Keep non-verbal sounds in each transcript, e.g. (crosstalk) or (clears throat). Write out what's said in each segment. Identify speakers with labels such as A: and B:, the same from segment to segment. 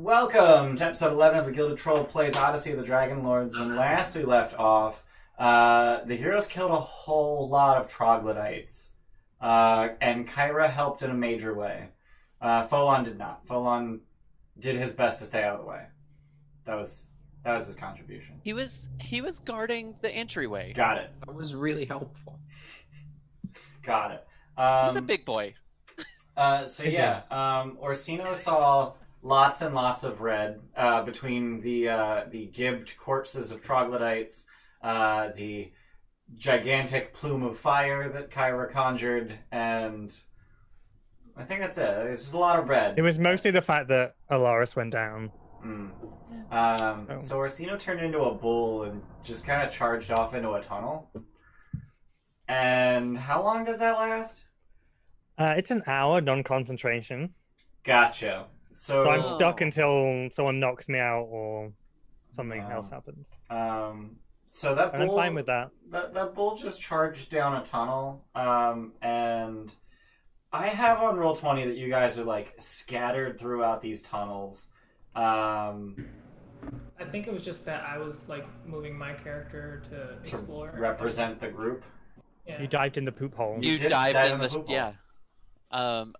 A: Welcome to episode 11 of the Gilded Troll Plays Odyssey of the Dragon Lords. When last we left off, uh, the heroes killed a whole lot of troglodytes, uh, and Kyra helped in a major way. Uh, Folon did not. Folon did his best to stay out of the way. That was that was his contribution.
B: He was he was guarding the entryway.
A: Got it.
C: That was really helpful.
A: Got it.
B: He's a
A: Um,
B: big boy.
A: uh, so
C: Is he?
A: yeah, um, Orsino saw lots and lots of red uh, between the uh, the gibbed corpses of troglodytes, uh, the gigantic plume of fire that Kyra conjured, and I think that's it. It's just a lot of red.
D: It was mostly the fact that Alaris went down.
A: Mm. Um,
D: So-
A: So Orsino turned into a bull and just kind of charged off into a tunnel. And how long does that last?
D: Uh, it's an hour non-concentration,
A: Gotcha. So,
D: so I'm
B: Oh.
D: stuck until someone knocks me out or something
A: Wow.
D: else happens.
A: um, so that
D: And I'm
A: bull
D: fine with that.
A: that that bull just charged down a tunnel, um, and I have on roll twenty that you guys are like scattered throughout these tunnels. Um,
E: I think it was just that I was like moving my character to
A: to
E: explore.
A: represent the group.
E: Yeah.
D: You dived in the poop hole.
A: You
B: You
A: did
B: dived
A: dive
B: in
A: in
B: the,
A: the poop hole.
B: yeah. Um,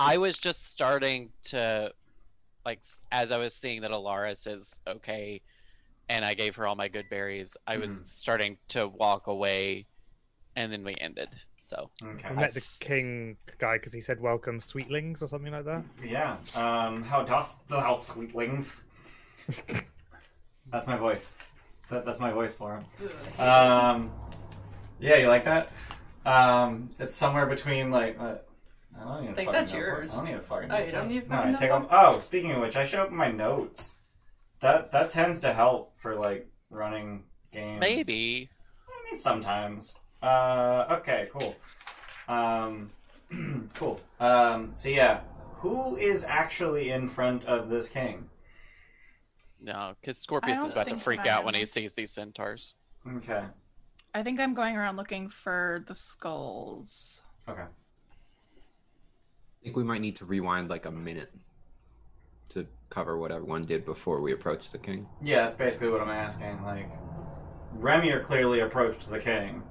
B: I was just starting to like s- as I was seeing that Alaris is okay, and I gave her all my good berries. I was
A: Mhm.
B: starting to walk away, and then we ended. So
D: We
A: Okay.
D: met the king guy because he said "Welcome, sweetlings" or something like that.
A: Yeah. Um, how doth thou, sweetling? that's my voice. That, that's my voice for him. Um, yeah, you like that? Um, it's somewhere between like. Uh, I don't even
F: Think
A: fucking
F: that's
A: know.
F: yours.
A: I don't even fucking.
F: Oh, you don't even
A: no,
F: fucking
A: I
F: know
A: take
F: that?
A: off. Oh, speaking of which, I should open my notes. That that tends to help for like running games.
B: maybe
A: I mean, sometimes. Uh, okay, cool. Um, (clears throat) cool. Um, so yeah, who is actually in front of this king?
B: no, because Scorpius
F: don't
B: is about to
F: think
B: freak
F: that I
B: out when
F: am.
B: he sees these centaurs.
A: Okay.
F: I think I'm going around looking for the skulls.
A: Okay.
C: I think we might need to rewind like a minute to cover what everyone did before we approached the king.
A: Yeah, that's basically what I'm asking. Like, Remir clearly approached the king.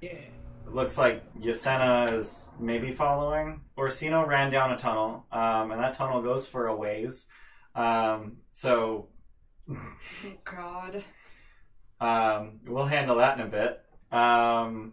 E: Yeah.
A: It looks like Yasena is maybe following. Orsino ran down a tunnel, um, and that tunnel goes for a ways. Um, so
F: Oh, God.
A: Um, we'll handle that in a bit. Um,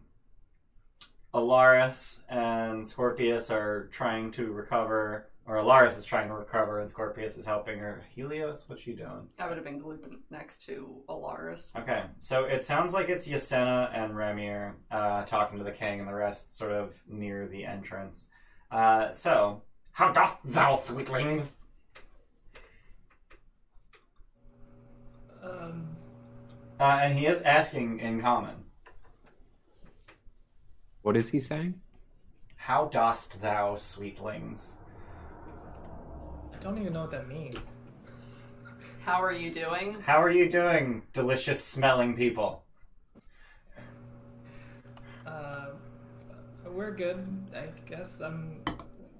A: Alaris and Scorpius are trying to recover, or Alaris is trying to recover, and Scorpius is helping her. Helios, what's she doing?
F: I would have been glued next to Alaris.
A: Okay, so it sounds like it's Yasena and Remir uh, talking to the king, and the rest sort of near the entrance. Uh, so, how doth thou, sweetling?
E: Um,
A: Uh, and he is asking in common,
C: What is he saying?
A: how dost thou, sweetlings?
E: I don't even know what that means.
F: How are you doing?
A: How are you doing, delicious smelling people?
E: Uh, we're good, I guess. I'm.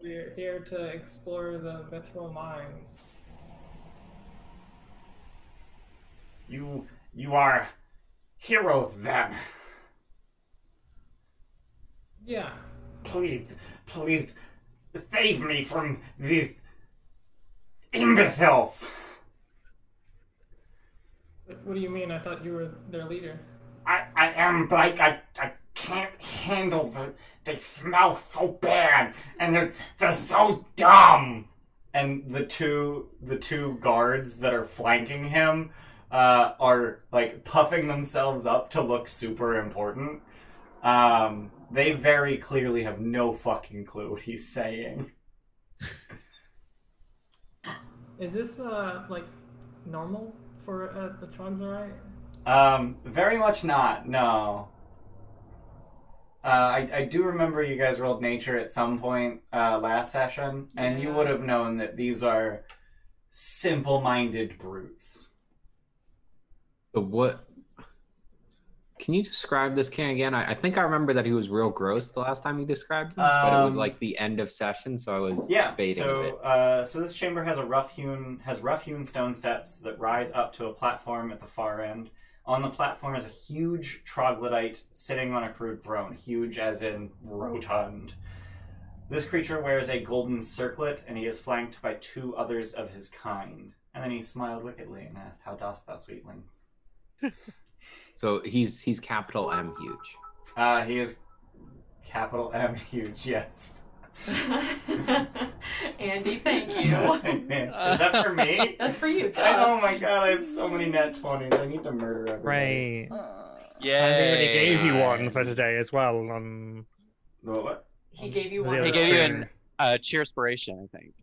E: We're here to explore the mithril mines.
A: You you are hero then.
E: Yeah.
A: Please, please save me from these imbeciles.
E: What- What do you mean? I thought you were their leader.
A: I, I am but I, I, I can't handle the they smell so bad and they're they're so dumb. And the two the two guards that are flanking him uh, are like puffing themselves up to look super important. Um, they very clearly have no fucking clue what he's saying.
E: Is this uh like normal for a, a troglodyte?
A: Um, very much not. No. Uh, I, I do remember you guys rolled nature at some point uh, last session, and you
F: Yeah.
A: would have known that these are simple-minded brutes.
C: The what? Can you describe this king again? I, I think I remember that he was real gross the last time you described him, but it was
A: Um,
C: like the end of session, so I was
A: Yeah.
C: baiting a
A: So,
C: bit.
A: uh, so this chamber has a rough hewn has rough hewn stone steps that rise up to a platform at the far end. On the platform is a huge troglodyte sitting on a crude throne, huge as in rotund. This creature wears a golden circlet, and he is flanked by two others of his kind. And then he smiled wickedly and asked, "How dost thou, sweetlings?"
C: So he's he's capital M huge.
A: Uh, he is capital M (laughs) huge. (laughs) Yes.
G: (laughs) Andy,
A: (laughs)
G: thank you.
A: is that for me?
G: (laughs) That's for you.
A: I-
G: Todd.
A: (laughs) oh my god, I have so many net 20s. I need to murder everybody.
D: Right.
B: Yeah.
D: And we already gave you one for today as well on
A: Well, what?
G: He gave you
D: the
G: one.
D: other
B: He gave you
D: stream.
B: an- uh, cheerspiration, I think.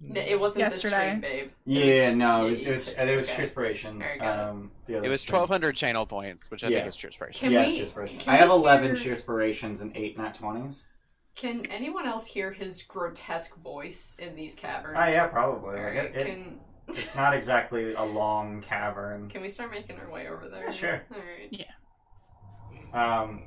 G: No, it wasn't
F: Yesterday.
G: this stream, babe.
A: Yeah, no,
G: Yeah,
A: it was,
G: you
A: it was,
G: said-
A: it was
G: okay.
A: Transpiration.
G: There you go.
A: Um, the other
B: It was
A: stream.
B: 1,200 channel points, which I
A: Yeah.
B: think is cheerspiration.
G: Can
A: yes,
G: we-
A: Transpiration.
G: can
A: I have
G: we
A: 11
G: hear-
A: Transpirations and 8 nat 20s.
G: Can anyone else hear his grotesque voice in these caverns?
A: Ah, yeah, probably.
G: All
A: Like,
G: right,
A: it, it-
G: can
A: it's not exactly a long cavern.
G: can we start making our way over there?
A: Yeah, sure.
G: All right.
A: Um,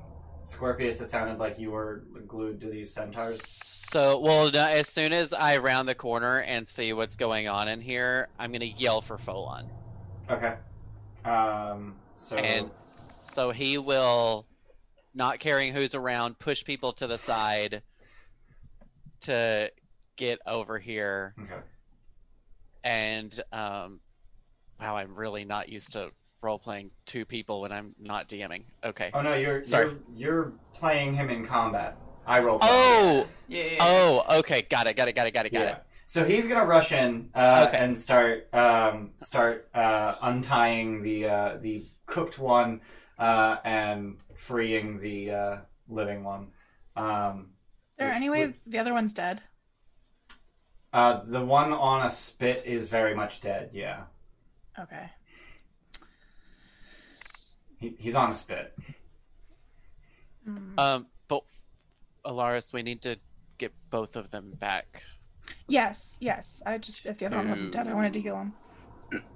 A: Scorpius, it sounded like you were glued to these centaurs.
B: So, well, no, as soon as I round the corner and see what's going on in here, I'm gonna yell for Folon,
A: Okay. Um, so.
B: and so he will, not caring who's around, push people to the side to get over here.
A: Okay.
B: And um, wow, I'm really not used to role playing two people when I'm not DMing. Okay.
A: Oh no, you're
B: Sorry.
A: you're you're playing him in combat. I roll.
B: Oh,
G: Yeah. yeah, yeah.
B: oh, okay, got it, got it, got it, got it, got
A: yeah. So he's gonna rush in uh,
B: Okay.
A: and start um, start uh, untying the uh, the cooked one uh, and freeing the uh, living one. Um,
F: there
A: with-
F: anyway,
A: with-
F: the other one's dead.
A: uh, the one on a spit is very much dead. Yeah,
F: Okay.
B: it.
A: he, he's on a spit.
F: Mm.
A: Uh,
B: Um, but Alaris, we need to get both of them back.
F: yes, yes. I just if the other one wasn't dead, I wanted to heal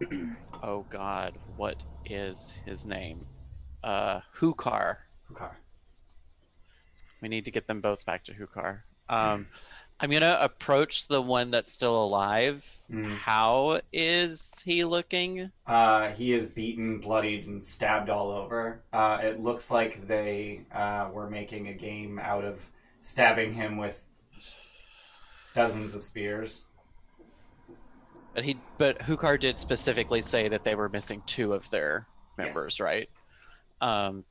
F: him.
B: Oh God, what is his name? Uh, Hukar.
A: Okay.
B: We need to get them both back to Hukar. Um, I'm gonna approach the one that's still alive.
A: Mm.
B: How is he looking?
A: Uh, he is beaten, bloodied, and stabbed all over. Uh, it looks like they uh, were making a game out of stabbing him with dozens of spears.
B: But he, but Hukar did specifically say that they were missing two of their members, right? Um,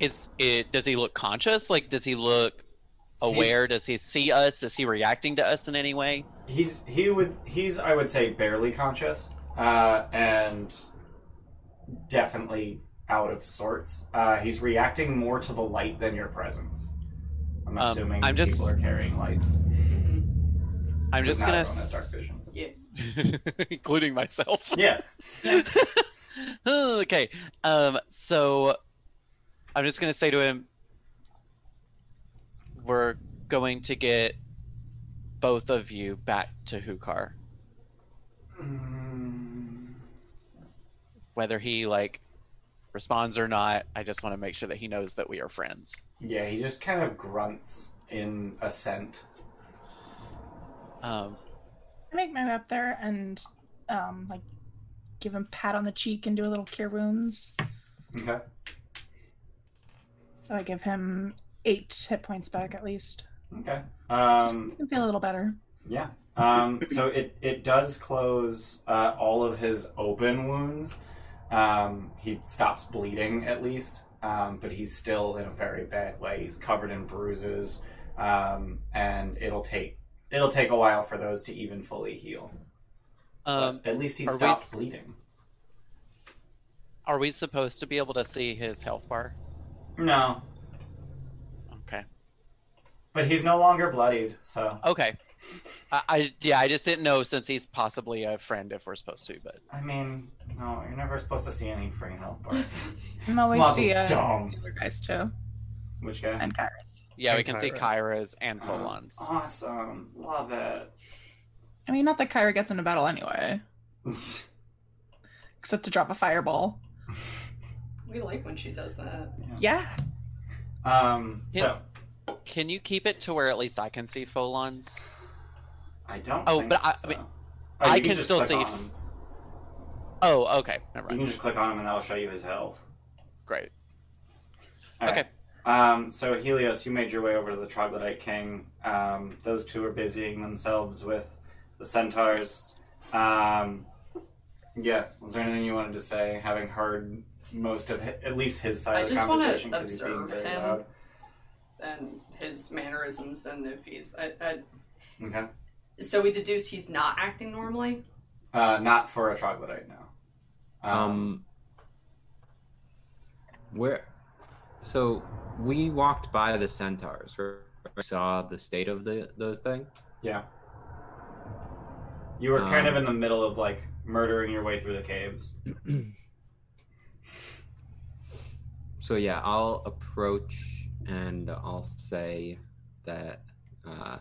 B: is it? Does he look conscious? Like, does he look aware? does he see us? Is he reacting to us in any way?
A: He's he would he's I would say barely conscious, uh, and definitely out of sorts. Uh, he's reacting more to the light than your presence. I'm
B: Um,
A: assuming
B: I'm just-
A: people are carrying lights.
G: Mhm.
B: I'm just
A: Not
B: gonna,
A: everyone has dark vision.
B: s- (laughs) including myself.
A: Yeah,
B: (laughs) okay. Um. So, I'm just gonna say to him, we're going to get both of you back to Hukar,
A: Mm,
B: whether he like responds or not. I just want to make sure that he knows that we are friends.
A: yeah. He just kind of grunts in assent.
B: Um.
F: I make my way up there and um like give him a pat on the cheek and do a little cure wounds.
A: Okay.
F: So I give him eight hit points back at least.
A: Okay.
F: Just
A: Um,
F: make him feel a little better.
A: Yeah. Um, so it, it does close uh, all of his open wounds. Um, he stops bleeding at least, um, but he's still in a very bad way. He's covered in bruises, um, and it'll take it'll take a while for those to even fully heal. But
B: Um.
A: at least he
B: are we
A: stopped
B: s-
A: bleeding.
B: Are we supposed to be able to see his health bar?
A: No,
B: Okay.
A: but he's no longer bloodied. So
B: Okay. I, I yeah. I just didn't know since he's possibly a friend if we're supposed to, but.
A: I mean, no, you're never supposed to see any free health
B: (laughs)
A: bars.
F: I'm always
A: Smoggle's
F: the uh,
A: dumb.
F: healer guys too.
A: Which guy?
F: And Kairos.
B: Yeah, we
D: And
B: can see Kyra's
D: Kyra's.
B: and
A: Uh-huh.
B: Folon's.
A: Awesome, love it. (laughs)
F: I mean not that Kyra gets into battle anyway. except to drop a fireball.
G: We like when she does that.
F: Yeah.
A: Um, so
B: Yeah. Can you keep it to where at least I can see Folon's?
A: I don't.
B: Oh,
A: think
B: but I- I
A: so.
B: mean,
A: Oh, you
B: I can
A: just
B: still
A: click
B: see
A: on
B: if-
A: him.
B: Oh, okay. Never
A: You can
B: mind.
A: just click on him, and that'll show you his health.
B: Great.
A: Mm-hmm. All right.
B: Okay.
A: Um, so Helios, you made your way over to the Troglodyte King. Um, those two are busying themselves with the centaurs. Um, yeah. Was there anything you wanted to say, having heard most of, hi- at least his side
G: I
A: of the
G: just wanna
A: conversation? 'cause he's being
G: observe
A: very
G: him.
A: loud.
G: And his mannerisms and if he's. I, I,
A: Okay.
G: so we deduce he's not acting normally.
A: Uh, not for a troglodyte, no.
C: Um, where? So we walked by the centaurs. Right? We saw the state of the those things.
A: yeah. You were kind of
C: um,
A: in the middle of like murdering your way through the caves. (laughs)
C: So yeah, I'll approach and I'll say that uh,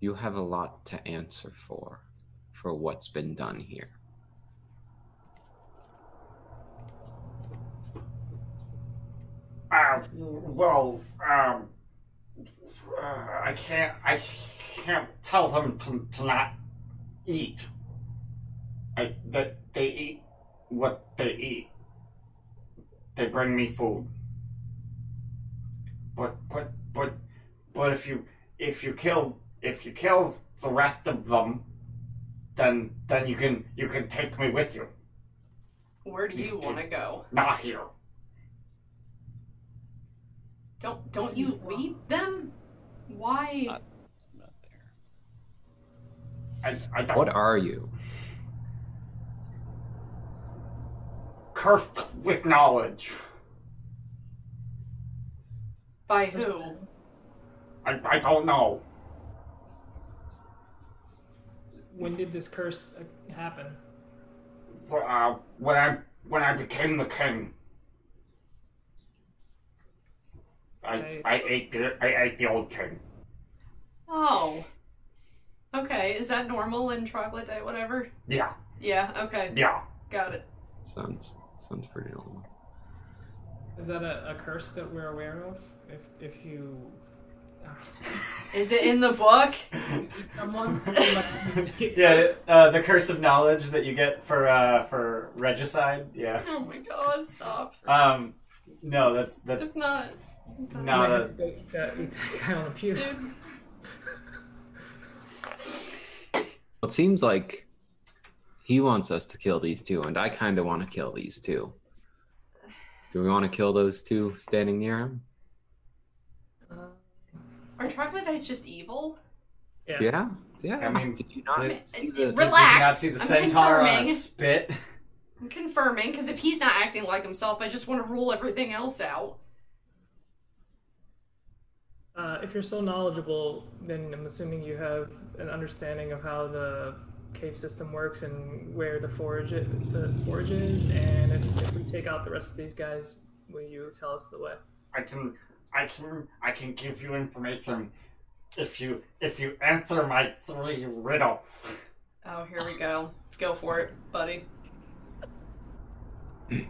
C: you have a lot to answer for for what's been done here.
A: Uh, well, um, uh, I can't, I can't tell them to, to not eat. I, that they eat what they eat. They bring me food. But, but, but, but if you, if you kill, if you kill the rest of them, then, then you can, you can take me with you.
G: Where do you want to go?
A: Not here.
G: Don't don't you lead them? Why?
B: Uh, Not there.
A: I, I don't.
C: What are you?
A: cursed with knowledge.
G: By who?
A: I, I don't know.
E: When did this curse uh, happen?
A: But, uh, when I when I became the king, I
E: Right.
A: I ate the I ate the old king.
G: Oh. Okay, is that normal in troglodyte, whatever?
A: Yeah,
G: Yeah, okay,
A: yeah.
G: got it.
C: Sounds sounds pretty normal.
E: Is that a, a curse that we're aware of? If if you
G: Is it in the book? (laughs)
E: eat
A: (laughs)
E: someone, like, you get cursed.
A: uh, the curse of knowledge that you get for uh, for regicide. Yeah.
G: Oh my god, stop.
A: Um, no, that's
G: It's not. It's not
A: No. Uh,
E: Eat that- eat that guy on the pew.
G: Dude,
C: It seems like he wants us to kill these two, and I kind of want to kill these two. Do we want to kill those two standing near him?
G: are troglodytes just evil?
E: Yeah.
C: Yeah, yeah.
A: I mean,
C: did you not
A: it-
C: see the-
A: Did you not
G: Relax,
A: see the
G: I'm
A: centaur on a
G: confirming.
A: spit.
G: I'm confirming, because if he's not acting like himself, I just want to rule everything else out.
E: Uh, if you're so knowledgeable, then I'm assuming you have an understanding of how the cave system works and where the forage i the forage is. And if, if we take out the rest of these guys, will you tell us the way?
A: I can I can I can give you information if you if you answer my three riddle.
G: Oh, here we go. Go for it,
A: (clears throat)
G: buddy. You,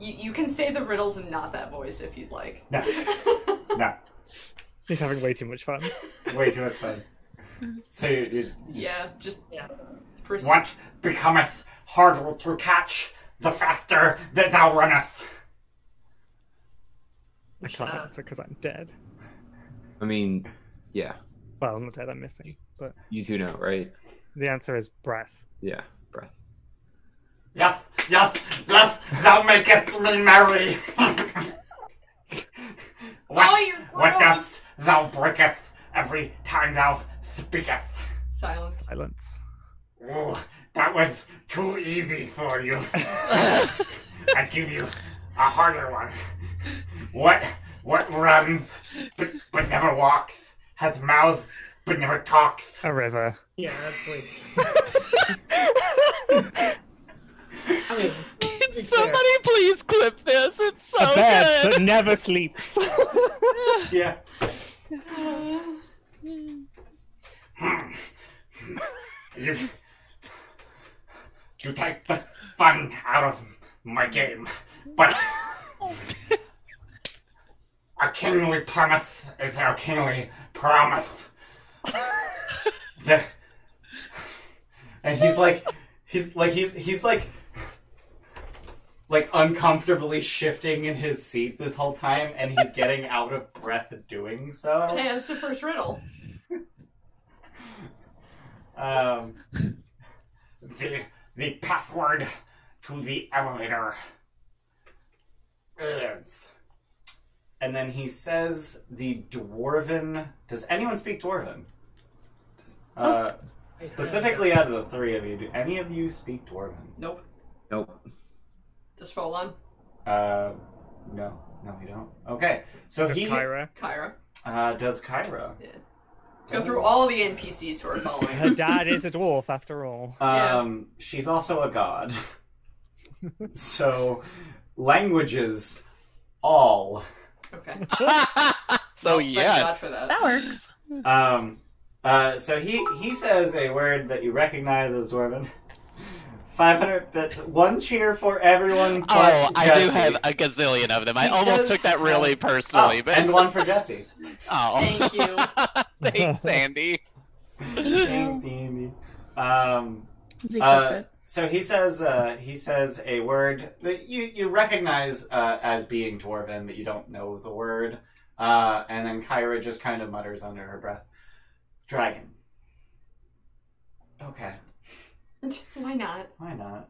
G: you can say the riddles and not that voice if you'd like.
A: No, no,
D: (laughs) He's having way too much fun.
A: way too much fun. So you, you
G: (laughs) yeah, just
E: Yeah.
G: proceed.
A: what becometh harder to catch the faster that thou runneth.
D: I can't
E: Ah.
D: answer because I'm dead.
C: I mean, yeah.
D: Well, I'm not dead. I'm missing. But
C: You two know, right?
D: the answer is breath.
C: Yeah, breath.
A: Yes, yes, yes, thou makest me merry. (laughs) what,
G: Oh, you're
A: what
G: gross.
A: dost thou breaketh every time thou speaketh? (laughs)
G: Silence.
D: Silence.
A: Ooh, that was too easy for you. I give you a harder one. What what runs but, but never walks, has mouths but never talks.
D: A river.
E: Yeah, that's like. I mean, to be
B: (laughs)
E: fair,
B: Somebody please clip this. It's so
D: a bed
B: good. (laughs)
D: that never sleeps.
A: Yeah. you you take the fun out of my game, but a kingly promise is our kingly promise. the, and he's like, he's like, he's he's like, like uncomfortably shifting in his seat this whole time, and he's getting out of breath doing so.
G: Hey, that's the first riddle.
A: Um, (laughs) the the password to the elevator is. And then he says the dwarven. Does anyone speak dwarven? Uh, specifically, out of the three of you, do any of you speak dwarven?
G: Nope.
C: Nope.
G: Just roll on.
A: Uh, no, no, you don't. Okay, so
D: Does
A: he
D: Kyra?
G: Kyra.
A: uh, does Kyra.
G: Yeah.
A: Oh.
G: Go through all the NPCs who are following
A: (laughs)
D: (laughs) Her
G: us.
D: dad is a dwarf, after all.
G: Yeah.
A: Um, she's also a god. (laughs) so, languages, all.
G: Okay.
B: so
G: Thank God
B: yes.
G: for that. (laughs)
F: That works.
A: Um, uh, so he he says a word that you recognize as Dwarven. (laughs) Five hundred bits. One cheer for everyone.
B: Oh,
A: but
B: I do
A: Jesse.
B: have a gazillion of them. I
A: He does
B: almost took that really
A: have- (laughs)
B: personally,
A: Oh,
B: but
A: and one for
B: (laughs)
A: Jesse. (laughs)
B: Oh.
G: Thank
B: (laughs)
G: you.
B: Thanks, Sandy.
A: Thank you, Andy. Um,
F: Zeke
A: Uh,
F: whipped it.
A: so he says uh, he says a word that you you recognize uh, as being dwarven, but you don't know the word. Uh, and then Kyra just kind of mutters under her breath, "Dragon." Okay,
G: Why not?
A: why not?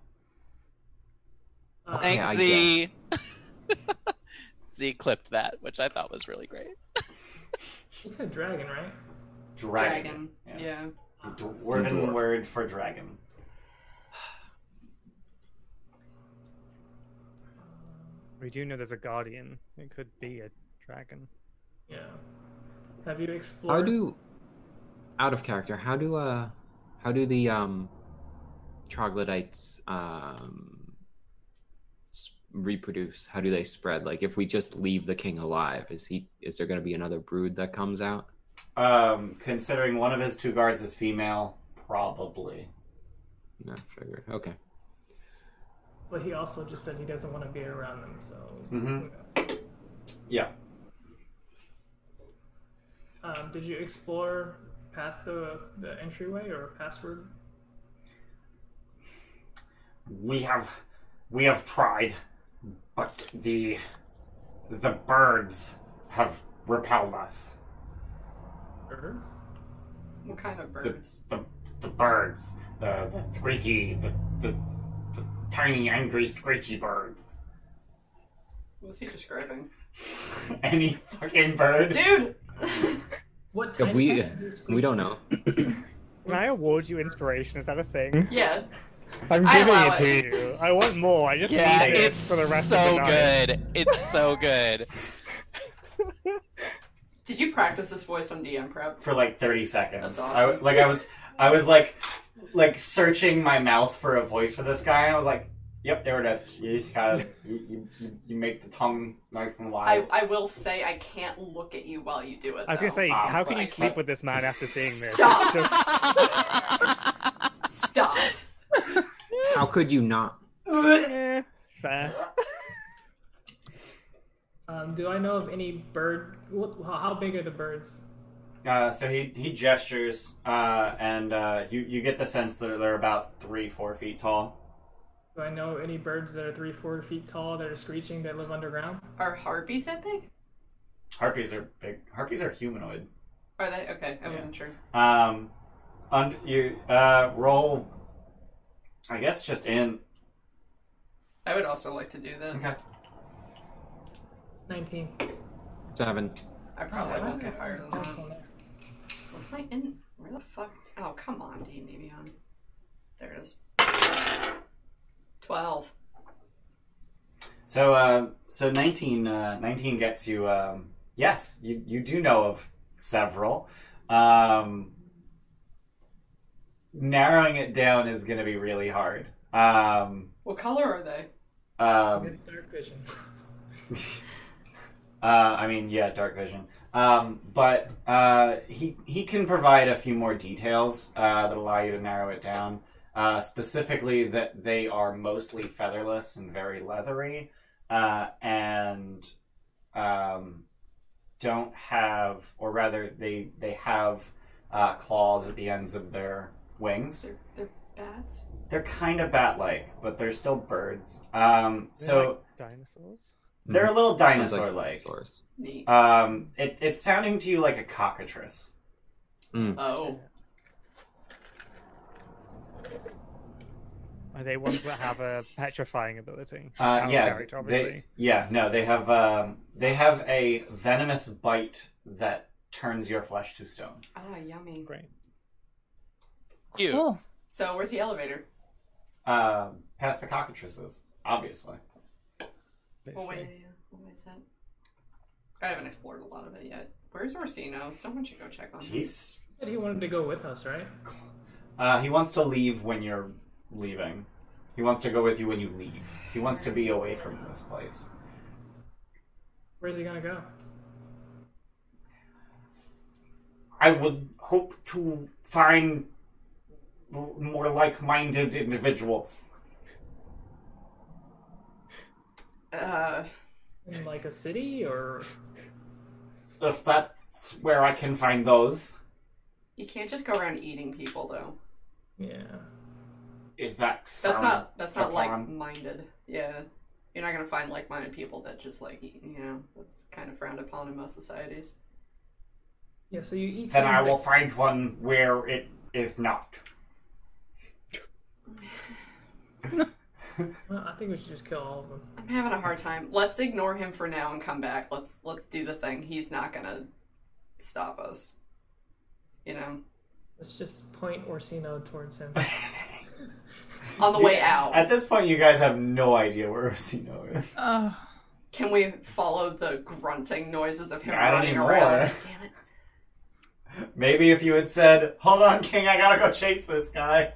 E: Uh,
B: (laughs)
C: Okay,
B: Thanks,
C: I
B: Z.
C: guess.
B: (laughs) Z clipped that, which I thought was really great.
E: You said dragon, right?
A: Dragon.
G: Dragon.
A: Yeah.
G: Yeah.
A: The Dwarven
C: Dwarf.
A: word for dragon.
D: We do know there's a guardian. It could be a dragon.
E: Yeah. Have you
C: How
E: explored?
C: do out of character? How do uh how do the um troglodytes um s- reproduce? How do they spread? Like if we just leave the king alive, is he is there going to be another brood that comes out?
A: Um, considering one of his two guards is female, probably.
C: No, figured. Okay.
E: But he also just said he doesn't want to be around them, so.
A: Mhm. Yeah.
E: Um, did you explore past the, the entryway or password?
A: We have we have tried, but the the birds have repelled us.
E: Birds?
G: What kind of
A: The
G: birds?
A: the, the birds. The the squeaky the, the the tiny angry screechy birds. (laughs)
G: What's he describing?
A: Any fucking bird.
G: Dude! (laughs)
E: What type
C: Yeah, we
E: of birds?
C: we don't know.
D: Can I award you inspiration? Is that a thing?
G: yeah.
D: I'm
G: I
D: giving
G: allow
D: it to
G: it.
D: you. I want more. I just
B: Yeah,
D: need
B: it's
D: this for the rest
B: so
D: of the night.
B: good. It's
D: (laughs)
B: so good.
G: Did you practice this voice on DM prep?
A: for like 30 seconds.
G: That's
A: I,
G: awesome.
A: like I was, I was like, like searching my mouth for a voice for this guy, and I was like, "Yep, there it is. You just
G: (laughs)
A: gotta, you, you- you, you make the tongue nice and
G: I,
A: wide."
G: I will say I can't look at you while you do it.
D: I was gonna
G: though.
D: say,
A: Oh,
D: how can
G: but I
D: you sleep
A: can't.
D: with this man after seeing this?
G: Stop.
D: Just,
G: (laughs) stop.
C: How could you not?
D: eh, fair.
E: Um, do I know of any bird? What, how, how big are the birds?
A: Uh, so he he gestures, uh, and uh, you you get the sense that they're about three four feet tall.
E: Do I know any birds that are three, four feet tall that are screeching that live underground?
G: Are harpies that big?
A: Harpies are big. Harpies are humanoid.
G: Are they? Okay, I wasn't sure.
A: Um, und- you uh, roll. I guess just in.
G: I would also like to do that.
A: Okay.
E: Nineteen.
C: Seven.
G: I probably
E: Seven?
G: won't get higher than
E: That's
G: that.
E: on there.
G: What's my in? Where the fuck? Oh, come on, D and D Beyond. There it is. Twelve.
A: So, uh, so 19, uh, 19 gets you. Um, yes, you, you do know of several. Um, narrowing it down is going to be really hard. Um,
G: What color are they?
A: um,
E: Good dark vision. (laughs)
A: (laughs) uh, I mean, yeah, dark vision. Um, but uh, he he can provide a few more details uh, that allow you to narrow it down. uh, specifically that they are mostly featherless and very leathery, uh, and um, don't have, or rather, they they have uh, claws at the ends of their wings.
G: They're, they're bats.
A: They're kind of bat-like, but they're still birds. Um,
D: They're
A: so
D: like dinosaurs.
A: they're a little
C: Sounds like
A: dinosaur-like.
C: dinosaurs.
G: Neat.
D: Uh,
A: Um, it, it's sounding to you like a cockatrice.
G: oh.
D: Are they ones that have a petrifying ability?
A: Uh,
D: Our
A: yeah,
D: character,
A: they,
D: obviously.
A: yeah, no, they have um, they have a venomous bite that turns your flesh to stone.
G: Ah, yummy.
D: Great.
B: Cute.
F: Cool.
G: So where's the elevator?
A: Uh, past the cockatrices, obviously.
B: Oh,
G: Well, wait,
D: Literally.
G: yeah, yeah. What is that? I haven't explored a lot of it yet. Where's Orsino? Someone should go check on him.
A: He's
E: But he wanted to go with us, right?
A: uh, he wants to leave when you're leaving. He wants to go with you when you leave. He wants to be away from this place.
E: Where's he gonna go?
A: I would hope to find l- more like-minded individuals.
G: Uh,
E: In like a city or
A: If that's where I can find those,
G: you can't just go around eating people though.
E: yeah.
A: is that
G: That's
A: frowned
G: not that's not
A: upon?
G: like-minded. Yeah, you're not gonna find like-minded people that just like eat. You know, that's kind of frowned upon in most societies.
E: Yeah, so you eat
A: Then
E: things
A: I will
E: that-
A: find one where it is not.
E: Well, I think we should just kill all of them.
G: I'm having a hard time. Let's ignore him for now and come back. Let's let's do the thing. He's not gonna stop us. You know,
E: Let's just point Orsino towards him.
G: on the way out,
A: At this point, you guys have no idea where Orsino is.
F: Oh,
G: can we follow the grunting noises of him
A: Not
G: running
A: anymore.
G: around? Damn it.
A: Maybe if you had said, "Hold on, King, I gotta go chase this guy."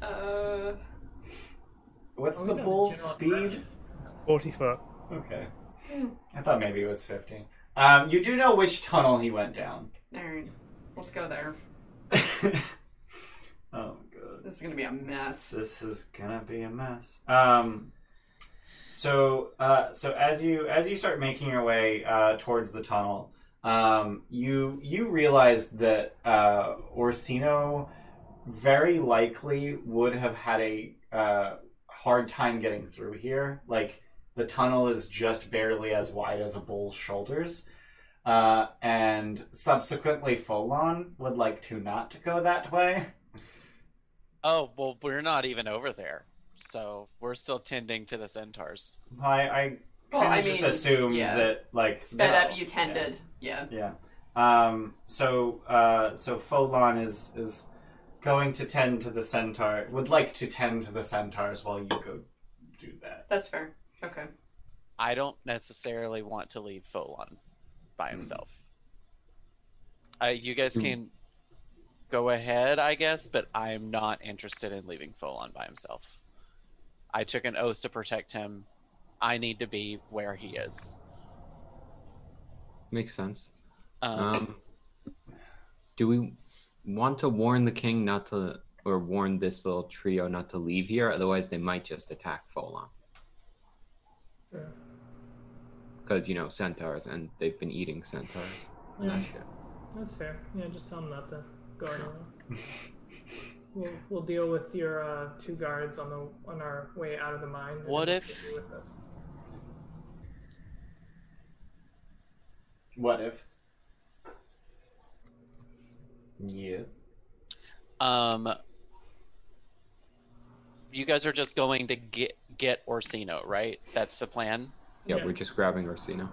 G: Uh,
A: What's
E: Oh,
A: the
E: no,
A: bull's
E: General-
A: speed?
D: Forty foot.
A: Okay, I thought maybe it was fifteen. Um, you do know which tunnel he went
E: (laughs)
A: down.
G: all right, let's go there.
A: oh god,
G: This is gonna be a mess.
A: this is gonna be a mess. Um, so uh, so as you as you start making your way uh, towards the tunnel, um, you you realize that uh, Orsino very likely would have had a uh, hard time getting through here. Like the tunnel is just barely as wide as a bull's shoulders. Uh, and subsequently, Folon would like to not to go that way.
B: Oh well, we're not even over there, so we're still tending to the centaurs.
A: I, I
G: Well,
A: kinda
G: I
A: just
G: mean,
A: assume
G: yeah.
A: that like
G: Sped
A: no.
G: up, you tended. Yeah.
A: Yeah. Um, so uh, so Folon is is going to tend to the centaur. Would like to tend to the centaurs while you go do that.
G: that's fair. Okay.
B: I don't necessarily want to leave Folon by
A: Hmm.
B: himself. Uh, you guys
C: Hmm.
B: can go ahead, I guess, but I'm not interested in leaving Folon by himself. I took an oath to protect him. I need to be where he is.
C: Makes sense.
B: Um,
C: Um, do we want to warn the king not to, or warn this little trio not to leave here? Otherwise, they might just attack Folon.
E: Sure.
C: Because, you know, centaurs, and they've been eating centaurs.
E: Yeah,
C: Shit.
E: that's fair. Yeah, just tell him not to
A: (laughs)
E: go anywhere. We'll, we'll deal with your uh, two guards on the on our way out of the mine. and
B: What
E: they'll
B: if-
E: be with us.
A: What if? Yes.
B: Um, you guys are just going to get get Orsino, right? That's the plan,
C: Yeah,
E: Yeah.
C: we're just grabbing Orsino.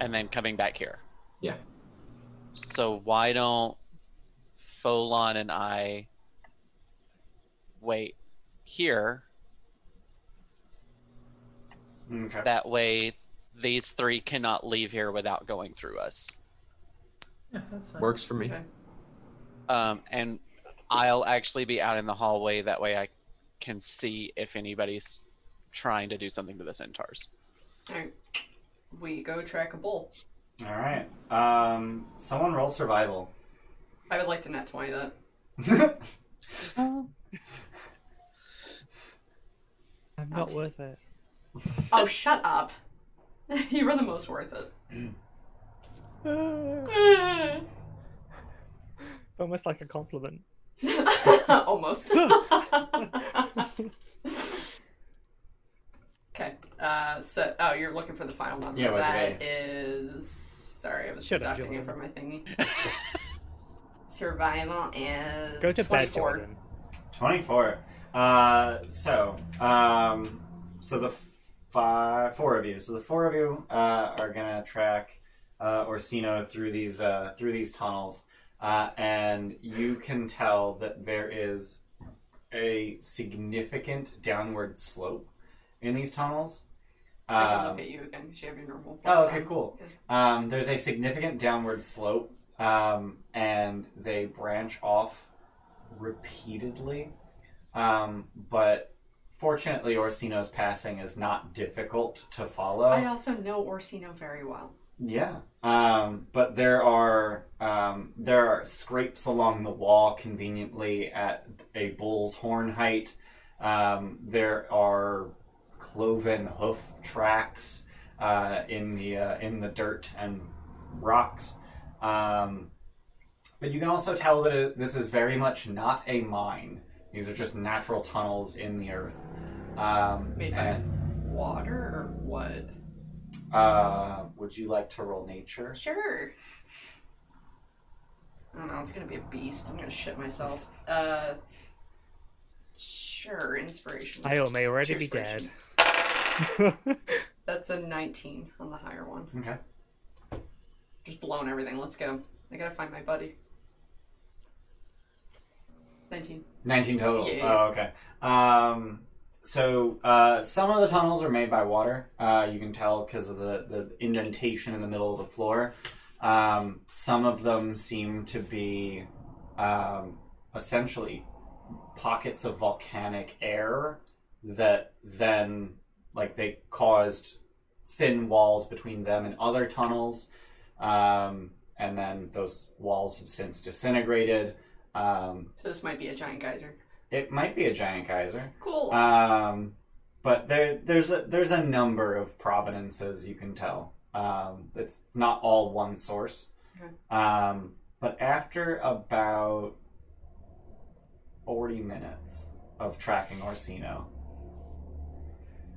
B: and then coming back here.
C: Yeah.
B: So why don't Folon and I wait here?
A: Okay.
B: That way, these three cannot leave here without going through us.
E: Yeah, that's fine.
C: Works for me.
G: Okay.
B: Um, and I'll actually be out in the hallway. That way, I can see if anybody's trying to do something to the centaurs.
G: All right. We go track a bull.
A: All right. Um, someone roll survival. (laughs)
G: I would like to net twenty that.
F: Oh,
D: I'm
G: not
D: not worth it.
G: Oh, shut up. (laughs) you were the most worth it.
D: Ah,
A: (laughs)
D: Almost like a compliment.
G: (laughs) Almost.
A: (laughs)
G: okay. Uh, so, oh, you're looking for the final number.
A: Yeah, what's it?
G: That is. Sorry, I was
D: Shut up,
G: deducting it
D: Jordan.
G: from my thingy.
A: (laughs)
G: Survival is
D: Go to
G: 24.
D: bed, Jordan.
A: 24. Uh, so, um, so the five, four of you. So the four of you uh, are gonna track uh, Orsino through these uh, through these tunnels, uh, and you can tell that there is a significant downward slope in these tunnels.
G: I can look
A: Um,
G: at you again because you have your normal.
A: Oh,
G: voice
A: okay,
G: on.
A: cool.
G: Yes.
A: Um, there's a significant downward slope, um, and they branch off repeatedly. Um, but fortunately, Orsino's passing is not difficult to follow.
G: I also know Orsino very well.
A: Yeah. Um, but there are um, there are scrapes along the wall conveniently at a bull's horn height. Um, there are cloven hoof tracks uh, in the uh, in the dirt and rocks. Um, but you can also tell that it, this is very much not a mine. These are just natural tunnels in the earth. Um,
G: Made by
A: and,
G: Water or what?
A: uh, would you like to roll nature?
G: Sure. I don't know. It's gonna be a beast. I'm gonna shit myself. Uh, sure. Inspiration.
D: Io may already
G: Choose
D: be dead.
G: inspiration.
D: (laughs)
G: That's a 19 on the higher one.
A: Okay.
G: Just blown everything. Let's get him. I gotta find my buddy. 19.
A: 19 total.
G: Yeah.
A: Oh, okay. Um, so uh, some of the tunnels are made by water. Uh, you can tell because of the, the indentation in the middle of the floor. Um, some of them seem to be um, essentially pockets of volcanic air that then, like, they caused thin walls between them and other tunnels. Um, and then those walls have since disintegrated. Um,
G: So this might be a giant geyser.
A: it might be a giant geyser.
G: Cool.
A: Um, but there, there's a, there's a number of provenances you can tell. Um, it's not all one source.
G: Okay.
A: Um, but after about forty minutes of tracking Orsino,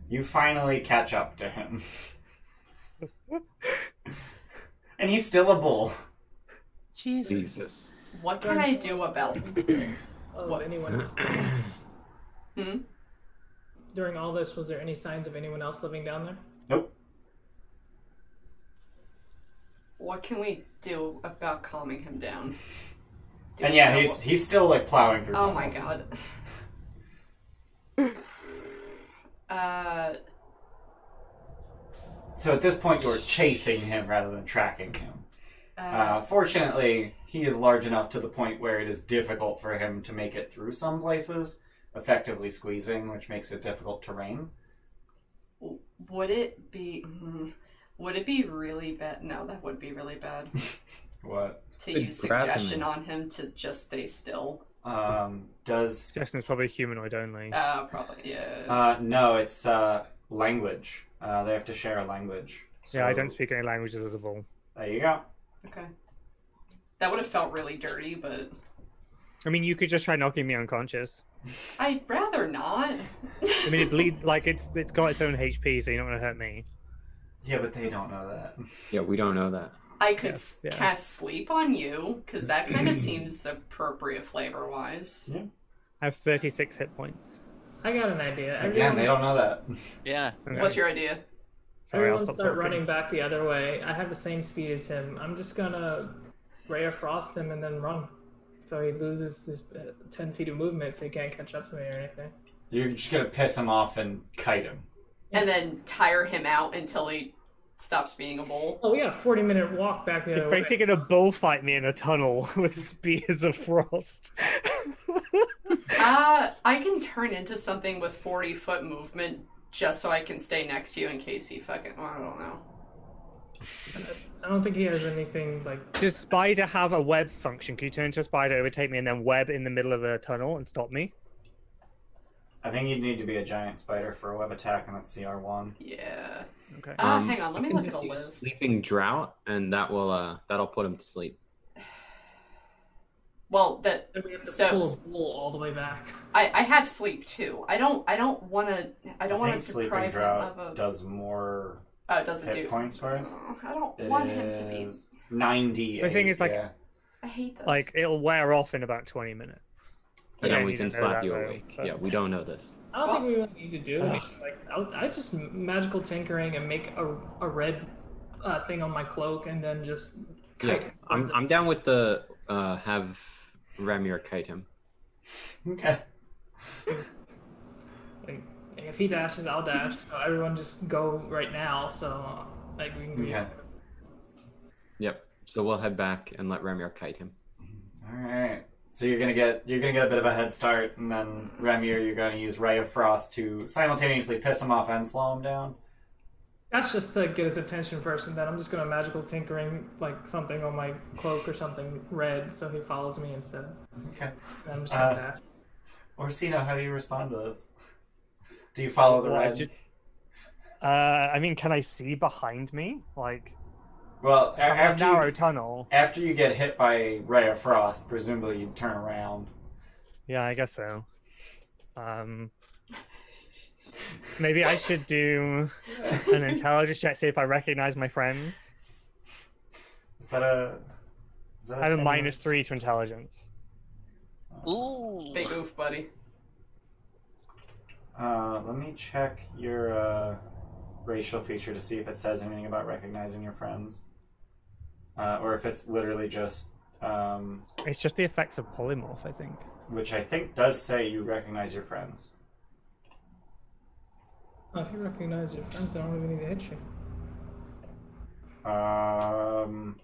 A: you finally catch up to him, and he's still a bull.
F: Jesus.
C: Jesus.
G: what can I do (laughs) about
E: Of
G: What?
E: Oh,
C: (clears throat)
E: anyone else.
G: Hmm?
E: During all this, was there any signs of anyone else living down there?
A: Nope.
G: What can we do about calming him down? Do
A: And
G: we
A: yeah,
G: know
A: he's
G: what-
A: he's still like plowing through.
G: Oh my
A: tunnels.
G: god. uh,
A: So at this point, you're chasing him rather than tracking him.
G: uh,
A: Uh, fortunately, he is large enough to the point where it is difficult for him to make it through some places, effectively squeezing, which makes it difficult terrain.
G: w- would it be? mm, Would it be really bad? No, that would be really bad.
A: What?
G: To
C: Could
G: use
C: grab him and-
G: suggestion on him to just stay still.
A: Um, does
D: Justin's probably humanoid only.
G: Uh, probably. Yeah.
A: uh, no? It's uh, language. Uh, they have to share a language.
D: yeah, I
A: So-
D: don't speak any languages at all.
A: There you go.
G: okay. That would have felt really dirty, but
D: I mean, you could just try knocking me unconscious.
G: I'd rather not.
D: I mean, it bleed like it's it's got its own HP, so you're not gonna hurt me.
A: Yeah, but they don't know that.
C: Yeah, we don't know that.
G: (laughs) I could
D: Yeah,
G: s
D: yeah.
G: cast sleep on you because that kind of seems appropriate flavor wise.
D: I have 36 hit points.
E: I got an idea.
A: Again,
E: Everyone,
A: they don't know that.
B: Yeah.
D: Okay.
G: What's your idea?
D: Sorry, I'll
E: everyone
D: stop
E: start
D: talking.
E: running back the other way. I have the same speed as him. I'm just gonna ray of frost him and then run. So he loses his uh, 10 feet of movement, so he can't catch up to me or anything.
A: You're just gonna piss him off and kite him.
G: and then tire him out until he stops being
D: (laughs)
G: a mole.
E: Oh, we got a 40 minute walk back the
D: You're
E: other way.
D: basically gonna bullfight me in a tunnel (laughs) with spears of frost. (laughs)
G: Uh, I can turn into something with 40 foot movement just so I can stay next to you in case he fucking. well, I don't know.
E: I don't think he has anything like.
D: Does spider have a web function? Can you turn into a spider, overtake me, and then web in the middle of a tunnel and stop me?
A: I think you'd need to be a giant spider for a web attack, and that's CR1.
G: Yeah.
D: Okay.
G: Uh,
A: Um,
G: hang on, let
C: you
G: me
C: Um, can
G: look at
C: just
G: a
C: use
G: list.
C: Sleeping drought, and that will uh that'll put him to sleep.
G: Well, that
E: We have to
G: So-
E: pull wool all the way back.
G: I, I have sleep too. I don't I don't want to I don't
A: I
G: want
A: think
G: to
A: sleeping
G: deprive him
A: drought
G: of a.
A: does more
G: oh, it doesn't
A: hit
G: do.
A: points worth.
G: Oh, I don't
A: It
G: want him to be.
A: is 90.
D: The thing is, like,
A: yeah.
G: I hate this.
D: Like it'll wear off in about twenty minutes. I
C: Yeah,
D: don't
C: we
D: need
C: can
D: to know
C: slap
D: that,
C: you
D: though,
C: awake.
D: but-
C: Yeah, we don't know this.
E: I don't
G: Well-
E: think we really need to do it. Like, I'll, I just magical tinkering and make a, a red uh, thing on my cloak and then just.
C: Yeah,
E: kite
C: I'm
E: towards
C: I'm
E: us.
C: down with the uh have Ramir kite him.
A: okay.
E: Like, if he dashes, I'll dash. So everyone just go right now. So like we can.
A: Okay.
C: Yep. So we'll head back and let Ramir kite him.
A: Alright. So you're gonna get you're gonna get a bit of a head start, and then Remir, you're gonna use Ray of Frost to simultaneously piss him off and slow him down.
E: That's just to get his attention first, and then I'm just gonna magical tinkering like something on my cloak or something red, so he follows me instead.
A: Okay.
E: And I'm just gonna
A: Uh,
E: dash.
A: Orsino, how do you respond to this? Do you follow the
D: Well, I
A: red?
D: ju- Uh, I mean, can I see behind me? Like
A: Well, a-
D: I'm in a
A: after
D: narrow
A: you,
D: tunnel.
A: after you get hit by Ray of Frost, presumably you turn around.
D: Yeah, I guess so. Um, maybe I should do an intelligence check, see if I recognize my friends.
A: Is that a? Is that
D: I have a
A: thing?
D: minus three to intelligence.
B: Ooh.
G: Big oof, buddy.
A: Uh, let me check your uh, racial feature to see if it says anything about recognizing your friends, uh, or if it's literally just um,
D: It's just the effects of polymorph, I think.
A: which I think does say you recognize your friends.
E: Oh, if you recognize your friends, I don't even need to hit you.
A: Um,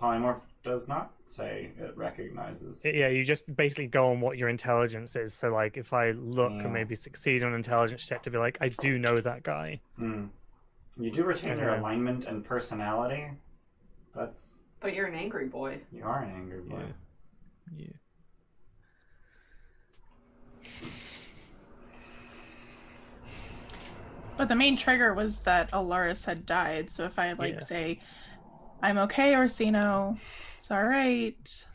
A: polymorph does not say it recognizes.
D: Yeah, you just basically go on what your intelligence is. So, like, if I look
A: Yeah.
D: and maybe succeed on an intelligence check to be like, I do know that guy.
A: Hmm. You do retain your
D: Okay.
A: alignment and personality. That's
G: But you're an angry boy.
A: you are an angry boy.
D: Yeah. Yeah.
F: But the main trigger was that Alaris had died. So if I like
D: Yeah.
F: say, "I'm okay, Orsino. It's all right.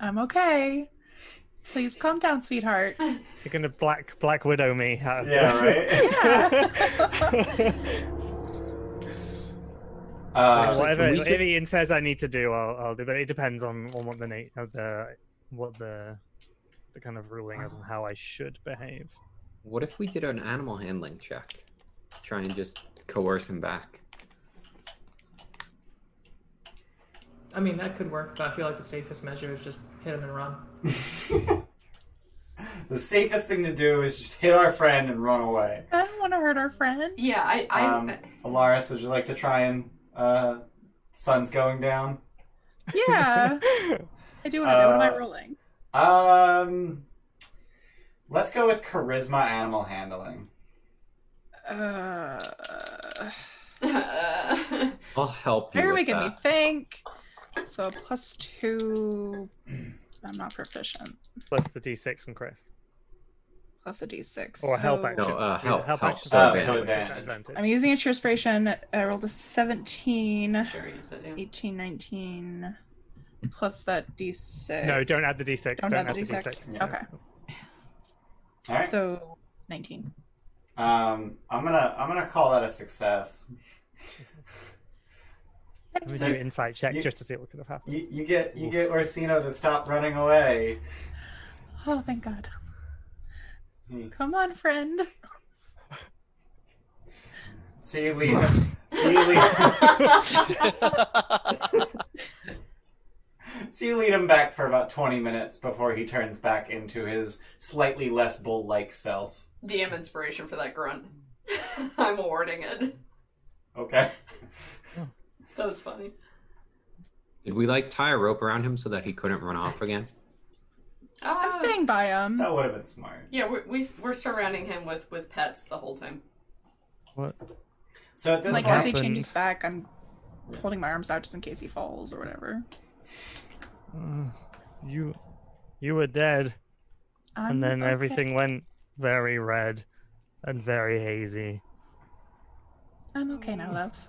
F: I'm okay. Please calm down, sweetheart."
D: You're gonna black black widow me. Out of
A: Yeah,
D: this.
A: right.
F: (laughs)
C: Actually,
A: uh, (laughs)
C: can
D: (laughs) whatever
C: we
D: whatever Ian says I need to do, I'll, I'll do. But it depends on, on what the na- uh, the what the the kind of ruling is and how I should behave.
C: What if we did an animal handling check? Try and just coerce him back.
E: I mean, that could work, but I feel like the safest measure is just hit him and run.
A: the safest thing to do is just hit our friend and run away.
F: I don't want to hurt
G: (laughs)
F: our friend.
G: Yeah, I I
A: Um, Alaris, would you like to try and uh, sun's going down?
F: Yeah, I do want to know. What am I
A: Uh,
F: rolling?
A: Um, let's go with charisma animal handling.
F: Uh,
C: I'll help you.
F: they're
C: with
F: making me
C: that.
F: think. So plus two. I'm not proficient.
D: (laughs) Plus the d6 from Chris
F: Plus a d6.
D: or a help
F: so-
D: action.
C: No, uh,
D: Use a
C: help, help,
D: action.
C: so
A: Oh, so advantage.
D: advantage.
F: I'm using a true inspiration. I rolled a 17,
G: sure used it. Yeah.
F: 18, 19, plus that d6.
D: no, don't add the d6.
F: Don't add the d6.
A: yeah.
F: Okay.
A: All right.
F: So 19.
A: Um, I'm gonna I'm gonna call that a success.
D: Let me
A: So
D: do an insight check
A: you-
D: just to see what could have happened.
A: You, you get you get Orsino to stop running away.
F: Oh, thank God.
A: Hmm.
F: Come on, friend.
A: So you leave him. so you lead, (laughs) so you lead him back for about 20 minutes before he turns back into his slightly less bull-like self.
G: DM inspiration for that grunt. (laughs) I'm awarding it.
A: Okay.
G: That was funny.
C: Did we like tie a rope around him so that he couldn't run off again?
F: I'm
G: Ah.
F: staying by him.
A: That would have been smart.
G: Yeah, we're, we, we're surrounding him with, with pets the whole time.
D: What?
A: So at this
F: like
A: point,
F: as he
D: happened-
F: changes back, I'm holding my arms out just in case he falls or whatever.
A: Mm,
D: Uh, you, you were dead,
F: I'm
D: and then
F: okay.
D: everything went very red and very hazy.
F: I'm okay now, love.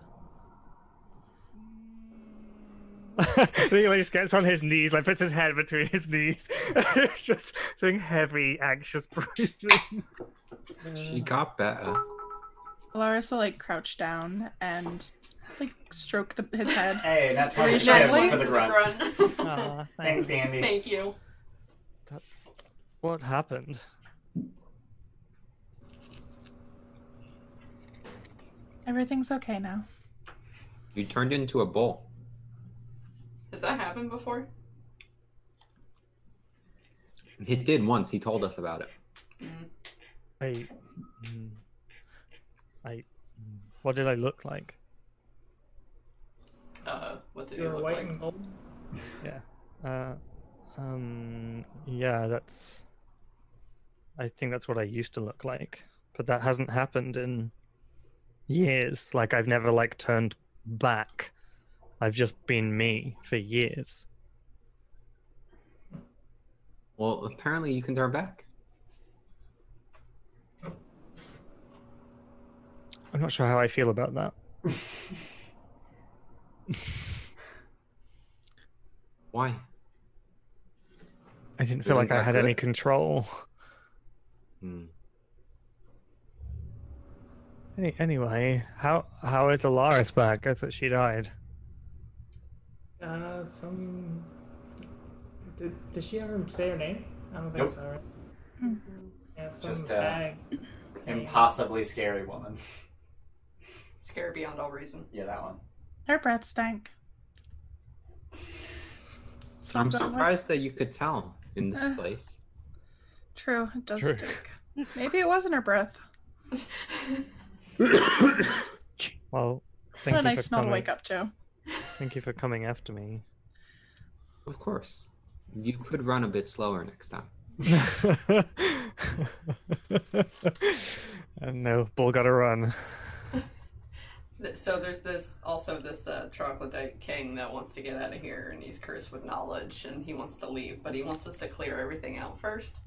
D: (laughs) he just gets on his knees, like puts his head between his knees, (laughs) It's just doing heavy, anxious (laughs) breathing.
C: She got better.
F: Alaris will like crouch down and like stroke the, his
A: (laughs)
F: head.
A: hey, that's why
G: Nat
A: you should
G: twenty
A: for the grunt.
D: (laughs)
G: grunt. (laughs)
D: Aw,
A: Thanks, Andy.
G: Thank you.
D: Ah, That's what happened.
F: Everything's okay now.
C: You turned into a bull.
G: Has that happened before?
C: He did once. He told us about it.
D: I, mm, I, mm, what did I look like?
G: Uh, what did you
E: You're
G: look
E: white
G: like?
E: and gold.
D: Yeah. Uh, um. Yeah, that's. I think that's what I used to look like, but that hasn't happened in years. Like I've never like turned back. I've just been me for years.
C: Well, apparently you can turn back.
D: I'm not sure how I feel about that.
C: Why?
D: I didn't feel like
C: Isn't
D: I
C: that
D: had any
C: good?
D: control. (laughs)
C: Hmm.
D: Any, anyway, how how is Alaris back? I thought she died.
E: Uh, some. Did, did she ever say her name? I don't think
A: Nope.
E: so. Right?
F: Hmm.
E: Yeah, some
A: Just, uh,
E: bag.
A: Impossibly scary woman.
G: Scary beyond all reason.
A: Yeah, that one.
F: Their breath stank. That's what
C: I'm
F: that one-
C: surprised that you could tell in this
F: Uh.
C: place.
F: True, it does
D: True.
F: stink. Maybe it wasn't her breath.
D: (laughs) Well, thank
F: What a
D: you for
F: nice smell to
D: coming.
F: wake up, Joe.
D: Thank you for coming after me.
C: Of course. You could run a bit slower next time.
D: (laughs) and no, bull got to run.
G: Th- So there's this also this uh, troglodyte king that wants to get out of here, and he's cursed with knowledge, and he wants to leave, but he wants us to clear everything out first.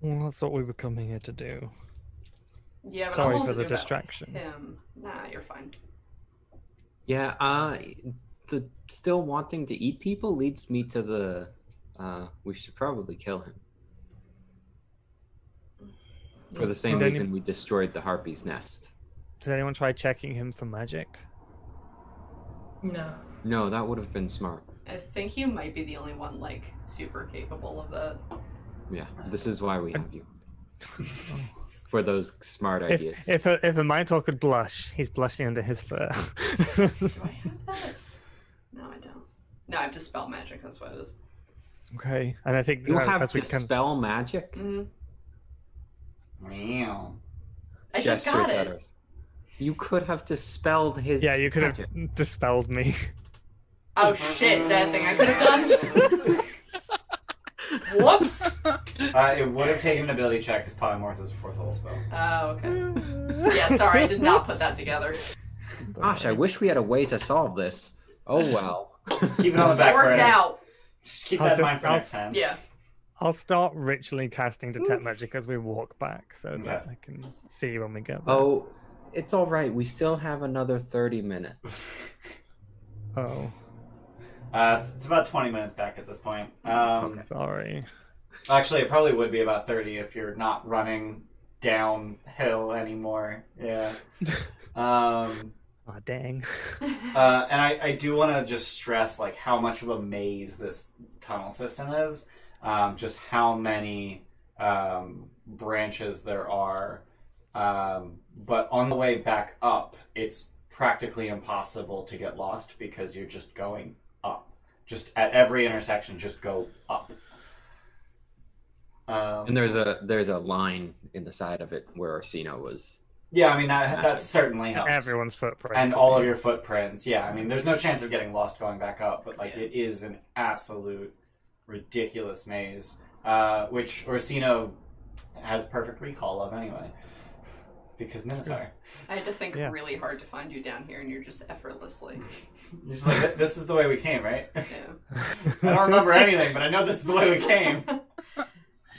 D: Well, that's what we were coming here to do.
G: Yeah, but
D: Sorry
G: I'm all
D: for
G: to
D: the
G: do about
D: distraction.
G: Him? Nah, you're fine.
C: Yeah, uh, the still wanting to eat people leads me to the. Uh, we should probably kill him. For the same
D: Did any-
C: reason we destroyed the harpy's nest.
D: Did anyone try checking him for magic?
E: No.
C: No, that would have been smart.
G: I think you might be the only one like super capable of that.
C: Yeah, this is why we have you. For those smart ideas.
D: If if a, if a Minotaur could blush, he's blushing under his
C: (laughs)
D: fur.
G: Do I have that? No, I don't. No, I have to spell magic. That's what it is.
D: okay, and I think
C: you
D: that-
C: have
D: as we
C: to
D: can.
C: spell magic?
G: hmm
A: Meow.
G: I just
C: Gestures
G: got
C: at
G: it.
C: us. You could have dispelled his.
D: Yeah, you could have
C: magic.
D: dispelled me.
G: Oh shit! Is that a thing I could have done? Whoops.
A: Uh, it would have taken an ability check because polymorph is a fourth level spell.
G: Oh, okay. Yeah, sorry, I did not put that together.
C: (laughs) Gosh, I wish we had a way to solve this. Oh
D: (laughs)
C: well.
A: Keep it on the back
G: Worked
A: burner.
G: out.
A: Just keep
D: I'll
A: that in
D: just-
A: mind for
D: I'll-
A: next time.
G: Yeah.
D: (laughs) I'll start ritually casting detect magic as we walk back, so that
A: Okay.
D: I can see when we get
C: (laughs)
D: there.
C: Oh, it's all right. We still have another thirty minutes.
D: oh,
A: Uh, it's, it's about 20 minutes back at this point. Um,
C: Okay.
D: sorry.
A: Actually, it probably would be about 30 if you're not running downhill anymore. Yeah. um,
D: Ah, dang.
A: uh, and I, I do want to just stress like how much of a maze this tunnel system is, um, just how many um, branches there are. Um, but on the way back up, it's practically impossible to get lost because you're just going up. Just at every intersection, just go up. Um,
C: And there's a there's a line in the side of it where Orsino was.
A: Yeah, I mean that that certainly helps.
D: Everyone's footprints.
A: and all of your footprints. Yeah, I mean there's no chance of getting lost going back up, but like it is an absolute ridiculous maze, uh, which Orsino has perfect recall of anyway. because Minotaur.
G: I had to think
D: Yeah.
G: really hard to find you down here, and you're just
A: (laughs)
G: effortlessly.
A: You're just like, this is the way we came, right? (laughs) I
G: Yeah.
B: (laughs)
A: don't remember anything, but I know this is the way we came.
D: (laughs)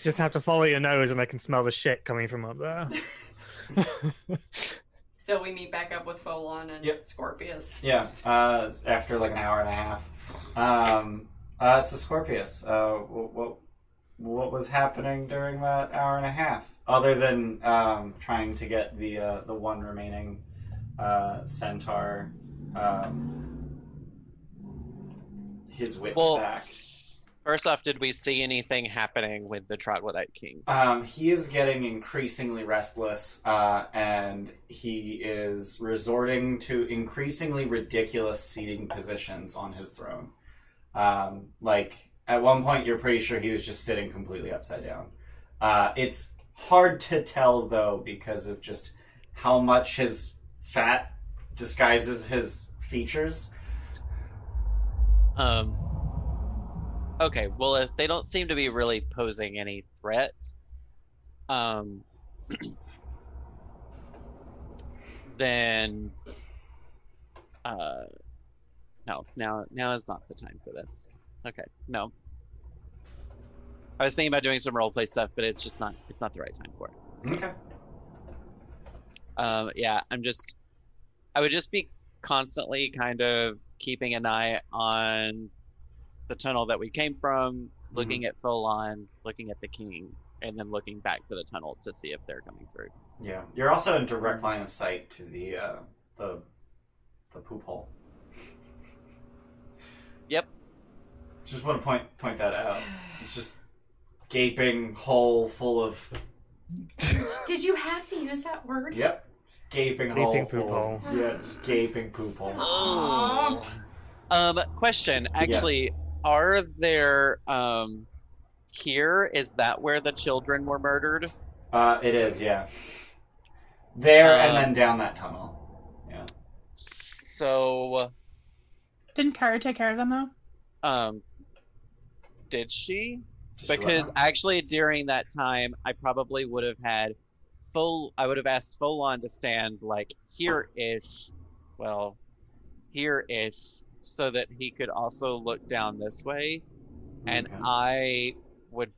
D: Just have to follow your nose, and I can smell the shit coming from up there.
G: So we meet back up with Folon and
A: Yep.
G: Scorpius.
A: Yeah, uh, after like an hour and a half. Um, uh, so Scorpius, uh, what what was happening during that hour and a half, other than um, trying to get the uh, the one remaining uh, centaur um, his wits
B: Well,
A: back?
B: first off, did we see anything happening with the Trotwoodite King?
A: Um, he is getting increasingly restless, uh, and he is resorting to increasingly ridiculous seating positions on his throne. Um, like at one point, you're pretty sure he was just sitting completely upside down. Uh, it's hard to tell though because of just how much his fat disguises his features.
B: Um. Okay. Well, if they don't seem to be really posing any threat, um, (clears throat) then, uh, no. Now, now is not the time for this. Okay. No. I was thinking about doing some roleplay stuff, but it's just not. It's not the right time for it.
A: Okay.
B: Um, yeah, I'm just, I would just be constantly kind of keeping an eye on the tunnel that we came from, looking at Folon, looking at the king, and then looking back to the tunnel to see if they're coming through.
A: Yeah, you're also in direct line of sight to the uh, the the poop hole.
B: Yep.
A: Just want to point point that out. It's just gaping hole full of
G: (sighs) Did you have to use that word?
A: yep, just gaping, hole
D: Gaping poop
A: full of-
G: hole.
A: Yeah, just gaping poop hole.
G: Aw.
B: Um, question. Actually, are there um, here? Is that where the children were murdered?
A: Uh, it is yeah. There and
B: Um,
A: then down that tunnel.
B: So,
F: Didn't Kara take care of them though?
B: um, did she?
A: Just
B: because
A: around.
B: actually during that time i probably would have had full i would have asked folon to stand like here ish well here ish so that he could also look down this way and
A: Okay.
B: i would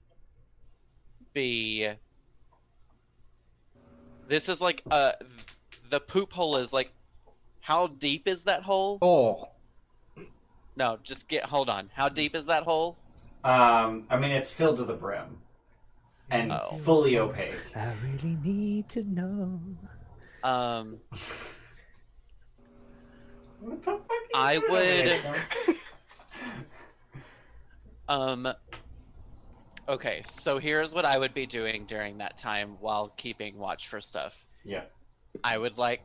B: be this is like uh the poop hole is like how deep is that hole
C: Oh,
B: no just get hold on how deep is that hole
A: um, I mean it's filled to the brim and
B: Oh.
A: fully
B: (laughs)
A: opaque.
D: (laughs) I really need to know.
B: um
A: What the fuck?
B: I would-
A: would.
B: Um. Okay, so here's what I would be doing during that time while keeping watch for stuff.
A: Yeah.
B: I would like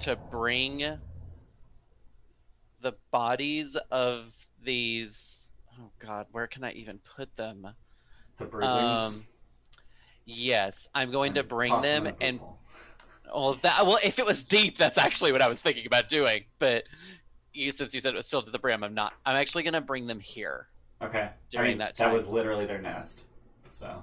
B: to bring the bodies of these. Oh God, where can I even put them?
A: The broodlings.
B: Um, Yes, I'm going to
A: and
B: bring
A: toss
B: them
A: in the
B: and
A: poop hole.
B: well, that well, if it was deep, that's actually what I was thinking about doing. But you, since you said it was filled to the brim, I'm not. I'm actually going to bring them here.
A: Okay.
B: during
A: I mean,
B: that
A: that
B: time.
A: was literally their nest. So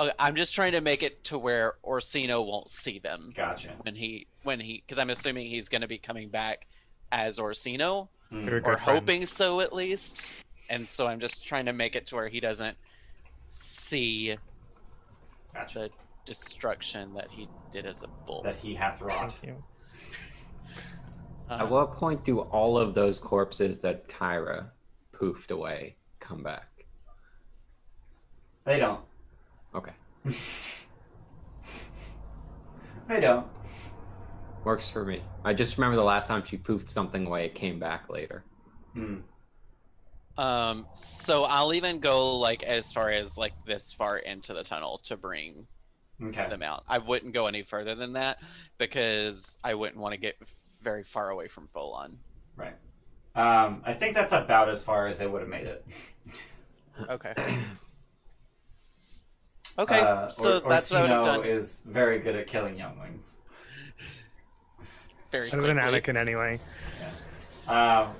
B: Okay, I'm just trying to make it to where Orsino won't see them.
A: gotcha.
B: when he when he because I'm assuming he's going to be coming back as Orsino
A: Mm.
D: You're a
B: or
D: good friend.
B: hoping so at least, and so I'm just trying to make it to where he doesn't see
A: Gotcha.
B: the destruction that he did as a bull.
A: That he hath wrought.
D: Thank you.
C: at
B: Um,
C: what point do all of those corpses that Kyra poofed away come back?
A: They don't.
C: Okay,
A: They don't.
C: works for me. I just remember the last time she poofed something away, it came back later.
A: Mm.
B: um, so I'll even go like as far as like this far into the tunnel to bring
A: Okay.
B: them out. I wouldn't go any further than that because I wouldn't want to get very far away from Folon.
A: Right. Um, I think that's about as far as they would have made it.
B: Okay. Okay,
A: Uh,
B: so
A: Or-
B: that's what I would have
A: Orsino
B: done.
A: is very good at killing younglings.
B: Very
D: Other than
B: quickly.
D: Anakin, anyway.
A: Um,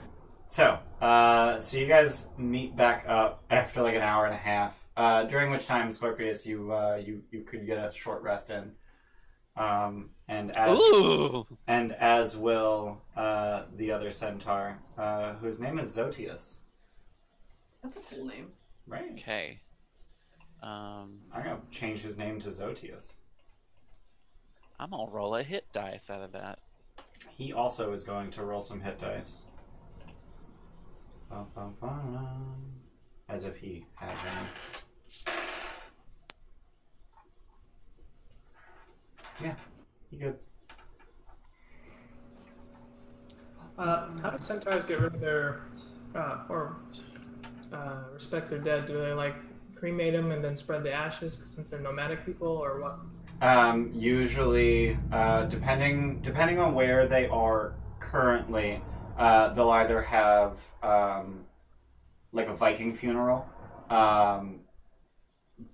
A: so, uh, so you guys meet back up after like an hour and a half, uh, during which time, Scorpius, you uh, you you could get a short rest in. Um, and as
B: Ooh.
A: and as will uh, the other centaur, uh, whose name is Zotius.
G: That's a cool name.
A: Right.
B: Okay. Um,
A: I'm gonna change his name to Zotius.
B: I'm gonna roll a hit dice out of that.
A: He also is going to roll some hit dice. Bum, bum, bum. As if he has any. Yeah, he good.
E: Uh, how do centaurs get rid of their, uh, or uh, respect their dead? Do they like cremate them and then spread the ashes? 'cause since they're nomadic people, or what?
A: Um, usually, uh, depending depending on where they are currently, uh, they'll either have um, like a Viking funeral. Um,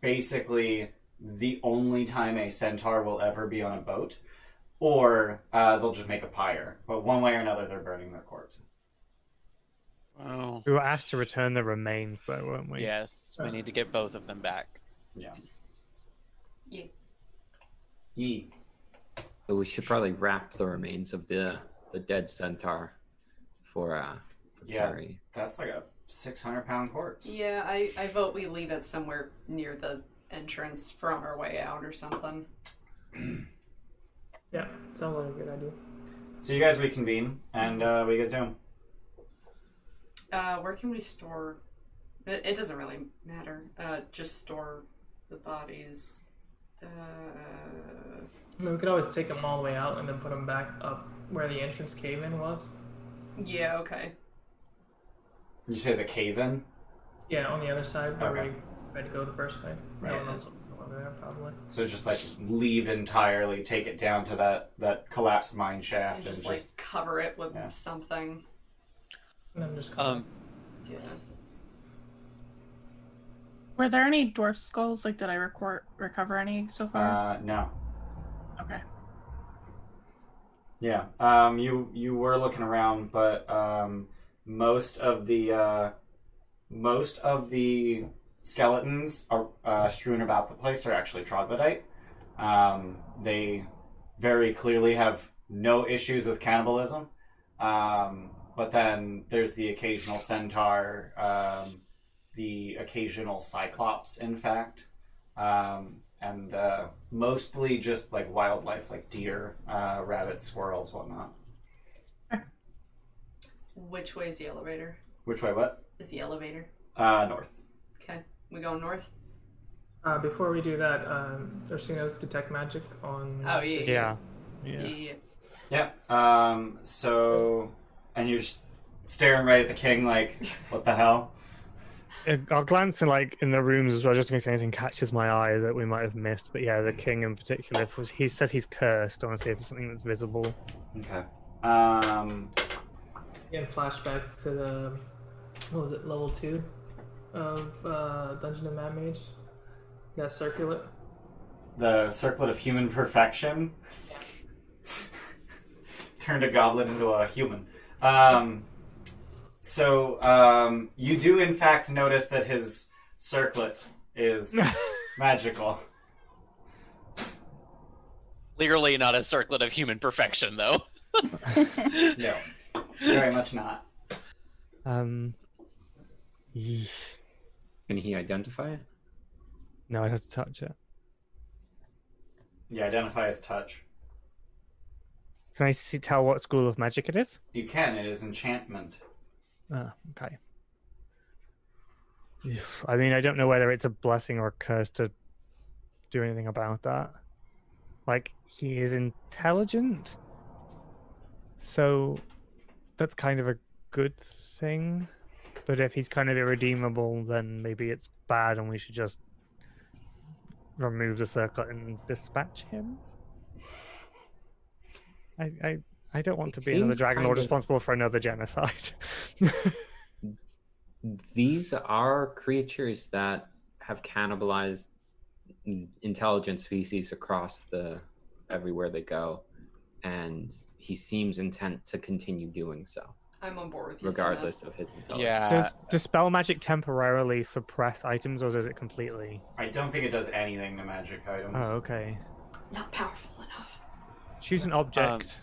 A: basically, the only time a centaur will ever be on a boat, or uh, they'll just make a pyre. But one way or another, they're burning their corpse.
B: Oh.
D: We were asked to return the remains, though, weren't we?
B: Yes, we need to get both of them back.
A: Yee.
C: So we should probably wrap the remains of the the dead centaur for uh for
A: Yeah.
C: Carrie.
A: That's like a six hundred pound corpse.
G: Yeah, I, I vote we leave it somewhere near the entrance for on our way out or something.
E: Yeah, sounds like a good idea.
A: So you guys reconvene, and uh, what are you guys doing?
G: Uh, where can we store? It, it doesn't really matter. Uh, just store the bodies. Uh,
E: I mean, we could always take them all the way out and then put them back up where the entrance cave in was.
G: yeah, okay.
A: You say the cave in.
E: Yeah, on the other side where
A: Okay.
E: we tried to go the first way.
A: Right.
E: No one else will go over there probably.
A: So just like leave entirely, take it down to that that collapsed mine shaft,
G: And
A: and
G: just like cover it with
A: Yeah.
G: something.
E: And I'm just gonna
B: Um,
G: Yeah.
F: Were there any dwarf skulls? Like, did I record recover any so far?
A: uh, no,
F: okay.
A: yeah. Um, you you were looking around, but um, most of the uh, most of the skeletons are uh, strewn about the place are actually troglodyte. Um, they very clearly have no issues with cannibalism, um, but then there's the occasional centaur, um, the occasional cyclops, in fact, um, and uh, mostly just like wildlife, like deer, uh, rabbits, squirrels, whatnot.
G: Which way is the elevator?
A: Which way? What?
G: Is the elevator?
A: Uh, north.
G: Okay, we going north.
E: Uh, before we do that, um, Ursino detect magic on.
G: Oh yeah.
D: Yeah.
G: Yeah.
D: Yeah.
G: yeah.
A: Yeah. Um, so, and you're just staring right at the king, like, (laughs) what the hell?
D: Uh, I'll glance in like in the rooms as well, just in case anything catches my eye that we might have missed. But yeah, the king in particular, if was, he says he's cursed. I want to see if it's something that's visible.
A: Okay. Um,
E: Again, flashbacks to the what was it, level two of uh, Dungeon of Mad Mage. That circular.
A: the circlet of human perfection. (laughs) Turned a goblin into a human. Um, so um, you do, in fact, notice that his circlet (laughs) is magical.
B: clearly not a circlet of human perfection, though.
A: No, very much not.
D: Um, yeesh.
C: Can he identify it?
D: no, I'd have to touch it.
A: You identify as touch.
D: Can I see tell what school of magic it is?
A: You can. It is enchantment.
D: Ah, okay. (sighs) I mean, I don't know whether it's a blessing or a curse to do anything about that. Like, he is intelligent. So, that's kind of a good thing. But if he's kind of irredeemable, then maybe it's bad and we should just remove the circlet and dispatch him. I, I, I don't want
C: It
D: to be another
C: seems
D: dragon lord
C: kind of-
D: responsible for another genocide. (laughs)
C: These are creatures that have cannibalized intelligent species across the everywhere they go, and he seems intent to continue doing so,
G: I'm on board with you. Samantha.
C: regardless of his intelligence.
B: Yeah.
D: Does does spell magic temporarily suppress items, or does it completely?
A: I don't think it does anything to magic items.
D: Oh, okay.
G: Not powerful enough.
D: Choose an object.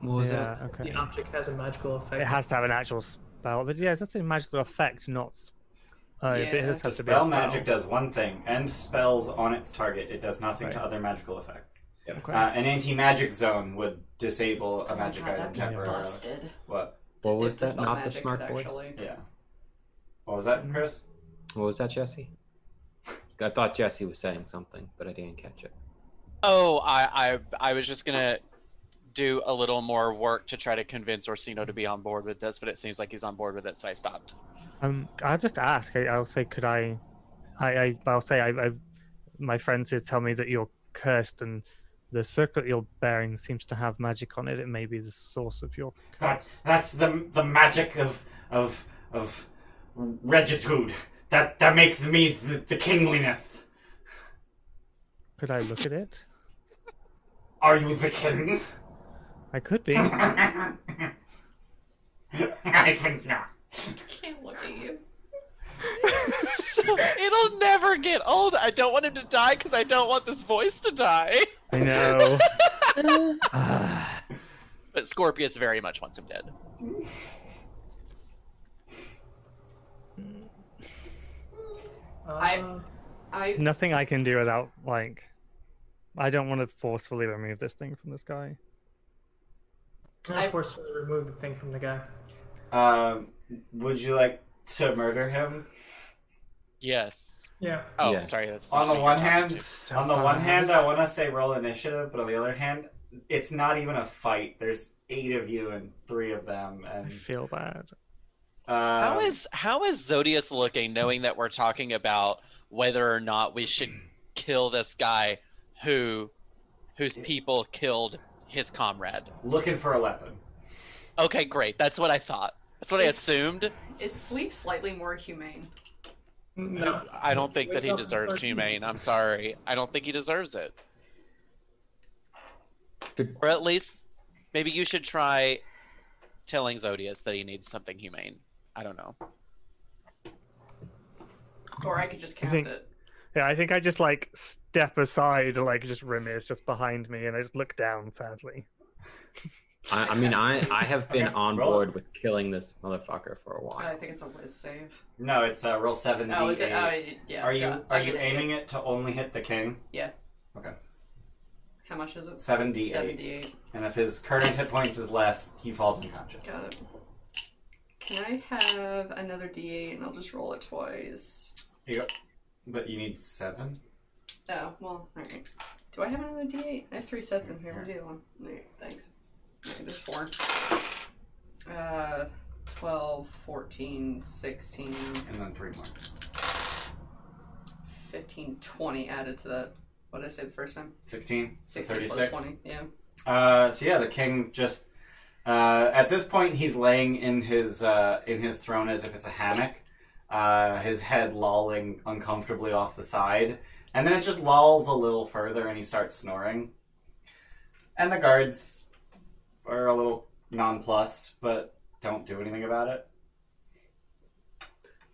C: What was
D: yeah,
C: that?
D: okay.
E: The object has a magical effect.
D: It has to have an actual spell, but yeah, it's just a magical effect, not. s- Oh, but it
G: Yeah,
D: just has to be a
A: Spell
D: spell.
A: magic does one thing: end spells on its target. It does nothing to
D: Right.
A: other magical effects.
D: Okay.
A: Uh, an anti-magic zone would disable a magic
G: God,
A: item
G: that'd be
A: temporarily.
G: Busted.
A: What?
C: What
G: If
C: was that?
G: dispel
C: Not the
G: magic
C: smart
G: could
C: boy.
G: Actually...
A: Yeah. What was that, Chris?
C: What was that, Jesse? I thought Jesse was saying something, but I didn't (sighs) catch it.
B: Oh, I, I I was just gonna do a little more work to try to convince Orsino to be on board with this, but it seems like he's on board with it, so I stopped.
D: Um, I'll just ask. I, I'll say, could I? I, I I'll say, I, I, my friends here tell me that you're cursed, and the circlet you're bearing seems to have magic on it. It may be the source of your
A: That,
D: curse.
A: that's the the magic of of of regitude. That that makes me the, the kingliness.
D: Could I look at it?
A: Are you the king? (laughs)
D: I could be.
A: I think not.
G: Can't look at you.
B: It'll never get old. I don't want him to die because I don't want this voice to die.
D: I know.
F: Uh,
D: Ah,
B: But Scorpius very much wants him dead.
E: Uh,
G: I- I
D: nothing I can do without like. I don't want to forcefully remove this thing from this guy.
E: I forcefully removed the thing from the guy.
A: Um, would you like to murder him?
B: Yes.
E: Yeah.
B: Oh,
C: Yes.
B: sorry. That's
A: On the one hand,
D: So
A: on the one
D: hard.
A: hand, I want to say roll initiative, but on the other hand, it's not even a fight. There's eight of you and three of them,
D: I
A: and
D: feel bad.
A: uh,
B: How is how is Zodius looking, knowing that we're talking about whether or not we should kill this guy who whose people killed his comrade?
A: looking for a weapon?
B: Okay, great. That's what I thought. That's what I
G: Is-
B: assumed.
G: is sleep slightly more humane.
E: No.
B: I don't think
E: Wake
B: that he
E: up and
B: deserves
E: start
B: humane.
E: eating.
B: I'm sorry. I don't think he deserves it.
C: Good.
B: Or at least maybe you should try telling Zodius that he needs something humane. I don't know.
G: Or I could just cast
D: think-
G: it.
D: Yeah, I think I just like step aside, like just Rim is just behind me, and I just look down sadly.
C: I, I mean, I, I have been on
A: roll it.
C: board with killing this motherfucker for a
G: I
C: while.
G: think it's a whiz save.
A: No, it's uh, roll seven.
G: Oh, is it?
A: D8.
G: Oh, y- yeah.
A: Are you
G: duh,
A: are
G: I'm
A: you
G: an idiot.
A: aiming it to only hit the king?
G: How much is it?
A: Seven D eight.
G: Seventy-eight.
A: And if his current hit points is less, he falls unconscious.
G: Got it. Can I have another D8 and I'll just roll it twice?
A: You go- But you need seven.
G: Oh, well, alright. Do I have another D8? I have three sets in here. Where's the other one? There, thanks. Okay, there's four. Uh, 12, 14, 16,
A: and then three more.
G: 15, 20 added to that. What did I say the first time?
A: 16,
G: 16 plus
A: 36.
G: 20. Yeah.
A: Uh, so yeah, the king just uh, at this point he's laying in his uh, in his throne as if it's a hammock, uh, his head lolling uncomfortably off the side, and then it just lolls a little further and he starts snoring. And the guards are a little nonplussed, but don't do anything about it.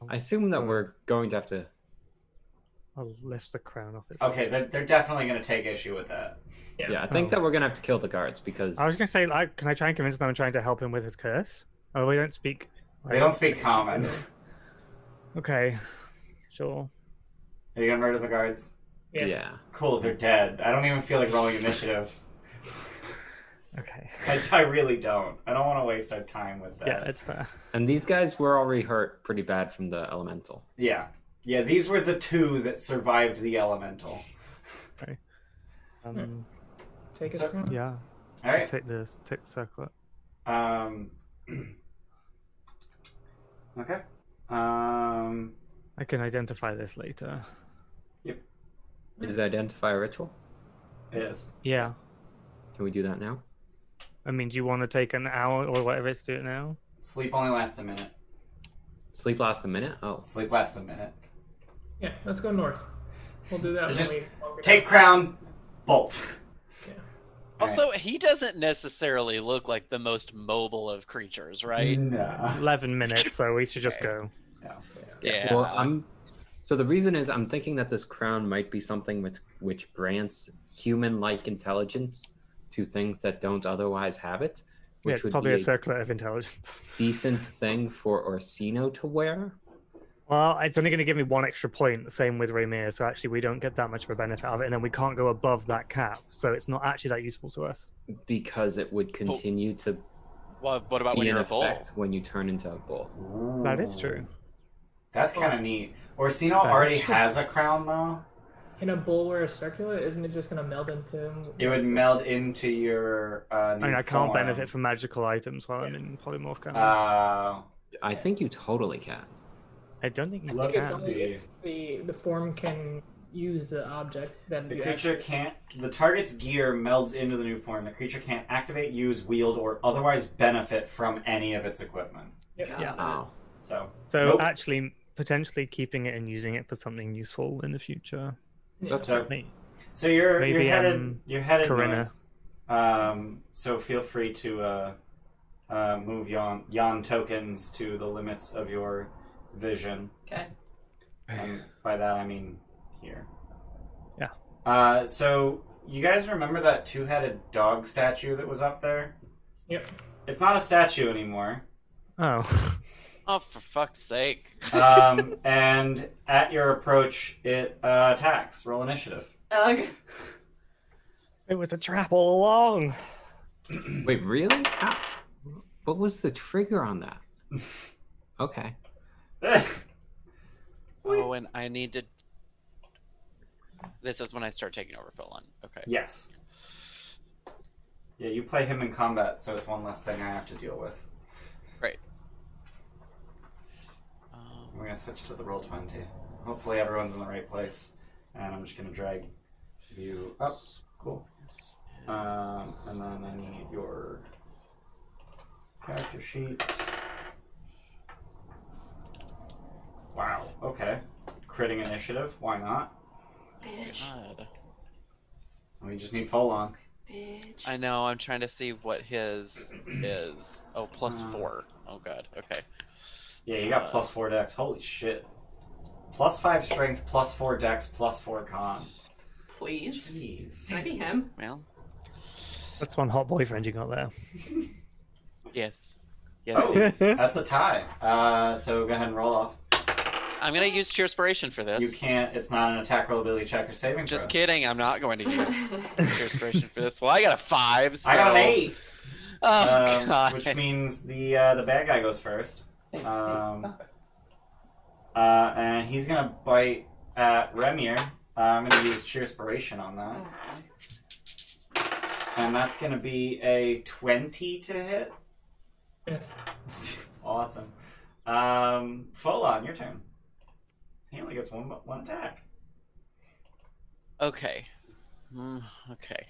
C: I assume that we're going to have to.
D: I'll lift the crown off his.
A: Okay, they're, they're definitely going to take issue with that.
E: Yeah.
C: Yeah, I think
D: Oh.
C: that we're going to have to kill the guards because.
D: I was gonna say, like, can I try and convince them I'm trying to help him with his curse? Oh, we don't speak.
A: They don't speak common.
D: (laughs) Okay, sure.
A: Are you going to murder the guards?
E: Yeah.
C: yeah.
A: Cool, they're dead. I don't even feel like rolling initiative.
D: Okay.
A: (laughs) I, I really don't. I don't want to waste our time with that.
D: Yeah, it's fair.
C: And these guys were already hurt pretty bad from the elemental.
A: yeah. Yeah, these were the two that survived the elemental.
D: Um,
E: Take it.
A: So-
E: from-
D: yeah.
A: (laughs) All
D: Just
A: right.
D: take this. Take the circlet.
A: Um, (clears throat) okay. Um,
D: I can identify this later.
C: Is it identify a ritual?
A: yes.
D: Yeah.
C: Can we do that now?
D: I mean, do you want to take an hour or whatever it's do it now?
A: Sleep only lasts a minute.
C: Sleep lasts a minute? Oh.
A: Sleep lasts a minute.
E: Yeah. Let's go north. We'll do that. when
A: Just
E: we walk it
A: Take
E: up.
A: crown, bolt.
E: Yeah.
A: All right.
B: Also, he doesn't necessarily look like the most mobile of
A: Mm,
B: creatures, right?
A: No.
D: Eleven minutes, so we should just go.
A: no.
B: Yeah.
C: Well, I'm. So the reason is I'm thinking that this crown might be something with which grants human-like intelligence to things that don't otherwise have it,
D: Yeah,
C: which
D: it's
C: would
D: probably
C: be
D: a
C: a
D: circlet of intelligence.
C: decent thing for Orsino to wear.
D: (laughs) Well, it's only going to give me one extra point, the same with Raymir, so actually we don't get that much of a benefit out of it, and then we can't go above that cap, so it's not actually that useful to us.
C: because it would continue to
H: Well, what about
C: be
H: when
C: in
H: you're a bull?
C: effect when you turn into a bull.
D: That is true.
C: Oh,
A: That's kind of neat. Orsino
D: That is
A: already
D: true.
A: has a crown, though.
E: Can a bull wear a circular? Isn't it just gonna meld into him?
A: It would meld into your. Uh,
D: I
A: new
D: mean, I can't
A: form.
D: benefit from magical items while I'm in polymorph. Can
C: Ah.
D: I?
A: Uh,
C: I think you totally can.
D: I don't think you
A: look
D: can.
E: it's
A: at
E: only
A: the.
E: The the form can use the object that
A: The
E: you
A: creature
E: actually-
A: can't. The target's gear melds into the new form. The creature can't activate, use, wield, or otherwise benefit from any of its equipment.
G: Yeah.
C: Wow.
A: So
D: So
A: Nope.
D: actually, potentially keeping it and using it for something useful in the future.
A: that's so,
D: Me.
A: so you're
D: Maybe,
A: you're headed
D: um,
A: you're headed
D: Corinna.
A: north. Um, so feel free to uh, uh, move yon yon tokens to the limits of your vision.
G: Okay.
A: and by that I mean here.
D: Yeah.
A: Uh, so you guys remember that two-headed dog statue that was up there?
E: Yep.
A: It's not a statue anymore.
D: Oh, (laughs)
B: Oh, for fuck's sake.
A: Um, and at your approach, it uh, attacks. Roll initiative. (laughs)
G: Ugh.
D: it was a trap all along.
C: Wait, really? How? What was the trigger on
H: (laughs)
C: that? Okay.
B: Oh, and I need to. This is when I start taking over Philon. Okay.
A: yes. Yeah, you play him in combat, so it's one less thing I have to deal with. I'm
B: Um,
A: gonna switch to the roll twenty. Hopefully, everyone's in the right place, and I'm just gonna drag you up. Cool. Um, and then I need your character sheet. Wow. Okay. Critting initiative. Why not?
G: Bitch.
B: God.
A: We just need full on.
G: Bitch.
B: I know, I'm trying to see what his is. Oh, plus
A: Uh.
B: four. Oh, God. Okay.
A: Yeah, you got
B: Uh,
A: plus four dex. Holy shit. Plus five strength, plus four dex, plus four con. (laughs)
G: Please.
A: Jeez.
G: Can I be
A: (laughs)
G: him?
B: Well,
D: That's one hot boyfriend you got there.
B: yes. Yes.
A: Oh.
B: yes.
A: (laughs) That's a tie. Uh, so go ahead and roll off.
B: I'm going to use Cure Spiration for this.
A: You can't. It's not an attack roll ability check or saving
B: Just
A: throw.
B: kidding. I'm not going
A: (laughs)
B: to use Cure Spiration for this. Well, I got a five. So...
A: I got an eight.
B: Oh,
A: um,
B: God.
A: which means the uh, the bad guy goes first. Um, uh, and he's gonna bite at Remir. Uh, I'm gonna use Cheerspiration on that, and that's gonna be a twenty to hit.
E: Yes.
A: awesome. Um, Folon, your turn. He only gets one one attack.
B: Okay. Mm, okay.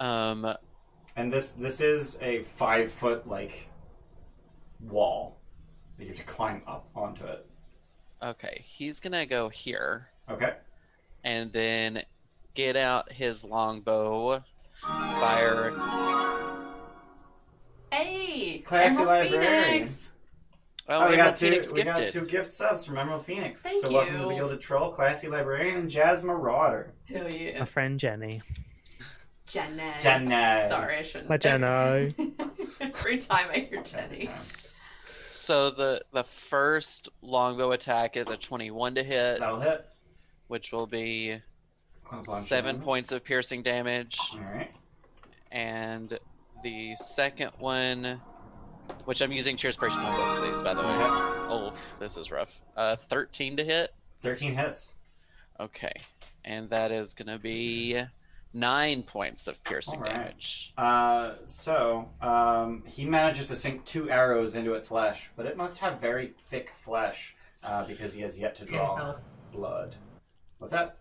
B: Um,
A: And this this is a five foot like wall that you have to climb up onto it.
B: okay. He's going to go here.
A: Okay.
B: and then get out his longbow, fire.
G: Hey,
A: Classy
G: Emerald
A: librarian.
G: Phoenix.
B: Oh,
A: we
B: Emerald
A: got two.
B: Phoenix
A: We got
B: gifted.
A: two gift subs from Emerald Phoenix.
G: Thank
A: so welcome to
G: you.
A: the Gilded Troll, Classy Librarian, and Jazz Marauder.
G: Hell yeah,
D: My friend Jenny.
G: Jenna.
A: Jenna.
G: Sorry, I shouldn't.
D: My Jenna.
G: (laughs) Every time I hear Jenny.
B: So the the first longbow attack is a 21 to hit,
A: That'll hit.
B: which will be
A: A bunch of
B: seven
A: them.
B: points of piercing damage,
A: All right.
B: and the second one, which I'm using cheer spiration on both of these, by the way.
A: Okay.
B: Oh, this is rough. Uh, 13 to hit.
A: Thirteen hits.
B: Okay, and that is gonna be nine points of piercing
A: All right.
B: damage.
A: Uh, so um, he manages to sink two arrows into its flesh, but it must have very thick flesh uh, because he has yet to
E: And
A: draw
E: health.
A: blood. What's that?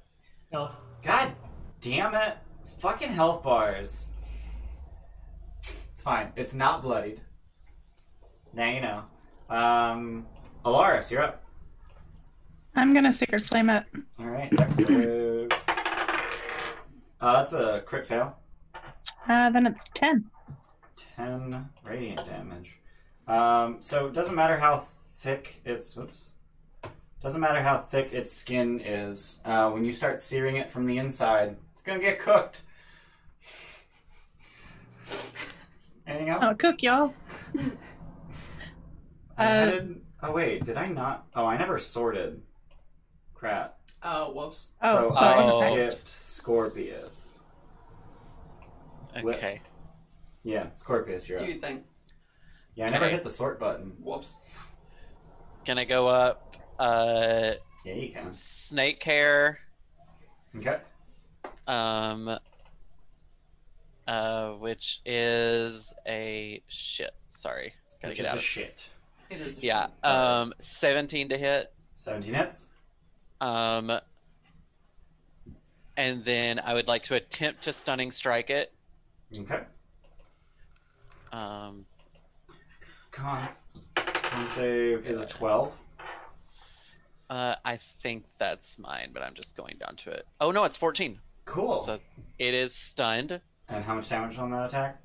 E: Health.
A: God damn it! Fucking health bars. It's fine. It's not bloodied. Now you know. Um, Alaris, you're up.
F: (laughs) I'm gonna secret flame it.
A: All right. Next move. Uh, that's a crit fail.
F: Uh, then it's ten.
A: Ten radiant damage. Um, so it doesn't matter how thick it's. Whoops. Doesn't matter how thick its skin is. Uh, when you start searing it from the inside, it's gonna get cooked. (laughs) Anything else?
F: I'll Oh, cook y'all.
A: I
F: Uh,
A: added- oh wait, did I not? Oh, I never sorted. Crap.
G: Oh, whoops.
A: so
F: Oh,
A: uh,
F: sorry.
B: oh.
A: I
F: next.
A: skipped Scorpius. What?
B: Okay.
A: Yeah, Scorpius, you're
G: Do
A: up.
G: you think?
A: Yeah, I never
B: Okay.
A: hit the sort button.
G: Whoops.
B: Can I go up? Uh,
A: Yeah, you can.
B: snake hair.
A: Okay.
B: Um, uh, which is a shit. Sorry, gotta
A: Which
B: get
A: is
B: out.
A: a
B: of-
A: shit.
G: It is. A
B: yeah.
G: shame.
A: uh,
B: Um, seventeen to hit.
A: 17 hits.
B: Um, and then I would like to attempt to stunning strike it.
A: Okay.
B: Um,
A: Con, con save is a 12.
B: uh, I think that's mine, but I'm just going down to it. Oh no, it's fourteen.
A: Cool.
B: So it is stunned.
A: and how much damage on that attack?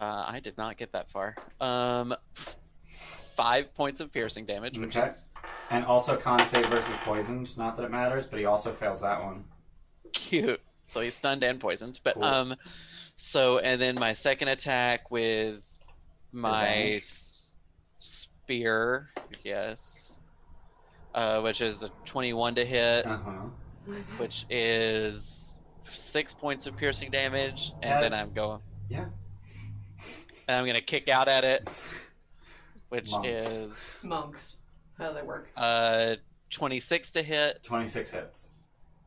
B: Uh, I did not get that far. Um, five points of piercing damage, which
A: Okay.
B: is
A: And also con save versus poisoned. Not that it matters, but he also fails that one.
B: cute. So he's stunned and poisoned. But
A: Cool.
B: um, so and then my second attack with my
A: Advantage.
B: s- spear, yes, uh, which is a twenty-one to hit,
A: Uh huh.
B: which is six points of piercing damage, and then
A: That's-
B: I'm going.
A: yeah.
B: And I'm gonna kick out at it, which
A: Monk.
B: is
G: Monks. How do they work?
B: uh twenty-six to hit
A: 26 hits.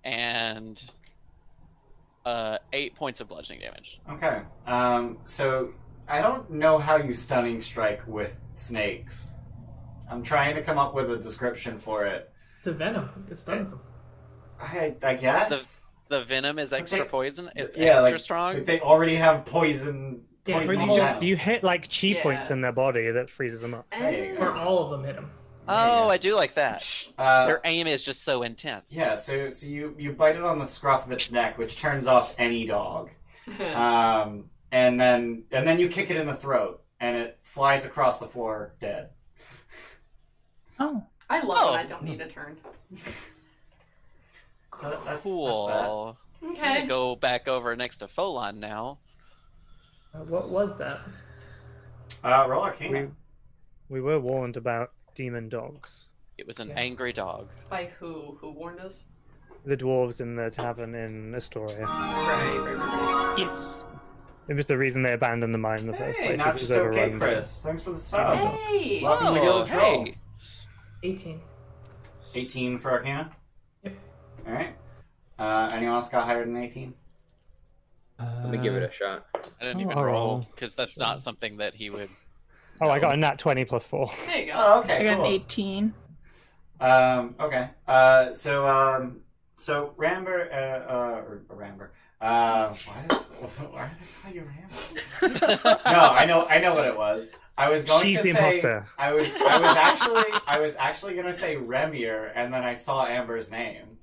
B: and uh eight points of bludgeoning damage.
A: Okay. Um, so I don't know how you stunning strike with snakes. I'm trying to come up with a description for it.
E: It's a venom. It stuns them.
A: I, I guess.
B: The venom is
A: But
B: extra
A: they-
B: poison. It's
A: yeah,
B: extra
A: like-
B: strong.
A: Like, they already have poison.
E: Yeah,
A: poison
E: but
A: on
E: you just-
A: them.
D: You hit like chi points
G: Yeah.
D: in their body that freezes them up.
A: There you go.
E: Or all of them hit him.
B: oh, I do like that.
A: Uh,
B: Their aim is just so intense.
A: Yeah, so so you you bite it on the scruff of its neck, which turns off any dog, um, and then and then you kick it in the throat, and it flies across the floor dead.
F: Oh,
G: (laughs) I love
B: Oh.
G: when I don't need a turn.
A: So that- that's- that's
B: Cool. I'm
G: Okay.
B: gonna go back over next to Folon now.
E: Uh, what was that?
A: that. Uh, roll Arcana.
D: We we were warned about demon dogs.
B: It was an
E: Yeah.
B: angry dog.
G: By who? Who warned us?
D: The dwarves in the tavern in Astoria.
G: Right, right, right,
F: yes.
D: It was the reason they abandoned the mine in the first
A: Hey,
D: place.
A: not
D: which
A: just
D: was
A: okay,
D: overrun by-
A: Chris. Thanks for the sub.
G: right. Hey!
A: Welcome to Guild Troll.
B: Oh, hey.
E: 18.
A: 18 for Arcana?
E: Yep.
A: Alright. Uh, anyone else got higher than 18?
C: Let me give it a shot.
B: I didn't
D: Oh,
B: even
D: I'll
B: roll
D: roll.
B: because that's not something that
A: (laughs)
B: he would.
D: Oh, I got a nat twenty plus four.
G: There you go.
A: Oh,
F: I
A: okay,
F: got an
A: cool.
F: 18.
A: Um, okay. Uh, so, um, so Ramber, uh, uh, or Ramber. Uh, why did, (laughs) why did I call you
D: (laughs)
A: Ramber? No, I know, I know what it was. I was going
D: She's
A: to
D: the
A: say,
D: imposter.
A: I was, I was actually, I was actually gonna say Remier, and then I saw Amber's name.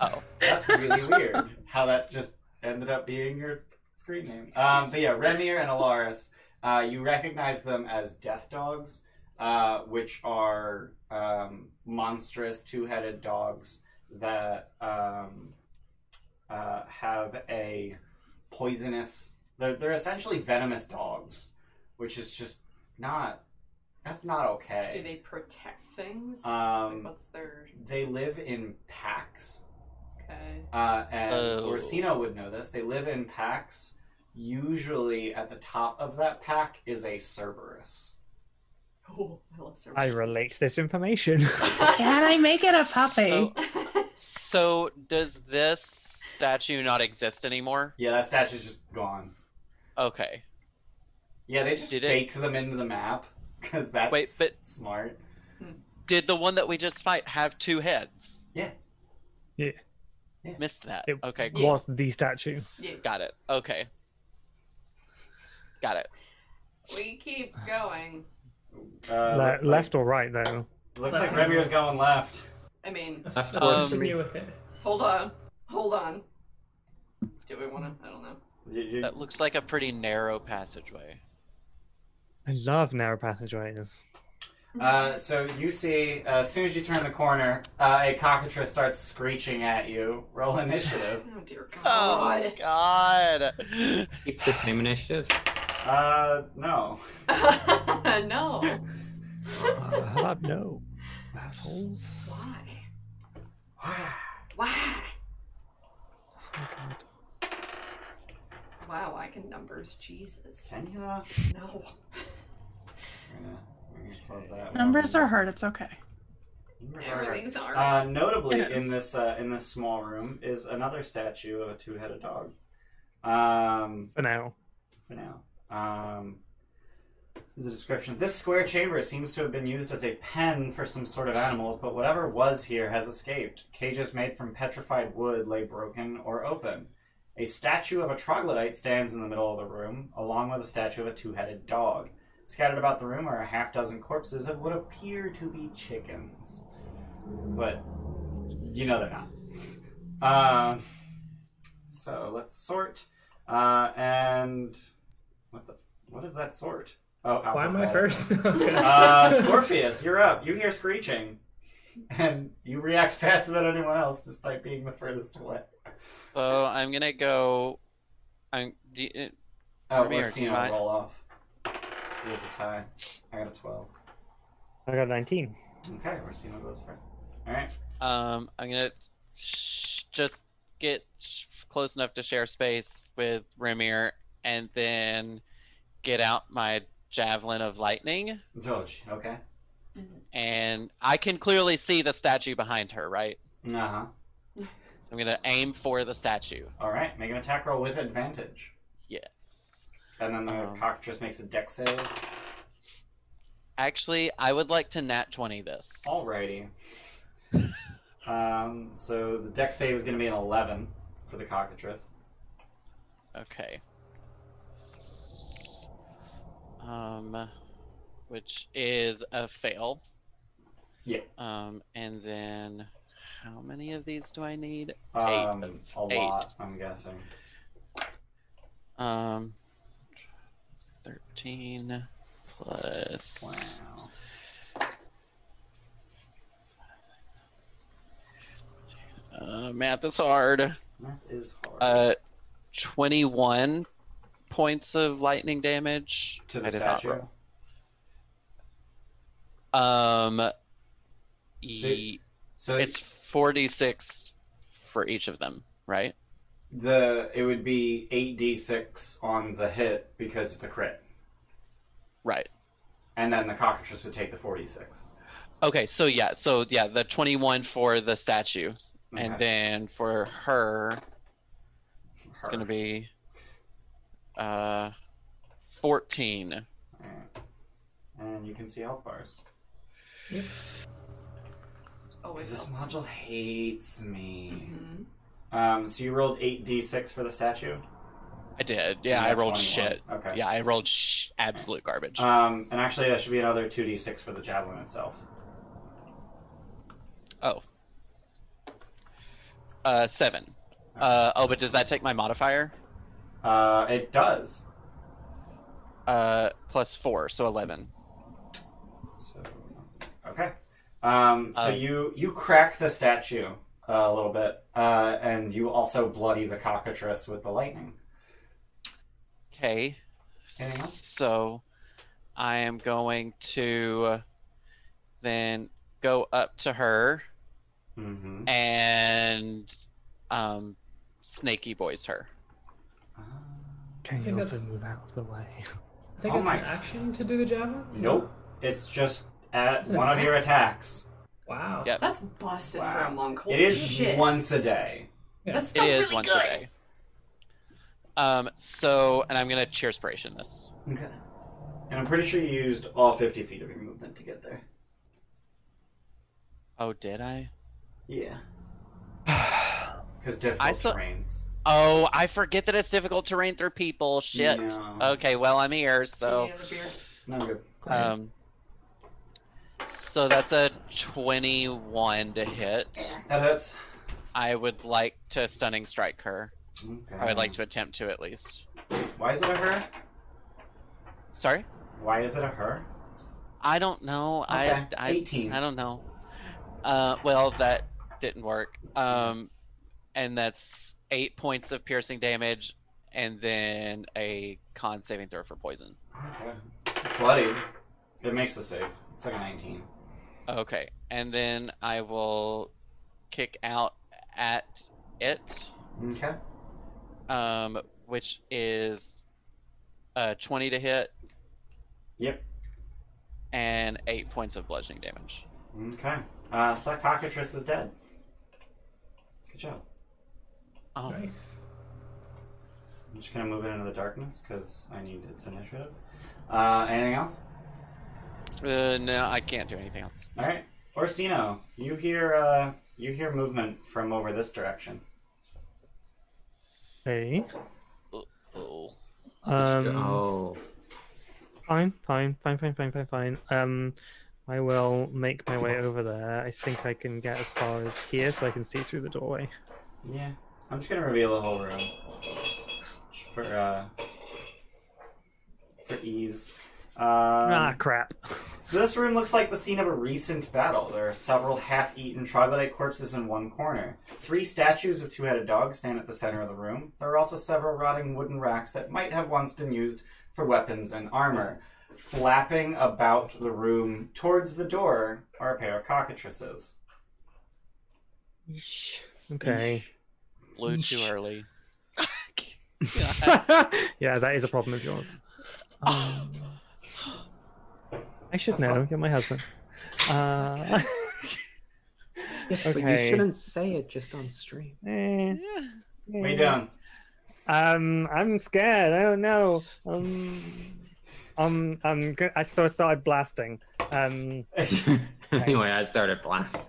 B: Oh,
A: That's really weird. How that just ended up being your screen name. Um, but yeah, Remir and Alaris, uh, you recognize them as death dogs, uh, which are um, monstrous two-headed dogs that um, uh, have a poisonous. They're, they're essentially venomous dogs, which is just not. That's not okay.
G: Do they protect things? like
A: um,
G: what's their
A: they live in packs.
G: okay?
A: Uh, and
B: Oh.
A: Orsino would know this. They live in packs. Usually, at the top of that pack is a Cerberus.
G: Oh, I love services.
D: I
G: (laughs)
D: relate this information. (laughs)
F: Can I make it a puppy?
B: So- so does this statue not exist anymore?
A: Yeah, that statue's just gone.
B: Okay.
A: Yeah, they just
B: Did it-
A: baked them into the map because that's
B: Wait, but-
A: smart.
B: Did the one that we just fight have two heads?
A: Yeah.
D: Yeah.
B: Missed that.
D: It
B: okay, cool.
D: was the statue.
G: yeah,
B: Got it. Okay. Got it.
G: we keep going.
A: Uh,
D: Le-
A: looks
D: left or right though.
A: Like, looks like Remir's going left.
G: I mean,
E: Let's,
C: Left
E: let's
B: arm.
E: continue with it.
G: hold on, hold on. Do we want to? I don't know.
A: You- you-
B: That looks like a pretty narrow passageway.
D: I love narrow passageways.
A: Uh, so you see, uh, as soon as you turn the corner, uh, a cockatrice starts screeching at you. Roll initiative.
G: Oh dear God.
B: Oh my god.
C: Keep the same initiative.
A: Uh, no. (gasps)
G: Oh, (laughs) no.
D: Uh, hard no, assholes.
G: Why? Why?
D: Oh, God.
G: Wow, I can numbers. Jesus.
A: Can you though?
G: No.
A: We're gonna- we're gonna close that one.
F: Numbers are hard. It's okay.
A: Numbers are-
G: Everything's alright.
A: Uh, notably,
F: It
A: in
F: is.
A: this uh, in this small room is another statue of a two-headed dog. Um,
D: For now.
A: for now. Um, there's a description. This square chamber seems to have been used as a pen for some sort of animals, but whatever was here has escaped. Cages made from petrified wood lay broken or open. A statue of a troglodyte stands in the middle of the room, along with a statue of a two headed dog. Scattered about the room are a half dozen corpses of what appear to be chickens. But you know they're not. (laughs) Um, so let's sort. Uh, and what the what is that sort? Oh,
E: Why am I
A: alphabet.
E: first?
A: (laughs)
E: (laughs)
A: Uh, Scorpius, you're up. You hear screeching, and you react (laughs) faster than anyone else, despite being the furthest away.
B: (laughs) So I'm gonna go. I'm. Do you-
A: Oh,
B: Come here,
A: we're seeing
B: do you
A: it
B: mind?
A: roll off. So there's a tie. I got a twelve.
D: I got 19.
A: Okay, we're seeing who goes first. All right.
B: um, I'm gonna sh- just get sh- close enough to share space with Remir, and then get out my javelin of lightning,
A: George. Okay.
B: and I can clearly see the statue behind her, right?
A: Uh huh.
B: So I'm gonna aim for the statue.
A: All right. Make an attack roll with advantage,
B: Yes.
A: and then the
B: Um.
A: cockatrice makes a deck save.
B: Actually, I would like to nat twenty this.
A: Oh.
B: (laughs)
A: Alrighty. um. So the deck save is going to be an eleven for the cockatrice.
B: Okay. Um, which is a fail.
A: Yeah.
B: Um, and then how many of these do I need?
A: Um,
B: Eight.
A: a lot. I'm guessing.
B: Um, 13 plus.
A: Wow.
B: Uh, math is hard.
A: That is hard.
B: Uh, 21 points of lightning damage.
A: to
B: I
A: the
B: did not
A: statue.
B: roll. Um,
A: So-
B: ye-
A: So
B: It's 46 for each of them, right?
A: the it would be eight d six on the hit because it's a crit,
B: Right.
A: and then the cockatrice would take the forty six.
B: Okay, so yeah, so yeah, the 21 for the statue. And then for her, it's going to be uh 14.
A: And you can see health bars.
G: Always
A: Because this
G: helps.
A: module hates me.
G: Mhm.
A: (clears throat) Um, so you rolled eight d six for the statue.
B: I did. Yeah,
A: You
B: I
A: got
B: rolled
A: 21.
B: shit.
A: Okay.
B: Yeah, I rolled sh- absolute garbage.
A: Um, and actually, that should be another two d six for the javelin itself.
B: oh. Uh 7. Uh oh, but does that take my modifier?
A: Uh, it does.
B: Uh plus 4, so 11.
A: So, okay. Um, so
B: Um,
A: you you crack the statue uh, a little bit, uh, and you also bloody the cockatrice with the lightning.
B: Okay.
A: Anything else?
B: So I am going to then go up to her
A: Mm-hmm.
B: Hmm. and um, snaky voice her.
D: Can
E: think
D: you also
E: that's-
D: move out of the way? (laughs)
E: I think
A: Oh
E: it's
A: my-
E: an action to do the javelin?
A: Nope, it's just at
E: It's an
A: one of
E: attack.
A: your attacks.
E: Wow.
B: Yeah.
G: That's busted for a monk. Holy
A: it is
G: shit.
A: once a day.
G: That's
B: It
G: still
B: is
G: really
B: once
G: good.
B: a day. Um, so, and I'm going to cheer spiration this.
A: Okay. And I'm pretty sure you used all 50 feet of your movement to get there.
B: Oh, did I?
A: (sighs) Yeah. Because difficult
B: I saw-
A: terrains.
B: Oh, I forget that it's difficult terrain through people. Shit.
A: No.
B: Okay, well, I'm here, so.
G: Yeah, the beard.
A: No, you're-
B: Um, so that's a 21 to hit.
A: That hurts.
B: I would like to stunning strike her.
A: Okay.
B: I would like to attempt to at least.
A: Why is it a her?
B: Sorry?
A: Why is it a her?
B: I don't know.
A: Okay,
B: I, I
A: 18.
B: I don't know. Uh, well, that didn't work. Um, and that's eight points of piercing damage, and then a con saving throw for poison.
A: Okay. It's bloody. It makes the save. It's like a 19.
B: Okay, and then I will kick out at it,
A: Okay.
B: um, which is uh, twenty to hit
A: Yep.
B: and eight points of bludgeoning damage.
A: Okay. Uh, Psychocatrice is dead. Good job.
B: Oh,
E: Nice.
A: I'm just gonna move it into the darkness because I need its initiative. Uh, anything else?
B: uh, no, I can't do anything else.
A: All right, Orsino, you hear uh, you hear movement from over this direction.
D: Hey.
B: Oh.
D: Um,
C: oh,
D: Fine, fine, fine, fine, fine, fine, fine. Um, I will make my way over there. I think I can get as far as here, so I can see through the doorway.
A: Yeah, I'm just gonna reveal the whole room for uh, for ease. Um,
D: ah, crap.
A: So this room looks like the scene of a recent battle. There are several half-eaten troglodyte corpses in one corner. Three statues of two-headed dogs stand at the center of the room. There are also several rotting wooden racks that might have once been used for weapons and armor. Flapping about the room towards the door are a pair of cockatrices.
D: Okay.
B: Blew too early. (laughs) God.
D: (laughs) yeah, that is a problem of yours. Um, I should know. You're my husband. Uh, (laughs)
C: yes, but you
D: Okay.
C: shouldn't say it just on stream.
D: eh,
A: What are you doing?
D: Um, I'm scared. I don't know. Um, um, um. go- I so I started blasting. Um,
C: (laughs) anyway, I started blasting.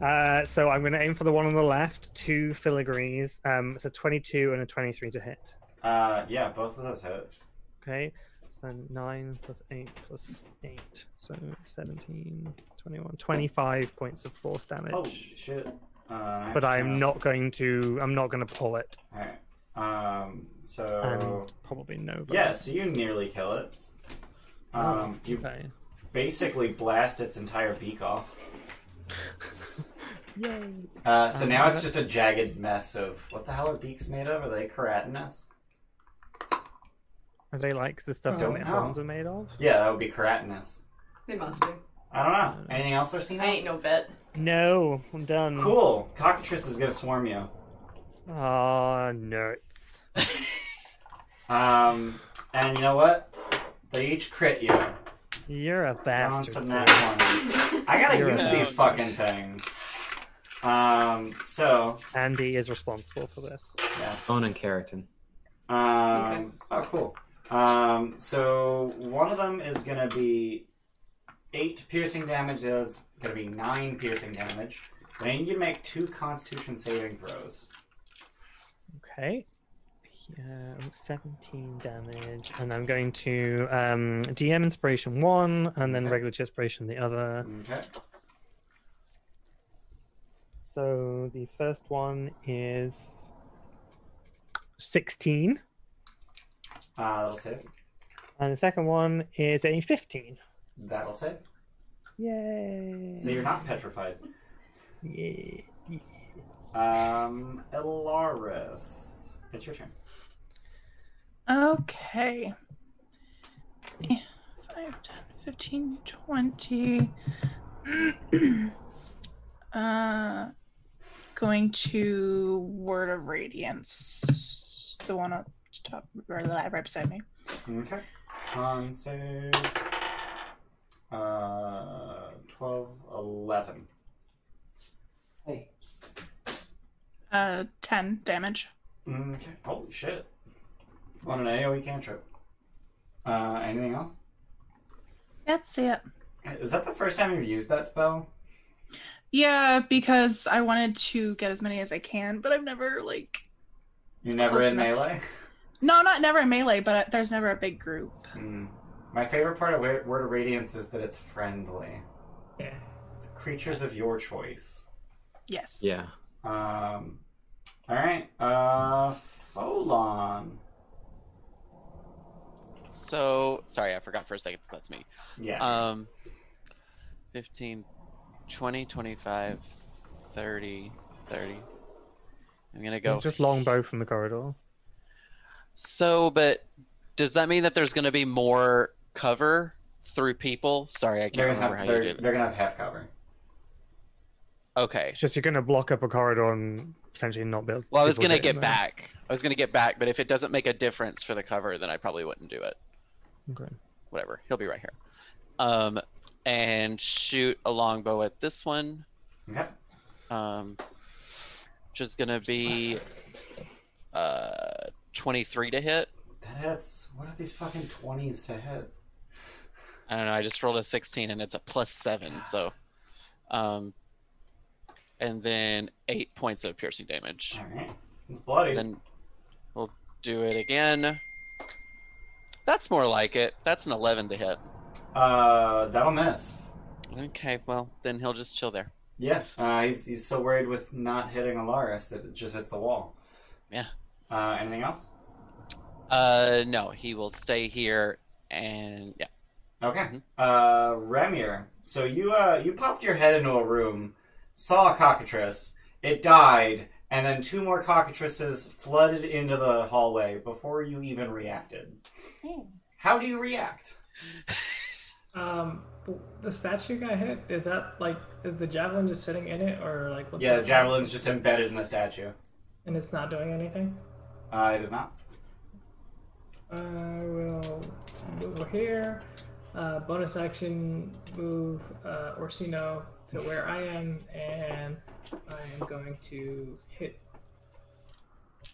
D: uh, so I'm going to aim for the one on the left. Two filigrees. Um, it's a 22 and a 23 to hit.
A: uh, yeah, both of those hit.
D: Okay. So then nine plus eight plus eight, so 17, 21, 25 points of force damage.
A: Oh shit! Uh,
D: but I'm not going to. I'm not going to pull it,
A: All right. Um. So.
D: and probably no. but-
A: Yeah. So you nearly kill it.
D: Oh,
A: Um. You
D: Okay.
A: basically blast its entire beak off.
D: Yay.
A: Uh, so
D: Um,
A: now it's
D: that-
A: just a jagged mess of what the hell are beaks made of? Are they keratinous?
D: Are they like the stuff that
A: Don't
D: their
A: know.
D: horns are made of?
A: Yeah, that would be keratinous.
G: They must be.
A: I don't know. Anything else, Orsino?
G: I ain't no (laughs) vet.
D: No, I'm done.
A: Cool. Cockatrice is gonna swarm you.
D: Ah, nerds.
A: Um, and you know what? They each crit you.
D: You're a
A: On
D: bastard.
A: some
D: sir.
A: nat ones. I gotta
D: You're a
A: use
B: bastard.
A: these fucking things. Um, so
D: Andy is responsible for this.
C: Bone and keratin.
A: Um, Oh, cool. Um, so one of them is going to be eight piercing damage. The other's going to be nine piercing damage. And I need you to make two Constitution saving throws.
D: Okay. Yeah, 17 damage, and I'm going to um, DM inspiration one, and then
A: Okay.
D: regular inspiration the other.
A: Okay.
D: So the first one is 16,
A: Uh, that'll save.
D: and the second one is a 15.
A: That'll save.
D: Yay!
A: So you're not petrified.
D: Yeah.
A: Um, Elaris, it's your turn.
F: Okay. 5, 10, 15, 20. (clears throat) uh, going to Word of Radiance. The one up top, right, right beside me.
A: Okay. Con save. Uh, 12, 11.
F: Uh, 10 damage.
A: Okay. Holy shit. On an AoE cantrip. Uh, anything else?
F: That's it.
A: Is that the first time you've used that spell?
F: Yeah, because I wanted to get as many as I can, but I've never, like,
A: You're never
F: Close
A: in
F: enough.
A: melee?
F: no, not never in melee, but uh, there's never a big group.
A: Hmm. My favorite part of Wa- Word of Radiance is that it's friendly.
E: Yeah.
A: It's creatures of your choice.
F: Yes.
C: Yeah.
A: Um, alright. Uh, Folon.
B: So sorry, I forgot for a second. That's me.
A: Yeah.
B: Um, 15, 20, 25, 30, 30. I'm gonna go.
D: Just longbow from the corridor.
B: So, but does that mean that there's gonna be more cover through people? Sorry, I
A: they're
B: can't
A: gonna
B: remember
A: have
B: how you
A: they're,
B: did it.
A: they're gonna have half cover.
B: Okay.
D: It's just you're going to block up a corridor and potentially not be able.
B: Well, I was
D: people
B: gonna
D: getting
B: get
D: there.
B: back. I was gonna get back, but if it doesn't make a difference for the cover, then I probably wouldn't do it.
D: Okay.
B: Whatever. He'll be right here. Um, and shoot a longbow at this one.
A: Okay.
B: Um, which is gonna be uh 23 to hit.
A: That hits. What are these fucking twenties to hit?
B: I don't know. I just rolled a 16 and it's a plus seven, (sighs) so um, and then eight points of piercing damage.
A: All right. It's bloody.
B: Then we'll do it again. That's more like it. That's an 11 to hit.
A: Uh, that'll miss.
B: Okay, well, then he'll just chill there.
A: Yeah, uh, he's he's so worried with not hitting Alaris that it just hits the wall.
B: Yeah.
A: Uh, anything else?
B: Uh, no, he will stay here and yeah.
A: Okay.
B: Mhm.
A: Uh, Remir, so you uh you popped your head into a room, saw a cockatrice, it died, and then two more cockatrices flooded into the hallway before you even reacted. Hmm. How do you react?
E: Um, the statue got hit. Is that like is the javelin just sitting in it or like what's
A: yeah, the
E: that?
A: javelin's just embedded in the statue.
E: and it's not doing anything.
A: Uh, it is not.
E: I will Uh, move over here. Uh, bonus action move uh, Orsino to where I am, and I am going to hit.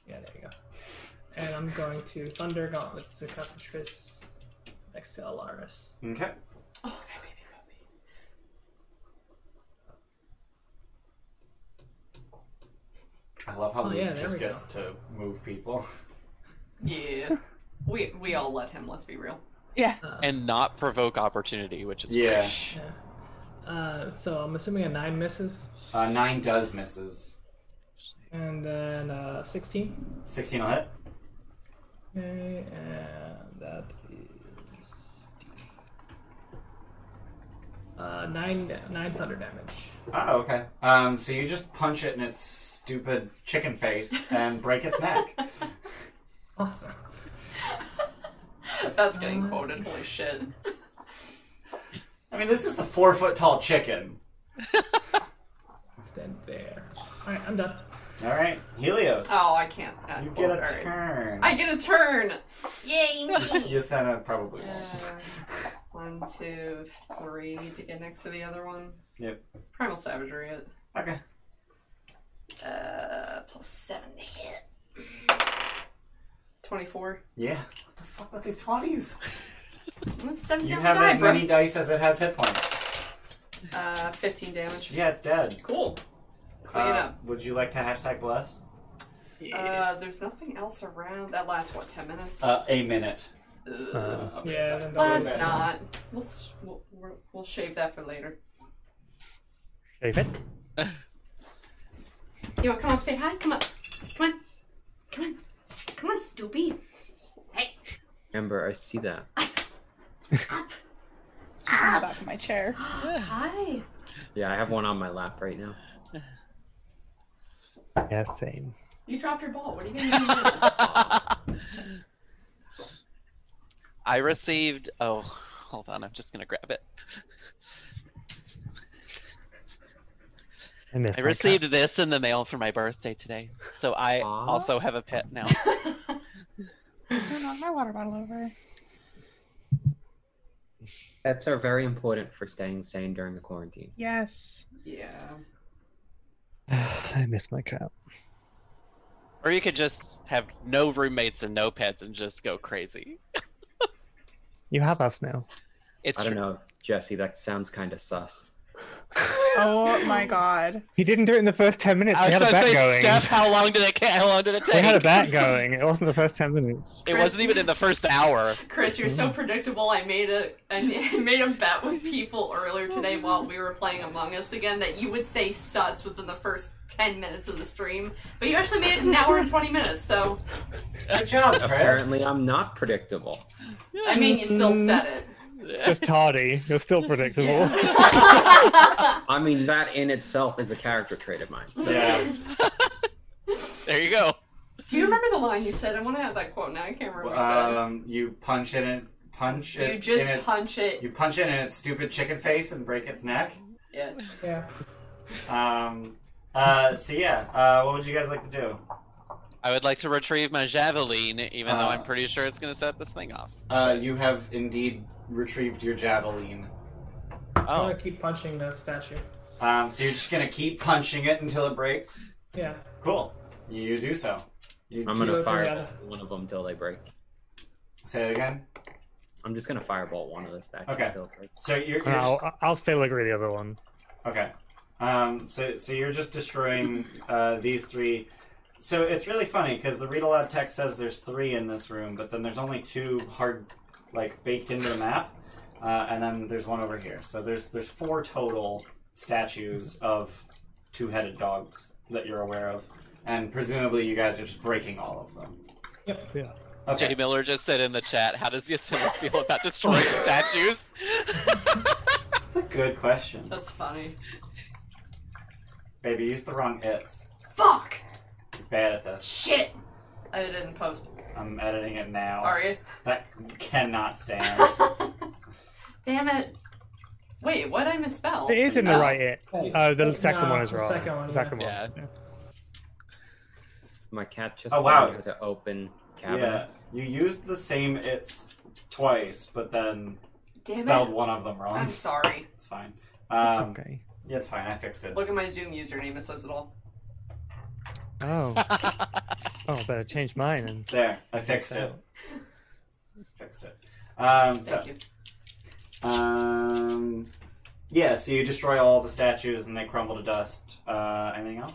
E: Yeah, there you go. And I'm going to Thunder Gauntlets to Cockatrice next to Alaris.
A: Okay.
G: Oh, my baby (laughs) puppy.
A: I love how
E: Oh,
A: Luke
E: yeah, there
A: just
E: we go.
A: gets to move people.
G: Yeah. we we all let him. Let's be real.
F: Yeah.
B: And not provoke opportunity, which is
A: Yeah. (laughs)
B: great.
E: Yeah. Uh, so I'm assuming a 9 misses,
A: Uh, nine does misses.
E: and then uh, 16.
A: 16 will hit.
E: Okay, and that is. Uh, 9, 9 thunder damage.
A: Oh, okay. Um, so you just punch it in its stupid chicken face and break its
G: (laughs)
A: neck.
E: Awesome.
G: That's getting
A: Uh-huh.
G: quoted. Holy shit.
A: I mean, this is a four foot tall chicken.
E: Stand there. Alright, I'm done.
A: All right, Helios,
G: (laughs) Oh, I can't. Uh,
A: you get
G: all
A: a
G: right.
A: turn.
G: I get a turn. Yay me!
A: You sent a probably
G: Uh,
A: won't.
G: (laughs) one, two, three to get next to the other one.
A: Yep.
G: Primal Savagery it.
A: Okay.
G: Uh, plus seven to hit. 24.
A: Yeah. What the fuck with these
G: (laughs)
A: twenties?
G: That's the seventh
A: You
G: time I
A: have as
G: died, bro.
A: many dice as it has hit points.
G: Uh, 15 damage.
A: Yeah, it's dead.
G: Cool. Clean
A: Uh,
G: up.
A: Would you like to hashtag bless?
G: Uh, there's nothing else around. That lasts, what, 10 minutes?
A: Uh, a minute.
G: Ugh.
D: Uh,
A: Okay.
E: Yeah, then don't
G: Let's
E: worry about
G: not. We'll, s- we'll, we'll- we'll shave that for later.
D: Shave it.
G: You want to come up, say hi? Come up. Come on. Come on. Come on, Stoopy. (gasps) Hey,
C: Amber, I see that.
G: up.
F: She's in the back of my chair.
G: Hi.
C: Yeah, I have one on my lap right now.
D: Yeah, same.
G: You dropped your ball. What are you going to do now?
B: (laughs) I received. Oh, hold on. I'm just gonna grab it.
D: I missed.
B: I received this in the mail for my birthday today, so I
C: Aw.
B: also have a pet now.
F: Don't knock my water bottle over.
C: Pets are very important for staying sane during the quarantine.
F: Yes.
G: (laughs) yeah.
D: (sighs) I miss my cat.
B: Or you could just have no roommates and no pets and just go crazy.
D: You have us now.
B: It's
C: I don't
B: true.
C: know, Jesse, that sounds kind of sus.
D: (laughs)
F: Oh my god.
H: He didn't do it in the first ten minutes.
B: I
H: We
B: was
H: had a bet
B: gonna say,
H: going.
B: Steph, how long did it how long did it take?
H: We had a bet going. It wasn't the first ten minutes.
B: It wasn't even in the first hour.
G: Chris, you're
D: Mm-hmm.
G: so predictable. I made a I (laughs) made a bet with people earlier today
D: Mm-hmm.
G: while we were playing Among Us again that you would say sus within the first ten minutes of the stream, but you actually made it an hour and twenty minutes. So
A: Good job, Chris.
C: Apparently, I'm not predictable.
G: I mean, you still
D: Mm-hmm.
G: said it.
H: (laughs) Just tardy. You're still predictable.
C: I mean, that in itself is a character trait of mine. So
G: (laughs)
A: Yeah.
B: (laughs) there you go.
G: (laughs) Do you remember the line you said? I want to have that quote now. I can't remember. What I
A: Um, you punch in it. Punch
G: said.
A: it.
G: You just
A: in it,
G: punch it.
A: You punch it in its stupid chicken face and break its neck.
G: Yeah.
E: Yeah.
A: Um. Uh. So yeah. Uh. What would you guys like to do?
B: I would like to retrieve my javeline, even though
A: Uh.
B: I'm pretty sure it's gonna set this
H: (laughs)
B: thing off.
A: Uh. You have indeed retrieved your javelin.
E: I'm
B: Oh,
E: gonna keep punching the statue.
A: Um. So you're just gonna keep punching it until it breaks.
E: Yeah.
A: Cool. You do so. You
C: I'm
A: do
C: gonna
E: Those
A: so.
E: are the
C: fireball
E: other-
C: one of them till they break.
A: Say that again.
C: I'm just gonna fireball one of those statues
A: Okay.
C: till it breaks.
A: So you're. (laughs)
D: And
A: you're
D: I'll, I'll filigree the other one.
A: Okay. Um, so, so you're just destroying uh, these three. So it's really funny because the read aloud text says there's three in this room, but then there's only two hard, like baked into the map, uh, and then there's one over here. So there's there's four total statues of two headed dogs that you're aware of, and presumably you guys are just breaking all of them.
E: Yep.
H: Yeah.
B: Jay
A: Okay.
B: Miller just said in the chat, "How does Yosemite (laughs) feel about destroying
H: (laughs)
B: statues?"
A: That's a good question.
G: That's funny.
A: Baby, use the wrong its.
G: Fuck.
A: You're bad at this.
G: Shit. I didn't post.
A: I'm editing it now.
G: Are you?
A: That cannot stand.
G: (laughs) Damn it. Wait, what? I misspelled.
D: It is in the
G: Uh, No.
D: right it. Oh, the second
E: No,
D: one is
E: the
D: right.
E: second one, yeah.
D: Second one.
B: Yeah.
C: My cat just
A: Oh, wow.
C: learned to open
A: Yeah,
C: cabinets.
A: you used the same it's twice, but then
G: Damn
A: spelled
G: it.
A: one of them wrong.
G: I'm sorry.
A: It's fine.
D: It's
A: Um,
D: okay.
A: yeah, it's fine. I fixed it.
G: Look at my Zoom username. It says it all.
B: Um.
D: Oh. oh, I better change mine and.
A: There, I fixed it.
D: out.
A: Fixed it. Um, so,
G: Thank you.
A: um, yeah. So you destroy all the statues and they crumble to dust. Uh, anything else?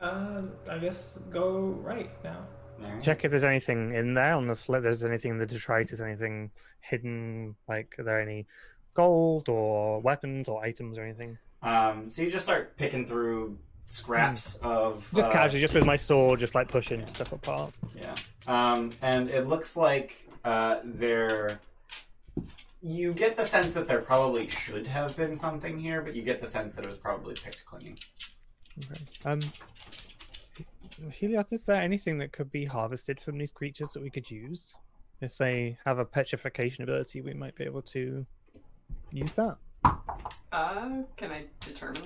E: Uh, I guess go right now.
A: Alright.
D: Check if there's anything in there on the flip. There's anything in the detritus, anything hidden. Like, are there any gold or weapons or items or anything?
A: Um, so you just start picking through scraps of
D: Hmm. Just
A: uh,
D: casually, just with my sword, just like pushing stuff apart.
A: Yeah. Um, and it looks like uh, there. You get the sense that there probably should have been something here, but you get the sense that it was probably picked clean.
D: Okay. Um, Helios, is there anything that could be harvested from these creatures that we could use? If they have a petrification ability, we might be able to use that.
G: Uh, can I determine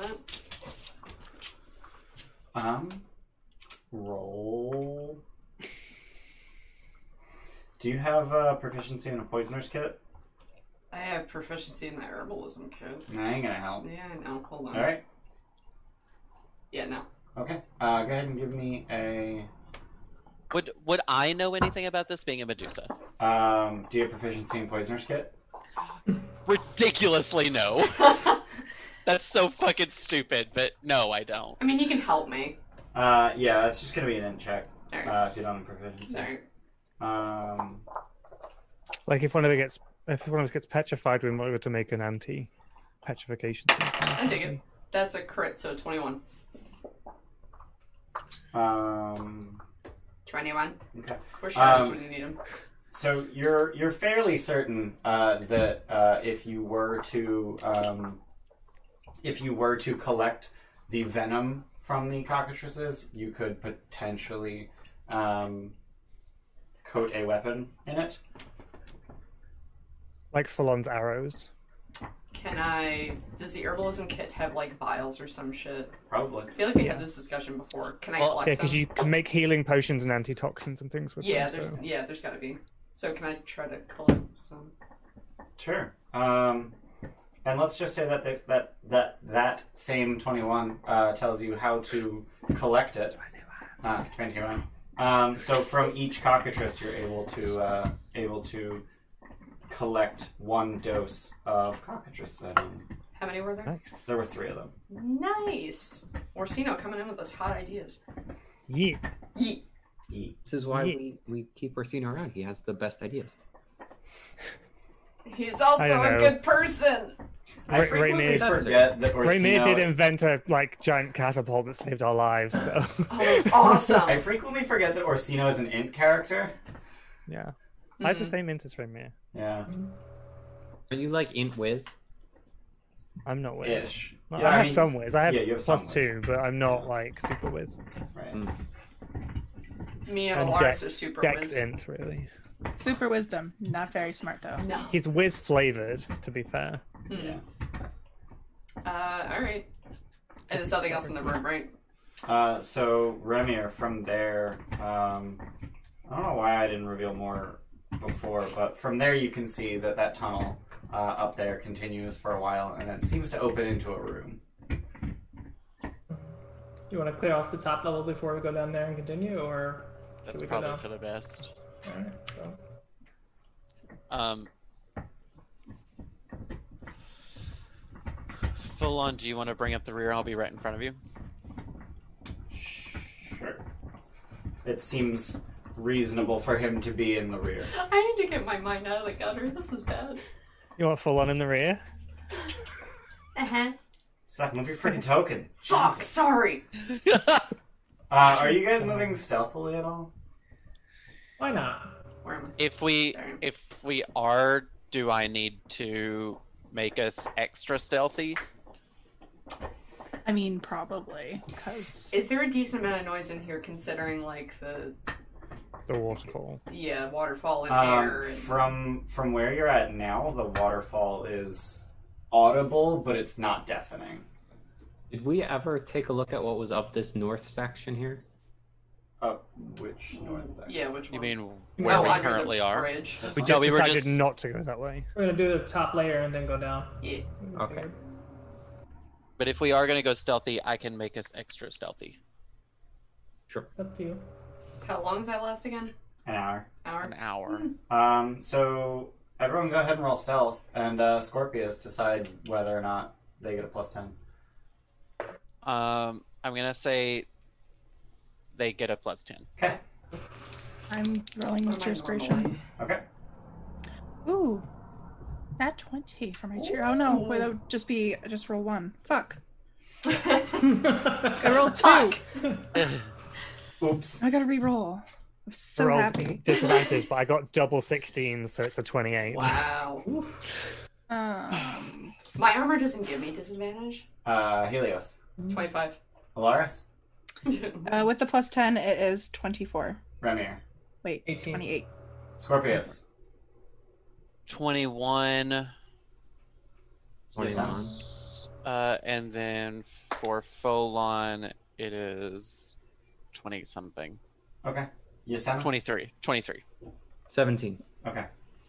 G: that?
A: Um, roll. Do you have uh, proficiency in a poisoner's kit?
G: I have proficiency in my herbalism code.
A: No, ain't gonna help.
G: Yeah, no, hold on.
A: All right.
G: Yeah, no. (laughs)
A: Okay. Uh, go ahead and give me a.
B: Would Would I know anything about this being a Medusa?
A: Um, do you have proficiency in poisoner's kit?
B: Ridiculously, no.
G: I
B: That's so fucking stupid. But no, I don't.
G: mean, he can help me.
A: Uh, yeah, it's just gonna be an int check
G: All right.
A: uh, if you don't have proficiency.
G: All right.
A: Um,
D: Like if one of them gets if one of us gets petrified, we might be able to make an anti petrification.
G: I dig it. That's a crit, so 21.
A: um,
G: 21.
A: okay.
G: We're shadows
A: Um,
G: when you need them.
A: So you're you're fairly certain uh, that uh, if you were to um, if you were to collect the venom from the cockatrices, you could potentially um, coat a weapon in it.
D: Like Falon's arrows.
G: Can I. Does the herbalism kit have, like, vials or some shit?
A: Probably.
G: I feel like we had this discussion before. Can I
B: Well,
G: collect
D: Yeah,
G: some?
D: because you can make healing potions and antitoxins and things with
G: yeah,
D: them.
G: there's,
D: so-
G: yeah, there's gotta be. So can I try to collect some?
A: Sure. Um, and let's just say that this, that that that same twenty one uh, tells you how to collect it. Ah, twenty one. Um, so from each cockatrice, you're able to uh, able to collect one dose of cockatrice venom.
G: How many were there?
D: Nice.
A: There were three of them.
G: Nice. Orsino coming in with those hot ideas.
D: Yeah.
G: Yeet.
A: Eat.
C: This is why
D: Ye-
C: we, we keep Orsino around. He has the best ideas.
G: He's
D: I
G: also
D: don't
G: a
D: know.
G: good person.
A: I
D: Ray-
A: frequently
D: Raymir-
H: (laughs)
A: forget that
H: Raymir
A: Orsino.
H: did invent a like giant catapult that saved our lives. So (laughs)
G: Oh,
A: (laughs)
G: that's
A: I
G: awesome.
A: frequently forget that Orsino is an int character.
H: yeah,
G: Hmm.
H: I had the same int as Raymir.
A: Yeah,
C: Are you like Int Wiz?
H: I'm not whiz.
A: ish.
H: Well,
A: Yeah,
H: I have
A: mean,
H: some whiz. I have,
A: yeah, you have
H: plus
A: some whiz.
H: two, but I'm not like super whiz.
A: Right.
G: Me and
H: And
G: Alaris
H: Dex,
G: are super
H: Dex
G: whiz.
H: int really.
F: Super wisdom. Not very smart though.
G: No.
H: He's whiz flavored, to be fair.
A: Yeah.
G: Uh, all right. And there's nothing else in the room, right?
A: Uh, so Remir, from there, um, I don't know why I didn't reveal more before, but from there you can see that that tunnel uh, up there continues for a while, and it seems to open into a room.
E: You want to clear off the top level before we go down there and continue, or
B: That's
E: we go
B: probably
E: down?
B: for the best.
E: all right? So
B: Um, full on, do you want to bring up the rear? I'll be right in front
E: (laughs)
B: of you.
A: Sure. It seems reasonable for him to be in the rear.
G: I need to get my mind out of the gutter. This is bad.
H: You want full on in the rear?
G: Uh huh.
A: Stop, move your freaking token. (laughs)
G: Fuck. Sorry.
A: Uh, are you guys moving stealthily at all?
E: why not?
G: Where am I?
B: if we
G: There.
B: if we are, do I need to make us extra stealthy?
F: I mean, probably because
G: Is there a decent amount of noise in here, considering like the
H: The waterfall.
G: yeah waterfall and air?
A: Um,
G: And...
A: from from where you're at now, the waterfall is audible, but it's not deafening.
C: Did we ever take a look at what was up this north section here?
A: Up Uh, which noise? section?
G: Yeah, which one?
B: You mean
E: No,
B: where we
G: under the
B: currently are?
G: Bridge.
A: This
H: We
A: one?
H: just
B: we were
H: decided
B: just-
H: not to go that way.
E: We're gonna do the top layer and then go down.
G: Yeah.
C: Okay.
B: But if we are gonna go stealthy, I can make us extra stealthy.
C: Sure.
E: It's up to you.
G: How long does that last again?
A: An hour.
G: Hour.
B: An hour.
A: Um, so everyone go ahead and roll stealth, and uh, Scorpius decide whether or not they get a plus ten.
B: Um, I'm gonna say they get a plus ten.
A: (laughs) Okay.
F: I'm rolling
G: What
F: with
G: am I
F: inspiration.
G: normally?
A: Okay.
F: Ooh, nat twenty for my cheer. Oh no, wait, that would just be just roll one. Fuck.
G: (laughs)
F: I rolled two. Oh,
A: Oops.
F: I gotta re-roll. I'm so
H: We're all
F: happy.
H: disadvantaged, but I got double 16, so it's a 28. (laughs)
G: Wow.
F: Um,
G: My armor doesn't give me disadvantage.
A: Uh, Helios.
G: Twenty-five.
A: Alaris.
F: uh, with the plus ten, it is twenty-four.
A: Remir.
F: Wait,
E: 18.
F: twenty-eight.
A: Scorpius.
B: Twenty-one.
C: 21.
B: Uh, and then for Folon, it is twenty something.
A: Okay. Yasena.
B: Twenty-three. Twenty-three.
C: 17.
A: Okay.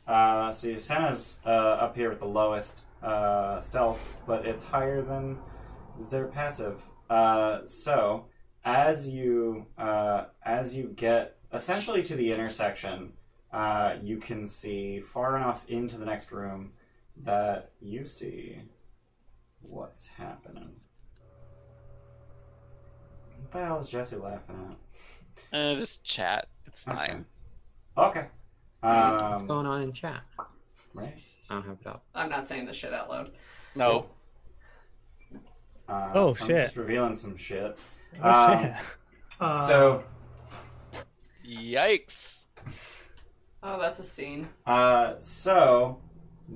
A: Uh, so Yasena's uh, up here with the lowest uh, stealth, but it's higher than their passive. Uh, so as you uh, as you get essentially to the intersection, uh, you can see far enough into the next room that you see what's happening. What the hell is Jesse laughing at?
B: Uh, just chat. It's
A: Okay.
B: fine.
A: Okay.
C: What's
A: Um,
C: going on in chat?
A: right.
C: I don't have it up.
G: (laughs) I'm not saying this shit out loud.
B: No.
A: Uh,
H: Oh,
A: so I'm
H: shit.
A: just revealing some shit.
H: Oh,
A: Um,
H: shit.
E: Uh,
B: Um,
A: so,
B: Yikes.
G: Oh, that's a scene.
A: uh, so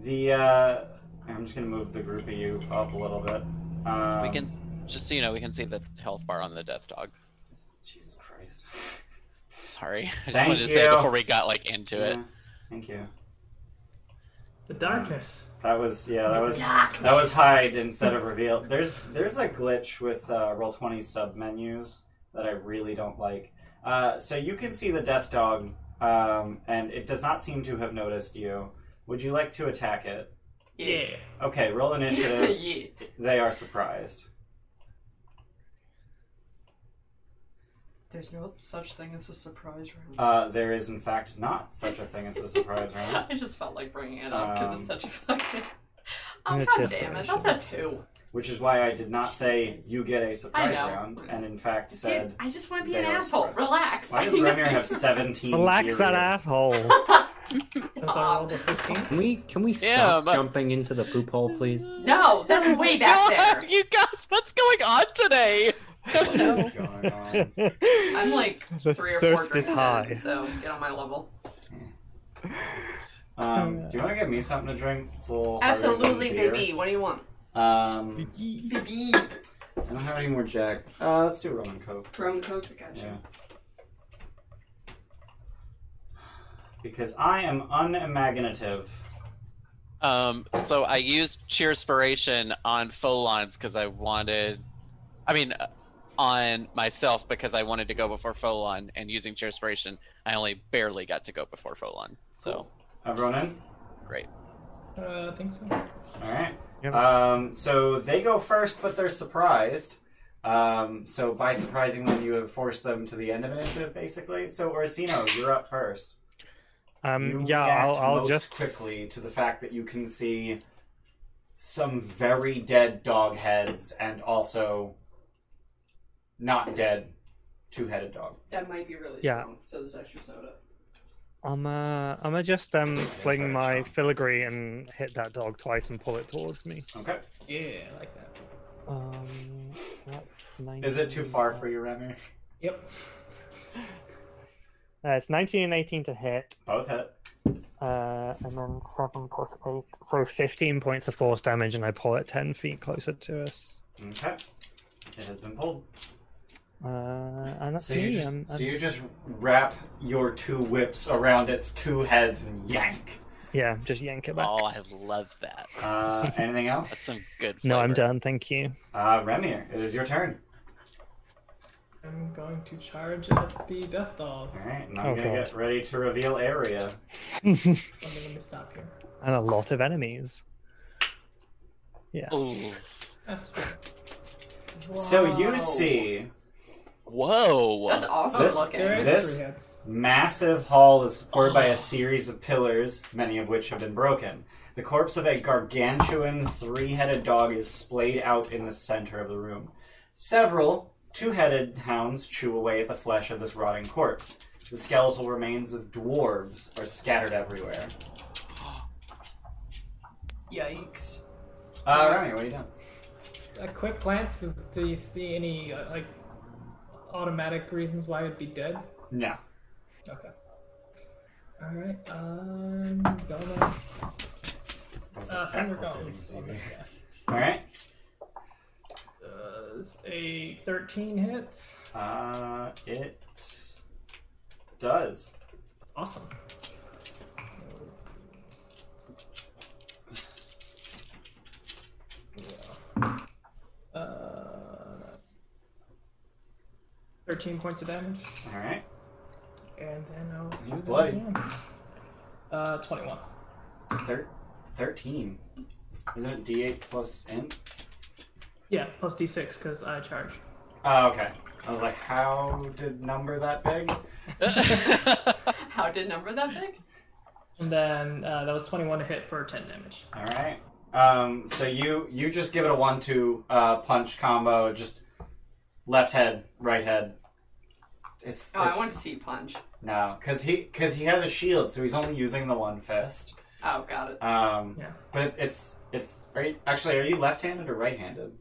A: the uh, I'm just gonna move the group of you up a little bit. Um,
B: we can just so you know, we can see the health bar on the death dog.
A: Jesus Christ.
B: Sorry, (laughs) I just
A: Thank
B: wanted to say it
A: you.
B: before we got like into it.
A: Yeah, Thank you.
E: the darkness.
A: That was yeah. That
G: (laughs)
A: was that was hide instead of reveal. There's there's a glitch with uh, roll 20 sub menus that I really don't like. Uh, so you can see the death dog, um, and it does not seem to have noticed you. Would you like to attack it?
G: Yeah.
E: Yeah.
A: Okay, roll
G: (laughs) Yeah.
A: initiative. they are surprised.
G: There's no such thing as a surprise round.
A: Uh, there is, in fact, not such a thing as a surprise round.
G: (laughs) I just felt like bringing it up because it's
A: Um,
G: such a fucking. Oh,
D: Yeah,
G: God
D: chest
G: damn it.
D: operation.
G: That's a two.
A: Which is why I did
G: (laughs)
A: not say
G: Jesus.
A: you get a surprise
G: know.
A: round, and in fact said,
G: Dude, (laughs) I just want to be
A: they
G: an
A: are
G: asshole.
A: surprised.
G: Relax.
A: "Why does Remir
G: (laughs)
A: have seventeen?
D: Relax that
A: period?" (laughs)
D: asshole.
E: Since I rolled a 15.
C: Can we can we stop
B: Yeah, but-
C: jumping into the poop hole, please?
G: No,
B: (laughs)
G: that's way back
B: God,
G: there.
B: You guys, what's going on today?
A: What is going on?
G: I'm like
D: The
G: three or four
D: thirst
G: drinks
D: is high.
G: in, so get on my level.
A: Um, do you want to get me something to drink? It's a little harder than
G: Absolutely,
A: beer.
G: baby. What do you want?
A: Um,
G: Baby.
A: I don't have any more Jack. Uh, let's do rum and coke.
G: From Coke, I got you.
A: Yeah. Because I am unimaginative.
B: Um, so I used Cheerspiration on Folons because I wanted, I mean, uh, on myself because I wanted to go before Folon, and using Cheerspiration, I only barely got to go before Folon. So
A: Everyone in?
B: great.
E: Uh, I think so.
A: All right.
D: Yep.
A: Um, so they go first, but they're surprised. Um, so by surprising them, you have forced them to the end of initiative, basically. So Orsino, you're up first. You
D: Um, yeah,
A: react
D: I'll, I'll
A: most
D: just
A: quickly to the fact that you can see some very dead dog heads and also not dead two-headed dog.
G: That might be really
D: Yeah.
G: strong, so there's extra soda.
D: I'm uh, I'm gonna just um fling
A: very
D: my
A: strong.
D: filigree and hit that dog twice and pull it towards me.
A: Okay.
E: Yeah, I like that.
D: Um, so that's 19,
A: Is it too far for you, Remy?
E: Yep.
D: Uh, it's 19 and 18 to hit,
A: Both hit.
D: uh, and then seven plus eight, so 15 points of force damage, and I pull it 10 feet closer to us.
A: Okay. It has been pulled.
D: Uh, and that's
A: So
D: me. um,
A: you, just,
D: I'm-
A: so
D: I'm-
A: you just wrap your two whips around its two heads and yank.
D: Yeah, just yank it back.
B: Oh, I love that.
D: (laughs)
A: Uh, anything
B: That's
A: else?
B: some good.
D: no, I'm
B: flavor.
D: done. Thank you.
A: (laughs) Uh, Remir, it is your turn.
E: I'm going to charge at the death dog.
A: All right, and I'm
D: Oh,
A: gonna
D: God.
A: get ready to reveal area.
E: Let me, Oh, let me stop here.
D: And a lot of enemies.
B: Ooh.
E: That's fine.
A: So you
G: Wow.
A: see,
B: Whoa.
G: That's awesome
A: This-
G: looking.
E: There is
A: This-
E: three hits.
A: massive hall is supported by a series of pillars, many of which have been broken. The corpse of a gargantuan three-headed dog is splayed out in the center of the room. Several two-headed hounds chew away at the flesh of this rotting corpse. The skeletal remains of dwarves are scattered everywhere.
G: Yikes.
A: Uh, Remy, what are you doing?
E: A quick glance. Is, do you see any uh, like automatic reasons why it'd be dead?
A: No.
E: Okay. All right. I'm gonna uh, finger guns on this guy.
A: All right.
E: Does Uh, a 13 hit?
A: Uh, it does.
E: Awesome. Yeah. Uh, 13 points of damage.
A: All right.
E: And then I'll. do
A: He's
E: that
A: bloody.
E: again. Uh, 21.
A: Thir- Thirteen. Isn't it D eight plus int?
E: Yeah, plus d6 because I charge.
A: Oh, okay. I was like, how did number that big?
B: (laughs)
G: (laughs) How did number that big?
E: And then uh, that was 21 to hit for 10 damage.
A: All right. Um, so you you just give it a one-two uh, punch combo, just left head, right head. It's,
G: Oh, I
A: it's-
G: want to see punch.
A: no, because he because he has a shield, so he's only using the one fist.
G: Oh,
A: (laughs)
G: got it.
A: Um,
E: Yeah.
A: but it, it's it's are you, actually are you left-handed or right-handed?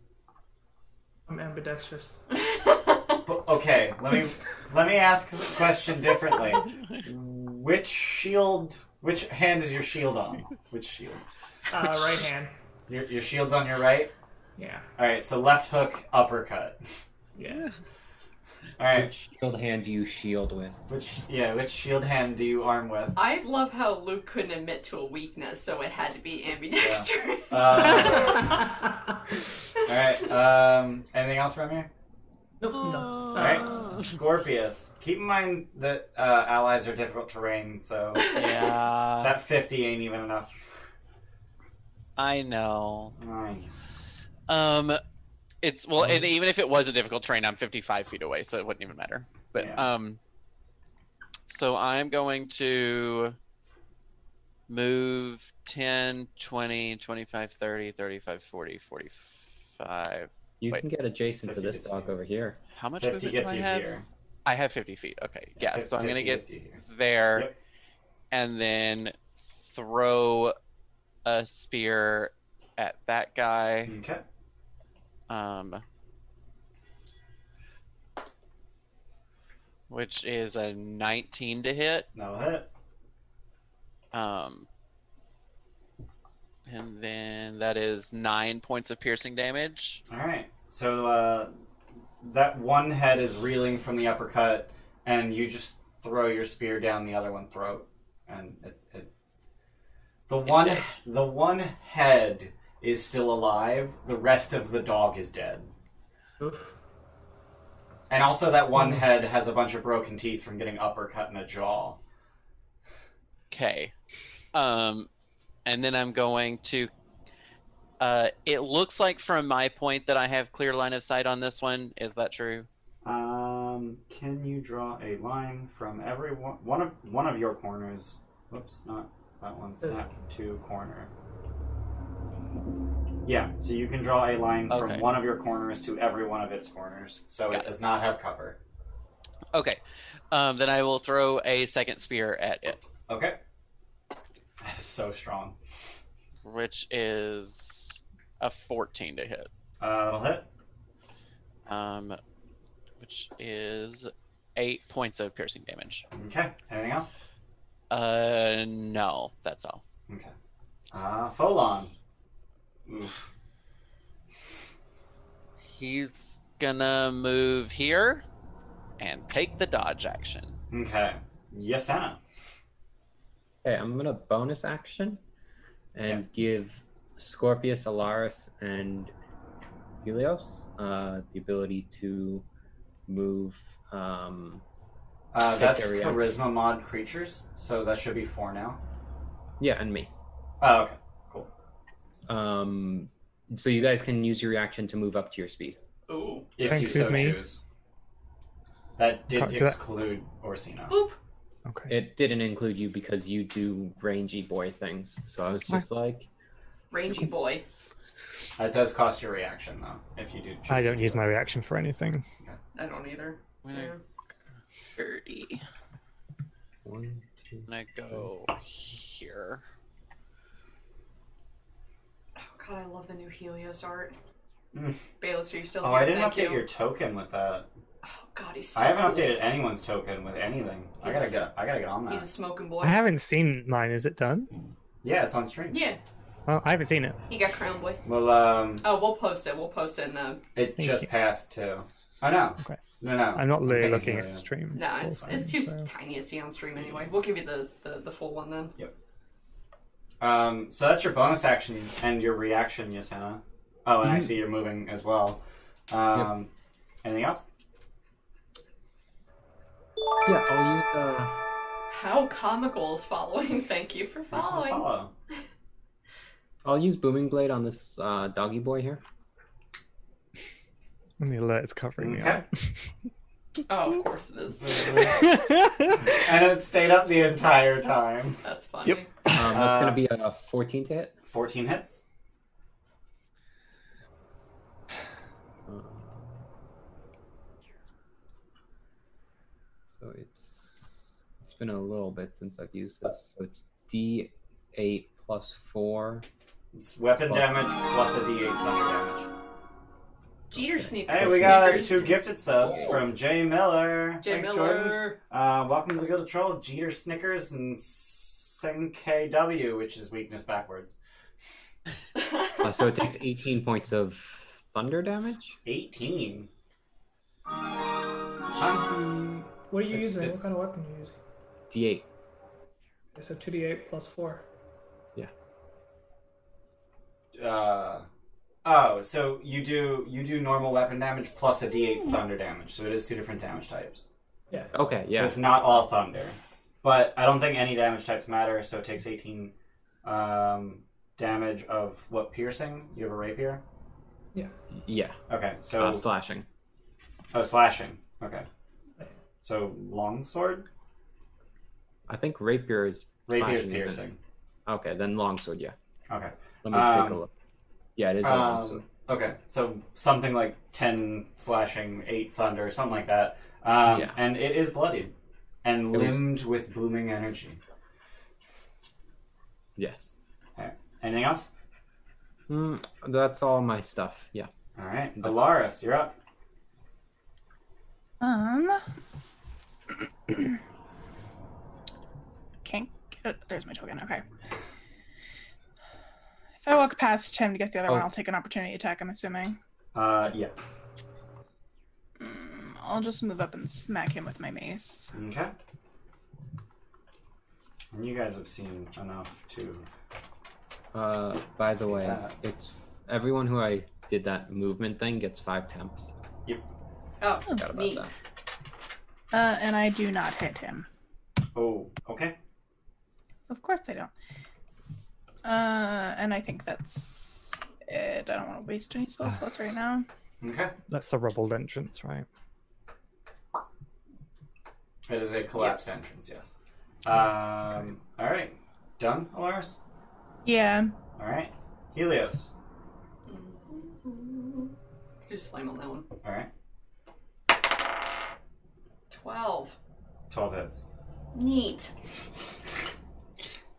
E: I'm ambidextrous.
A: But, okay, let me let me ask this question differently. Which shield? Which hand is your shield on? Which shield?
E: Uh, right hand.
A: Your your shield's on your right.
E: Yeah.
A: All right, so left hook, uppercut.
E: Yeah. (laughs)
A: All right,
C: Which shield hand do you shield with?
A: which yeah, which shield hand do you arm with?
G: I love how Luke couldn't admit to a weakness, so it had to be ambidextrous.
A: Uh,
G: (laughs)
A: all right. Um, anything else from here?
E: Nope.
B: Oh.
E: No.
A: All right, Scorpius. Keep in mind that uh, allies are difficult terrain, so
B: yeah.
A: that fifty ain't even enough.
B: I know.
A: All right.
B: Um, It's well, and even if it was a difficult terrain, I'm 55 feet away, so it wouldn't even matter. But
A: Yeah.
B: um, so I'm going to move 10, 20, 25, 30, 35, 40, 45.
C: You
B: Wait.
C: can get adjacent to
A: Fifty
C: this
A: gets
C: dog
A: you.
C: over here.
B: How much
A: Fifty
B: movement do
A: gets
B: I
A: you
B: have?
A: here.
B: I have 50 feet. Okay, yeah.
A: Fif-
B: so I'm gonna
A: 50
B: get
A: gets you here.
B: there
A: Yep.
B: and then throw a spear at that guy.
A: Okay.
B: Um, which is a 19 to hit.
A: That'll hit.
B: Um, and then that is nine points of piercing damage.
A: All right. So uh, that one head is reeling from the uppercut, and you just throw your spear down the other one's throat, and it, it... the one
B: dead.
A: the one head is still alive. The rest of the dog is dead,
E: Oof.
A: and also that one head has a bunch of broken teeth from getting uppercut in the jaw.
B: Okay. Um, and then I'm going to. Uh, it looks like from my point that I have clear line of sight on this one. Is that true?
A: Um, can you draw a line from every one, one of one of your corners? Whoops, not that one. Snap to corner. Yeah, so you can draw a line
B: Okay.
A: from one of your corners to every one of its corners, so
B: Got
A: it does not have cover.
B: Okay. Um, then I will throw a second spear at it.
A: Okay. That is so strong.
B: which is a 14 to hit,
A: Uh, it'll hit.
B: um, which is eight points of piercing damage.
A: Okay. Anything else?
B: Uh, no, that's all.
A: Okay. Uh, Folon. Oof.
B: He's gonna move here and take the dodge action.
A: Okay. Yes, Anna.
C: Okay, I'm gonna bonus action and give Scorpius, Alaris, and Helios uh, the ability to move. Um,
A: Uh,
C: Take
A: that's
C: their reaction.
A: charisma mod creatures, so that should be four now.
C: yeah, and me.
A: Oh, okay. Cool.
C: Um, so you guys can use your reaction to move up to your speed.
G: Ooh.
A: If
D: Thank
A: you
D: you,
A: so
D: me.
A: choose. That did
D: Can't do that.
A: exclude Orsino.
G: Boop.
D: Okay.
C: It didn't include you because you do rangy boy things. So I was just like,
G: Rangy boy.
A: That does cost your reaction though, if you do choose.
D: I
A: to
D: don't
A: do
D: use
A: it.
D: my reaction for anything.
G: I don't either.
B: I'm gonna,
F: Dirty.
C: one, two.
B: gonna go
A: Mm-hmm.
B: here.
G: Oh god, I love the new Helios art.
A: Mm.
G: Bayless, are you still
A: Oh,
G: here?
A: I didn't
G: Thank
A: update
G: you.
A: your token with that.
G: Oh god, he's so
A: I haven't
G: cool.
A: updated anyone's token with anything. I
G: He's
A: gotta
G: a-
A: get. I gotta get on
G: He's a
A: that.
G: smoking boy.
D: I haven't seen mine. Is it done?
A: Yeah, it's on stream.
G: Yeah,
D: Oh, I haven't seen it.
G: he got crown boy.
A: Well, um,
G: Oh, we'll post it. We'll post it in the.
A: it
D: Thank
A: just
D: you.
A: passed too. Oh no.
D: Okay.
A: No, no.
D: I'm not really
A: thinking
D: looking
A: Helios.
D: at stream.
G: No,
D: all
G: it's,
D: the
G: it's
D: time,
G: too
D: so-
G: tiny to see on stream anyway. We'll give you the, the, the full one then.
A: Um, so that's your bonus action and your reaction, Yasena. Oh,
D: Mm.
A: and I see you're moving as well. Um, anything else?
C: Yeah, I'll use. Uh,
G: How comical is following? (laughs) Thank you for
A: This is a
G: following.
A: follow. (laughs)
C: I'll use booming blade on this uh, doggy boy here.
D: And the alert is covering me
A: Okay.
D: up. (laughs)
G: Oh, of course it is.
A: and it stayed up the entire time.
G: That's funny.
C: Um, that's
A: Uh,
C: gonna be a 14 to hit.
A: 14 hits.
C: So it's it's been a little bit since I've used this. So it's D8 plus four.
A: It's weapon
C: Plus-
A: damage plus a d8 thunder damage.
G: Jeter sneaker.
A: Hey, we got
G: sneakers.
A: two gifted subs
G: Cool.
A: from Jay Miller.
G: Jay
A: Thanks, Jordan.
G: Miller. (laughs)
A: Uh, welcome to the Good Troll, Jeter Snickers and SenKW, which is weakness backwards.
G: Oh,
C: Uh, so it takes 18 points of thunder damage.
A: 18.
E: What are you
A: It's-
E: using?
A: it's-
E: What kind of weapon are you using?
C: D8.
E: So 2d8 plus 4.
A: uh oh so you do you do normal weapon damage plus a d8 thunder damage so it is two different damage types
C: Okay,
A: so
C: yeah.
A: it's not all thunder but i don't think any damage types matter so it takes 18 um damage of what piercing you have a rapier
C: Yeah,
A: Okay, so
C: uh, slashing.
A: oh, slashing. Okay, so longsword,
C: I think rapier is
A: rapier
C: slashing, isn't it?
A: piercing.
C: Okay, then longsword. Yeah,
A: Okay,
C: let me take a
A: Um,
C: look. Yeah, it is a longsword.
A: um, okay, so something like ten slashing, eight thunder, something like that. Um,
C: Yeah.
A: and it is bloodied and
C: It was-
A: limbed with booming energy.
C: Yes.
A: Anything else?
C: Mm, that's all my stuff. Yeah.
A: All right, Belarus, you're up.
F: Um. Can't get it. There's my token. Okay. If I walk past him to get the other
C: Oh.
F: one, I'll take an opportunity attack, I'm assuming.
A: Uh, yeah.
F: I'll just move up and smack him with my mace.
A: Okay. And you guys have seen enough to.
C: Uh, by the
A: See
C: way,
A: that.
C: it's everyone who I did that movement thing gets five temps.
G: Oh,
C: Forgot about
G: neat.
C: that.
F: Uh, and I do not hit him.
A: Oh, okay.
F: Of course I don't. Uh, and I think that's it. I don't want to waste any spell slots right now.
A: Okay.
D: That's the rubbled entrance, right?
A: It is a collapsed entrance, yes. Um, All right. Done, Alaris?
F: Yeah.
A: All right. Helios.
G: Just slam on that one.
A: All right.
G: Twelve.
A: 12 heads.
G: Neat.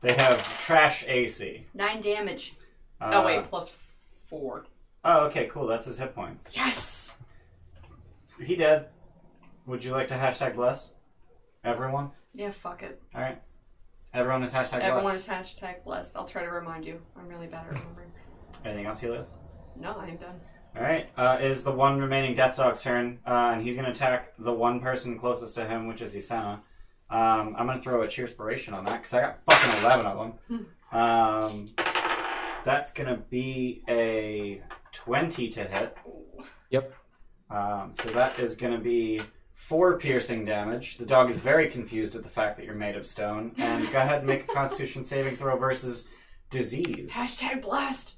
A: They have trash AC.
G: Nine damage.
A: Uh,
G: oh wait, plus four.
A: Oh, okay, cool. That's his hit points.
G: Yes.
A: He dead. Would you like to hashtag bless? Everyone?
G: Yeah, fuck it.
A: All right. Everyone is hashtag
G: Everyone
A: blessed.
G: is hashtag blessed. I'll try to remind you. I'm really bad at remembering.
A: Anything else, Helios?
G: No, I am done.
A: All right. Uh, it is the one remaining Death Dog's turn, uh, and he's going to attack the one person closest to him, which is Isana. Um, I'm going to throw a Cheerspiration on that because I got fucking eleven of them.
G: (laughs)
A: Um, that's going to be a twenty to hit.
C: Yep.
A: Um, so that is going to be four piercing damage. The dog is very confused at the fact that you're made of stone, and go ahead and make a Constitution saving throw versus disease.
G: Hashtag blessed.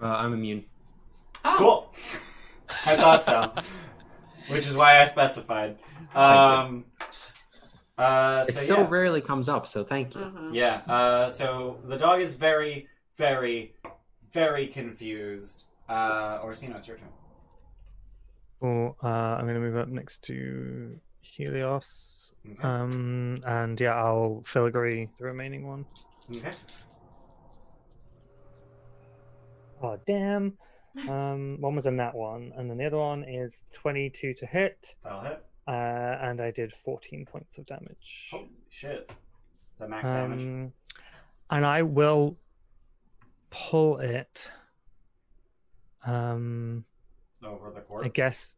C: Uh, I'm immune.
G: Oh,
A: Cool. I thought so. Which is why I specified. Um, uh, so
C: it so
A: yeah.
C: rarely comes up, so thank you.
G: Mhm.
A: yeah. Uh, so the dog is very, very, very confused. Uh, Orsino, it's your turn.
D: Cool. Uh, I'm going to move up next to Helios.
A: Okay.
D: Um, and yeah, I'll filigree the remaining one.
A: okay.
D: Oh, damn. Um, one was a nat one, and then the other one is 22 to hit,
A: That'll hit.
D: uh, and I did 14 points of damage.
A: Holy shit. The max damage.
D: Um, and I will pull it. Um,
A: Over the corpse.
D: I guess.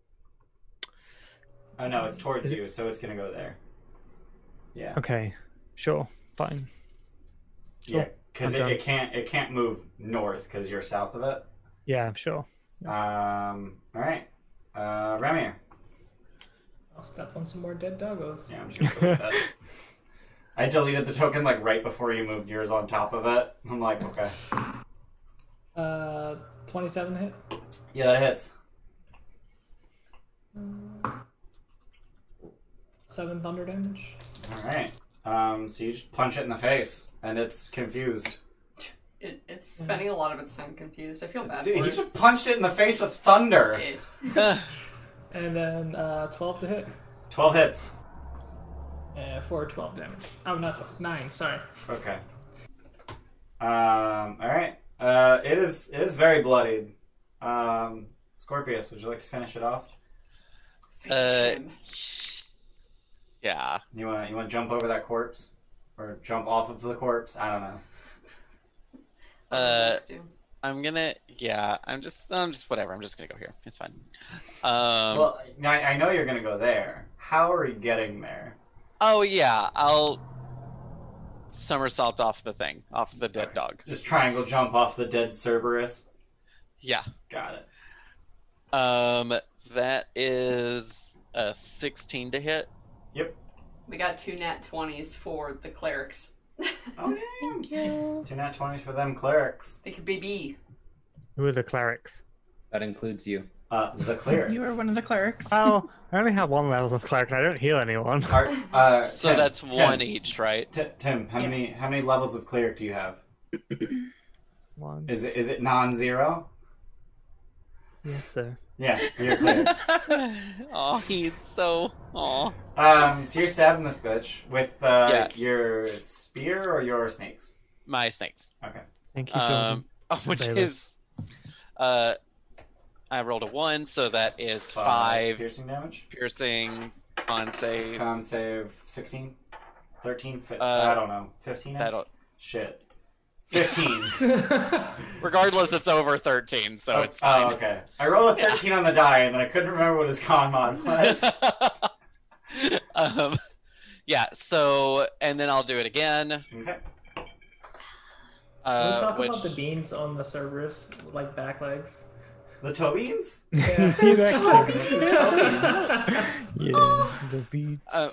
A: Oh no, it's towards
D: Is it-
A: you, so it's gonna go there. Yeah.
D: Okay, sure, fine.
A: Yeah. Because
D: I'm
A: it,
D: done.
A: it can't it can't move north because you're south of it.
D: Yeah, sure.
A: Um. All right. Uh, Ramir.
E: I'll step on some more dead doggos.
A: Yeah, I'm sure you'll like
D: (laughs)
A: that. I deleted the token like right before you moved yours on top of it. I'm like, okay.
E: Uh, 27 hit.
A: Yeah, that hits.
E: Seven thunder damage.
A: All right. Um, so you just punch it in the face, and it's confused.
G: It, it's spending a lot of its time confused. I feel bad
A: Dude,
G: for
A: he
G: it.
A: just punched it in the face with thunder.
G: It-
B: Ugh.
E: And then uh, 12 to hit.
A: Twelve hits.
E: Uh, for 12 damage. Oh, not 12. 9, sorry. (laughs)
A: Okay. Um. All right. Uh, it is it is very bloodied. Um, Scorpius, would you like to finish it off?
G: finish
B: Uh,
G: him.
B: yeah.
A: You want to you want to jump over that corpse, or jump off of the corpse? I don't know.
G: Oh,
B: Uh,
G: Let's do.
B: I'm gonna. Yeah. I'm just. I'm just whatever. I'm just gonna go here. It's fine. Um.
A: well, I, I know you're gonna go there. How are you getting there?
B: oh yeah. I'll somersault off the thing, off the dead
A: Okay.
B: dog.
A: Just triangle jump off the dead Cerberus.
B: Yeah.
A: Got it.
B: Um. That is a 16 to hit.
G: We got two nat 20s for the clerics.
A: Oh,
F: Thank you.
A: two nat 20s for them clerics.
G: Thank you, (gasps) baby.
D: Who are the clerics?
C: That includes you.
A: Uh,
F: (laughs)
A: the clerics.
F: You were one of the clerks. (laughs)
D: Oh, I only have one level of cleric, and I don't heal anyone.
A: Are, uh,
B: So
A: Tim,
B: that's
A: Tim,
B: one e- each, right? (laughs)
A: Ti- Tim, how
F: Yeah.
A: many how many levels of cleric do you have?
D: One.
A: Is it is it non-zero?
D: Yes, sir.
A: Yeah, you're
F: (laughs)
A: cleric.
B: oh, he's so. Oh,
A: um, so you're stabbing this bitch with uh,
B: Yes.
A: your spear or your snakes.
B: my snakes.
A: Okay.
D: Thank you, Jordan. (laughs)
B: Um, (laughs) which is,
D: Bayless.
B: uh, I rolled a one, so that is
A: Five
B: five
A: piercing damage.
B: piercing on save.
A: Con save 16, 13, fi-
B: Uh,
A: I don't know, 15.
B: That'll-
A: Shit,
B: (laughs)
A: 15.
B: Regardless, it's over thirteen, so
A: oh,
B: it's fine.
A: oh, okay. I rolled a 13 on the die, and then I couldn't remember what his con
B: (laughs)
A: mod was.
E: oh,
B: um, yeah. So, and then I'll do it again.
A: okay.
E: Can
B: Uh,
E: we talk
B: which,
E: about the beans on the Cerberus, like back legs?
A: The toe beans?
E: Yeah. (laughs)
D: yeah, the beats.
B: uh,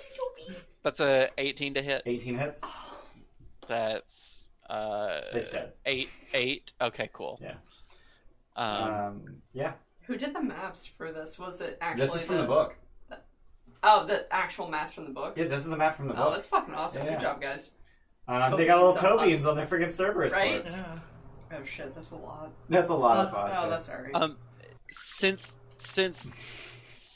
B: that's a eighteen to hit.
A: 18 hits.
B: That's uh,
A: It's dead.
B: eight. Eight. Okay, cool.
A: Yeah.
B: Um,
A: Um, yeah.
G: Who did the maps for this? Was it actually
A: This is from the book.
G: Oh, the actual maps from the book.
A: Yeah, this is the map from the
G: oh,
A: book.
G: that's fucking awesome.
A: Yeah.
G: Good job, guys.
A: Um, they
G: Toe
A: got little
G: beans
A: toe
G: on
A: beans
G: us.
A: on their freaking Cerberus
G: Right?
A: corpse.
G: Oh shit, that's a lot.
A: That's a lot of
E: Oh,
A: fun.
G: Oh, that's alright.
B: Um, since since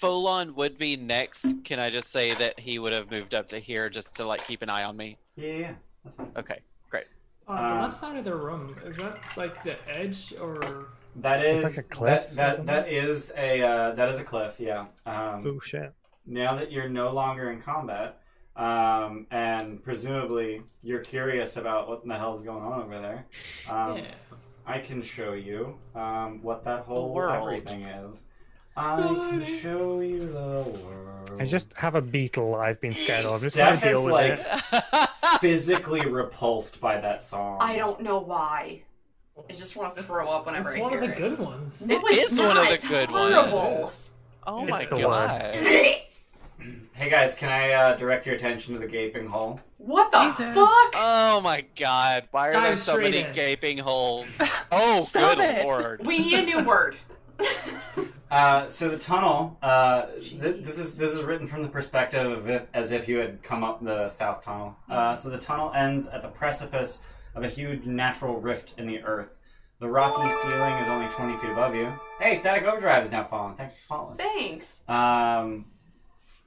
B: Folon would be next, can I just say that he would have moved up to here just to like keep an eye on me?
A: Yeah, yeah, yeah. That's fine.
B: Okay, great.
E: On
A: Uh,
E: the left side of the room, is that like the edge or
A: That is
D: It's like a cliff or
A: That that,
D: something?
A: that is a uh, that is a cliff. Yeah. Um,
D: oh shit.
A: now that you're no longer in combat, um, and presumably you're curious about what in the hell's going on over there, um,
E: yeah?
A: I can show you um, what that whole
B: world.
A: everything is. I can show you the world.
D: I just have a beetle I've been scared of. I'm just trying
A: Steph
D: to
A: is
D: deal with
A: like
D: it.
A: physically repulsed by that song.
G: I don't know why. I just want to throw up whenever
E: It's
G: I
E: one of
G: hear
E: the good ones.
G: No,
B: It
G: it's
B: is one of
G: not.
B: the
G: It's
B: good ones.
G: horrible.
B: (laughs) oh
E: It's
B: my
D: the
B: god!
G: (laughs) it.
A: Hey guys, can I uh, direct your attention to the gaping hole?
G: What the
F: Jesus.
G: fuck?
B: Oh my god! Why are there
E: Dive
B: so
E: straight
B: many
E: in.
B: gaping (laughs) holes? Oh
F: Stop
B: good
F: it.
B: lord!
G: We need a new word.
A: Uh, so the tunnel. Uh, th-
G: Jeez.
A: this is this is written from the perspective of it, as if you had come up the south tunnel. Uh, so the tunnel ends at the precipice of a huge natural rift in the earth. The rocky ceiling is only twenty feet above you. Hey, static overdrive is now falling. Thanks for following.
G: Thanks.
A: Um,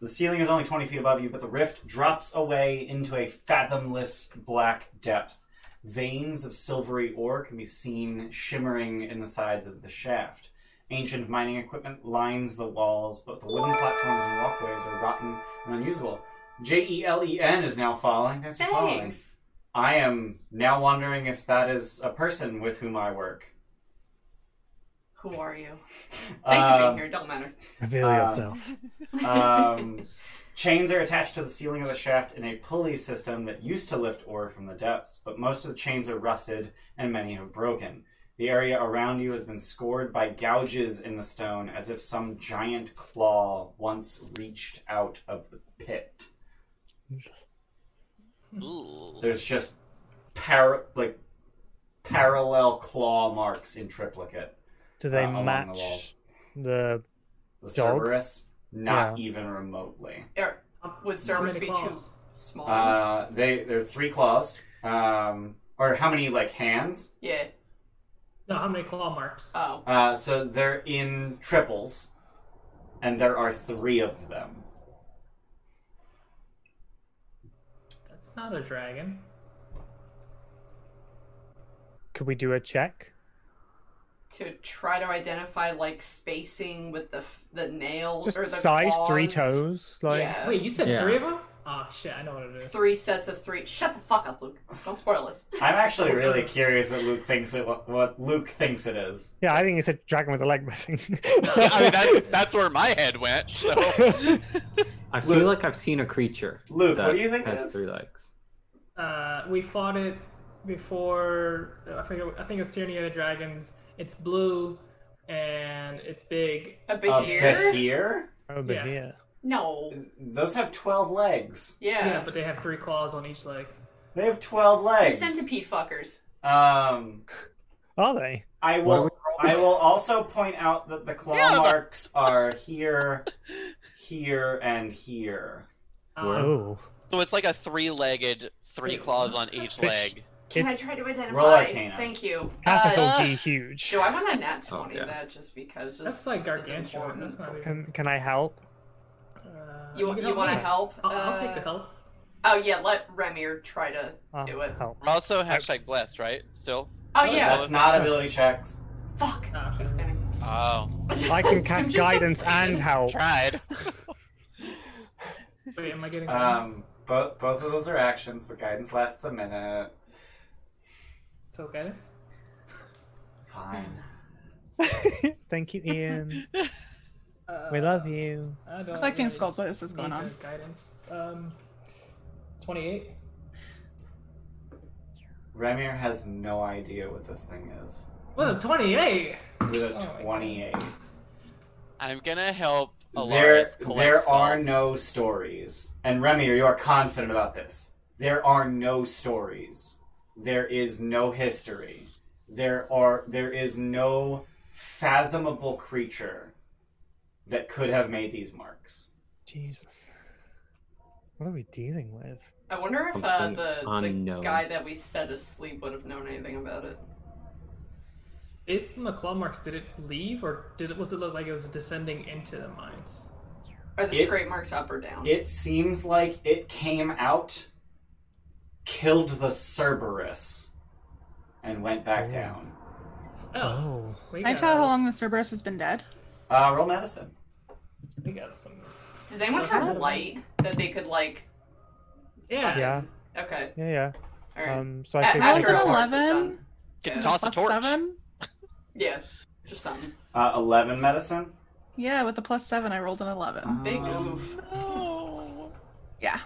A: the ceiling is only 20 feet above you, but the rift drops away into a fathomless black depth. Veins of silvery ore can be seen shimmering in the sides of the shaft. Ancient mining equipment lines the walls, but the wooden platforms and walkways are rotten and unusable. J E L E N is now falling. Thanks for following.
G: Thanks.
A: I am now wondering if that is a person with whom I work.
G: Who are you? Um, Thanks for being here. Don't matter.
D: Reveal
A: Um,
D: yourself.
A: Um, chains are attached to the ceiling of the shaft in a pulley system that used to lift ore from the depths, but most of the chains are rusted and many have broken. The area around you has been scored by gouges in the stone as if some giant claw once reached out of the pit.
B: Ooh.
A: There's just par- like parallel claw marks in triplicate.
D: Do they
A: uh, along the
D: match
A: walls.
D: the?
A: The
D: Dog?
A: Cerberus, not
D: Yeah.
A: even remotely.
G: Er, would Cerberus
E: Many
G: be too
E: claws.
G: small?
A: Uh, they they're three claws. Um, or how many like hands?
G: yeah.
E: No, how many claw marks?
G: Oh.
A: Uh, so they're in triples, and there are three of them.
E: That's not a dragon.
D: Could we do a check?
G: to try to identify like spacing with the f- the nail
D: Just
G: or the
D: size three
G: claws.
D: toes, like
G: yeah.
E: Wait, you said
C: Yeah.
E: three of them? Oh shit, I know what it is.
G: Three sets of three. Shut the fuck up, Luke. Don't spoil us.
A: I'm actually really curious what Luke thinks it what, what Luke thinks it is.
D: yeah. I think it's a dragon with a leg
G: (laughs)
D: missing.
B: Yeah, I mean that's that's where my head went. So
C: I feel
A: Luke.
C: like I've seen a creature.
A: Luke,
C: that
A: what do you think it
C: Has
A: is?
C: three legs.
E: Uh, we fought it before. I forget. I think it was Tyranny of the Dragons. It's blue, and it's big.
G: A bit
A: Uh,
G: here.
A: Bahir?
D: Over
E: Yeah.
D: Oh, here.
G: No.
A: Those have twelve legs.
G: Yeah.
E: Yeah, but they have three claws on each leg.
A: They have twelve
G: They're
A: legs.
G: centipede fuckers.
A: Um,
D: Are they?
A: I
C: What are
A: will. I will also point out that the claw
B: Yeah, but-
A: marks are here, here, and here.
G: Um,
D: Oh.
B: So it's like a three-legged, three claws on each
D: Fish.
B: leg.
G: can I
D: It's
G: try to identify?
A: Roll Arcana.
G: Thank you.
D: capital
G: Uh,
D: G huge.
G: do I want a nat
C: Oh,
G: twenty?
C: yeah.
G: That just because this
E: That's like
G: is
E: gargantuan.
G: important.
E: That's not even.
D: Can, can I help?
E: Uh,
G: You,
E: can
G: you
E: help
G: want to
E: me.
G: help?
E: I'll, I'll take
G: Uh,
E: the help.
G: Oh yeah, let Remir try to oh,
D: I'll
G: do it.
D: Uh, Help.
B: I'm also hashtag blessed, right? Still.
G: Oh
B: Oh,
G: yeah.
A: That's not ability checks.
G: Fuck.
E: Ah, shit.
B: Oh,
D: I
G: (laughs)
D: can cast guidance and help.
B: tried.
E: Wait, am I getting um,
A: Um, both both of those are actions, but guidance lasts a minute.
E: so guidance?
A: Fine.
D: (laughs) Thank you, Ian.
E: Uh,
D: We love you.
E: I don't
F: Collecting
E: really
F: skulls while this is going
E: need
F: on.
E: the Guidance. Um, twenty-eight.
A: Remir has no idea what this thing is.
E: Well, twenty-eight.
A: With a
E: Oh my God.
A: twenty-eight,
B: I'm gonna help. Alaric
A: there
B: collect
A: there are
B: skulls.
A: no stories. And Remir, you are confident about this. There are no stories. There is no history. There are there is no fathomable creature that could have made these marks.
D: Jesus. What are we dealing with?
G: I wonder if uh,
C: Something
G: the, the
C: unknown.
G: guy that we set asleep would have known anything about it.
E: Based on the claw marks, did it leave or did it? Was it look like it was descending into the mines?
G: Are the
A: It-
G: scrape marks up or down?
A: It seems like it came out, killed the Cerberus, and went back
D: Oh.
A: down.
E: Oh,
D: Oh.
E: we
F: Can I
E: got,
F: tell how long the Cerberus has been dead?
A: Uh, roll medicine.
E: We got some.
G: Does anyone have light that they could like?
E: Yeah.
D: Yeah,
G: Okay.
D: Oh. yeah,
G: All
D: yeah.
G: right.
D: Um, so
G: A-
D: I think
F: I
D: I
F: rolled
G: after
F: an
G: a horse is
F: 11.
G: done.
B: Can
G: Yeah.
B: toss a
F: Plus
B: torch.
F: seven?
G: Yeah. Just something.
A: Uh, Eleven medicine.
F: Yeah, with the plus seven, I rolled an 11.
G: Big
A: Um,
G: oof.
F: Yeah.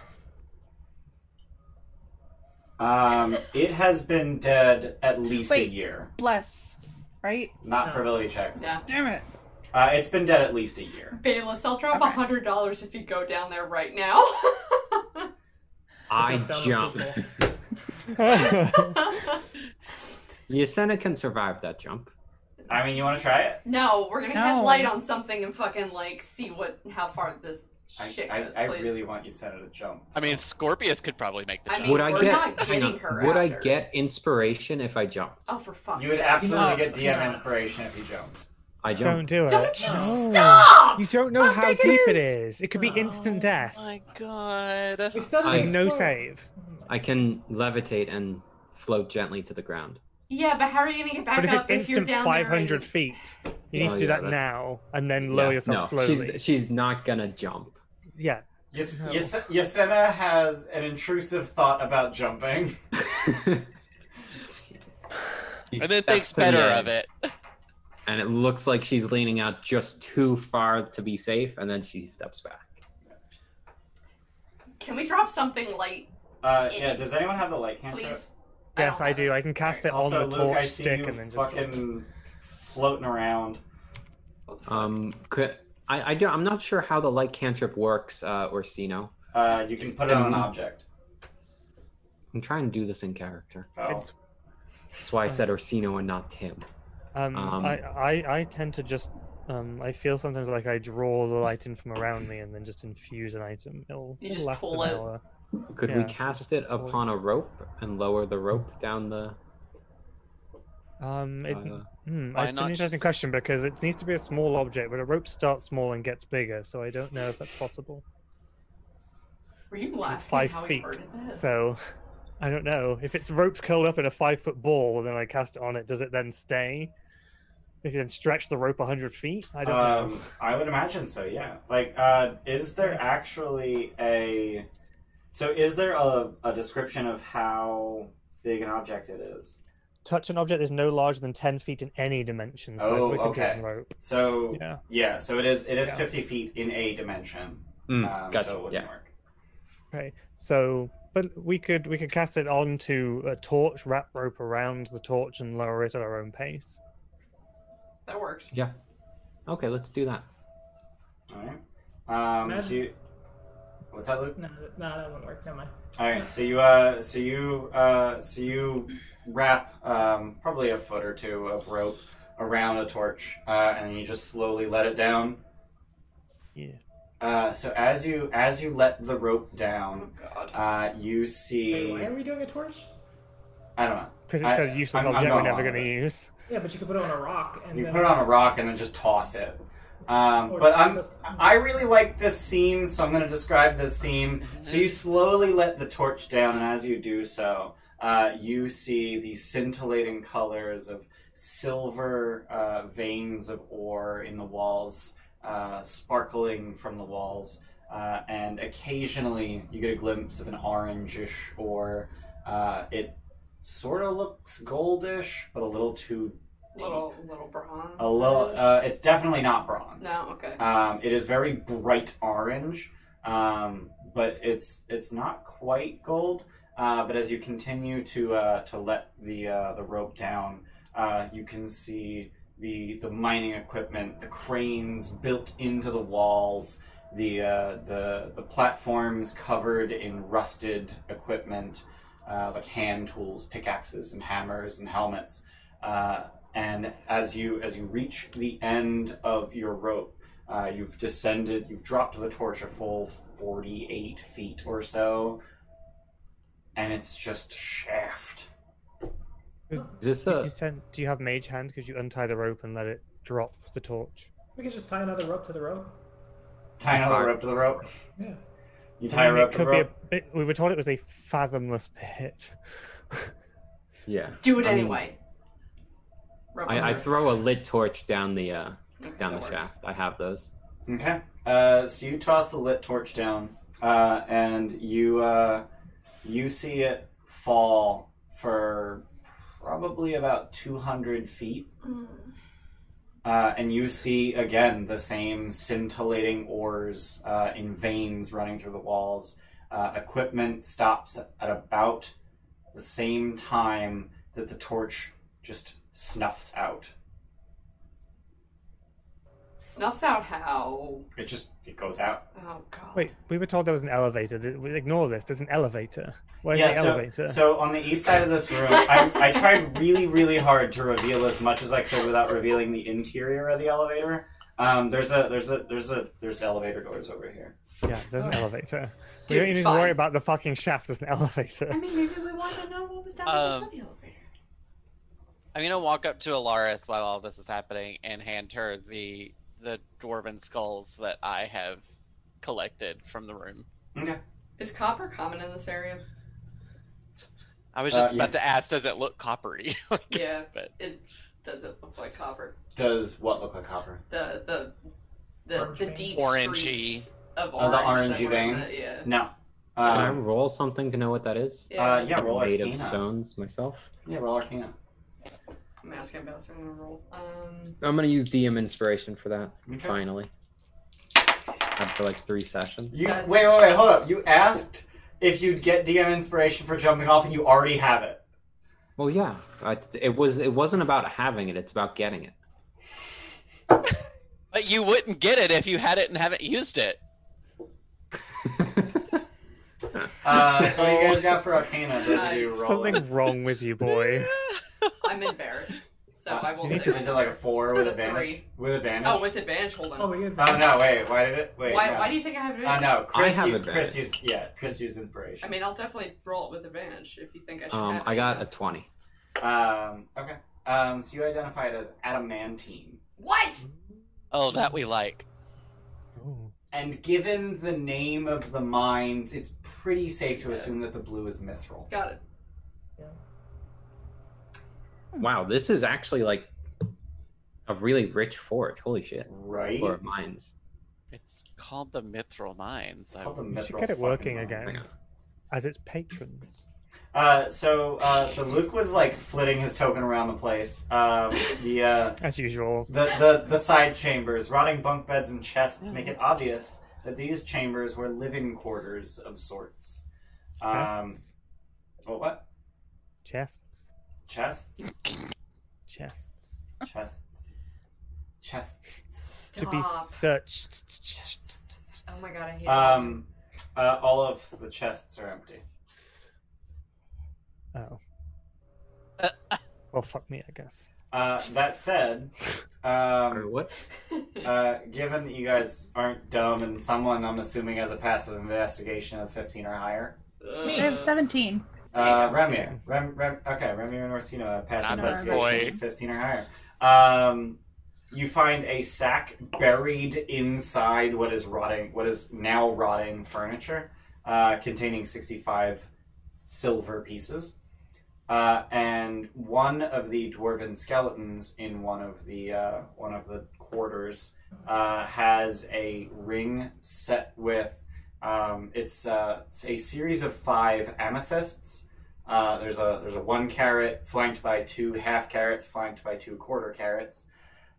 A: Um, it has been dead at least
F: Wait.
A: a year.
F: Bless. Right?
A: Not for
E: No.
A: ability checks.
G: Yeah.
F: Damn it.
A: Uh, it's been dead at least a year.
G: Bayless, I'll drop a
F: Okay.
G: hundred dollars if you go down there right now. (laughs)
C: I
E: Jump down on
C: jump. (laughs)
E: people.
G: (laughs)
C: Yasena can survive that jump.
A: I mean, you want to try it?
G: no, we're gonna cast
F: No.
G: light on something and fucking like see what how far this
A: I,
G: shit
A: I,
G: goes,
A: I
G: please.
A: really want you Senna to jump.
B: I mean, Scorpius could probably make the
G: I
B: jump.
G: mean-
C: Would I
G: We're
C: get?
G: not
C: Hang
G: getting
C: on.
G: her
C: Would I
G: after.
C: get inspiration if I jumped?
G: Oh, for fuck's
A: You would
G: sake.
A: absolutely
F: No.
A: get DM
E: No.
A: inspiration if you jump.
C: I
D: (laughs) don't
C: jumped.
D: do it.
G: Don't you
D: No.
G: stop!
D: You don't know
G: How
D: how
G: big it
D: deep it
G: is?
D: is. It could be instant death.
B: Oh my god.
E: We still
C: I-
E: didn't
D: no
E: explore.
D: save.
C: I can levitate and float gently to the ground.
G: Yeah, but how are you gonna get back
D: But if it's
G: up if you're
D: instant
G: down there?
D: 500
G: and-
D: feet, you
C: Yeah.
D: need
C: Oh,
D: to do
C: yeah,
D: that
C: that-
D: now and then lower
C: Yeah,
D: yourself
C: no,
D: slowly.
C: She's she's not gonna jump.
B: (laughs)
D: Yeah.
A: Yes,
D: No.
A: yes, Yasena has an intrusive thought about jumping.
C: She
B: And then
C: steps
B: thinks better
C: in,
B: of it.
C: And it looks like she's leaning out just too far to be safe, and then she steps back.
G: Can we drop something light,
A: Uh, yeah. Does anyone have the light cantrip?
G: please?
D: Yes,
G: don't
D: I
G: have
D: do.
G: it.
D: I can cast it on
A: Also,
D: the
A: Luke,
D: torch
A: I see
D: stick
A: you
D: and then just.
A: fucking floating around.
G: What the fuck?
C: Um, could, I, I don't, I'm not sure how the light cantrip works, uh, Orsino.
A: Uh, you can put it on an
C: Um,
A: object.
C: I'm trying to do this in character.
A: Oh.
D: It's-
C: That's why I said Orsino and not Tim.
D: Um,
C: Um,
D: I, I, I tend to just. Um, I feel sometimes like I draw the light in from around me and then just infuse an item. It'll,
G: You
D: it'll
G: just
D: last
G: pull
D: an
G: it.
D: hour.
C: Could we
D: Yeah,
C: cast it upon a rope and lower the rope down the?
D: Um, it,
C: Uh,
D: hmm,
B: why
D: it's
B: not
D: an interesting
B: just-
D: question because it needs to be a small object, but a rope starts small and gets bigger, so I don't know if that's possible.
G: Were you laughing?
D: It's five
G: how
D: feet,
G: I worded that?
D: so I don't know if it's ropes curled up in a five foot ball and then I cast it on it. Does it then stay? If you then stretch the rope hundred feet, I don't know.
A: Um, I would imagine so. Yeah. Like, uh, is there actually a? So, is there a, a description of how big an object it is?
D: Touch an object is no larger than ten feet in any dimension, so
A: Oh,
D: we can do it
A: okay.
D: on rope.
A: So,
D: Yeah.
A: yeah. So it is. It is
D: Yeah. Hmm,
A: fifty feet in a dimension.
C: mm,
A: Um,
C: gotcha.
A: So it wouldn't
C: yeah.
A: work.
D: Okay, so but we could we could cast it onto a torch, wrap rope around the torch, and lower it at our own pace.
G: That works.
C: Yeah. Okay, let's do that.
A: All right. Um, so you, What's that, Luke?
E: No, no, that won't work. Never mind.
A: All right, so you, uh, so you, uh, so you wrap um, probably a foot or two of rope around a torch, uh, and you just slowly let it down.
D: Yeah.
A: Uh, so as you as you let the rope
G: Oh
A: down,
G: god.
A: uh, you
E: Wait,
A: see.
E: why are we doing a torch?
A: I don't know.
H: Because
A: I-
H: it says useless
A: I'm- I'm
H: object we're
A: going
H: never
A: along
H: going to
A: with it.
H: use.
E: Yeah, but you could put it on a rock and
A: You
E: then
A: put it on a rock and then just toss it. Um,
E: Or
A: but
E: just-
A: I'm,
E: just-
A: I really like this scene, so I'm going to describe this scene. So you slowly let the torch down, and as you do so, uh, you see the scintillating colors of silver uh, veins of ore in the walls, uh, sparkling from the walls, uh, and occasionally you get a glimpse of an orangish ore. Uh, it sort of looks goldish, but a little too
G: little little bronze.
A: a little. Uh, it's definitely not bronze.
G: no, okay.
A: Um, it is very bright orange, um, but it's it's not quite gold. Uh, but as you continue to uh, to let the uh, the rope down, uh, you can see the the mining equipment, the cranes built into the walls, the uh, the the platforms covered in rusted equipment, uh, like hand tools, pickaxes, and hammers and helmets. Uh, and as you as you reach the end of your rope, uh, you've descended, you've dropped the torch a full 48 feet or so, and it's just shaft.
C: Is this
H: You
C: the?
H: descend- do you have mage hand? Because you untie the rope and let it drop the torch.
E: we could just tie another rope to the rope.
A: Tie another rope to the rope.
E: Yeah.
A: You tie a
H: Mm,
A: rope
H: it
A: to the
H: could be a
A: rope.
H: bit, we were told it was a fathomless pit. (laughs)
C: Yeah.
G: Do it
C: I mean,
G: anyway. Rub
C: I, I
G: under.
C: throw a lit torch down the uh,
G: Okay,
C: down
G: that
C: the
G: works.
C: shaft. I have those.
A: Okay. Uh, so you toss the lit torch down, uh, and you uh, you see it fall for probably about 200 feet.
G: Mm.
A: Uh, and you see again the same scintillating ores uh, in veins running through the walls. Uh, equipment stops at about the same time that the torch just snuffs out.
G: Snuffs out how?
A: It just it goes out.
G: Oh god.
H: Wait, we were told there was an elevator. Th- we- Ignore this. There's an elevator. Where's the
A: so,
H: elevator?
A: so on the east side of this room, I, I tried really, really hard to reveal as much as I could without revealing the interior of the elevator. Um, there's a there's a there's a there's elevator doors over here.
H: yeah, there's an
G: Oh.
H: elevator.
G: Dude,
H: we don't
G: it's
H: even worry
G: fine.
H: about the fucking shaft. There's an
G: (laughs) I
H: elevator.
G: mean, maybe we want to know what was down
B: Um,
G: in the elevator.
B: I'm gonna walk up to Alaris while all this is happening and hand her the the dwarven skulls that I have collected from the room.
G: Is copper common in this area?
B: (laughs) I was
A: Uh,
B: just
A: yeah.
B: about to ask, does it look coppery? (laughs)
G: Yeah.
B: But-
G: Is does it look like copper?
A: Does what look like copper?
G: The the the,
E: Orange
G: the
E: vein?
G: deep
B: Orangey.
G: streets of
A: Oh,
G: orange.
A: the
G: that
A: orangey
G: were in the-
A: veins.
G: yeah.
A: No.
C: Can I
A: Um,
C: roll something to know what that is?
G: Yeah.
A: Uh, yeah, roll
C: Made of
A: Arcana.
C: stones myself.
A: yeah, roll Arcana.
G: I'm asking about some roll. Um,
C: I'm gonna use DM inspiration for that.
A: Okay.
C: Finally, after like three sessions.
A: You,
G: Uh,
A: wait, wait, wait, hold up. You asked if you'd get DM inspiration for jumping off, and you already have it.
C: Well, yeah. I, it was. It wasn't about having it. It's about
A: (laughs)
C: getting it.
B: But you wouldn't get it if you had it and haven't used it.
A: Uh, so
G: (laughs)
A: what you guys got for Arcana? Those of you
G: Nice.
A: rolling.
H: Something wrong with you, boy.
G: I'm embarrassed, so I won't.
A: Is
G: say
A: it like a four with
G: It was a
A: advantage?
G: three.
A: With advantage.
G: Oh, with advantage. Hold on.
E: Oh, we
A: Oh
E: have.
A: no! Wait, why did it? Wait,
G: why,
A: no.
G: why do you think I have
A: Uh,
G: advantage?
A: no, Chris.
C: have
A: used,
C: advantage.
A: Chris used, yeah, Chris used
G: I
A: inspiration.
G: mean, I'll definitely roll it with advantage if you think I should.
C: um,
G: have
C: I
G: it.
C: got a twenty.
A: Um, okay. Um, so you identify it as adamantine,
G: what?
B: Oh, that we like.
H: Ooh.
A: and given the name of the mines, it's pretty safe to
G: Yeah.
A: assume that the blue is mithril.
G: Got it.
C: Wow, this is actually like a really rich fort. Holy shit!
A: Right.
C: Or mines.
B: It's called the Mithril Mines. I-
A: Called the
H: We should
A: mithril
H: get it
A: fucking
H: working
A: mine.
H: again.
C: Hang on.
H: As its patrons.
A: Uh, so uh, so Luke was like flitting his token around the place. Um, the, uh,
H: As usual.
A: the the the side chambers, rotting bunk beds and chests make it obvious that these chambers were living quarters of sorts. Um,
H: Chests.
A: oh, what
H: chests.
A: chests?
H: Chests.
A: Chests. Chests.
H: To
G: Stop.
H: be searched.
A: Chests.
G: Oh my god, I hate.
A: Um, Uh, all of the chests are empty.
D: Oh. well, fuck me, I guess.
A: Uh, that said,
C: Or
A: um,
C: what?
A: (laughs) uh, given that you guys aren't dumb and someone, I'm assuming, has a passive investigation of 15 or higher,
F: I have
G: Uh,
F: 17.
A: Uh, Remy. Rem, Rem, okay, Remy and Orsino have passed
B: I'm
F: a
A: investigation 15 or higher. Um, you find a sack buried inside what is rotting, what is now rotting furniture, uh, containing 65 silver pieces. Uh, and one of the dwarven skeletons in one of the uh, one of the quarters uh, has a ring set with um, it's, uh, it's a series of five amethysts. Uh, there's a there's a one carat flanked by two half carats flanked by two quarter carats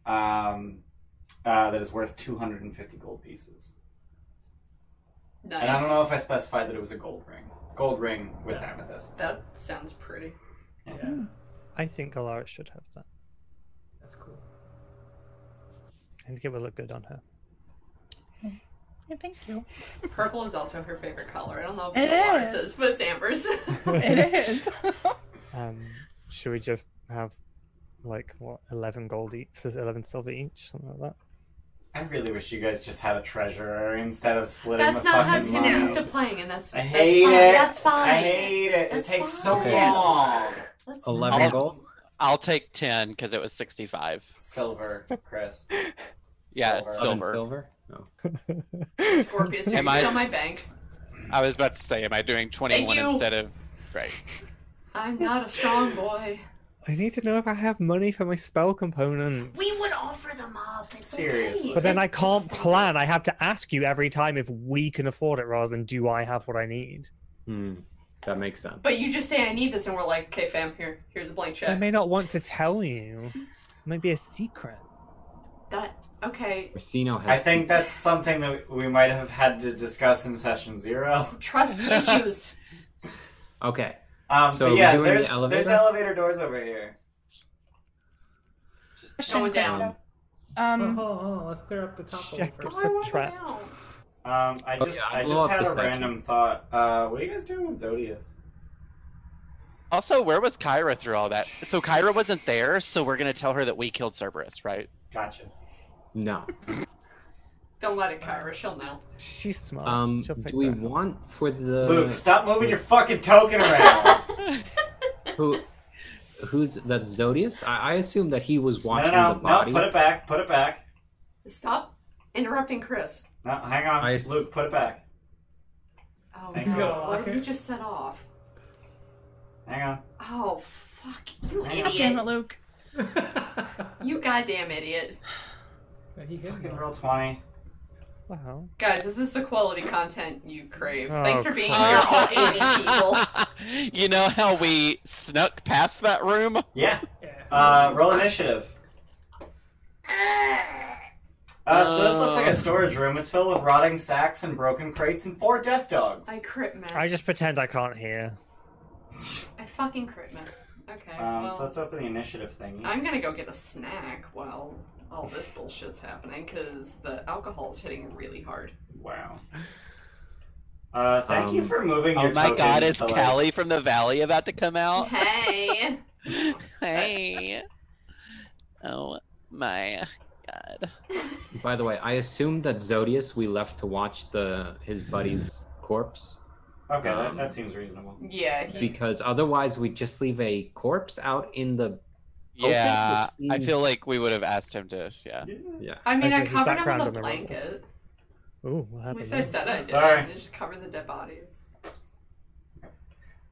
A: um, uh, that is worth 250 gold pieces.
G: nice.
A: And I don't know if I specified that it was a gold ring. Gold ring with
E: Yeah.
A: amethysts.
G: That sounds pretty.
E: Yeah,
D: I think Alara should have that.
E: that's cool.
D: I think it would look good on her.
F: Yeah, thank you.
G: Purple is also her favorite color. I don't know if
F: It
G: it's Alara's,
F: is.
G: but it's Amber's.
F: It is. (laughs)
D: Um, should we just have like what eleven gold each? Says eleven silver each, something like that.
A: I really wish you guys just had a treasurer instead of splitting
G: that's
A: the
G: not how
A: fucking
G: Tim's
A: money.
G: used to playing, and that's
A: I hate
G: that's
A: it.
G: Fine. That's fine.
A: I hate it.
G: That's
A: it takes so
G: fine.
A: long.
G: That's fine.
C: 11
B: I'll-
C: gold?
B: I'll take ten because it was sixty-five.
A: Silver, Chris.
B: Yeah,
A: Silver.
C: 11
B: silver.
C: silver? No.
G: Scorpius, are
B: Am
G: you
B: I-
G: still my bank?
B: I was about to say, am I doing twenty-one
G: you.
B: instead of right?
G: I'm not a strong boy.
D: I need to know if I have money for my spell component.
G: We would offer them up. It's
A: Seriously.
G: Okay.
D: But then I can't
G: Just-
D: plan. I have to ask you every time if we can afford it rather than do I have what I need.
C: Hmm. That makes sense.
G: But you just say I need this, and we're like, okay, fam, here, here's a blank
D: I
G: check.
D: may not want to tell you. It might be a secret.
G: That okay?
C: Orsino has.
A: I think that's something that we might have had to discuss in session zero.
D: (laughs)
G: Trust issues.
C: Okay.
A: Um,
C: So
A: but
C: are we
A: yeah,
C: doing the
A: there's
C: elevator?
A: there's elevator doors over here.
G: Going down.
C: Um,
E: Oh, hold
F: Um,
E: on, hold on, let's clear up the top level
D: Check
E: first. (laughs)
G: (laughs)
D: the traps.
A: Um, I
C: Oh,
A: just
C: yeah,
A: I
C: blow
A: just
C: up
A: had
C: the
A: a
C: statue.
A: random thought. Uh, what are you guys doing with Zodius?
B: Also, where was Kyra through all that? So Kyra wasn't there, so we're gonna tell her that we killed Cerberus,
G: (laughs)
B: right?
A: Gotcha.
C: No.
G: Don't let it, Kyra. She'll know.
D: She's smart.
C: Um,
D: She'll
C: do
D: figure
C: we
D: it out.
C: want for the.
A: Luke, stop moving your fucking token
C: (laughs)
A: around.
C: Who, who's that? Zodius? I, I assume that he was
A: no,
C: watching
A: no,
C: the
A: no,
C: body.
A: no. Put it back. Put it back.
G: Stop interrupting, Chris.
A: No, hang on,
C: I s-
A: Luke. Put it back.
G: Oh
A: Thank you.
G: no! What
E: Okay.
G: did you just set off?
A: Hang on.
G: Oh fuck! You
A: Hang on.
F: damn it,
G: idiot!
F: Luke.
G: You goddamn idiot!
E: Yeah, he hit
A: Fucking
E: one.
A: roll twenty.
D: Wow.
G: Guys, this is the quality content you crave.
D: Oh,
G: Thanks for being
D: crap.
G: here, all 80 people.
B: (laughs) you know how we snuck past that room?
A: Yeah.
E: Yeah.
A: Uh, roll initiative. Uh, so this looks like a
B: Uh.
A: storage room. It's filled with rotting sacks and broken crates and four death dogs.
G: I crit missed.
D: I just pretend I can't hear.
G: I fucking crit missed. Okay.
A: Um,
G: well,
A: so let's open the initiative thingy.
G: I'm gonna go get a snack while all this bullshit's happening because the alcohol's hitting really hard.
A: Wow. Uh, thank you
C: Um,
A: for moving your
B: Oh my god,
A: tokens
B: is
A: to, like-
B: Callie from the Valley about to come
D: Oh.
G: (laughs)
B: out?
G: Hey!
D: (laughs)
B: hey. Oh my god.
C: By the way, I assume that Zodius we left to watch the his buddy's corpse
A: Okay, that,
C: Um,
A: that seems reasonable.
G: yeah, he,
C: because otherwise we'd just leave a corpse out in the. Okay,
B: Yeah,
C: which
B: I
C: seems-
B: feel like we would have asked him to. Yeah.
C: Yeah.
G: I mean, I
D: Actually, his
G: covered him
D: background
G: with a
D: on the roll.
G: blanket.
D: Ooh, what
G: At
D: happened?
G: least I
D: there?
G: said I did.
A: Sorry.
G: I just covered the
D: (laughs)
G: dead bodies.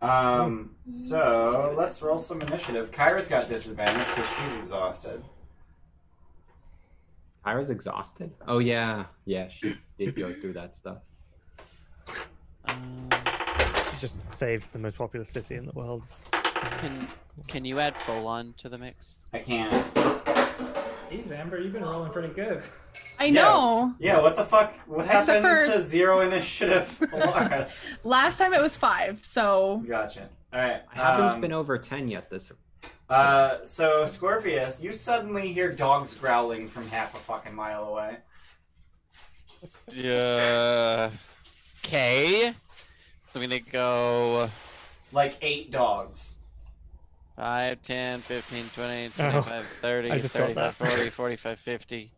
A: Um,
G: Let's
A: so
G: do it.
A: let's roll some initiative. Kyra's got disadvantage because she's exhausted.
C: Kyra's exhausted. Oh yeah, yeah. She did go through that stuff.
B: Um,
D: She just saved the most popular city in the world.
B: can can you add Folon to the mix?
A: I can't.
E: Jeez, Amber, you've been rolling pretty good.
F: I
A: Yeah.
F: know.
A: Yeah, what the fuck? What
F: Except
A: happened
F: for-
A: to zero initiative? (laughs) Loris?
F: Last time it was five, so
A: gotcha. All right.
C: I haven't
A: um,
C: been over ten yet. This
A: uh, so Scorpius, you suddenly hear dogs growling from half a fucking mile away.
B: Yeah. Okay. So I'm gonna go
A: Like eight dogs.
B: 5, 10, 15, 20,
D: (laughs) Oh,
B: 25, 30,
D: I just got
B: 35,
D: that.
B: 40, 45, 50.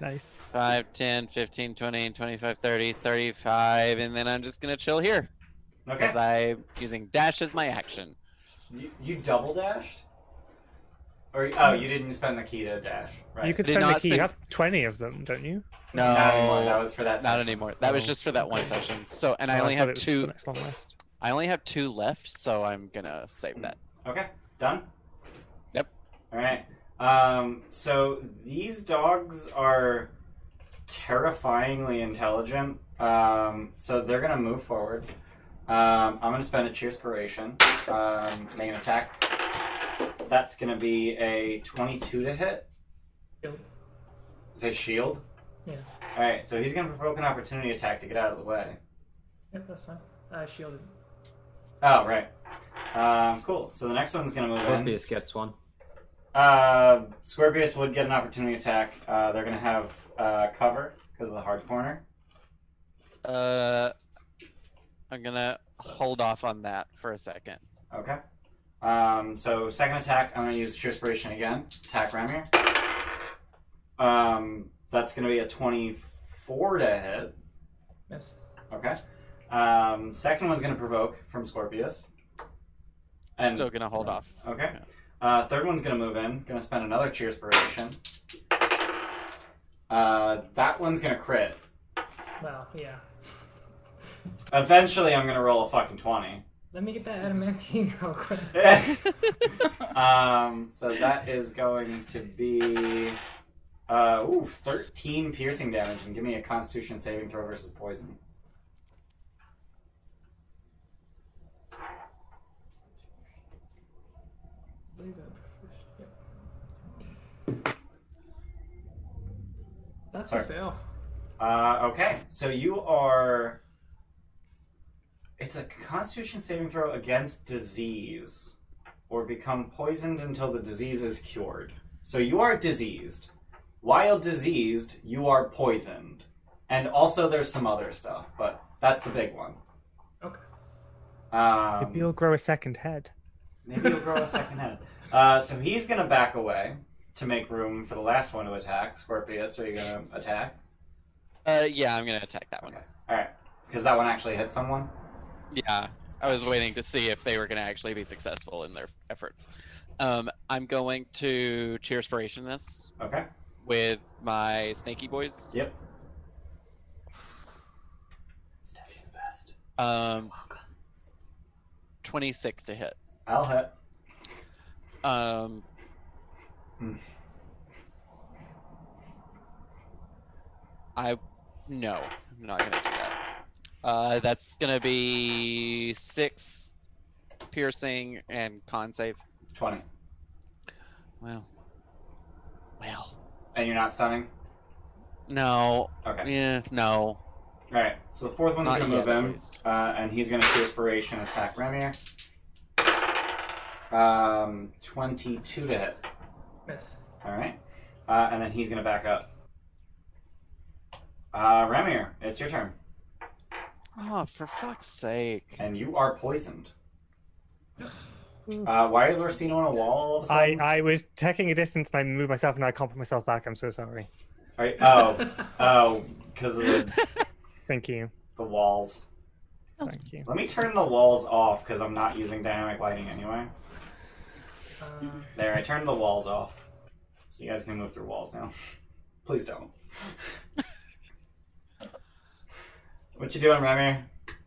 D: Nice.
B: 5, 10, 15, 20, 25, 30, 35, and then I'm just gonna chill here.
A: Okay.
B: Because I'm using dash as my action.
A: You, you double dashed? Or oh, you didn't spend the key to dash, right?
D: You could
B: Did
D: spend the
B: not
D: key.
B: think-
D: You have twenty of them, don't you?
B: No,
A: Not anymore. That was for that.
B: not
A: session.
B: anymore. That was
D: Oh,
B: just for that one session. So, and I
D: Oh,
B: only
D: thought
B: have
D: it was for
B: two.
D: the Next long rest.
B: I only have two left, so I'm gonna save that.
A: Okay. Done.
B: Yep.
A: All right. Um. So these dogs are terrifyingly intelligent. Um. So they're gonna move forward. Um. I'm gonna spend a cheerspiration. Um. Make an attack. That's gonna be a 22 to hit.
E: Shield.
A: Is it shield?
E: Yeah.
A: All right. So he's gonna provoke an opportunity attack to get out of the way.
E: Yep, that's fine. I shielded.
A: Oh, right. Um, cool. So the next one's going to move in.
C: Orpheus gets one.
A: Uh, Scorpius would get an opportunity attack. Uh, they're going to have uh, cover because of the hard corner.
B: Uh, I'm gonna hold off on that for a second.
A: Okay. Um, so second attack, I'm going to use Transpiration again. Attack Ramir. Um, that's going to be a 24 to hit.
E: Miss.
A: Okay. Um, second one's going to provoke from Scorpius. And
B: Still gonna hold off.
A: Okay. Uh, third one's gonna move in. Gonna spend another cheers inspiration. Uh, that one's gonna crit.
E: Wow, yeah.
A: Eventually, I'm gonna roll a fucking twenty.
E: Let me get that adamantine (laughs) real quick.
A: um, so that is going to be uh, ooh, thirteen piercing damage, and give me a Constitution saving throw versus poison.
E: I believe that first- yep. That's
A: Sorry.
E: a fail.
A: Uh, okay, so you are. It's a Constitution saving throw against disease, or become poisoned until the disease is cured. So you are diseased. While diseased, you are poisoned, and also there's some other stuff, but that's the big one.
E: Okay.
A: Um,
D: Maybe you'll grow a second head.
A: Maybe he'll grow a second head. Uh, so he's gonna back away to make room for the last one to attack. Scorpius, are you gonna attack?
B: Uh, yeah, I'm gonna attack that one.
A: Okay. All right, because that one actually hit someone.
B: Yeah, I was waiting to see if they were gonna actually be successful in their efforts. Um, I'm going to cheer inspiration this
A: Okay.
B: with my snaky boys.
A: Yep. Steph, you're the best.
B: Um, 26 to hit.
A: I'll hit.
B: Um,
A: Hmm.
B: I no, I'm not gonna do that. Uh, that's gonna be six piercing and con save.
A: 20.
B: Well, well,
A: And you're not stunning?
B: no,
A: Okay.
B: yeah, no.
A: Alright, so the fourth one's
B: Not
A: going to
B: yet,
A: move
B: at
A: in.
B: least.
A: Uh, and he's going to Perspiration attack Remir. Um, 22 to hit.
E: Miss.
A: Alright. Uh, and then he's going to back up. Uh, Ramir, it's your turn.
B: Oh, for fuck's sake!
A: And you are poisoned. Uh, why is Orsino on a wall all of a
D: I,
A: sudden?
D: I was taking a distance and I moved myself and I can't put myself back. I'm so sorry.
A: Are you-
E: (laughs)
A: oh,
E: Uh,
A: oh, because of the,
D: Thank you.
A: the walls.
D: Thank you.
A: Let me turn the walls off because I'm not using dynamic lighting anyway.
E: Uh,
A: There, I turned the walls off. So you guys can move through walls now. (laughs) Please don't. what you doing, Remy?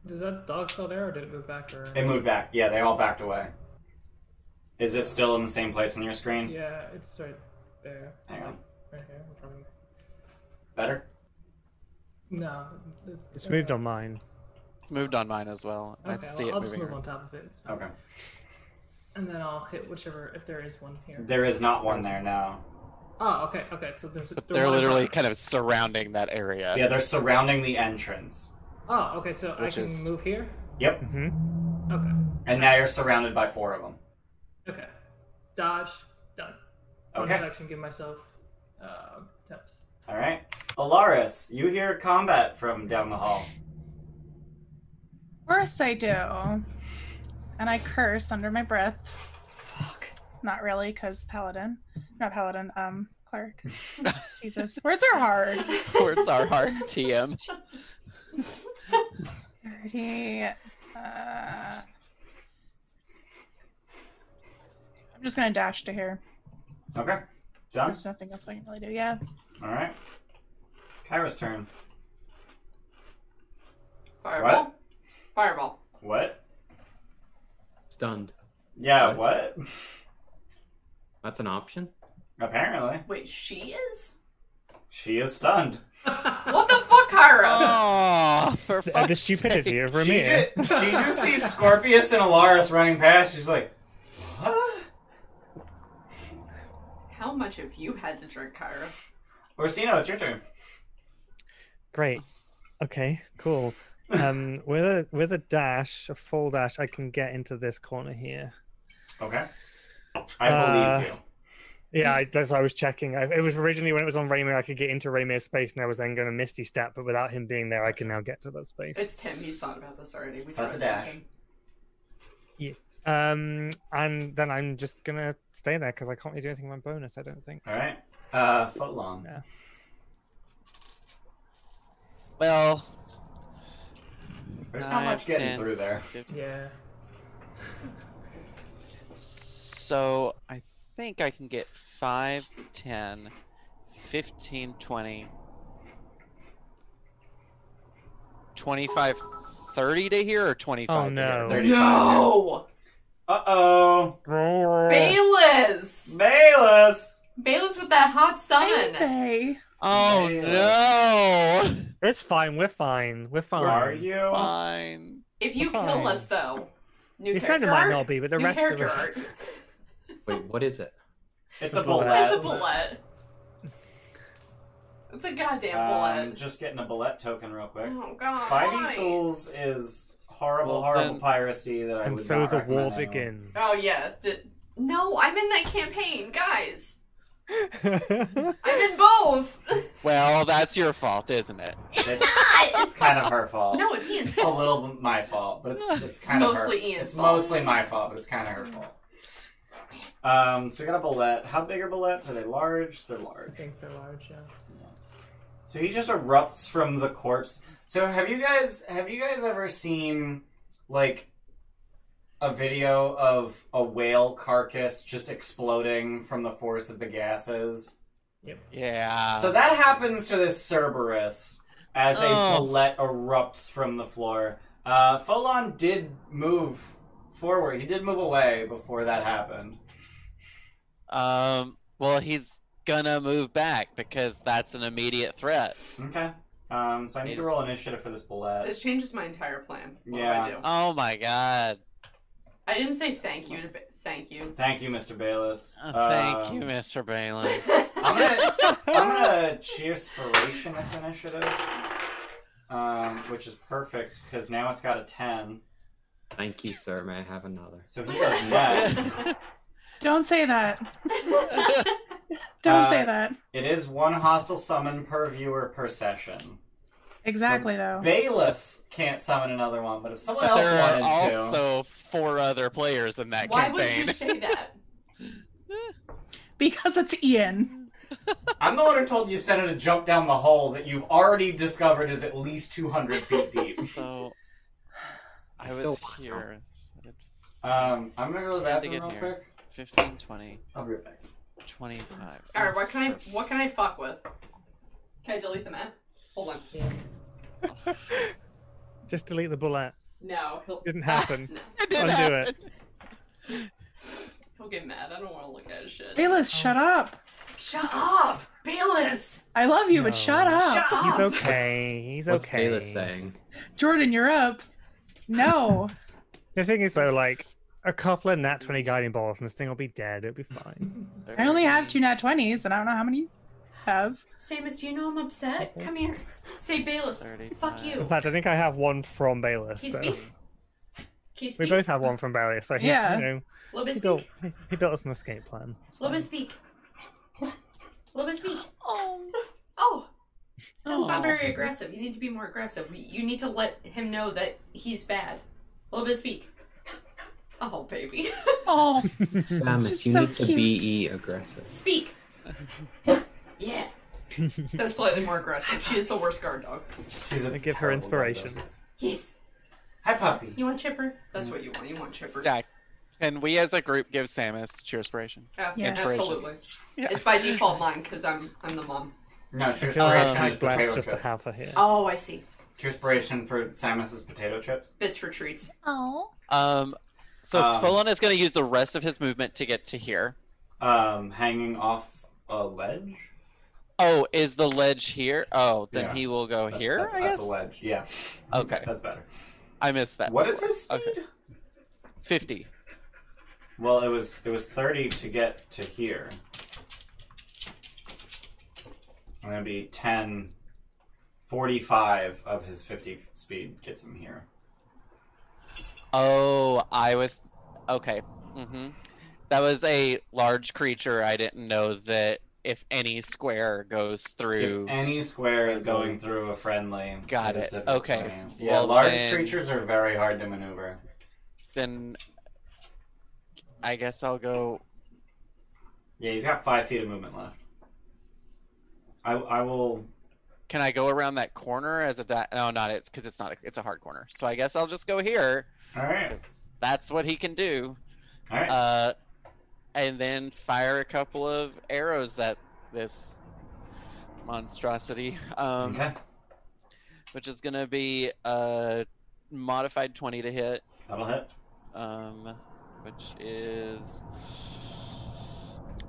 E: is that dog still there or did it move back? Or...
A: They moved back. Yeah, they all backed away. Is it still in the same place on your screen?
E: Yeah, it's right there.
A: Hang on.
E: Right here in front of me.
A: Better?
E: No. it-
D: It's moved on mine.
B: It's moved on mine as well.
E: Okay,
B: I
E: well,
B: see
E: I'll
B: it
E: just
B: moving.
E: move
B: around.
E: on top of it. It's fine.
A: Okay.
E: And then I'll hit whichever, if there is one here.
A: There is not one there now.
E: Oh, okay, okay. So there's.
B: But
E: there
B: they're
E: were-
B: literally kind of surrounding that area.
A: Yeah, they're surrounding the entrance.
E: Oh, okay. So I
B: Which
E: can
B: is-
E: move here.
A: Yep.
D: hmm
E: Okay.
A: And now you're surrounded by four of them.
E: Okay. Dodge. Done. Bonus
A: Okay.
E: action. Give myself. Uh, temps.
A: All right. Alaris, you hear combat from down the hall.
F: course I do. And I curse under my breath. Not really, because paladin. Not paladin, um, cleric. Jesus. Words are hard.
B: Words are
E: (laughs)
B: hard, TM.
F: 30. Uh, I'm just going to dash to here.
A: Okay. Done?
F: There's nothing else I can really do. Yeah.
A: Alright. Kyra's turn.
G: Fireball. Fireball.
A: What?
C: Stunned.
A: Yeah, what?
C: That's an option.
A: Apparently.
G: Wait, she is?
A: She is stunned.
G: What the fuck, Kyra?
B: Oh, for
D: Uh, the
B: fuck's
D: stupidity of
A: She,
D: Ramir.
A: ju- she just sees Scorpius and Alaris running past. She's like, huh?
G: How much have you had to drink, Kyra?
A: Orsino, it's your turn.
D: Great. Okay, cool. Um, with a with a dash, a full dash, I can get into this corner here.
A: Okay. I
D: Uh,
A: believe you.
D: Yeah, I, that's what I was checking. I, it was originally when it was on Raymir, I could get into Raymir's space, and I was then going to Misty Step, but without him being there, I can now get to that space.
G: It's Tim. He's thought about this already. We
A: So that's a
G: trust
A: dash.
G: him.
D: Um, and then I'm just gonna stay there because I can't really do anything with my bonus. I don't think.
A: Alright. Uh, foot long.
D: Yeah.
B: Well,
A: There's not much getting
B: Ten.
A: through there.
E: Yeah.
B: so I think I can get 5, 10, 15, 20, 25, 30 to here or 25? to
D: Oh no!
B: here?
A: Thirty.
G: No!
A: Uh oh.
D: Uh,
G: Bayless!
A: Bayless!
G: Bayless with that hot sun!
F: Anyway.
B: Oh no!
D: It's fine. We're fine. We're fine.
A: Are you?
G: Uh,
B: Fine.
G: If you
D: Fine.
G: kill us, though, new
D: Your friend
G: character
D: might
G: art.
D: not be, but the
G: new
D: rest of
G: character
A: (laughs)
D: us.
G: art.
C: Wait, what is it?
A: It's a
D: Bullet.
A: bullet.
G: It's a
D: (laughs)
G: bullet. It's a goddamn
A: Um,
G: bullet.
A: just getting a bullet token real quick.
G: Oh god.
A: Fighting tools is horrible,
B: Well,
A: horrible
B: then-
A: piracy that I
D: And
A: would
D: so
A: not
D: the
A: recommend
D: war
A: anyone.
D: begins.
G: Oh yeah. D- no, I'm in that campaign, guys. (laughs)
D: That's
G: I'm in both.
B: Well, that's your fault, isn't it?
A: It-
G: it's
A: It's kind of her fault.
G: (laughs) no, it's Ian's
A: It's a
G: fault.
A: little bit my fault, but it's it's kind of
G: mostly
A: her.
G: Ian's
A: It's
G: fault.
A: mostly my fault, but it's kind of her fault. Um, so we got a bullet. How big are bullets? Are they large? They're
E: I
A: large.
E: think they're large. Yeah.
A: So he just erupts from the corpse. So have you guys have you guys ever seen like a video of a whale carcass just exploding from the force of the gases?
B: Yeah.
A: So that happens to this Cerberus as a
B: Oh.
A: bullet erupts from the floor. Uh, Folon did move forward. He did move away before that happened.
B: Um. Well, he's gonna move back because that's an immediate threat.
A: Okay. Um, so I need to roll initiative for this bullet.
G: This changes my entire plan. What
A: Yeah.
G: do I do?
B: Oh my god.
G: I didn't say thank you to ba- thank
A: (laughs)
G: you.
A: Thank you, Mr. Bayless.
B: Oh, thank
A: Um,
B: you, Mr. Balin.
A: (laughs) I'm gonna,
B: (laughs)
A: I'm gonna cheer Spiration this initiative, um, which is perfect because now it's got a 10.
C: Thank you, sir. May I have another?
A: So
B: (laughs)
A: he goes next.
F: Don't say that. Don't
A: Uh,
F: say that.
A: it is one hostile summon per viewer per session.
F: Exactly, though.
A: Bayless can't summon another one, but if someone
B: But
A: else
B: there are
A: wanted to,
B: also four other players in that
G: Why would
B: campaign.
G: you say that?
F: Because it's Ian.
A: I'm the one who told you Senna to jump down the hole that you've already discovered is at least 200
B: (laughs)
A: feet deep.
B: So I,
C: I still
B: was
C: want
B: here.
A: Um, I'm gonna go to the
B: Something
A: bathroom
B: in
A: real
B: here.
A: quick.
B: 15, 20,
A: I'll be right back.
B: 25.
G: All right, what can I what can I fuck with? Can I delete the map? Hold on.
D: (laughs) Just delete the bullet.
G: No, he'll
D: Didn't happen.
B: It didn't
D: Undo
B: happen.
D: it.
G: he'll get mad. I don't want to look at his shit.
F: Bayless, shut up.
G: Shut up, Bayless.
F: I love you, but shut
D: No.
F: up.
G: Shut
D: He's
G: up.
D: okay. He's
C: What's
D: okay.
C: Bayless saying?
F: Jordan, you're up. No.
D: The thing is, though, like a couple of nat twenty guiding balls, and this thing will be dead. It'll be fine.
F: I only have two nat 20s, and I don't know how many you have.
G: Samus, do you know I'm upset? Come here. Say Bayless. Fuck
B: 35.
D: In
G: you.
D: fact, I think I have one from Bayless.
G: He
D: so-
G: speak. He
D: We
G: speak.
D: both have one from Bayless. So he,
F: Yeah.
D: you know,
G: Lobis
D: he built
G: speak.
D: he built us an escape plan. It's
G: Lobis
D: fine.
G: speak. Lobis speak. Oh. Oh. That's not
B: Aw.
G: very aggressive. You need to be more aggressive. You need to let him know that he's bad. A little bit of speak. Oh, baby.
F: Oh,
C: Samus,
F: just
C: you
F: so
C: need to
F: cute.
C: be aggressive.
G: Speak! yeah. That's slightly more aggressive. She is the worst guard dog.
A: She's a
H: I give her
A: terrible
H: inspiration.
A: window.
G: Yes.
A: Hi, puppy.
G: You want Chipper? That's what you want. You want Chipper.
B: Yeah. Can we as a group give Samus cheerspiration?
G: Oh,
F: Yes.
B: Inspiration.
G: Absolutely. It's by default mine because I'm I'm the mom.
A: No, cheers.
H: feel like
B: Um,
H: I'm kind of
A: potato
H: blessed just to
A: chips.
H: have her here.
G: Oh, I see.
A: Cheerspiration for Samus's potato chips.
G: Bits for treats.
F: oh.
B: Um, so
A: Um,
B: Folon is going to use the rest of his movement to get to here.
A: Um, hanging off a ledge.
B: Oh, is the ledge here? Oh, then
A: Yeah.
B: he will go
A: That's,
B: here.
A: That's,
B: I
A: that's
B: guess. Uh,
A: a ledge. Yeah.
B: Okay,
A: That's better.
B: I missed that.
A: What is his speed?
B: Okay. Fifty.
A: Well, it was it was thirty to get to here. I'm gonna be 10, 45 of his fifty speed gets him here.
B: Oh, I was okay. hmm That was a large creature. I didn't know that if any square goes through.
A: If any square is going through a friendly,
B: Got
A: is
B: it.
A: difficult
B: Okay.
A: terrain. Yeah,
B: Well,
A: large
B: then-
A: creatures are very hard to maneuver.
B: then I guess I'll go.
A: Yeah, he's got five feet of movement left. I, I will.
B: Can I go around that corner as a di- no? Not it's because it's not. A, it's a hard corner. So I guess I'll just go here
A: All right,
B: 'cause that's what he can do.
A: all right.
B: Uh, and then fire a couple of arrows at this monstrosity. Um,
A: okay,
B: which is gonna be a modified twenty to hit.
A: that'll hit.
B: um, which is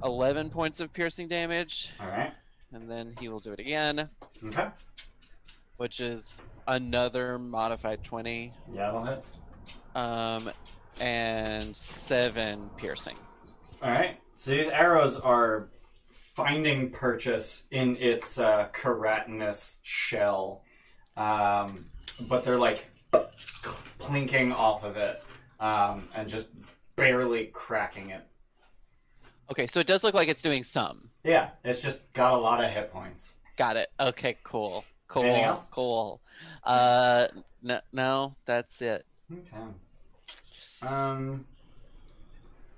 B: 11 points of piercing damage,
A: All right.
B: and then he will do it again,
A: Okay.
B: which is another modified 20,
A: Yeah, that'll hit.
B: um, and 7 piercing.
A: All right. So these arrows are finding purchase in its uh, keratinous shell, um, but they're like plinking off of it um, and just barely cracking it.
B: Okay, so it does look like it's doing some.
A: Yeah, it's just got a lot of hit points.
B: Got it. Okay, cool. Cool.
A: Anything else?
B: Cool. Uh, no, no, that's it.
A: Okay. Um,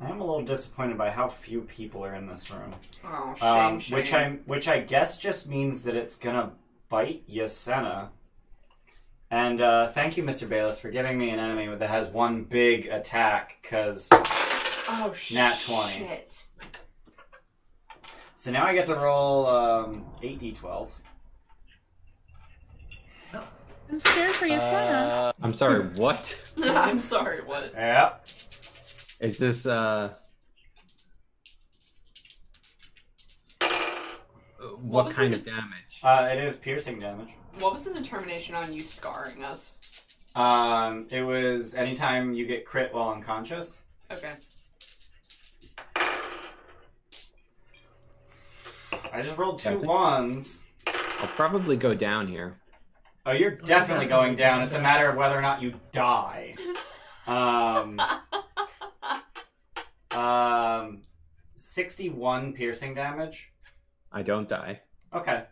A: I am a little disappointed by how few people are in this room,
G: Oh, shame,
A: um,
G: shame.
A: which I which I guess just means that it's gonna bite Yasena. And uh, thank you, Mr. Bayless, for giving me an enemy that has one big attack. Cause
G: Oh, shit.
A: Nat 20. so now I get to roll um, eight d twelve.
F: I'm scared for you, Senna.
B: Uh,
C: I'm sorry, what?
G: (laughs) I'm sorry, what?
A: Yep.
C: Is this uh what,
G: was
C: kind
G: it?
C: of damage?
A: Uh, it is piercing damage.
G: What was the determination on you scarring us?
A: Um, it was anytime you get crit while unconscious.
G: Okay. (laughs)
A: I just rolled
C: Yeah, I
A: two
C: think-
A: ones.
C: I'll probably go down here.
A: Oh, you're definitely going down. It's a matter of whether or not you (laughs) die. (laughs) Um, um, 61 piercing damage.
C: I don't die.
A: (laughs) Okay.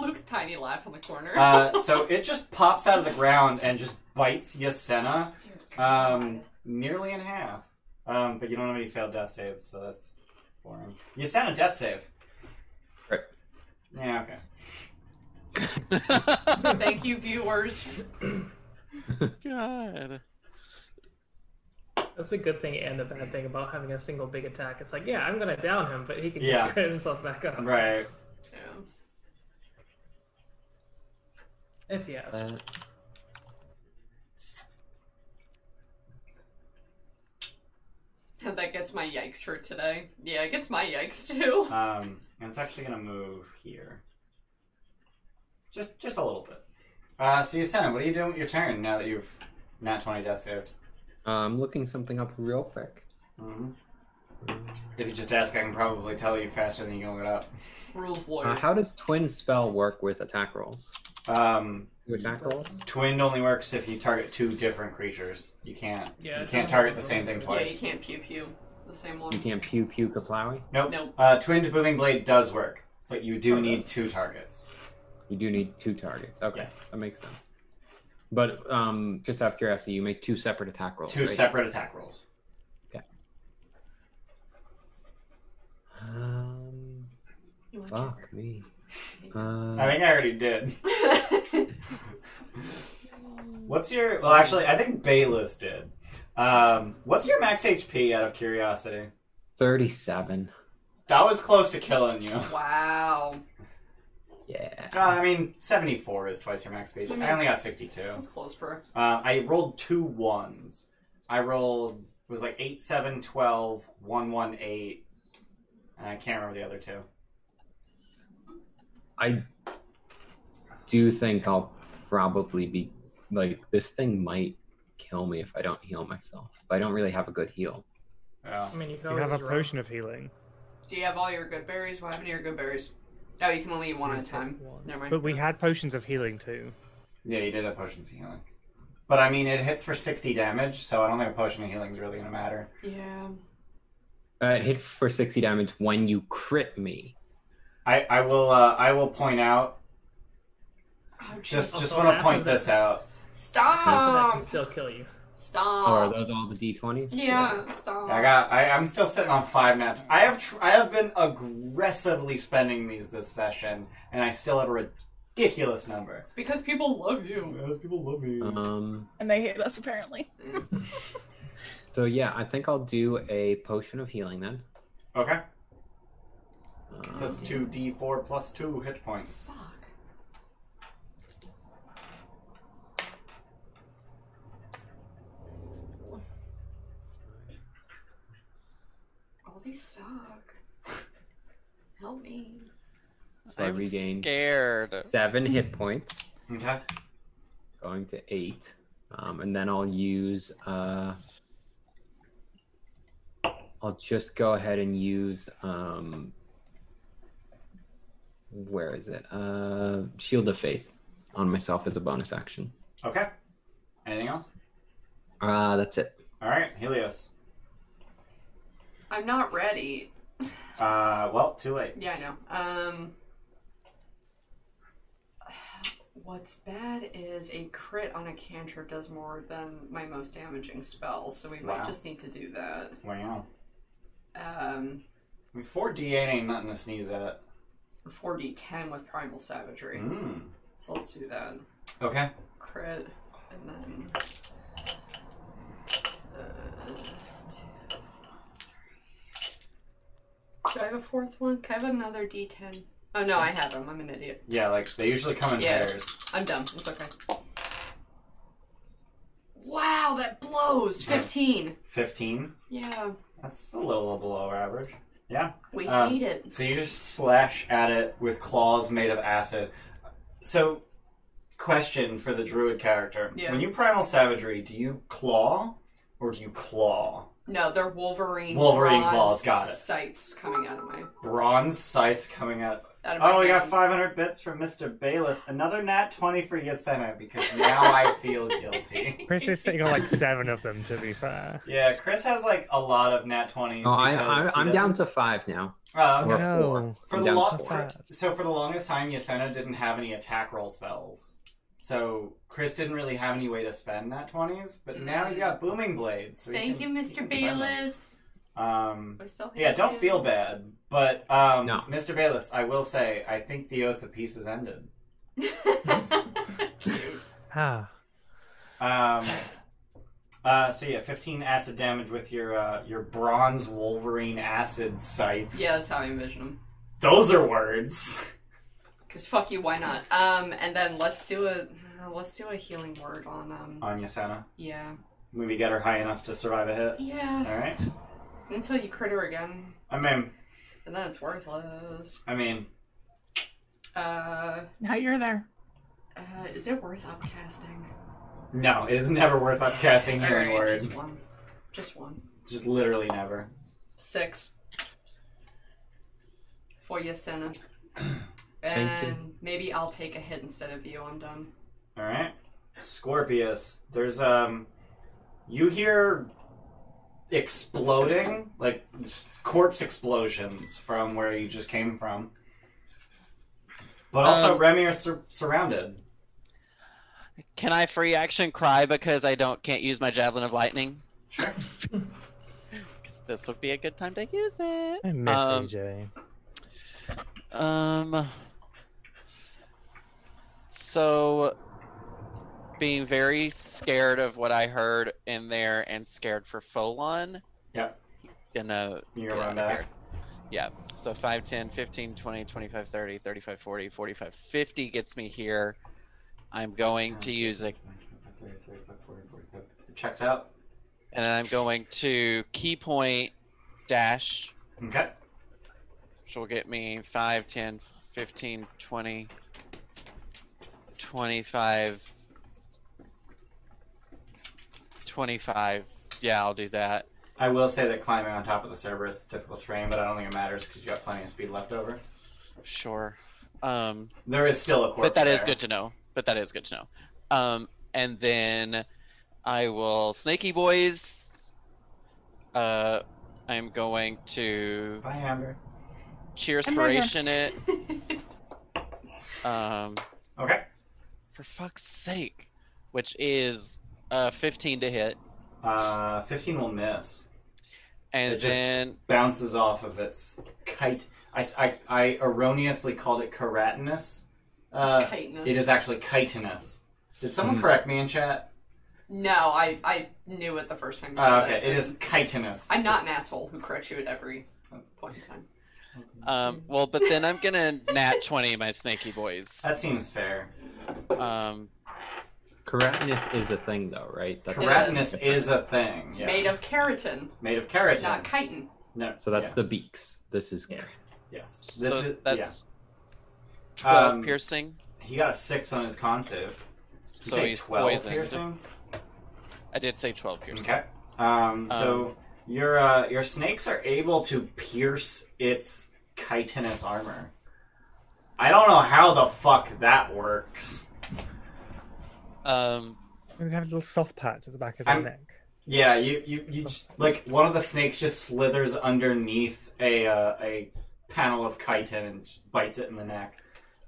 G: Luke's tiny laugh in the corner.
A: Uh, so it just pops out of the ground and just bites Yasena um, nearly in half. Um, but you don't have any failed death saves, so that's boring. Yasena death save.
C: Right.
A: Yeah, okay.
G: (laughs) Thank you, viewers.
B: (laughs) God.
E: That's a good thing and a bad thing about having a single big attack. It's like, yeah, I'm gonna down him, but he can
A: Yeah.
E: just get himself back up
A: Right.
G: Yeah.
E: if he asks.
C: Uh,
G: That gets my yikes for today. Yeah, it gets my yikes too.
A: Um, and it's actually going to move here. Just just a little bit. Uh, so Yasena, what are you doing with your turn now that you've not 20 death saved?
C: Uh, I'm looking something up real quick.
A: Mm-hmm. If you just ask, I can probably tell you faster than you can look it up.
G: (laughs) Rules
C: Uh,
G: lawyer.
C: how does twin spell work with attack rolls?
A: Um,
C: Do attack rolls?
A: twinned only works if you target two different creatures. You can't.
E: Yeah,
A: you
E: it
A: can't
E: doesn't
A: target
E: work
A: the
E: with
A: same thing
E: them.
G: Yeah, you
A: twice.
G: can't pew pew. The same one.
C: You can't pew pew Kaplowy.
A: Nope.
G: Nope.
A: Uh, twinned booming blade does work, but you do
G: Oh,
A: need
G: does.
A: two targets.
C: You do need two targets. Okay,
A: Yes.
C: that makes sense. But um, just out of curiosity, you make two separate attack rolls.
A: Two
C: right?
A: separate attack rolls.
C: Um,
G: You want your-
C: fuck
A: (laughs)
C: me. Uh,
A: I think I already did.
G: (laughs)
A: What's your? Well, actually, I think Bayless did. Um, what's your max HP? Out of curiosity,
C: Thirty-seven.
A: that was close to killing you. (laughs)
G: wow.
C: Yeah.
A: Uh, I mean, seventy-four is twice your max HP. I only got sixty-two.
G: That's close, bro.
A: Uh, I rolled two ones. I rolled it was like eight, seven, twelve, one, one, eight, and I can't remember the other two.
C: I do think I'll probably be like this thing might kill me if I don't heal myself. I don't really have a good heal.
A: Yeah.
E: I mean, you can
D: You
E: always
D: have a
E: just roll.
D: potion of healing,
G: Do you have all your good berries? What happened to your good berries? Oh, you can only eat one at a time. Never mind.
D: but we had potions of healing too.
A: Yeah, you did have potions of healing, but I mean, it hits for sixty damage, so I don't think a potion of healing is really gonna matter.
G: Yeah.
C: Uh, it hit for sixty damage when you crit me.
A: I, I will uh, I will point out
G: Oh,
A: just
G: Jesus.
A: just want to point this out.
E: But that
A: Um.
E: can
G: Stop!
E: still kill you.
C: Oh, are
G: Stop!
C: those all the d twenties?
G: Yeah, stop.
A: I got I, I'm still sitting on five now. I have tr- I have been aggressively spending these this session, and I still have a ridiculous number.
G: It's because people love you.
A: people love me.
C: Um.
F: And they hate us apparently.
C: So yeah, I think I'll do a potion of healing then.
A: Okay,
C: Um,
A: so it's two D four plus two hit points.
G: Fuck. All these suck. Help me.
C: so I
B: I'm
C: regain
B: scared.
C: Uh-huh. seven hit points,
A: Okay,
C: going to eight, um, and then I'll use. Uh, I'll just go ahead and use. Um, where is it? Uh, Shield of Faith on myself as a bonus action.
A: okay. Anything else?
C: Uh, that's it.
A: All right, Helios.
G: I'm not ready.
A: Uh, well, too late.
G: Yeah, I know. Um, what's bad is a crit on a cantrip does more than my most damaging spell, so we
A: Wow.
G: might just need to do that.
A: Wow,
G: Um,
A: I mean, four D eight ain't nothing to sneeze at.
G: 4d10 with primal savagery,
A: Mm.
G: so let's do that.
A: Okay.
G: Crit, and then. Uh, two, three. Do I have a fourth one? Can I have another d10? Oh no, I have them. I'm an idiot.
A: Yeah, like they usually come in
G: Yeah.
A: pairs.
G: I'm dumb. It's okay. Wow, that blows. 15.
A: 15.
G: Yeah,
A: That's a little below average. Yeah.
G: we
A: Um,
G: hate it.
A: So you just slash at it with claws made of acid. So, question for the druid character.
G: Yeah.
A: When you primal savagery, do you claw or do you claw?
G: No, they're Wolverine.
A: Wolverine
G: bronze
A: claws, got it.
G: Sights coming out of my.
A: Bronze scythes coming out.
G: Out of my
A: Oh, we got
G: hands.
A: 500 bits from Mr. Bayless. Another nat 20 for Yasena because now I feel
G: (laughs)
A: guilty.
D: Chris is sitting on like seven of them. To be fair,
A: Yeah, Chris has like a lot of nat 20s.
C: Oh, I,
A: because
C: I,
A: he
C: I'm down
A: doesn't-
C: to five now.
A: Oh, okay.
C: Or
D: No.
C: four.
A: For
C: I'm
A: the
C: down
A: long,
C: to
D: That's
A: for,
D: bad.
A: so for the longest time, Yasena didn't have any attack roll spells, so Chris didn't really have any way to spend that twenties. But now he's got booming blades. So he
G: Thank you,
A: can- he
G: Mr.
A: can spend them.
G: Bayless.
A: Um,
G: I still hate
A: yeah, don't
G: you.
A: feel
G: (laughs)
A: bad, but um,
C: No.
A: Mr. Bayless, I will say, I think the oath of peace has ended.
D: ah,
A: Um, (laughs) uh, so yeah, fifteen acid damage with your uh, your bronze Wolverine acid scythes.
G: yeah, that's how I envision them.
A: those are words.
G: Cause fuck you, why not? Um, and then let's do a uh, let's do a healing word on um.
A: On Yasena,
G: Yeah.
A: maybe get her high enough to survive a hit.
G: Yeah.
A: All right,
G: Until you crit her again,
A: I mean,
G: and then it's worthless.
A: I mean.
G: Uh,
F: Now you're there.
G: uh is it worth upcasting?
A: No, it is never worth upcasting hearing
G: Alright,
A: words.
G: Just one. Just one.
A: Just literally never.
G: Six. For your Senna.
C: you.
G: And maybe I'll take a hit instead of you. I'm done.
A: All right, Scorpius. There's um, you hear exploding, like corpse explosions from where you just came from. But also,
B: Um,
A: Remy is sur- surrounded.
B: Can I free action cry because I don't can't use my javelin of lightning?
A: Sure.
B: (laughs) 'Cause this would be a good time to use it.
D: I miss
B: um,
D: AJ.
B: Um. So, being very scared of what I heard in there and scared for Folon.
A: Yep.
B: Gonna
A: You're
B: get out
A: around
B: of
A: that.
B: here. Yeah. So 5, 10, 15, 20, 25, 30, 35, 40, 45, 50 gets me here. I'm going to use a,
A: Checks out.
B: and then I'm going to key point dash,
A: Okay.
B: which will get me 5, 10, 15, 20, 25, 25. Yeah, I'll do that.
A: I will say that climbing on top of the Cerberus is difficult terrain, but I don't think it matters because you got plenty of speed left over.
B: Sure. Um,
A: There is still a corpse.
B: but that is
A: there.
B: good to know. But that is good to know. Um, and then I will snaky boys. Uh, I'm going to
A: Bye, Amber.
B: cheers
F: I'm right here.
B: spiration
F: (laughs)
B: it. Um,
A: Okay.
B: for fuck's sake, which is uh 15 to hit,
A: Uh, 15 will miss.
B: and
A: It just-
B: then
A: Bounces off of its kite. I, s- I- I erroneously called it keratinous. Uh,
G: chitinous.
A: it is actually chitinous. Did someone
C: Mhm.
A: correct me in chat?
G: No, I I knew it the first time you said
A: Uh, okay,
G: it.
A: it is chitinous.
G: I'm not an asshole who corrects you at every point in time.
B: um
F: Mm.
B: well, but then I'm gonna nat 20 my snaky boys.
A: That seems fair.
B: Um,
C: Keratinus is a thing, though, right? That's
A: Keratinous is a thing. Yes.
G: Made of keratin,
A: Made of keratin.
G: not chitin.
A: no.
C: So that's
A: yeah,
C: the beaks. This is
A: Yeah. yes.
B: so
A: This is yeah.
B: that's 12
A: Um,
B: piercing.
A: He got a six on his con save. Did you
B: So
A: say
B: he's
A: 12
B: poisoned.
A: piercing?
B: I did say 12 piercing.
A: Okay. Um, so your uh, your snakes are able to pierce its chitinous armor. I don't know how the fuck that works.
B: Um,
H: They have a little soft patch at the back of their
A: I'm-
H: neck.
A: Yeah, you you, you just, like one of the snakes just slithers underneath a uh, a panel of chitin and bites it in the neck,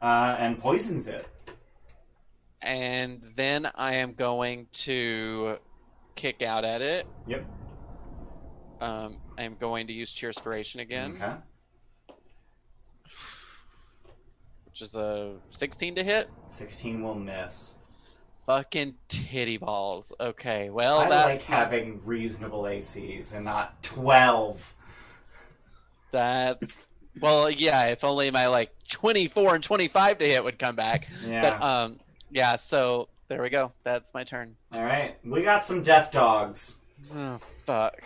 A: uh, and poisons it.
B: and then I am going to kick out at it.
A: Yep.
B: Um, I am going to use cheerspiration again,
A: Okay.
B: which is a 16 to hit.
A: Sixteen will miss.
B: Fucking titty balls. Okay, well
A: I
B: that's
A: like
B: my-
A: having reasonable ACs and not twelve.
B: that's well, yeah. If only my like twenty-four and twenty-five to hit would come back.
A: Yeah.
B: But um, yeah. So there we go. That's my turn.
A: All right, we got some death dogs.
B: Oh, fuck.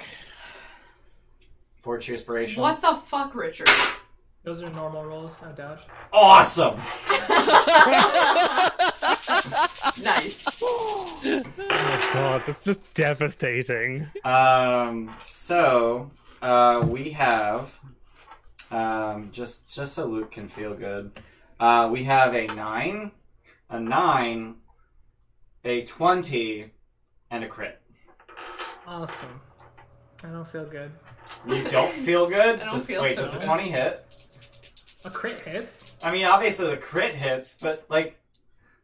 A: Four cheerspirations.
G: What the
E: (laughs)
G: fuck, Richard?
E: Those are normal rolls, no doubt.
A: Awesome.
G: Nice.
H: Oh god, that's just devastating.
A: Um, so uh, we have um, just just so Luke can feel good. Uh, we have a nine, a nine, a twenty, and a crit.
E: Awesome. I don't feel good.
A: You don't
G: (laughs)
A: feel good.
G: I don't
A: Does-
G: feel
A: wait,
G: so
A: does the
G: good.
A: twenty hit?
E: A crit hits?
A: I mean, obviously the crit hits, but like,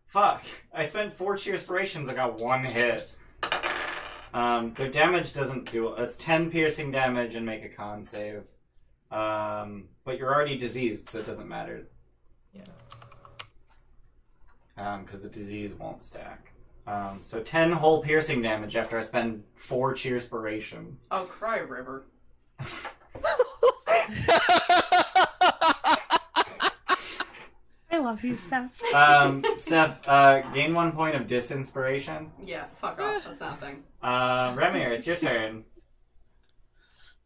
A: fuck. I spent four cheerspirations. I got one hit. Um, their damage doesn't do. It's ten piercing damage and make a con save. Um, but you're already diseased, so it doesn't matter.
E: Yeah.
A: Um, because the disease won't stack. Um, so ten whole piercing damage after I spend four cheerspirations.
G: Oh, cry river.
F: I love you, Steph.
A: Um, Steph, uh, gain one point of disinspiration.
G: Yeah, fuck off. That's not a thing.
A: Uh, Remir, it's your turn.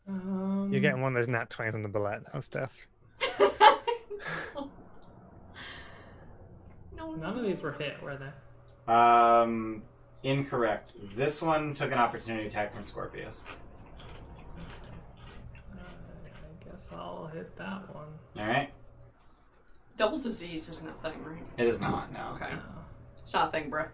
E: Um,
H: You're getting one of those nat 20s on the bullet now, Steph.
E: None of these were hit, were they?
A: Um, incorrect. This one took an opportunity attack from Scorpius.
E: Uh, I guess I'll hit that one.
A: All right,
G: Double disease isn't a thing, right?
A: it is not. No.
G: Okay.
E: No. (laughs)
G: It's not a thing, bro.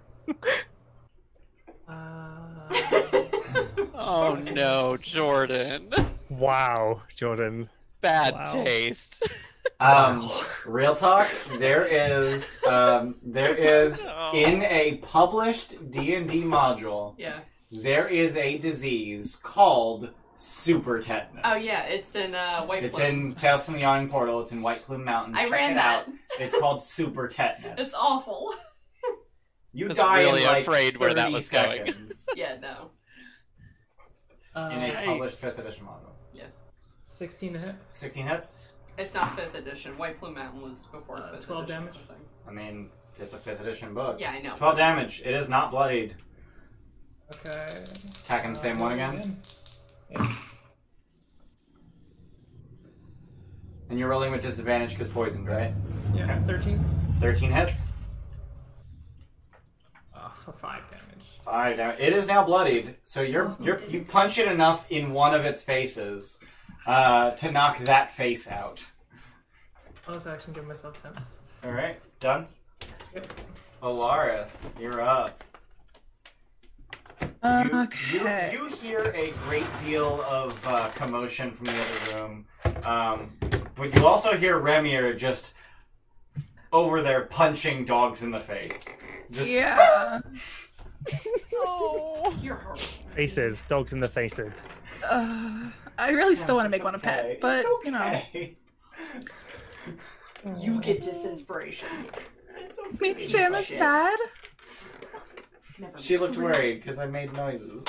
E: Uh,
B: (laughs) Oh no, Jordan.
H: Wow, Jordan.
B: Bad
H: Wow.
B: taste. (laughs)
A: Um, real talk. There is um, there is
G: (laughs)
B: Oh.
A: in a published D and D module.
G: Yeah.
A: There is a disease called super tetanus.
G: Oh yeah, it's in uh, White.
A: It's
G: Plum.
A: in Tales from the Iron Portal. It's in White Plume Mountain.
G: I
A: Check
G: ran
A: it
G: that.
A: out. It's called super tetanus.
G: It's awful. (laughs)
A: You
B: I was
A: die
B: really
A: in like
B: afraid where that
A: 30
B: was going.
A: seconds
G: Yeah, no. (laughs)
A: in a
E: Uh,
A: published fifth edition module.
E: 16 to hit.
A: Sixteen hits.
G: It's not fifth edition. White Plume Mountain was before
E: Uh,
G: fifth
E: 12
G: edition or
E: damage?
G: something.
A: I mean, it's a fifth edition book.
G: Yeah, I know.
A: Twelve damage. It is not bloodied.
E: Okay.
A: Attacking the same
E: Uh,
A: one again. And you're rolling with disadvantage because poisoned, right?
E: Yeah, 13
A: 13 hits.
E: uh, for 5 damage.
A: All right, now it is now bloodied. So you're, you're you punch it enough in one of its faces uh, to knock that face out.
E: Bonus action, give myself temps.
A: All right, done.
E: Yep.
A: Alaris, you're up. You, you-
F: Okay.
A: you hear a great deal of uh, commotion from the other room, um, but you also hear Remier just over there punching dogs in the face. Just (laughs)
F: Yeah.
B: (laughs)
G: You're horrible.
H: Faces. Dogs in the faces.
F: Ugh. Uh, I really still want to make
A: It's
F: one a
A: okay.
F: pet, but
A: It's
F: you know,
A: okay.
G: You get disinspiration. It's okay.
F: make Santa
G: Shit.
F: sad.
G: Never
A: She
G: mind.
A: looked worried because I made noises.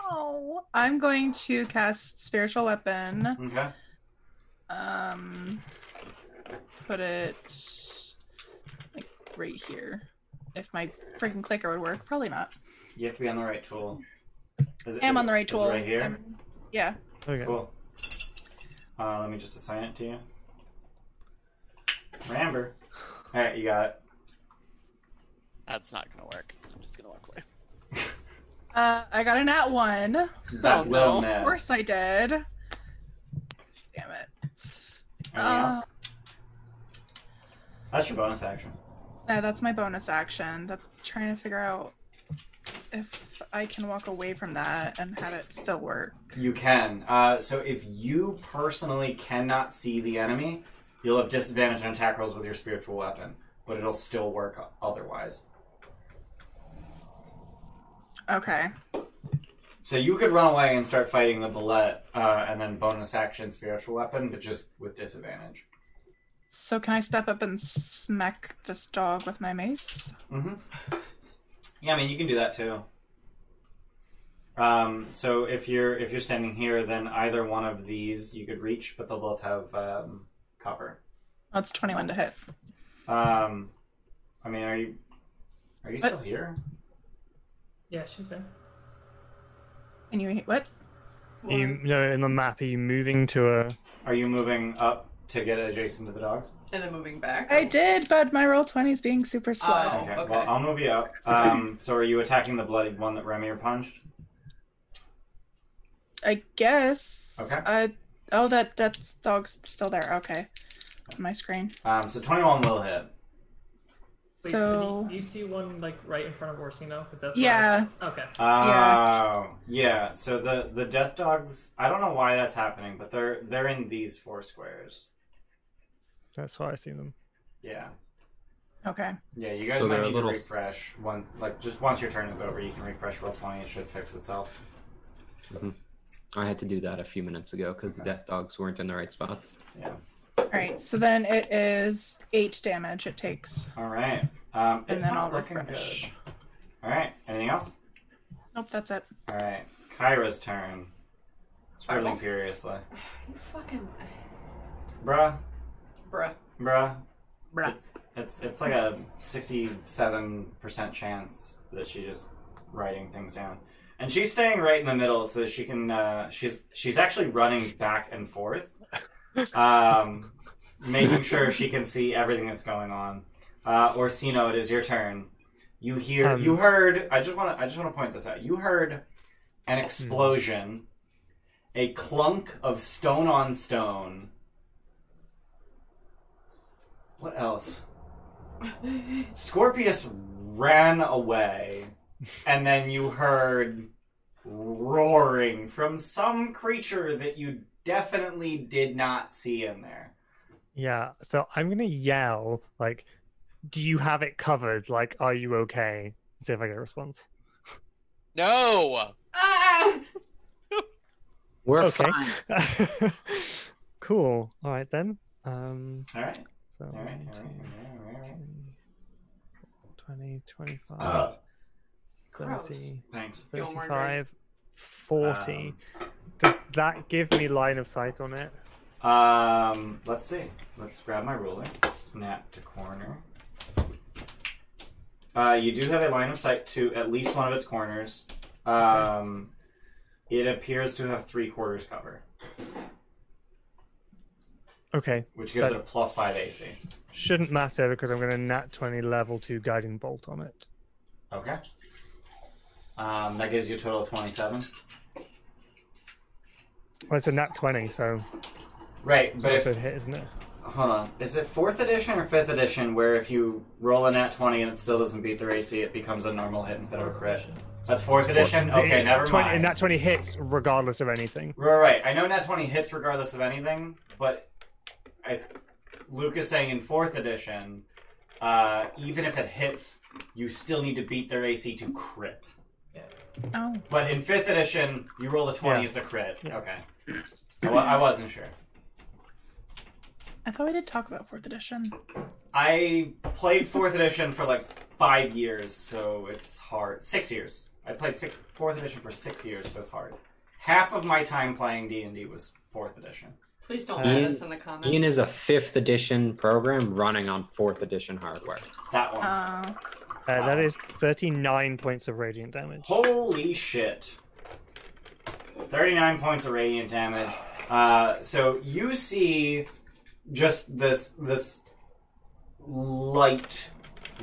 F: Oh, I'm going to cast spiritual weapon.
A: Okay.
F: Um, put it like right here. If my freaking clicker would work, probably not.
A: You have to be on the right tool. Is
F: I am
A: is
F: on the right
A: is it
F: tool.
A: right here.
F: I'm- yeah.
H: Okay.
A: Cool. Uh, let me just assign it to you. Ramber. All right, you got it.
B: That's not gonna work. I'm just gonna walk away.
F: Uh, I got an at one.
A: That
B: Oh,
A: will
B: no.
F: Of
A: miss.
F: course I did. Damn it.
A: Anything
F: Uh,
A: else? That's your bonus action.
F: no, that's my bonus action. That's trying to figure out if I can walk away from that and have it still work.
A: You can. Uh, so if you personally cannot see the enemy, you'll have disadvantage on attack rolls with your spiritual weapon, but it'll still work o- otherwise.
F: Okay.
A: So you could run away and start fighting the bullet, uh, and then bonus action spiritual weapon, but just with disadvantage.
F: So can I step up and smack this dog with my mace?
A: Mm-hmm. Yeah, I mean you can do that too. Um, so if you're if you're standing here, then either one of these you could reach, but they'll both have um, cover.
F: That's 21 to hit.
A: Um, I mean, are you are you
F: What?
A: still here?
E: Yeah, she's there.
F: And you what?
H: Are you no in the map? Are you moving to a?
A: Are you moving up to get adjacent to the dogs?
G: (laughs) And then moving back.
F: I did, but my roll 20 is being super slow.
G: Oh,
A: okay,
G: okay.
A: Well, I'll move you up. (laughs) Um, so are you attacking the bloodied one that Ramir punched?
F: I guess.
A: Okay.
F: I, oh, that that dog's still there. Okay. On my screen.
A: Um, so twenty one will hit.
E: Wait, so,
F: so
E: do you, you see one like right in front of Orsino? If that's where
F: yeah,
E: I was- Okay.
A: Oh,
F: Yeah.
A: yeah. So the the death dogs. I don't know why that's happening, but they're they're in these four squares.
H: That's why I see them.
A: Yeah.
F: okay.
A: Yeah. You guys
C: So
A: might
C: they're a
A: need
C: little
A: to
C: s-
A: refresh one. Like just once your turn is over, you can refresh roll twenty. It should fix itself.
C: I had to do that a few minutes ago because the death dogs weren't in the right spots.
A: Yeah.
F: All right. So then it is eight damage it takes,
A: All right. Um,
F: and
A: it's
F: then
A: not
F: I'll
A: looking
F: refresh.
A: good. All right. Anything else?
F: Nope, that's it.
A: All right. Kyra's turn. Swirling
G: Fireball?
A: furiously.
G: You fucking
A: Bruh.
G: bruh.
A: Bruh.
F: Bruh.
A: It's, it's it's like a sixty-seven percent chance that she just writing things down, and she's staying right in the middle, so she can. Uh, she's she's actually running back and forth, um, making sure she can see everything that's going on. Uh, Orsino, it is your turn. You hear
H: Um,
A: you heard. I just want to I just want to point this out. You heard an explosion, a clunk of stone on stone. What else? Scorpius ran away, and then you heard roaring from some creature that you definitely did not see in there.
D: Yeah, so I'm gonna yell like, "Do you have it covered? Like, are you okay?" See if I get a response.
B: No.
G: Ah!
C: We're
D: Okay.
C: fine.
D: (laughs) cool. All right then. Um.
A: All right.
D: So
A: All right. All
D: 19,
A: right. All right.
D: 20, 25,
A: Ugh.
D: 30,
A: Thanks.
G: Feel more
D: 35, 40.
A: Um,
D: Does that give me line of sight on it?
A: Um, let's see. Let's grab my ruler. Snap to corner. Uh, you do have a line of sight to at least one of its corners. Um, it appears to have three quarters cover,
D: Okay.
A: which gives
D: That-
A: it a plus five AC.
D: Shouldn't matter because I'm going to nat 20 level 2 guiding bolt on it.
A: Okay. Um, that gives you a total of twenty-seven.
D: Well, it's a nat 20, so
A: Right, but
D: it's
A: if
D: a hit, isn't it?
A: hold on, is it fourth edition or fifth edition? Where if you roll a nat twenty and it still doesn't beat their AC, it becomes a normal hit instead of a crit. That's fourth edition. Okay,
D: It-
A: never
D: 20,
A: mind.
D: Nat 20 hits regardless of anything.
A: Right, right. I know Nat 20 hits regardless of anything, but I, Luke is saying in 4th edition, uh, even if it hits, you still need to beat their AC to crit.
F: Oh,
A: But in 5th edition, you roll a 20,
D: Yeah.
A: it's a crit.
D: Yeah.
A: Okay. I, wa- I wasn't sure.
F: I thought we did talk about fourth edition.
A: I played 4th edition for like 5 years, so it's hard. 6 years. I played six, 4th edition for 6 years, so it's hard. Half of my time playing D&D was 4th edition.
G: Please don't
D: Uh,
G: mind
C: Ian-
G: us in the comments.
C: Ian is a fifth edition program running on fourth edition hardware.
A: That one.
F: Uh,
D: Uh, that is 39 points of radiant damage.
A: Holy shit. 39 points of radiant damage. Uh, so you see just this this light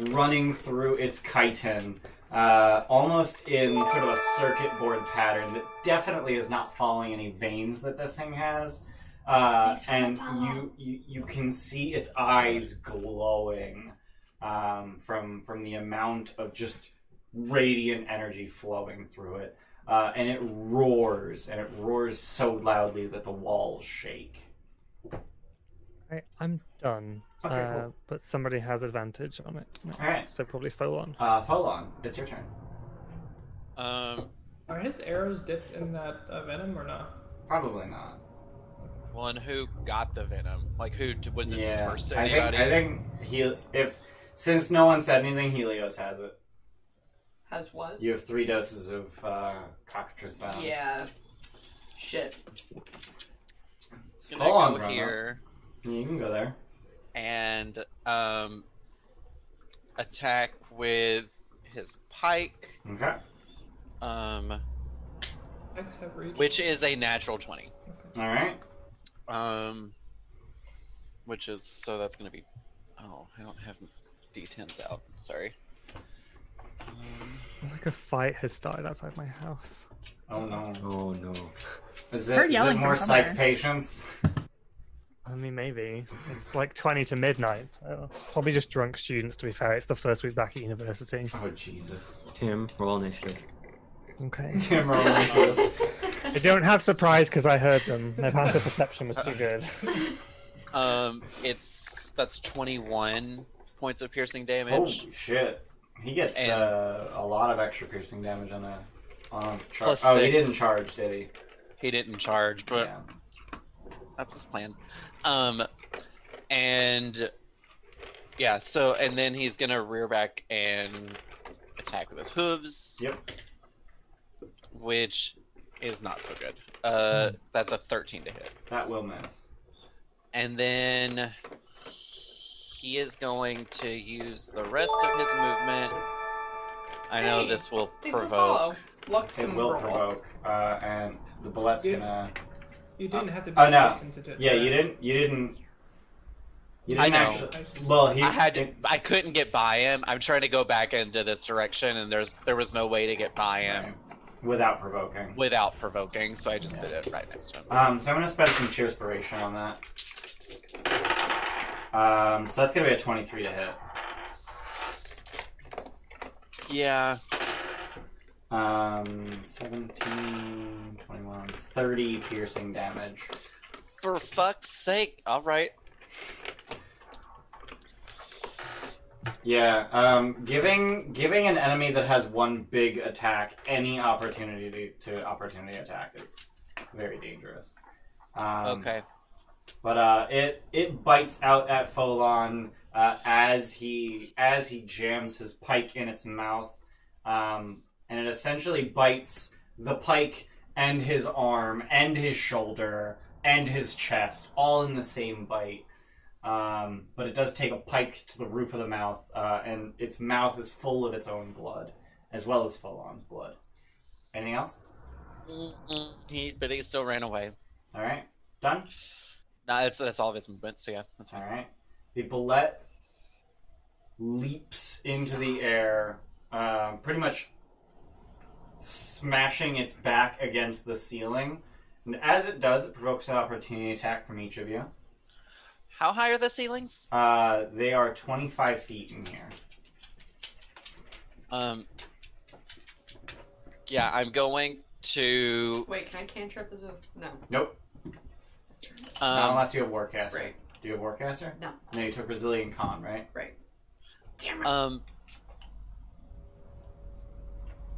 A: running through its chitin, uh, almost in sort of a circuit board pattern that definitely is not following any veins that this thing has. Uh,
F: Thanks for the
A: and
F: follow.
A: you, you you can see its eyes glowing um, from from the amount of just radiant energy flowing through it, uh, and it roars and it roars so loudly that the walls shake.
D: I, I'm done.
A: Okay,
D: uh,
A: cool.
D: But somebody has advantage on it. Next,
A: Alright.
D: So probably Folon.
A: Uh, Folon, it's your turn.
B: Um.
E: Are his arrows dipped in that uh, venom or not?
A: Probably not.
B: Well, and who got the venom? Like, who d- was it
A: Yeah,
B: dispersed to
A: I think
B: anybody?
A: I think he if since no one said anything, Helios has it.
G: Has what?
A: You have three doses of uh, cockatrice venom.
G: Yeah. Shit.
B: It's gonna
A: Full on
B: go
A: venom.
B: here
A: you can go there.
B: and um, attack with his pike,
A: Okay.
B: um,
E: X have reached.
B: which is a natural twenty.
A: All right.
B: Um, which is so that's gonna be. Oh, I don't have d10s out. I'm sorry. Um,
D: Like a fight has started outside my house.
A: Oh no.
C: Oh no.
A: Is
F: Heard
A: it, is it
F: yelling
A: more
F: from somewhere.
A: psych patients?
D: I mean, maybe. It's like 20 to midnight. so Probably just drunk students, to be fair. It's the first week back at university.
A: Oh Jesus.
C: Tim, roll initiative.
D: Okay.
A: (laughs) Tim roll (laughs) initiative.
D: I don't have surprise because I heard them. Their passive perception was too good.
B: um, it's that's twenty-one points of piercing damage.
A: Holy shit. He gets
B: And-
A: uh, a lot of extra piercing damage on a on a charge.
B: Plus
A: Oh, he
B: six.
A: didn't charge, did he?
B: He didn't charge, but
A: yeah.
B: that's his plan. Um, and yeah, so and then he's gonna rear back and attack with his hooves.
A: Yep.
B: Which is not so good.
A: Hmm.
B: Uh, that's a thirteen to hit,
A: That will miss.
B: and then he is going to use the rest of his movement. I know
G: Hey,
B: this will
G: Please don't
B: provoke.
G: follow. Luck
A: It
G: some
A: will
G: roll.
A: provoke, uh, and the bullet's
E: Yeah.
A: gonna.
E: You didn't have to be
A: Oh, no.
E: adjacent to do it.
A: Yeah, you didn't. You didn't. You didn't
B: I know.
A: actually. Well, he.
B: I had to,
A: it-
B: I couldn't get by him. I'm trying to go back into this direction, and there's there was no way to get by him.
A: without provoking.
B: without provoking, so I just did it right next to him.
A: Um, so I'm gonna spend some cheerspiration on that. Um, so that's gonna be a 23 to hit.
B: yeah.
A: Um, 17, 21, 30 piercing damage.
B: For fuck's sake! All right.
A: Yeah, um, giving giving an enemy that has one big attack any opportunity to, to opportunity attack is very dangerous. Um,
B: okay.
A: but uh, it it bites out at Folon uh, as he as he jams his pike in its mouth, um, and it essentially bites the pike and his arm and his shoulder and his chest all in the same bite. Um, but it does take a pike to the roof of the mouth, uh, and its mouth is full of its own blood, as well as Folon's blood. Anything else?
B: Mm-mm, Mm-hmm. He, but he still ran away.
A: All right, done.
B: Nah, that's that's all of his movement. So yeah, that's
A: All
B: fine.
A: right. The bullet leaps into the air, um, pretty much smashing its back against the ceiling. And as it does, it provokes an opportunity attack from each of you.
B: How high are the ceilings?
A: Uh, they are 25 feet in here.
B: Um. Yeah, I'm going to.
G: Wait, can I cantrip as a no?
A: Nope. Not
B: Um,
A: unless you have Warcaster.
G: Right.
A: Do you have Warcaster?
G: No.
A: No, you took Brazilian Con, right?
G: Damn it.
B: um.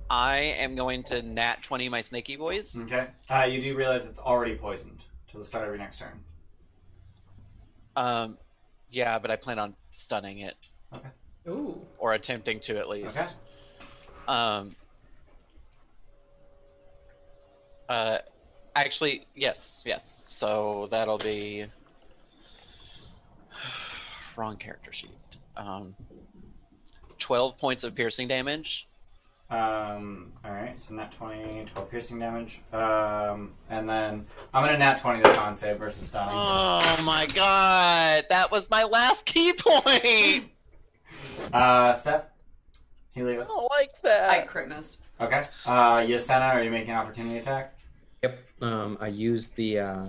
B: I am going to nat twenty my snaky boys.
A: Okay. Uh, you do realize it's already poisoned till the start of your next turn.
B: Um, yeah, but I plan on stunning it
E: Ooh.
B: or attempting to at least.
A: Okay.
B: Um. Uh, actually, yes, yes. So that'll be (sighs) wrong character sheet. Um, twelve points of piercing damage.
A: Um, alright, so nat 20, 12 piercing damage. Um, and then I'm gonna nat 20 the con save versus stunning.
B: Oh my god, that was my last key point.
A: Uh, Steph? Helios?
B: like
G: I
B: that.
G: crit missed.
A: Okay. Uh, Yasena, are you making an opportunity attack?
C: Yep. Um, I used the uh,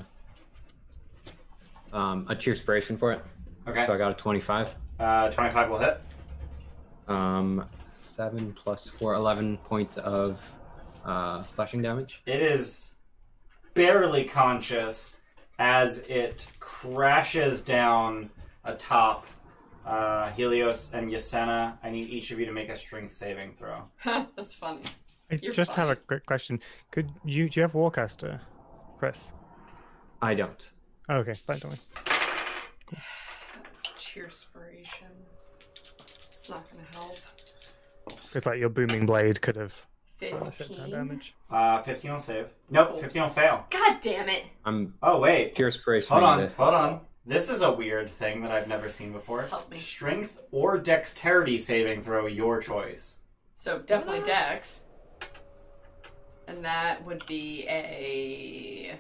C: um, a cheer spiration for it,
A: Okay.
C: so I got a twenty-five.
A: Uh, 25 will hit.
C: Um, seven plus four, 11 points of uh, slashing damage.
A: It is barely conscious as it crashes down atop uh, Helios and Yasena. I need each of you to make a strength saving throw.
G: (laughs) That's funny.
D: I
G: You're
D: just have a
G: fine.
D: quick question. Could you do you have Warcaster, Chris?
C: I don't.
D: Oh, okay, fine, don't worry.
G: Cheerspiration. It's not gonna help.
D: Because like your booming blade could have done a shit ton of
G: Fifteen.
D: damage.
A: Uh, 15 will save. Nope, 15 will fail.
G: God damn it!
C: I'm
A: Oh, wait.
C: pure inspiration.
A: Hold on,
C: this.
A: hold on. This is a weird thing that I've never seen before.
G: Help me.
A: Strength or dexterity saving throw, your choice.
G: So definitely Dex. And that would be a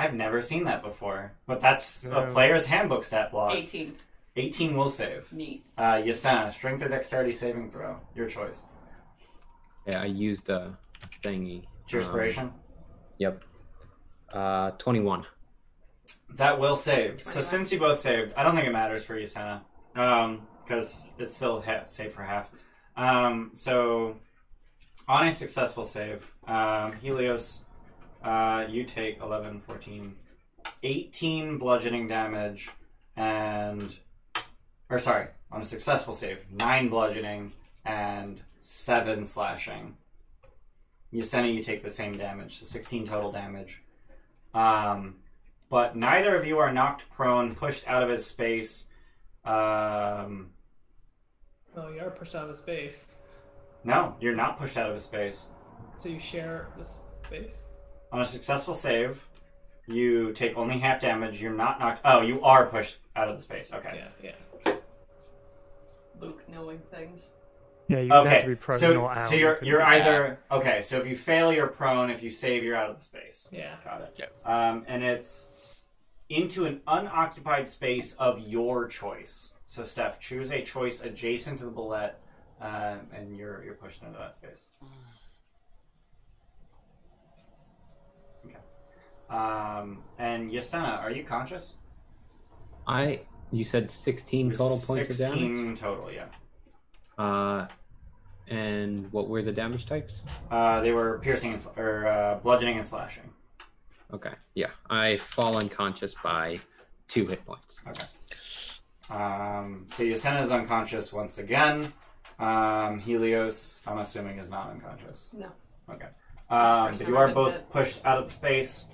A: I've never seen that before, but that's a
D: Um,
A: player's handbook stat block.
G: eighteen.
A: 18 will save.
G: Neat.
A: Uh, Yasana, strength or dexterity saving throw, your choice.
C: Yeah, I used a thingy.
A: Cheer
C: Um,
A: inspiration.
C: yep. Uh, 21.
A: that will save. So
G: 21.
A: since you both saved, I don't think it matters for Yasena because it's still ha- save for half. Um, so on a successful save, um, Helios, uh, you take 11, 14, 18 bludgeoning damage, and or sorry, on a successful save, nine bludgeoning and seven slashing. Yasena, you take the same damage, so 16 total damage. Um, but neither of you are knocked prone, pushed out of his space. Um,
E: Well, you are pushed out of space,
A: no, you're not pushed out of his space.
E: so you share the space.
A: On a successful save, you take only half damage. You're not knocked. Oh, you are pushed out of the space. Okay.
E: Yeah, yeah.
G: Luke knowing things.
D: Yeah, you have
A: Okay.
D: to be prone
A: so,
D: or out.
A: so you're
D: couldn't
A: you're
D: be-
A: either okay. So if you fail, you're prone. If you save, you're out of the space.
E: Yeah.
A: Got it. Um, and it's into an unoccupied space of your choice. So Steph, choose a choice adjacent to the bullet, um, and you're you're pushed into that space. Okay. Um, and Yasena, are you conscious?
C: I. You said 16 total points of damage?
A: Sixteen total. Yeah.
C: Uh, And what were the damage types?
A: Uh, they were piercing and, sl- or uh, bludgeoning and slashing.
C: Okay. Yeah. I fall unconscious by two hit points.
A: Um, so Yasen is unconscious once again. Um, Helios, I'm assuming, is not unconscious.
G: No.
A: Okay. Um, but
G: first time
A: you are
G: I've
A: both
G: been-
A: pushed out of the space,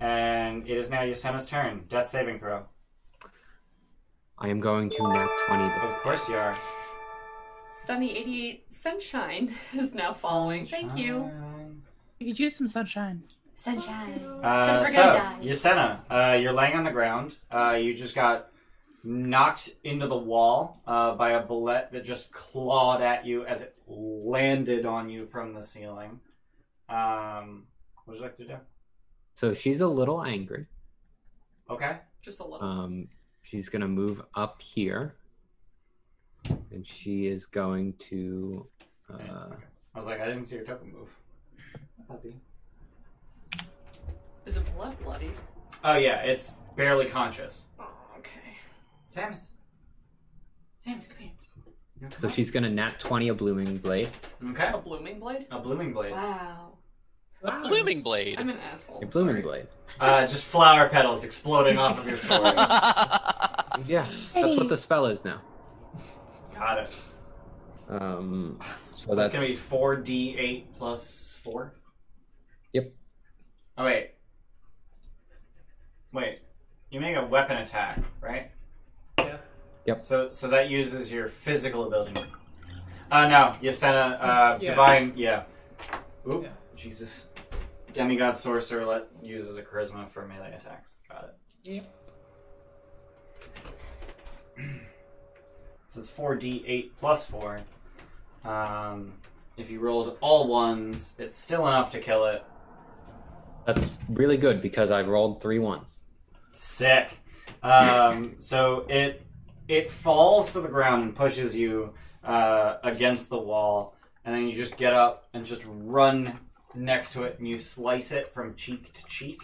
A: and it is now Yasena's turn. Death saving throw.
C: I am going to nat 20 this
A: Of course you are.
G: Sunny 88 Sunshine (laughs) is now following. Thank you.
F: You could use some sunshine.
G: Sunshine.
A: Uh,
G: Because
A: so,
G: we're gonna die.
A: Yasena, uh, you're laying on the ground. Uh, you just got knocked into the wall uh, by a bullet that just clawed at you as it landed on you from the ceiling. Um, what would you like to do?
C: So she's a little angry.
A: Okay.
G: Just a little.
C: Um, she's going to move up here. And she is going to. Uh,
A: Okay. I was like, I didn't see your token move. Puppy.
G: Is it blood bloody?
A: Oh, yeah, it's barely conscious.
G: Oh, okay.
A: Samus.
G: Sam's green.
A: you
C: so
A: okay?
C: she's going to nat 20 a blooming blade.
A: Okay.
G: A blooming blade?
A: A blooming blade.
G: Wow.
B: A blooming blade.
G: I'm an asshole.
C: A blooming
G: sorry.
C: blade.
A: Uh, just flower petals exploding off of your sword. Got
B: (laughs)
C: Yeah. That's what the spell is now.
A: it.
C: Um, so
A: So that's gonna be
C: that's.
A: four D eight plus four.
C: Yep.
A: Oh wait. Wait. You make a weapon attack, right?
E: Yeah.
C: Yep.
A: So so that uses your physical ability. Uh no, Yasena, uh
E: Yeah.
A: divine yeah. Oop.
E: Yeah.
A: Jesus. Demigod sorcerer let, uses a charisma for melee attacks. Got it.
E: Yep.
A: So it's four D eight plus four. Um if you rolled all ones, it's still enough to kill it.
C: That's really good because I rolled three ones.
A: Sick. Um, so it it falls to the ground and pushes you uh, against the wall, and then you just get up and just run next to it, and you slice it from cheek to cheek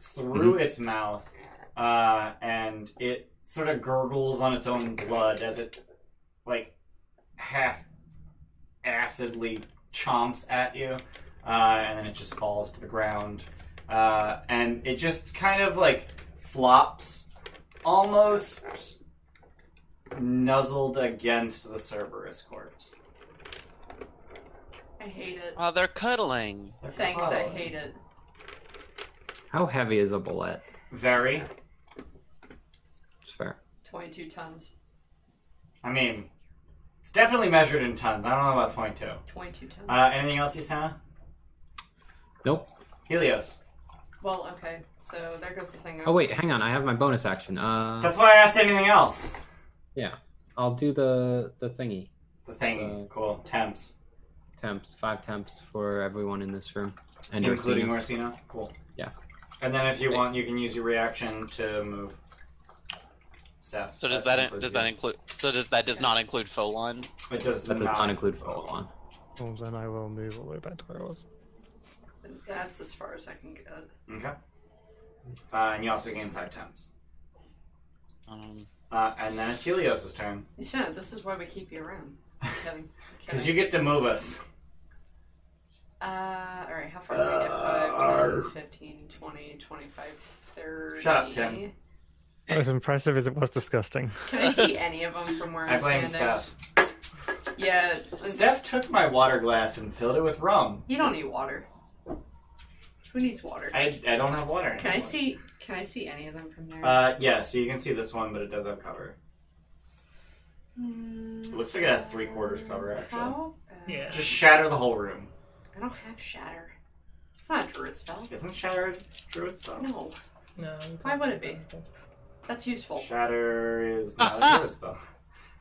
A: through its mouth, uh, and it sort of gurgles on its own blood as it like half acidly chomps at you, uh, and then it just falls to the ground, uh, and it just kind of like flops almost nuzzled against the Cerberus corpse.
G: I hate it.
B: oh, they're cuddling.
G: Thanks, I hate it.
C: How heavy is a bullet?
A: Very.
C: It's fair.
G: 22 tons.
A: I mean, it's definitely measured in tons. I don't know about 22.
G: 22 tons.
A: Uh, anything else, Yasana?
C: Nope.
A: Helios.
G: well, okay. So there goes the thing. I
C: Oh
G: was-
C: wait, hang on. I have my bonus action. Uh,
A: That's why I asked anything else.
C: I'll do the the thingy.
A: The thing.
C: Uh,
A: cool. Temps.
C: Temps, five temps for everyone in this room, and
A: Including
C: Ursina.
A: Orsino. Cool.
C: Yeah.
A: And then if you
C: Okay.
A: want, you can use your reaction to move. Steph.
B: So does that,
A: includes
B: does
A: you.
B: that include? So does that does not include Folon?
A: It does
C: That does not include Folon.
D: Well, then I will move all the way back to where I was.
G: That's as far as I can get.
A: Okay. Uh, and you also gain five temps.
B: Um,
A: Uh, and then it's Helios' turn.
G: You said this is why we keep you around. I'm
A: (laughs)
G: kidding. I'm
A: Because you
G: kidding.
A: get to move us.
G: Uh, alright, how far do I get? 5, 10, 15, 20, 25, 30.
A: Shut up, Tim.
D: As impressive as it was disgusting.
G: Can I see any of them from where I'm
A: I blame
G: standing?
A: Steph.
G: Yeah,
A: Steph took my water glass and filled it with rum.
G: you don't need water. Who needs water?
A: I, I don't have water.
G: Can I
A: anymore.
G: see? Can I see any of them from there?
A: Uh, yeah, so you can see this one, but it does have cover. It looks like it has three quarters cover, actually.
G: Hmm, How?
E: Yeah.
A: Just shatter the whole room.
G: I don't have shatter. It's not a druid spell.
A: Isn't shatter a druid spell?
G: No,
E: No. you
G: Why
E: don't
G: would
E: have
G: it be?
E: anything.
G: that's useful.
A: Shatter is not a druid spell.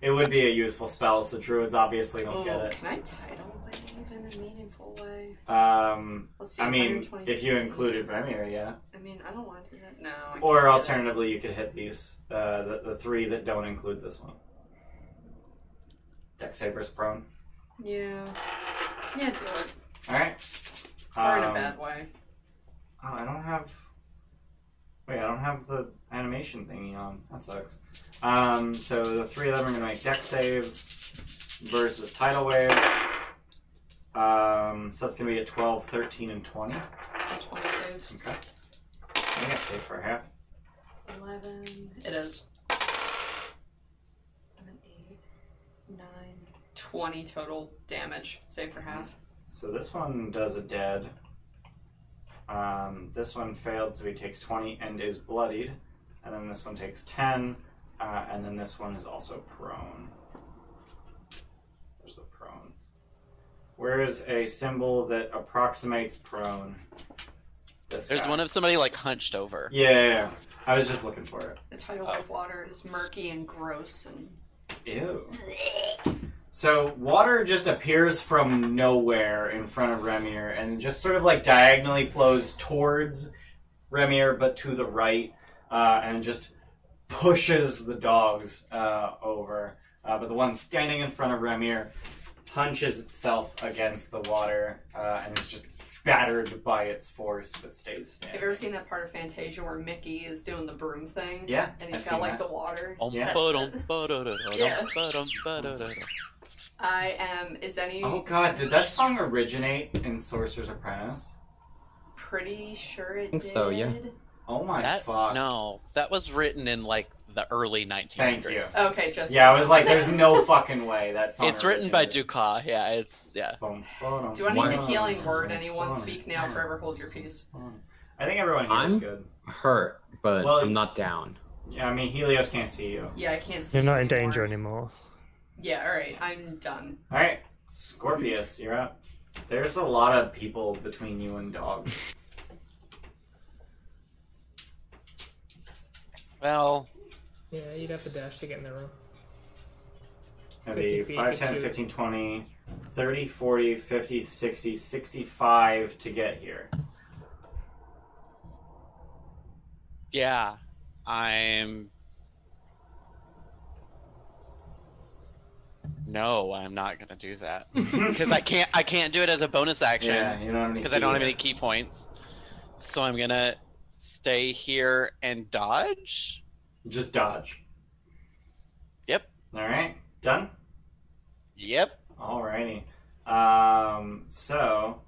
A: It would be a useful spell, so druids obviously don't
G: Oh,
A: get it.
G: can I title it even in a meaningful way?
A: Um,
G: Let's see.
A: I mean,
G: 120.
A: if you included Premier, yeah.
G: I mean, I don't want to do that. No. I
A: Or
G: can't do that.
A: alternatively, you could hit these uh, the, the three that don't include this one. Deck savers prone.
G: Yeah. Yeah, do it.
A: All right.
G: Or in a
A: Um,
G: bad way.
A: Oh, I don't have. Wait, I don't have the animation thingy on. That sucks. Um, so the three of them are gonna make deck saves versus tidal wave. Um, so that's going to be a 12, 13, and 20.
G: So 20 saves.
A: Okay. I'm going to save for half.
G: 11. It is. 11, 8, 9, 20 total damage. Save for half.
A: So this one does a dead. Um, this one failed, so he takes 20 and is bloodied. And then this one takes 10. Uh, and then this one is also prone. There's the prone. Where is a symbol that approximates prone? This
B: There's
A: guy.
B: one of somebody like hunched over.
A: Yeah, yeah, yeah. I was just looking for it.
G: The tidal wave water is murky and gross and.
A: Ew. So water just appears from nowhere in front of Remir and just sort of like diagonally flows towards Remir, but to the right, uh, and just pushes the dogs uh, over. Uh, but the one standing in front of Remir punches itself against the water uh, and is just battered by its force, but stays
G: Have
A: standing.
G: you ever seen that part of Fantasia where Mickey is doing the broom thing?
A: Yeah,
G: And he's
A: I've
G: got
A: seen
G: like
A: that. Oh.
G: the water.
B: Um,
A: Yes.
B: ba-dum, ba-da-da-da-dum,
G: Yes.
B: ba-dum, ba-da-da-da.
G: I am. Is any
A: Oh god, did that song originate in Sorcerer's Apprentice?
G: pretty sure it
C: think
G: did?
C: so, yeah.
A: Oh my
B: That-
A: fuck.
B: no, that was written in like the early 1900s.
A: Thank you. Oh.
G: Okay, just
A: Yeah, I was like, there's no fucking way that song.
B: It's written by Dukas. Yeah, it's yeah.
G: Do I need
C: Why-
G: a healing word? Anyone speak now, forever hold your peace.
A: I think everyone here is
C: I'm-
A: good.
C: Hurt, but
A: Well,
C: I'm not down.
A: Yeah, I mean Helios can't see you.
G: Yeah, I can't see.
D: You're not in
G: anymore.
D: danger anymore.
G: Yeah, alright, I'm done. (laughs)
A: All right, Scorpius, you're up. There's a lot of people between you and dogs.
B: Well,
E: Yeah, you'd have to dash to get in the room.
A: That'd be
E: 50 feet,
A: 5, 10,
E: could
A: 15, 20, 30, 40, 50, 60, 65 to get here.
B: yeah, I'm. No, I'm not gonna do that because I can't. I can't do it as a bonus
A: Yeah,
B: action
A: you don't have any.
B: because I don't have
A: key.
B: any key points. So I'm gonna stay here and dodge.
A: Just dodge.
B: Yep.
A: All right, done.
B: Yep.
A: Alrighty. Um, so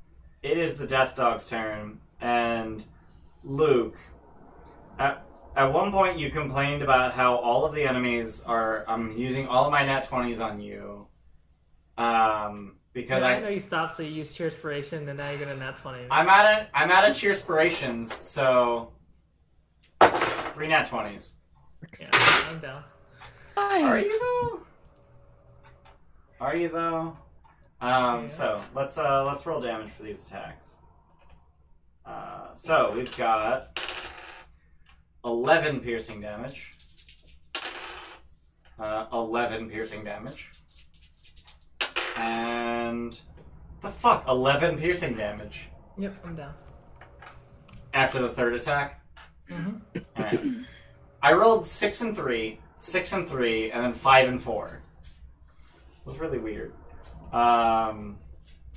A: it is the Death Dog's turn, and Luke. At, at one point, you complained about how all of the enemies are. I'm using all of my nat twenties on you, um, because
E: I,
A: I
E: know you stopped, so you used cheer inspiration, and now you're gonna nat twenty.
A: I'm out of I'm out of cheer spirations. So three nat twenties.
E: yeah, I'm down.
A: Are you though? Are you though? Um,
E: Yeah.
A: So let's uh, let's roll damage for these attacks. Uh, so we've got eleven piercing damage. Uh, eleven piercing damage. And the fuck, eleven piercing damage
E: Yep, I'm down.
A: after the third attack.
E: Mhm.
A: Alright. I rolled six and three, six and three, and then five and four. It was really weird. Um,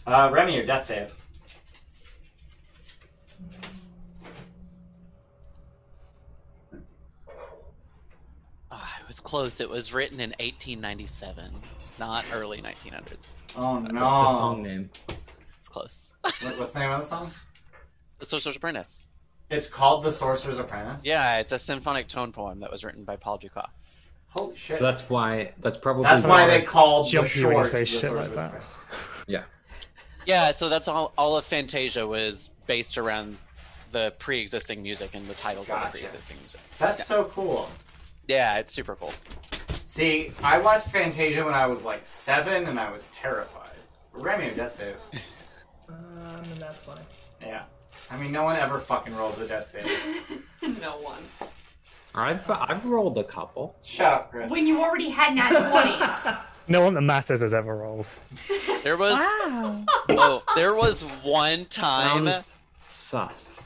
A: uh, Remy, your death save.
B: Ah, it was close. It was written in 1897, not early 1900s.
A: Oh
C: What's
A: no!
C: the song name?
B: It's close. (laughs)
A: What- what's the name of the song?
B: the Sorcerer's Apprentice.
A: It's called "The Sorcerer's Apprentice."
B: Yeah, it's a symphonic tone poem that was written by Paul Dukas.
A: Holy shit!
C: So that's why. That's probably.
A: That's why they
C: I-
A: called the
D: Jump you when you
A: short.
D: say
A: The
D: shit
A: Sorcerer's
D: like that.
A: Apprentice.
B: Yeah, so that's all. All of Fantasia was based around the pre-existing music and the titles of
A: Gotcha.
B: the pre-existing music.
A: That's so cool.
B: Yeah, it's super cool.
A: See, I watched Fantasia when I was like seven, and I was terrified. Remy, your death save.
C: (laughs)
E: Uh, I'm a nat twenty.
A: Yeah. I mean, no one ever fucking rolls a death save.
G: no one.
C: I've I've rolled a couple.
A: Shut up, Chris.
G: When you already had nat (laughs) 20s.
D: No one that matters has ever rolled.
B: There was
A: Ah.
F: (laughs) Wow.
B: oh, there was one time.
C: Sounds sus.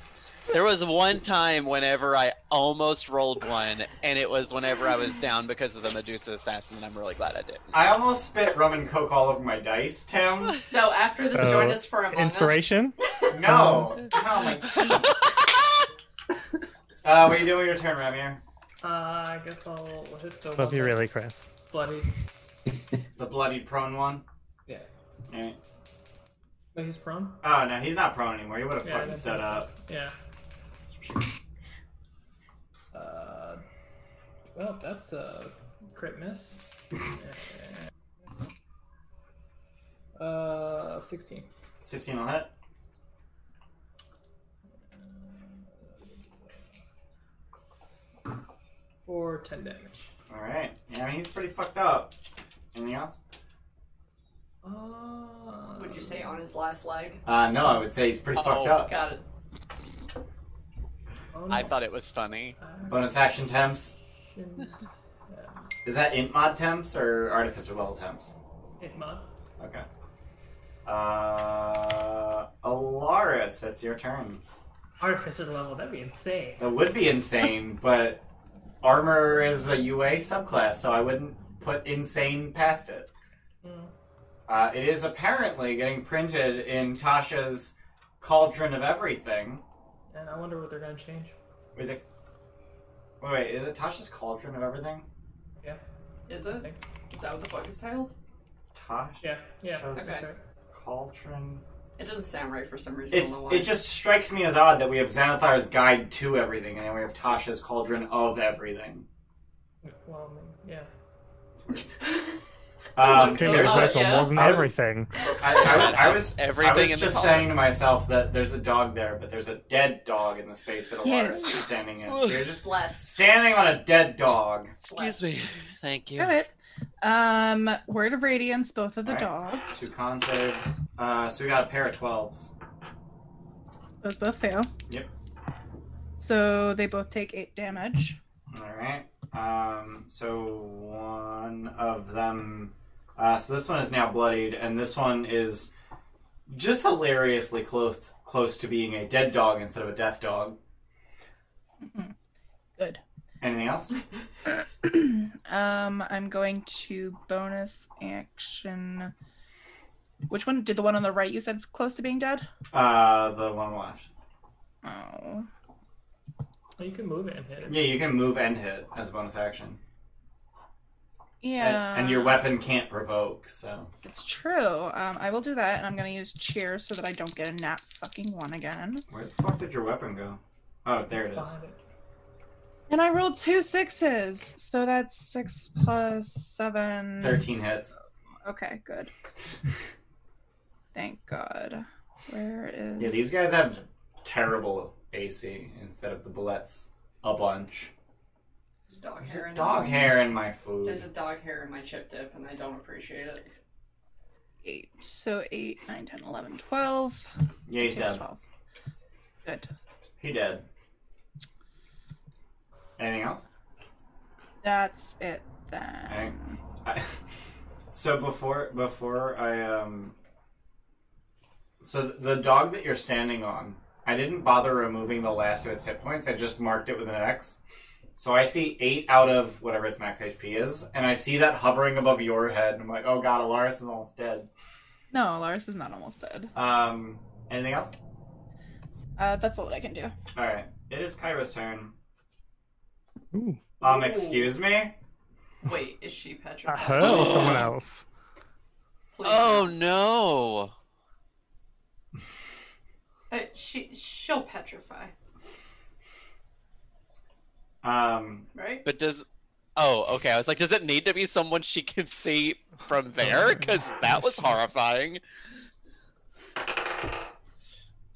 B: There was one time whenever I almost rolled one, and it was whenever I was down because of the Medusa assassin. And I'm really glad I didn't.
A: I almost spit rum and coke all over my dice, Tim.
G: so after this,
D: Oh,
G: join us for Among
D: Inspiration?
G: (laughs)
A: No. Oh my god. Uh, what are you doing with your turn, Ramir?
E: Uh, I guess I'll hit the
D: Love
E: one
D: you
E: that's
D: really, Chris.
E: bloody.
A: The bloodied prone one?
E: Yeah.
A: Alright.
E: But he's prone?
A: Oh no, he's not prone anymore. He would have
E: Yeah,
A: fucking
E: that's
A: set
E: what I
A: up.
E: Yeah. Uh, well, that's a crit miss. (laughs) uh, 16.
A: Sixteen will hit.
E: For 10 damage.
A: All right. Yeah, I mean he's pretty fucked up. Anything else?
E: Uh,
G: Would you say on his last leg?
A: Uh, no, I would say he's pretty
B: Oh,
A: fucked up.
G: Got it.
B: I thought it was funny.
A: Bonus action temps. Is that int mod temps or artificer level temps?
E: Hit mod.
A: Okay. Uh, Alaris, that's your turn.
E: Artificer level, that'd be insane.
A: That would be insane, but armor is a UA subclass, so I wouldn't put insane past it.
E: Mm.
A: Uh, it is apparently getting printed in Tasha's Cauldron of Everything.
E: And I wonder what they're gonna change.
A: Is it? Wait, wait, is it Tasha's Cauldron of Everything?
E: Yeah,
G: Is it? Is that what the book is titled?
A: Tasha's
E: yeah, yeah.
A: Just-
E: that's right.
A: Cauldron.
G: It doesn't sound right for some reason. I don't
A: It's
G: know why.
A: it just strikes me as odd that we have Xanathar's Guide to Everything, and then we have Tasha's Cauldron of Everything.
E: Well, I mean, yeah.
A: Um,
D: Clearly,
A: there's
D: the
G: oh,
D: first
G: yeah.
D: one wasn't
A: I would-
D: everything.
A: I, I, I was
B: Everything
A: I was
B: in the
A: just
B: column.
A: saying to myself that there's a dog there, but there's a dead dog in the space that Alaris
F: Yes.
A: is standing in. So you're
G: (laughs)
A: just
G: Bless.
A: standing on a dead dog.
B: Excuse me. Thank you.
F: Do it. Um, word of radiance, both of the
A: All
F: dogs.
A: Two con saves. Uh, so we got a pair of twelves.
F: Those both fail.
A: Yep.
F: So they both take eight damage.
A: All right. Um, so one of them. Uh, so this one is now bloodied, and this one is just hilariously close close to being a dead dog instead of a death dog.
F: Mm-hmm. Good. (clears throat)
A: Anything else?
F: um, I'm going to bonus action. Which one did the one on the right you said's close to being dead?
A: Uh, the one on the left.
F: Oh,
E: Well, you can move it and hit it.
A: Yeah, you can move and hit as a bonus action. And-
F: yeah.
A: And, your weapon can't provoke, so.
F: It's true. Um, I will do that, and I'm gonna use cheer so that I don't get a nat fucking one again.
A: Where the fuck did your weapon go? Oh, there it
E: It's
A: is.
E: behind it.
F: And I rolled two sixes, so that's six plus seven.
A: 13 hits.
F: Okay,
A: (laughs)
F: good. Thank God. Where is?
A: Yeah, these guys have terrible AC instead of the bullets a bunch.
G: There's dog hair in
A: Dog
G: my-
A: hair in my
G: There's a
A: food.
G: dog hair in my chip dip, and I don't appreciate it.
F: Eight. So eight, nine, ten, eleven, twelve.
A: Yeah, he's
F: Takes
A: dead.
F: Twelve. Good.
A: He dead. Anything else?
F: That's it then.
A: Alright. I, (laughs) so before before I um so th- the dog that you're standing on, I didn't bother removing the last of its hit points. I just marked it with an X. So I see eight out of whatever its max HP is, and I see that hovering above your head. And I'm like, oh god, Alaris is almost dead.
F: No, Lars is not almost dead.
A: Um, anything else?
F: Uh, that's all that I can do.
A: All right, it is Kyra's turn.
D: Ooh,
A: Um,
G: Ooh.
A: excuse me.
G: Wait, is she
D: at
G: petrified?
D: her or someone else?
G: Please
B: Oh
G: no.
B: no!
G: Uh, she she'll petrify,
A: Um,
G: right?
B: But does oh okay? I was like, does it need to be someone she can see from there? Because that was horrifying.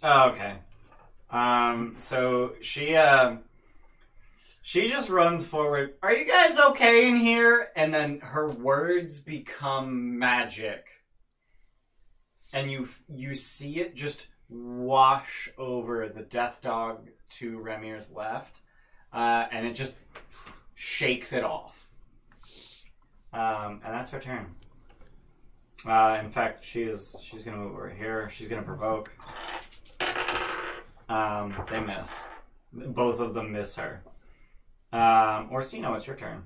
A: Oh, okay. Um, so she uh, she just runs forward. Are you guys okay in here? And then her words become magic, and you you see it just wash over the death dog to Remir's left, uh, and it just shakes it off. Um, and that's her turn. Uh, in fact, she is she's gonna move over here. She's gonna provoke. Um, they miss. Both of them miss her. Um, Orsino, it's your turn.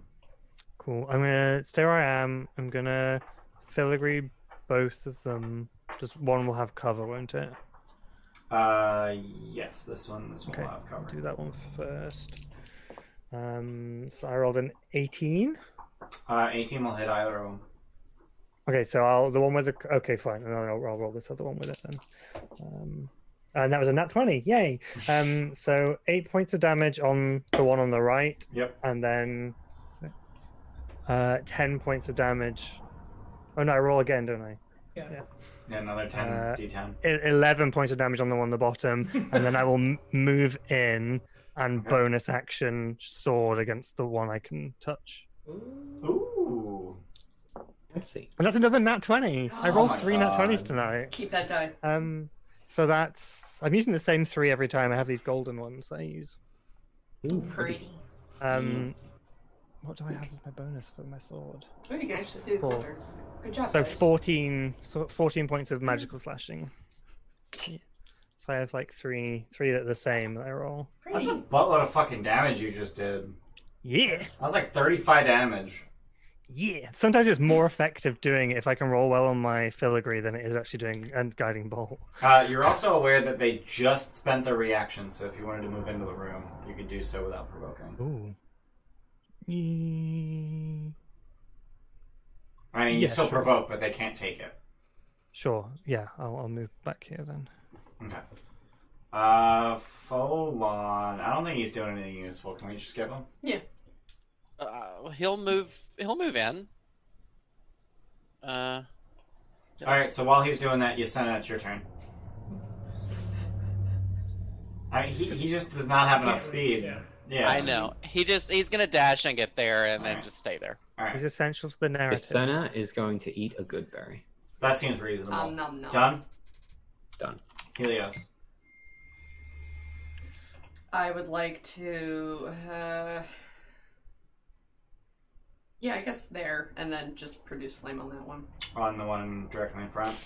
D: Cool. I'm gonna stay where I am. I'm gonna filigree both of them. Just one will have cover, won't it?
A: Uh, yes, this one, this one
D: Okay,
A: will have cover.
D: Do that one first. Um, so I rolled an 18.
A: Uh, 18 will hit either of them.
D: Okay, so I'll the one with the okay, fine. No, no, I'll roll this other one with it then. Um, and that was a nat twenty. Yay! Um, so eight points of damage on the one on the right,
A: Yep.
D: and then uh, ten points of damage. Oh no, I roll again, don't I?
E: Yeah.
D: Yeah.
A: Yeah, another 10
D: Uh,
A: d10.
D: E- Eleven points of damage on the one on
A: (laughs)
D: the bottom, and then I will m- move in and
A: Okay.
D: bonus action sword against the one I can touch.
E: Ooh.
A: Ooh.
C: Fancy.
D: And that's another nat twenty. I
G: Oh
D: rolled
A: my
D: three nat
A: God.
D: twenties tonight.
G: Keep that die.
D: Um, so that's I'm using the same three every time. I have these golden ones that I use.
G: Pretty.
D: Um, what do I have with my bonus for my sword?
G: Oh, you can actually see the
D: Cool.
G: color. Good job.
D: So
G: guys.
D: 14, so 14 points of magical slashing. Yeah. So I have like three, three that are the same that I roll.
A: That's a buttload of fucking damage you just did.
D: Yeah,
A: That was like 35 damage.
D: yeah. Sometimes it's more effective doing it if I can roll well on my filigree than it is actually doing and guiding bolt.
A: Uh, you're also aware that they just spent their reaction, so if you wanted to move into the room, you could do so without provoking.
D: Ooh. Mm,
A: I mean, you
D: Yeah,
A: still
D: sure.
A: provoke, but they can't take it.
D: Sure. Yeah, I'll, I'll move back here then.
A: Okay. Uh, Folon. I don't think he's doing anything useful. Can we just skip him?
B: Uh, he'll move. He'll move in. Uh,
A: Alright, so while he's doing that, Yasena, it's your turn. I mean, he, he just does not have enough speed.
E: Yeah.
A: Yeah.
B: I know. He just he's gonna dash and get there, and then
A: Alright.
B: just stay there.
D: He's
A: Alright,
D: essential to the narrative.
C: Senna is going to eat a good berry.
A: that seems reasonable.
G: Um, nom, nom.
A: Done?
C: Done.
A: Helios.
G: I would like to. Uh... Yeah, I guess there, and then just produce flame on that one.
A: On the one directly in front.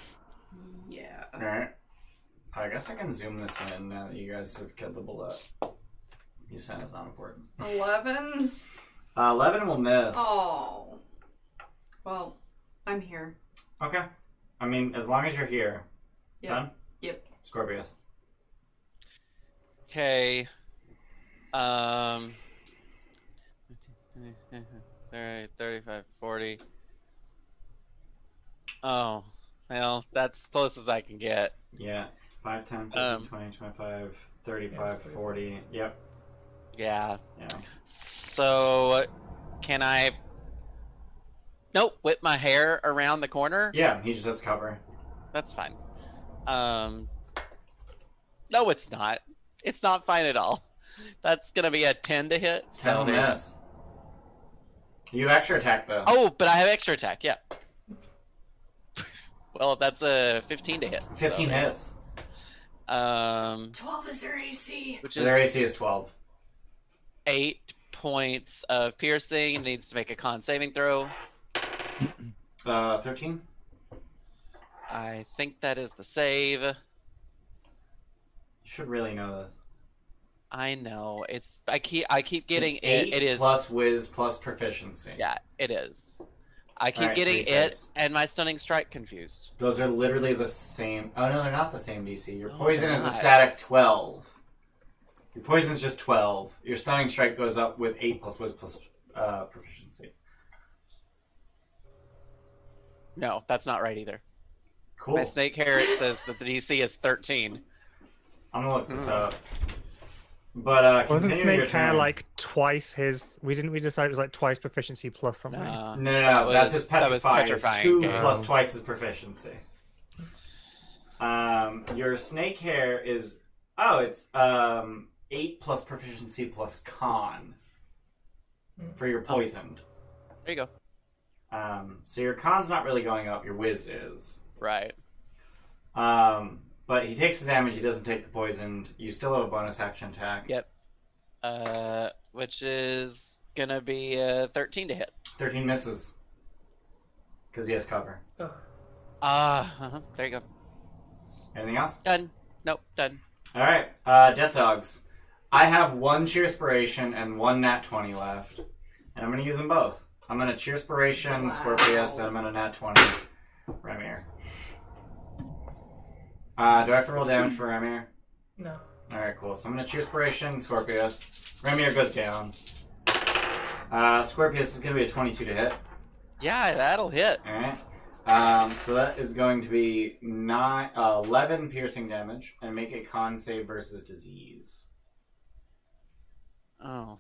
G: Yeah.
A: Alright. I guess I can zoom this in now that you guys have killed the bullet. Yasena's not important.
G: (laughs) Eleven.
A: Uh, 11 will miss.
G: Oh. Well, I'm here.
A: Okay. I mean, as long as you're here.
G: Yep.
A: Done?
G: Yep.
A: Scorpius.
B: Okay. Um. 30, 35, 40. Oh, well, that's as close as I can get.
A: Yeah. 5, 10, 15,
B: Um,
A: 20, 25, 35, 40. Yep.
B: Yeah.
A: Yeah.
B: So, can I? Nope. Whip my hair around the corner.
A: Yeah, he just has cover.
B: That's fine. Um. No, it's not. It's not fine at all. That's gonna be a ten to hit.
A: 10
B: So
A: will
B: there-
A: miss. You extra attack, though.
B: Oh, but I have extra attack. Yeah. (laughs) Well, that's a fifteen to hit. so-
A: 15 hits.
B: Um,
G: Twelve is her AC.
B: which
A: Their
B: is
A: AC is 12.
B: eight points of piercing. Needs to make a con saving throw.
A: Uh, 13?
B: I think that is the save.
A: You should really know this.
B: I know it's. I keep. I keep getting
A: It's
B: it. It is.
A: Plus whiz plus proficiency.
B: Yeah, it is. I keep
A: Alright, so
B: getting
A: he
B: it
A: saves.
B: and my stunning strike confused.
A: Those are literally the same. Oh no, they're not the same DC. Your
B: Oh,
A: poison
B: they're
A: is a
B: not.
A: static twelve. Your poison is just twelve. Your stunning strike goes up with eight plus whiz plus uh, proficiency.
B: No, that's not right either.
A: Cool.
B: My snake hair it says that the DC is thirteen.
A: I'm gonna look
B: Hmm.
A: this up. But uh,
D: Wasn't
A: continue your
D: Snake Hair
A: turn.
D: like twice his? We didn't. We decided it was like twice proficiency plus something.
B: Uh,
A: No, no, no.
B: that
A: that's
B: was-
A: his
B: that was
A: petrify. It's
B: petrifying,
A: two
B: okay.
A: plus
D: Oh.
A: twice his proficiency. Um, your snake hair is oh, it's um eight plus proficiency plus con for
B: Oh.
A: your poisoned.
B: there you go.
A: Um, so your con's not really going up. Your whiz is.
B: Right.
A: Um, but he takes the damage. He doesn't take the poisoned. You still have a bonus action attack.
B: Yep. Uh, which is gonna be uh, thirteen to hit.
A: Thirteen misses. Because he has cover.
E: Oh,
B: Ah, uh-huh. there you go.
A: Anything else?
B: Done. Nope. Done.
A: All right, uh, Death Dogs. I have one Cheerspiration and one Nat 20 left, and I'm going to use them both. I'm going to Cheerspiration
G: Wow.
A: Scorpius, and I'm going to Nat 20 Remir. Uh, do I have to roll damage for Remir?
E: no.
A: All right, cool. So I'm going to Cheerspiration Scorpius. Remir goes down. Uh, Scorpius is going to be a 22 to hit.
B: Yeah, that'll hit.
A: All right. Um, so that is going to be nine, uh, 11 piercing damage and make a con save versus disease.
B: Oh,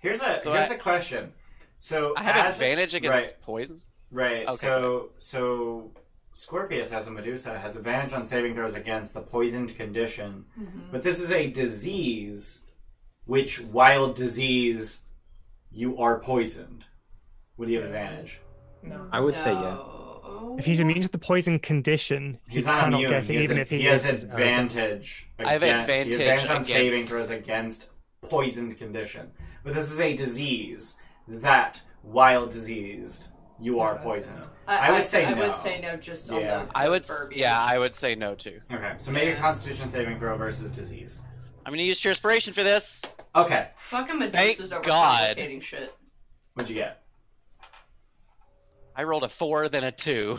A: Here's a
B: So
A: here's
B: I-
A: a question. So
B: I have
A: as-
B: advantage against
A: right.
B: poison.
A: Right.
B: Okay,
A: So so Scorpius has a Medusa has advantage on saving throws against the poisoned condition,
B: Mm-hmm.
A: but this is a disease, which wild disease, you are poisoned. Would you have advantage?
E: No.
C: I would say yeah.
G: No.
H: If he's immune to the poison condition,
A: He's
H: he
A: not
H: cannot
A: immune.
H: get it,
A: has
H: even
A: ad-
H: if he,
A: has
H: is- oh, okay.
A: advantage.
B: I have
A: again-
B: advantage
A: he has advantage on
B: against-
A: saving throws against poisoned condition, but this is a disease that wild diseased. You are poisoned. I would say
G: I
A: no.
G: would say no just on
A: Yeah.
G: the
B: I would,
G: verbiage.
B: yeah, I would say no too.
A: Okay, so make a Constitution saving throw versus disease.
B: I'm gonna use transpiration for this.
A: Okay,
G: Fucking
B: Thank
G: Medusa's
B: God.
G: overcomplicating shit.
A: what'd you get?
B: I rolled a four, then a two.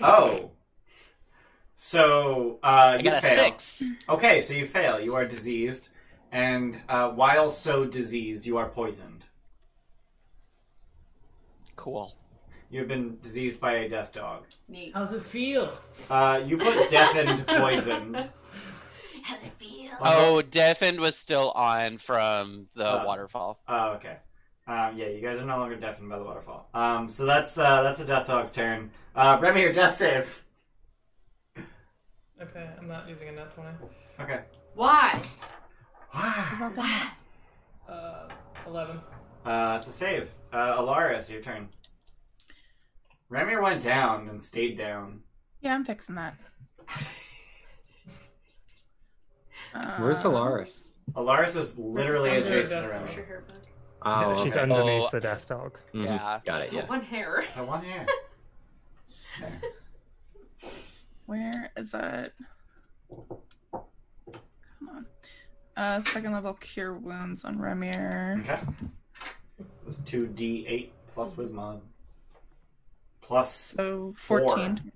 A: Oh, so uh,
B: I
A: you
B: got a
A: fail.
B: six.
A: Okay, so you fail. You are diseased, and uh, while so diseased, you are poisoned.
B: Cool.
A: You have been diseased by a death dog.
G: Neat.
C: Oh.
E: How's it feel?
A: Uh, you
B: (laughs)
A: put deafened poisoned.
G: How's it feel?
B: Oh, deafened was still on from the
G: Uh-huh.
A: Uh,
B: waterfall.
A: Oh, okay. Um, yeah, you guys are no longer deafened by the waterfall. Um, so that's uh, that's a death dog's turn. Uh, Remy, your death save.
E: Okay, I'm not using a nat 20.
A: Okay.
G: Why?
F: Is that the-
E: Uh, 11.
A: Uh, it's a save. Uh, Alara, it's your turn. Ramir went down and stayed down.
F: Yeah, I'm fixing that.
C: Where's
F: Um,
C: Alaris?
A: Alaris is literally
E: Somewhere
A: adjacent to
E: down.
G: Push your
A: Ramir.
G: hair back.
C: Oh,
H: She's
C: okay.
H: underneath
B: Oh.
H: the death dog.
C: Mhm.
B: Yeah.
C: Got it.
G: The
C: Yeah.
G: One hair.
A: I want hair.
F: Where is that? Come on. Uh, second level cure wounds on Remir.
A: Okay. That's two D eight plus
F: Hmm.
A: Wismod. Plus
F: So
A: Four.
F: 14.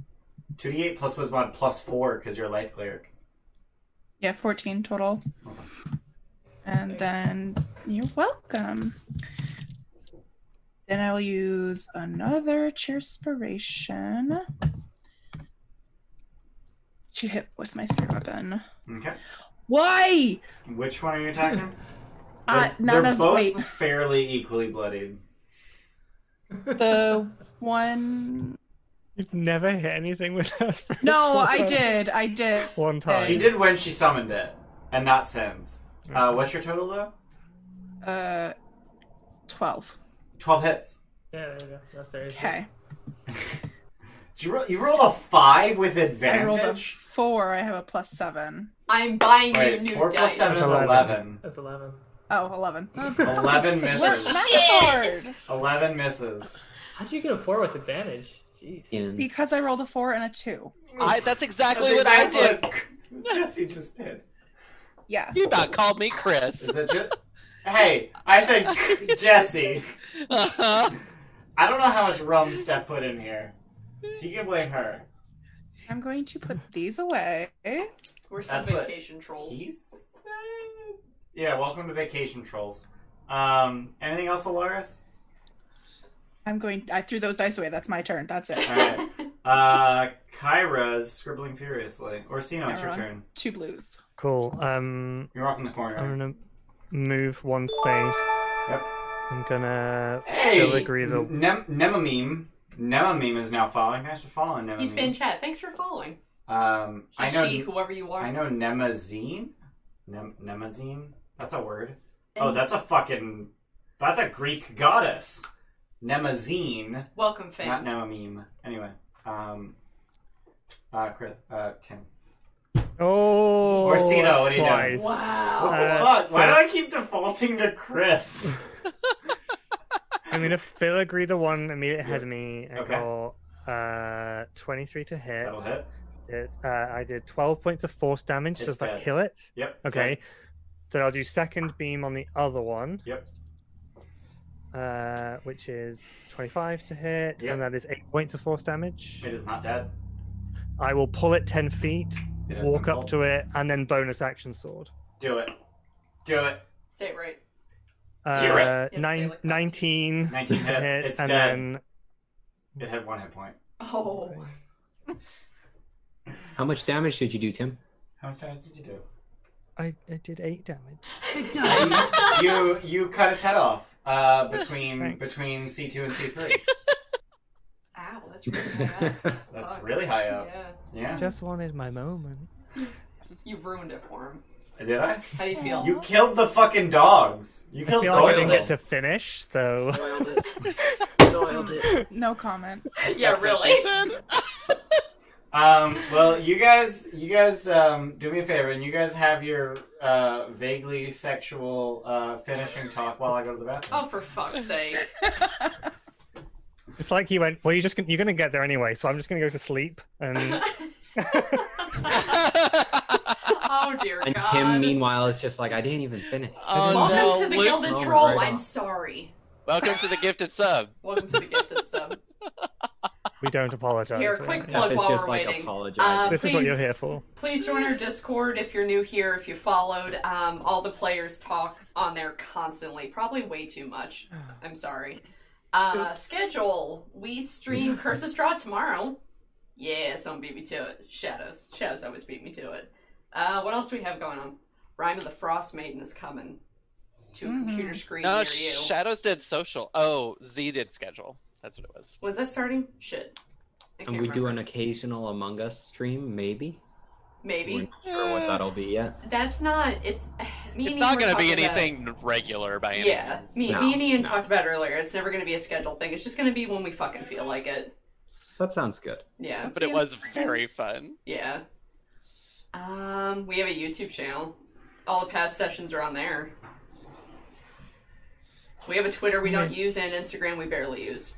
A: two D eight plus Wismod plus four because you're a life cleric.
F: Yeah, 14 total. And
E: Thanks.
F: then you're welcome. Then I'll use another Cheerspiration to hit with my spear weapon.
A: Okay.
F: Why?
A: Which one are you attacking?
F: Uh,
A: They're-
F: none
A: they're
F: of
A: both (laughs)
F: wait
A: fairly equally bloodied.
F: the one.
H: You've never hit anything with (laughs) her. spirit
F: No, I
H: sword.
F: did. I did.
H: One time.
A: She did when she summoned it, and not since.
H: Mm.
F: Hmm.
A: Uh, what's your total though?
F: Uh, twelve.
A: Twelve hits.
E: Yeah, there you go. That's serious.
F: Okay.
A: Did you, roll, you rolled a five with
F: I rolled a
A: advantage.
F: four. I have a plus seven.
G: I'm buying you
A: Wait,
G: new
A: four plus
G: dice.
A: seven is
H: Eleven.
A: eleven.
E: That's 11.
F: Oh, (laughs) 11.
A: Eleven
F: Look,
A: misses.
F: not hard.
A: Eleven misses.
E: How'd you get a 4 with advantage? Jeez.
C: In
F: Because I rolled a four and a two.
B: I, that's exactly
A: That's
B: what I did.
A: exactly what Jesse just did.
F: Yeah.
B: You not called me Chris.
A: Is that just? hey, I said Jesse.
B: (laughs) Uh-huh.
A: I don't know how much rum Steph put in here, so you can blame her.
F: I'm going to put these away.
G: We're still
A: That's what-
G: vacation trolls. (laughs)
A: He said- Yeah, welcome to Vacation Trolls. Um, anything else, Alaris?
F: I'm going. I threw those dice away. That's my turn. That's it.
A: All right. Uh, Kyra's scribbling furiously. Orsino, it's
B: Uh-huh.
A: your
F: Kyra.
A: turn.
F: Two blues.
H: Cool. Um,
A: You're off in the corner.
H: I'm gonna move one space.
A: Yep.
H: I'm gonna
A: Hey,
H: filigree the
A: Nem- Nemameme. Nemameme is now following. Thanks for following, Nemameme.
G: He's been chat. Thanks for following.
A: Um, I
G: He's
A: know.
G: she, whoever you are.
A: I know Nemazine. Nem- Nemazine. That's a word.
G: And
A: oh, that's a fucking. That's a Greek goddess. Nemazine,
G: welcome, fam.
A: not Nemameme. Anyway, um, uh, Chris, uh, Tim.
H: oh
A: Orsino,
H: that's
A: what are you doing?
H: twice.
A: What
G: Wow.
A: the
H: Uh,
A: fuck? Why
H: so-
A: do I keep defaulting to
H: (laughs)
A: Chris?
H: I'm gonna filigree the one immediately ahead of me and
A: Okay.
H: roll uh 23 to hit.
A: That'll hit.
H: It's, uh, I did 12 points of force damage.
A: It's
H: Does that
A: dead.
H: kill it?
A: Yep. it's
H: Okay.
A: dead.
H: Then I'll do second beam on the other one.
A: Yep.
H: Uh, which is 25 to hit,
A: Yep.
H: and that is 8 points of force damage.
A: It is not dead.
H: I will pull it 10 feet,
A: It has
H: walk
A: been
H: up
A: pulled.
H: to it, and then bonus action sword.
A: Do it. Do it.
G: Say it right.
A: Do it.
H: Uh,
G: say
H: nine,
G: like that.
H: 19 (laughs)
A: 19
H: to hit,
A: hits. It's
H: and
A: dead.
H: then
A: It had one hit point.
G: Oh.
C: How much damage did you do, Tim?
A: How much damage did you do?
D: I, I did eight damage.
G: (laughs)
A: you you cut its head off
H: (laughs)
A: uh, between
D: Thanks.
A: between C two and C three.
G: Ow, that's really high up.
A: That's
G: Fuck.
A: really high up.
G: Yeah.
A: (laughs) Yeah.
D: Just wanted my moment.
G: You've ruined it for him.
A: Did I?
G: How do you feel?
A: You killed the fucking dogs. You
D: I
A: killed
D: feel like I didn't
A: Soil.
D: get to finish, so
H: (laughs)
I: Soiled it. Soiled it.
F: (laughs) No comment.
G: yeah,
B: That's what she
G: really.
B: said. (laughs)
A: Um, well, you guys, you guys, um, do me a favor, and you guys have your uh, vaguely sexual uh, finishing talk while I go to the bathroom.
G: (laughs) Oh, for
C: (laughs)
G: fuck's sake.
D: it's like you went. Well, you just gonna- you're gonna get there anyway, so I'm just gonna go to sleep. And
G: Oh, dear
C: And
G: God.
C: Tim, meanwhile, is just like, I didn't even finish.
B: oh
G: Welcome
B: no,
G: to the
B: Luke-
G: Gilded
C: Oh,
G: Troll.
C: right on.
G: I'm sorry.
B: welcome to the gifted (laughs) sub.
G: Welcome to the Gifted Sub.
D: we don't apologize.
G: Here,
D: right?
G: quick
C: Steph
G: plug
C: is
G: while
C: just
G: we're
C: like
G: waiting.
C: apologizing.
G: Um,
D: This is what you're
G: please.
D: here for.
G: Please join our Discord if you're new here, if you followed. Um, all the players talk on there constantly, probably way too much. I'm sorry. Uh, schedule. We stream Curse of Straw tomorrow. Yeah, someone beat me to it. Shadows. Shadows always beat me to it. Uh, what else do we have going on? Rhyme of the Frost Maiden is coming to a computer screen
B: No,
G: near you.
B: Shadows did social. Oh, Z did schedule. That's what it was.
G: When's that starting? Shit. I
C: and
G: can't
C: we do an
G: remember.
C: occasional Among Us stream, maybe. We're
G: Maybe.
C: not sure what that'll be yet.
G: That's not. It's. (sighs) Me and
B: it's not
G: going to
B: be anything regular by any
G: Yeah,
B: means.
G: me,
C: No,
G: me and Ian
C: no.
G: talked about it earlier. It's never going to be a scheduled thing. It's just going to be when we fucking feel like it.
C: That sounds good.
G: Yeah,
B: but it was very fun.
G: yeah. Um, we have a YouTube channel. All the past sessions are on there. We have a Twitter we don't use and Instagram we barely use,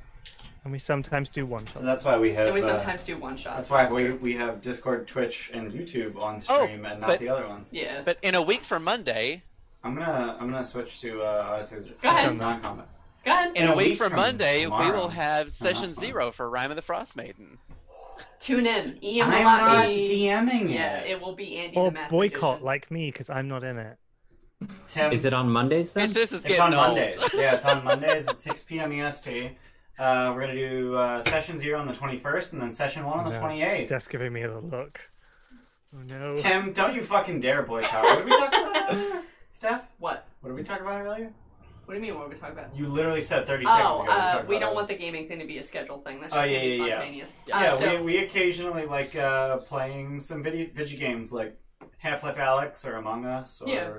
D: And we sometimes do one shot.
A: So that's why we have.
G: and we
A: uh,
G: sometimes do one shots.
A: that's why we, we have Discord, Twitch, and YouTube on stream, and not
B: but-
A: the other ones.
G: Yeah.
B: But in a week from Monday,
A: I'm gonna I'm gonna switch to uh, honestly,
G: Go ahead.
A: non-combat.
G: Go ahead.
B: in, a, week, from, Monday, we
A: tomorrow.
B: will have session
A: fun.
B: zero for Rhyme of the Frost Maiden.
G: Tune in. Ian will
A: I'm
G: not
A: not
G: be.
A: DMing
G: Yeah,
A: it.
G: it will be Andy
D: Or
G: the Math
D: boycott
G: Magician.
D: like me because I'm not in it.
A: Tim,
C: Is it on Mondays then?
B: It's just it's
A: Um, It's on
B: getting old.
A: Mondays.
G: (laughs)
A: Yeah, it's on Mondays at 6 p.m. EST. E Uh, we're gonna do uh, session zero on the 21st, and then session one on the
D: No, It's
A: 28th.
D: just giving me the look. Oh no.
A: Tim, don't you fucking dare boycott. What did we talk about
G: (laughs)
A: earlier? Steph,
G: What?
A: what did we talk about earlier?
G: What do you mean? What are we talking about?
A: You literally said 30 seconds
G: Oh,
A: ago.
G: uh, we don't want the gaming thing to be a scheduled thing. That's
A: Oh,
G: just
A: yeah,
G: gonna be
A: yeah, yeah.
G: spontaneous.
A: Yeah,
G: Uh, so,
A: we, we occasionally like uh, playing some video, video games like Half Life Alex or Among Us or.
G: Yeah.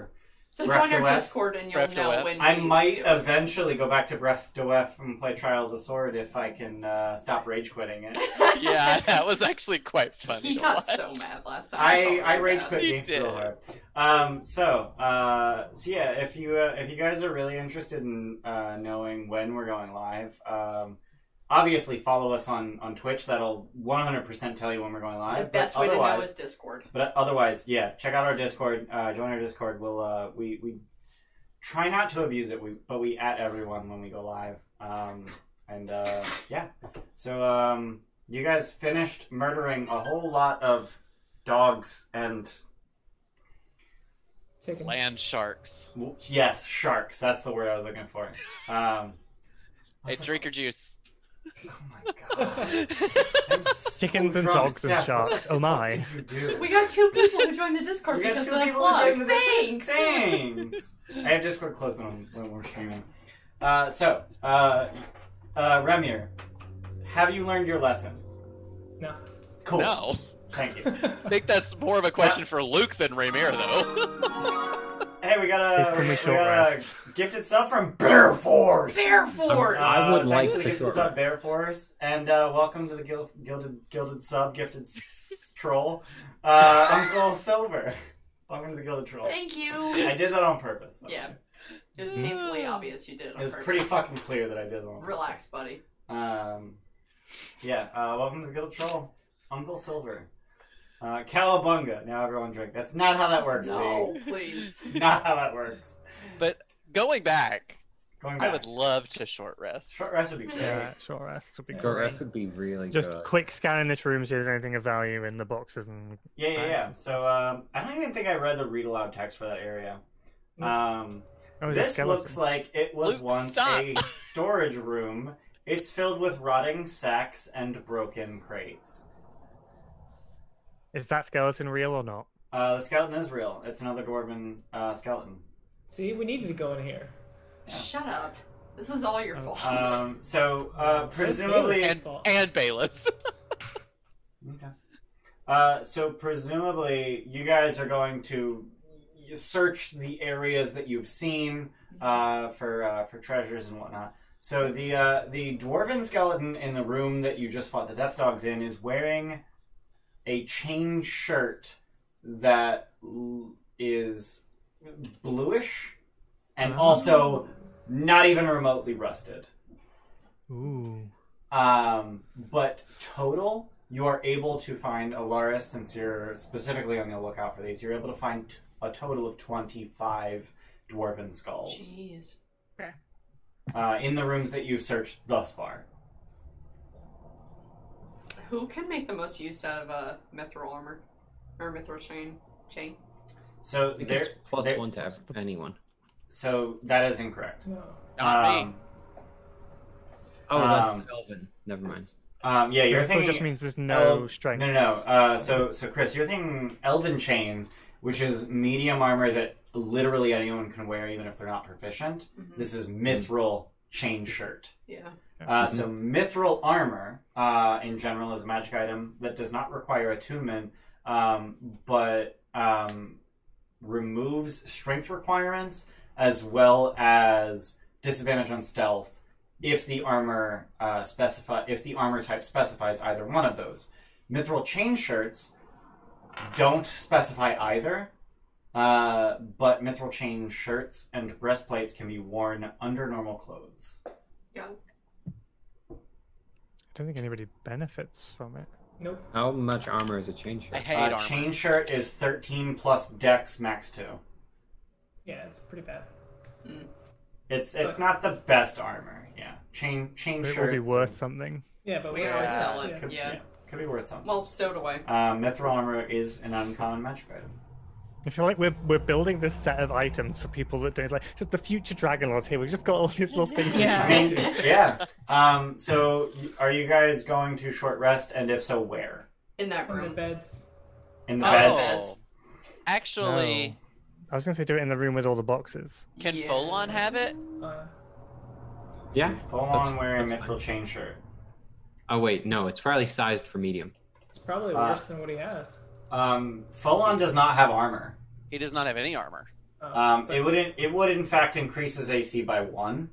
G: so
A: Breath
G: join
A: of
G: our
A: the Wild.
G: Discord and you'll
B: Breath of the
G: know
B: Wild.
G: when
A: I
G: we
A: might (laughs)
G: do it.
A: eventually go back to Breath of the Wild and play Trial of the Sword if I can uh, stop rage quitting it.
B: (laughs)
G: (laughs)
B: yeah, that was actually quite funny.
G: He
B: to
G: got
B: watch.
G: so mad last time.
A: I
G: felt
A: I
G: really
A: rage
G: bad.
A: quit
B: You
A: games real
B: did.
A: hard. Um, so uh, so yeah, if you uh, if you guys are really interested in uh, knowing when we're going live, um, obviously follow us on on Twitch. That'll one hundred percent tell you when we're going live.
G: The best
A: but
G: way to know
A: otherwise-
G: is Discord.
A: but otherwise, yeah, check out our Discord. Uh, join our Discord. We'll uh, we we try not to abuse it. We but we at everyone when we go live. Um, and uh, yeah, so um, you guys finished murdering a whole lot of dogs and
E: Chickens.
B: Land sharks.
A: well, yes, sharks. That's the word I was looking for. Um, I
B: Hey,
A: was
B: drink your juice.
A: like, oh my god! I'm so
D: Chickens and
A: drunk.
D: dogs and
A: Steph, what the
D: sharks. Oh
A: fuck
D: my.
A: did you do?
G: We got two people who joined the Discord
A: We got
G: because
A: two
G: of that
A: people
G: plug.
A: doing this.
G: Thanks. (laughs)
A: Thanks. I have Discord closed when, when we're streaming. Uh, so, uh, uh, Remir, have you learned your lesson?
E: No.
A: Cool.
B: No.
A: Thank you.
B: I think that's more of a question for Luke than Raymere, (laughs) though.
A: Hey, we got a,
D: Please give me
A: we,
D: short
A: got
D: rest.
A: a gifted sub from Bear Force.
G: Bear Force.
C: I would
A: thanks
C: like
A: for the
C: to
A: gifted
C: short
A: sub,
C: rest.
A: Bear Force, and uh, welcome to the gil- gilded gilded sub gifted s- troll,
G: (laughs)
A: uh, Uncle Silver. Welcome to the gilded troll.
G: Thank you.
A: (laughs) I did that on purpose. by the
G: Yeah.
A: way.
G: It was painfully obvious you did it.
A: it
G: on
A: was
G: purpose.
A: Mm. pretty fucking clear that I did that. On purpose.
G: Relax, buddy.
A: Um, yeah, uh, welcome to the Guild Troll. Uncle Silver. Uh, Calabunga. Now everyone drink. That's not how that works.
G: No,
A: (laughs)
G: please.
A: See? Not how that works.
B: But going back,
A: Going
B: I
A: back.
B: would love to short rest.
A: Short rest would be great.
D: Yeah, short rest would be
C: Short
D: great.
C: rest would be really
D: Just
C: good.
D: quick scan in this room, see if there's anything of value in the boxes and
A: Yeah, yeah, yeah.
D: Nice.
A: So um, I don't even think I read the read aloud text for that area.
E: Nope.
A: Um,
D: oh, there's a
A: this
D: skeleton.
A: looks like it was
B: Luke,
A: once
B: stop.
A: a storage room It's filled with rotting sacks and broken crates.
H: Is that skeleton real or not?
A: Uh, the skeleton is real. It's another dwarven uh, skeleton.
E: See, we needed to go in here.
A: Uh,
G: Shut up. This is all your fault.
A: Um, so uh, presumably,
E: It's
B: and,
E: his fault.
B: and bailiff.
A: Okay. Uh, so presumably, you guys are going to y- search the areas that you've seen uh, for uh, for treasures and whatnot. So the uh, the dwarven skeleton in the room that you just fought the death dogs in is wearing a chain shirt that l- is bluish and also not even remotely rusted.
D: Ooh.
A: Um, but total, you are able to find Alaris, since you're specifically on the lookout for these, you're able to find t- a total of 25 dwarven skulls
G: (laughs) Jeez.
A: uh, in the rooms that you've searched thus far.
G: Who can make the most use out of uh, mithril armor or mithril chain? Chain.
A: So
C: It
A: there,
C: gets plus
A: there-
C: one to ev- anyone.
A: so that is incorrect.
E: No.
B: (laughs) Not me.
A: Um,
C: Oh, that's
A: Um,
C: Elvin. Never mind.
A: um, yeah, you're
H: Your thing
A: thinking
H: just means there's no
A: Oh,
H: strength.
A: No, no, no. Uh, so, so Chris, you're thinking Elven Chain, which is medium armor that literally anyone can wear, even if they're not proficient.
G: Mhm.
A: This is Mithril Chain Shirt.
G: Yeah.
A: Uh, so mithril armor, uh, in general, is a magic item that does not require attunement, um, but um, removes strength requirements as well as disadvantage on stealth if the armor uh, specify if the armor type specifies either one of those. Mithril chain shirts don't specify either, uh, but mithril chain shirts and breastplates can be worn under normal clothes.
G: Yeah.
H: I don't think anybody benefits from it.
E: Nope.
C: How much armor is a chain
B: I
C: shirt?
B: hate
A: uh,
B: armor.
A: chain shirt is 13 plus dex max 2
E: Yeah, it's pretty bad.
A: it's it's not the best armor yeah chain chain
H: But it
A: shirt
H: will be worth something.
E: Yeah, but
G: We
E: we
G: can always sell it.
E: Yeah.
G: Yeah.
A: could be worth something
G: Well, stowed away.
A: um, mithril armor is an uncommon magic item
H: I feel like we're we're building this set of items for people that don't like just the future Dragon Lords here. We've just got all these
G: (laughs)
H: little things.
A: i
F: Yeah.
A: mean yeah um, so y- are you guys going to short rest and if so where
G: In that
E: On the
G: room.
E: beds.
A: in the
B: Oh,
A: beds
B: actually,
H: I was gonna say do it in the room with all the boxes.
B: can
G: Yes.
B: Folon have it?
E: Uh,
C: Yeah.
A: full
C: that's-
A: on wearing
C: that's
A: mithril
C: fine.
A: chain shirt
C: Oh wait, no, it's probably sized for medium.
E: it's probably
A: Uh,
E: worse than what he has.
A: um, full on does not have armor
B: He does not have any armor.
E: Uh,
A: um,
E: but
A: it would in, it would in fact increase his ac by one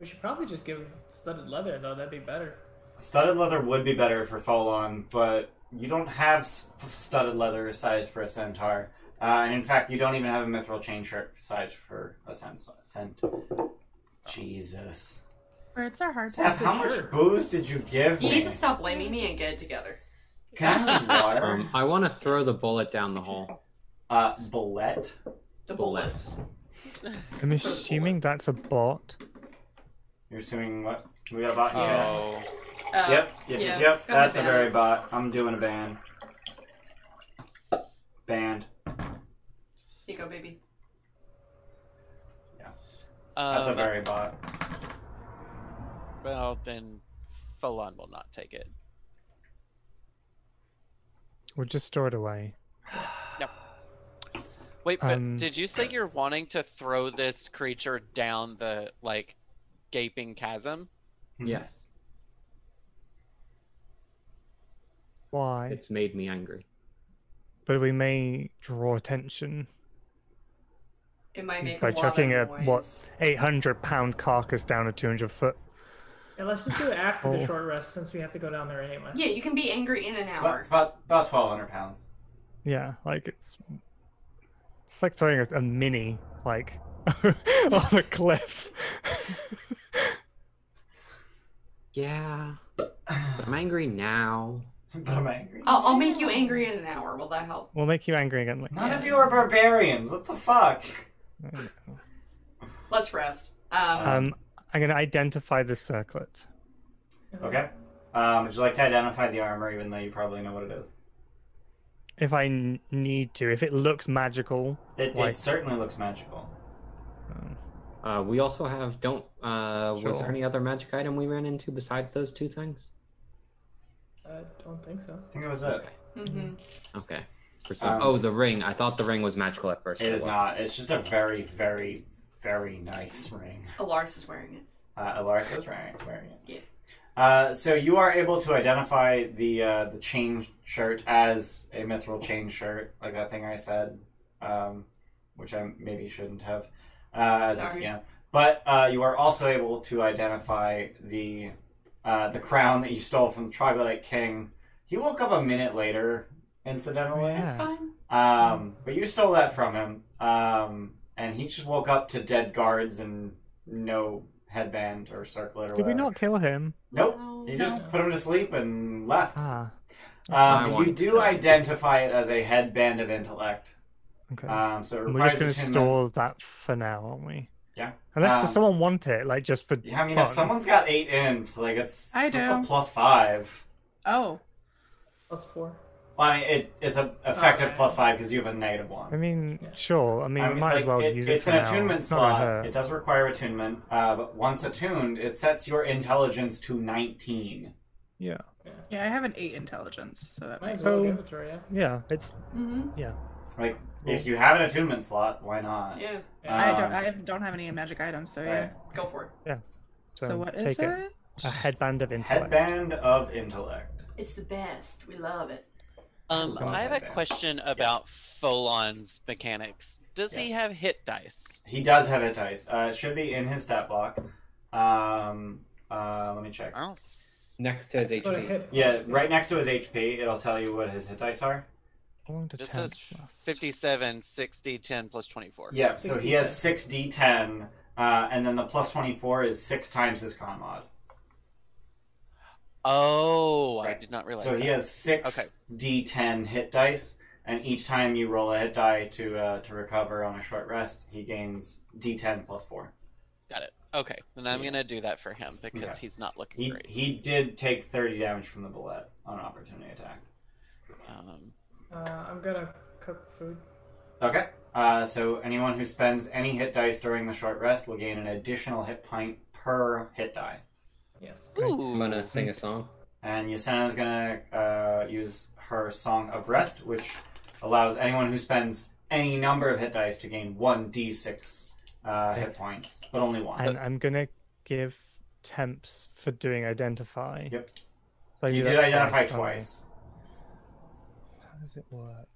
E: We should probably just give studded leather though. That'd be better.
A: Studded leather would be better for Folon, but you don't have s- studded leather sized for a centaur. Uh, and in fact, you don't even have a mithril chain shirt sized for a cent. cent. Jesus.
F: Words are hard.
A: Seth,
E: a
A: how much
E: shirt.
A: booze did you give
G: You
A: me?
G: need to stop blaming me and get it together.
A: Can I
G: (laughs)
A: have water?
C: Um, I want to throw the bullet down the hole.
A: uh, bullet?
G: The bullet.
H: I'm assuming that's a bot.
A: You're assuming what? We got a bot? Yeah.
B: Oh,
G: Uh,
A: Yep, yep,
G: yeah.
A: yep.
G: Go
A: That's a
G: ahead,
A: very
G: Banner.
A: bot. I'm doing a ban. Banned.
G: Here you go, baby.
A: That's a
B: um,
A: very bot. (laughs)
B: well then, Folon will not take it.
H: We'll just store it away.
B: Wait, but
H: Um,
B: did you say you're wanting to throw this creature down the like gaping chasm?
C: Yes.
H: Why?
C: It's made me angry.
H: But we may draw attention.
G: It might make
H: By
G: a lot
H: chucking a
G: of
H: what-
G: noise.
H: 800 pound carcass down a 200 foot.
E: Yeah, let's just do it after the
H: Oh.
E: short rest since we have to go down there anyway.
G: Yeah, you can be angry in an
A: It's about,
G: hour.
A: it's about, about 1,200 pounds.
H: Yeah, like it's it's like throwing a, a mini like (laughs) off a cliff. (laughs)
C: Yeah. I'm angry now.
A: but I'm angry.
G: I'll, I'll make you angry in an hour. Will that help?
H: we'll make you angry again. Like,
A: None of you are barbarians. What the fuck?
G: Let's rest. Um,
D: Uh,
H: um, I'm gonna identify the circlet.
A: Okay. Um, would you like to identify the armor, even though you probably know what it is?
H: If I n- need to, if it looks magical,
A: It,
H: Why?
A: it certainly looks magical.
H: um,
C: Uh, we also have don't. Uh, Was
D: Sure.
C: there any other magic item we ran into besides those two things?
E: I don't think so.
A: I think it was it.
G: Mm-hmm.
C: Okay. For some.
A: Um,
C: oh, the ring. I thought the ring was magical at first. Oh,
A: It
C: but
A: is
C: wasn't.
A: not. It's just a very, very, very nice ring.
G: Alaris Oh, is wearing it.
A: Uh, Alaris is wearing, wearing it.
G: Yeah.
A: Uh, so you are able to identify the uh, the chain shirt as a mithril chain shirt, like that thing I said, um, which I maybe shouldn't have. Uh, as
G: Sorry.
A: A, yeah. But uh, you are also able to identify the uh, the crown that you stole from the Troglodyte King. He woke up a minute later, incidentally.
G: That's
D: Yeah.
G: fine.
A: Um, but you stole that from him, um, and he just woke up to dead guards and no headband or circlet or
D: Did we
A: whatever.
D: not kill him?
A: Nope.
G: No.
A: You just put him to sleep and left.
D: Ah,
C: I
A: Um, you
C: wanted to
A: do
C: kill him.
A: identify it as a headband of intellect.
D: okay.
A: Um, so it
D: And We're just going
A: requires
D: to
A: attunement.
D: store that for now, aren't we?
A: Yeah.
D: Unless
A: Um,
D: does someone want it, like just for
A: Yeah, I mean,
D: fun.
A: if someone's got eight int, like it's,
F: I
A: it's a
F: do.
A: plus five.
F: Oh,
E: Plus four.
A: Well, I mean, it, it's a effective
E: Okay.
A: plus five because you have a negative one.
D: I mean,
E: Yeah.
D: sure. I mean, we might as
A: like,
D: well
A: it-
D: use it
A: It's
D: for
A: an
D: now.
A: attunement
D: It's not gonna
A: slot.
D: hurt.
A: It does require attunement, uh, but once attuned, it sets your intelligence to 19.
D: Yeah.
F: yeah, I have an eight intelligence, so that
E: Might
F: makes
E: as well
D: So-
E: give it to her, yeah.
D: Yeah. It's
G: Mm-hmm.
A: Like, if you have an attunement slot, why not?
G: Yeah.
F: I
A: Um,
F: don't. I don't have any magic items, so yeah.
A: right.
G: Go for it.
D: so,
F: So what is
D: take
F: it?
D: it. A headband of intellect.
A: Headband of intellect.
G: It's the best. We love it.
B: Um,
A: Oh,
B: I have a
A: okay.
B: question about Folon's mechanics. Does he
A: Yes.
B: have hit dice?
A: He does have hit dice. Uh, it should be in his stat block. Um, uh, let me check.
B: I don't. s-
C: Next to his
E: Go to
C: HP.
E: hit
A: Yeah,
E: points.
A: right next to his HP, it'll tell you what his hit dice are.
D: How long did
B: Just
D: tent
B: says
D: last?
B: 57, 60, 10, plus 24.
A: Yeah, so he has 6d10, uh, and then the plus 24 is 6 times his con mod.
B: Oh, I
A: Right.
B: did not realize.
A: So he
B: that.
A: has six
B: Okay.
A: D10 hit dice, and each time you roll a hit die to uh, to recover on a short rest, he gains D10 plus four.
B: Got it. Okay, then I'm
A: Yeah.
B: gonna do that for him because
A: Okay.
B: he's not looking
A: He
B: great.
A: he did take thirty damage from the bullet on an opportunity attack.
B: Um,
E: Uh, I'm gonna cook food.
A: Okay. Uh, so anyone who spends any hit dice during the short rest will gain an additional hit point per hit die.
E: Yes.
C: I'm
B: ooh,
C: gonna sing a song.
A: And Yasana's gonna uh, use her Song of Rest, which allows anyone who spends any number of hit dice to gain one d6 uh, hit points, but only once.
D: And I'm gonna give temps for doing identify.
A: Yep.
D: So I
A: you
D: do
A: did
D: that
A: identify
D: don't I?
A: twice.
D: How does it work?